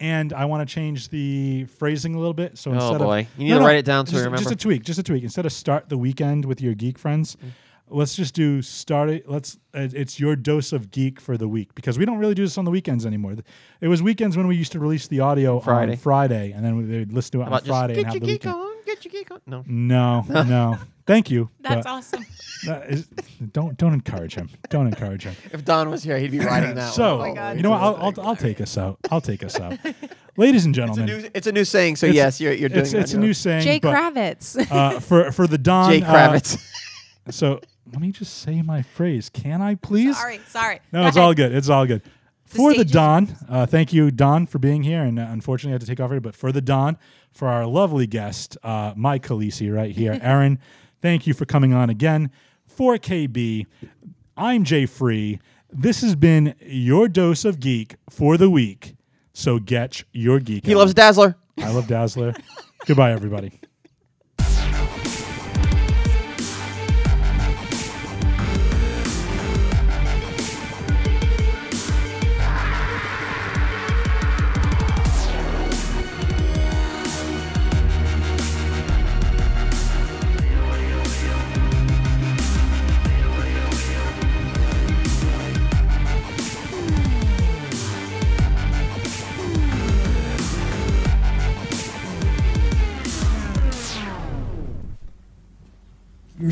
[SPEAKER 4] And I want to change the phrasing a little bit. So instead
[SPEAKER 2] Oh, boy.
[SPEAKER 4] of
[SPEAKER 2] You need to write it down so
[SPEAKER 4] just,
[SPEAKER 2] you
[SPEAKER 4] Just
[SPEAKER 2] remember.
[SPEAKER 4] a tweak. Just a tweak. Instead of start the weekend with your geek friends, let's just do start it. Let's it- it's your dose of geek for the week because we don't really do this on the weekends anymore. Th- It was weekends when we used to release the audio
[SPEAKER 2] Friday.
[SPEAKER 4] on Friday, and then we- they'd listen to it on
[SPEAKER 2] About
[SPEAKER 4] Friday
[SPEAKER 2] just
[SPEAKER 4] and have
[SPEAKER 2] get your
[SPEAKER 4] the
[SPEAKER 2] geek
[SPEAKER 4] weekend.
[SPEAKER 2] on, get your geek on. No. *laughs*
[SPEAKER 4] No, no. Thank you. but
[SPEAKER 1] That's
[SPEAKER 4] *laughs*
[SPEAKER 1] awesome.
[SPEAKER 4] that is- don't don't encourage him. Don't encourage
[SPEAKER 2] *laughs*
[SPEAKER 4] him.
[SPEAKER 2] If Don was here, he'd
[SPEAKER 4] *laughs*
[SPEAKER 2] be riding that.
[SPEAKER 4] So
[SPEAKER 2] one.
[SPEAKER 1] God.
[SPEAKER 4] you know what? I'll, I'll I'll take us out. I'll take us
[SPEAKER 2] *laughs*
[SPEAKER 4] out, ladies and
[SPEAKER 2] It's a
[SPEAKER 4] gentlemen.
[SPEAKER 2] new, it's a new saying. So
[SPEAKER 4] It's-
[SPEAKER 2] yes, you're you're doing
[SPEAKER 4] it's,
[SPEAKER 2] it on
[SPEAKER 4] it's a
[SPEAKER 2] your
[SPEAKER 4] new
[SPEAKER 2] own.
[SPEAKER 4] saying.
[SPEAKER 1] Jay
[SPEAKER 4] but, *laughs*
[SPEAKER 1] Kravitz.
[SPEAKER 4] uh, for for the
[SPEAKER 2] *laughs*
[SPEAKER 4] Don
[SPEAKER 2] Jay
[SPEAKER 4] uh,
[SPEAKER 2] Kravitz.
[SPEAKER 4] So let me just say my phrase. Can I please?
[SPEAKER 1] *laughs* sorry, sorry.
[SPEAKER 4] No, it's
[SPEAKER 1] *laughs*
[SPEAKER 4] all good. It's all good. For the
[SPEAKER 1] stage is
[SPEAKER 4] Don, uh, thank you, Don, for being here. And uh, unfortunately, I have to take off here. But for the Don, for our lovely guest, uh, Mike Khaleesi, right here,
[SPEAKER 1] *laughs*
[SPEAKER 4] Aaron, thank you for coming on again. For KB, I'm Jay Free. This has been your dose of geek for the week. So get your geek.
[SPEAKER 2] He loves Dazzler.
[SPEAKER 4] I love
[SPEAKER 1] *laughs*
[SPEAKER 4] Dazzler. Goodbye, everybody.
[SPEAKER 6] You're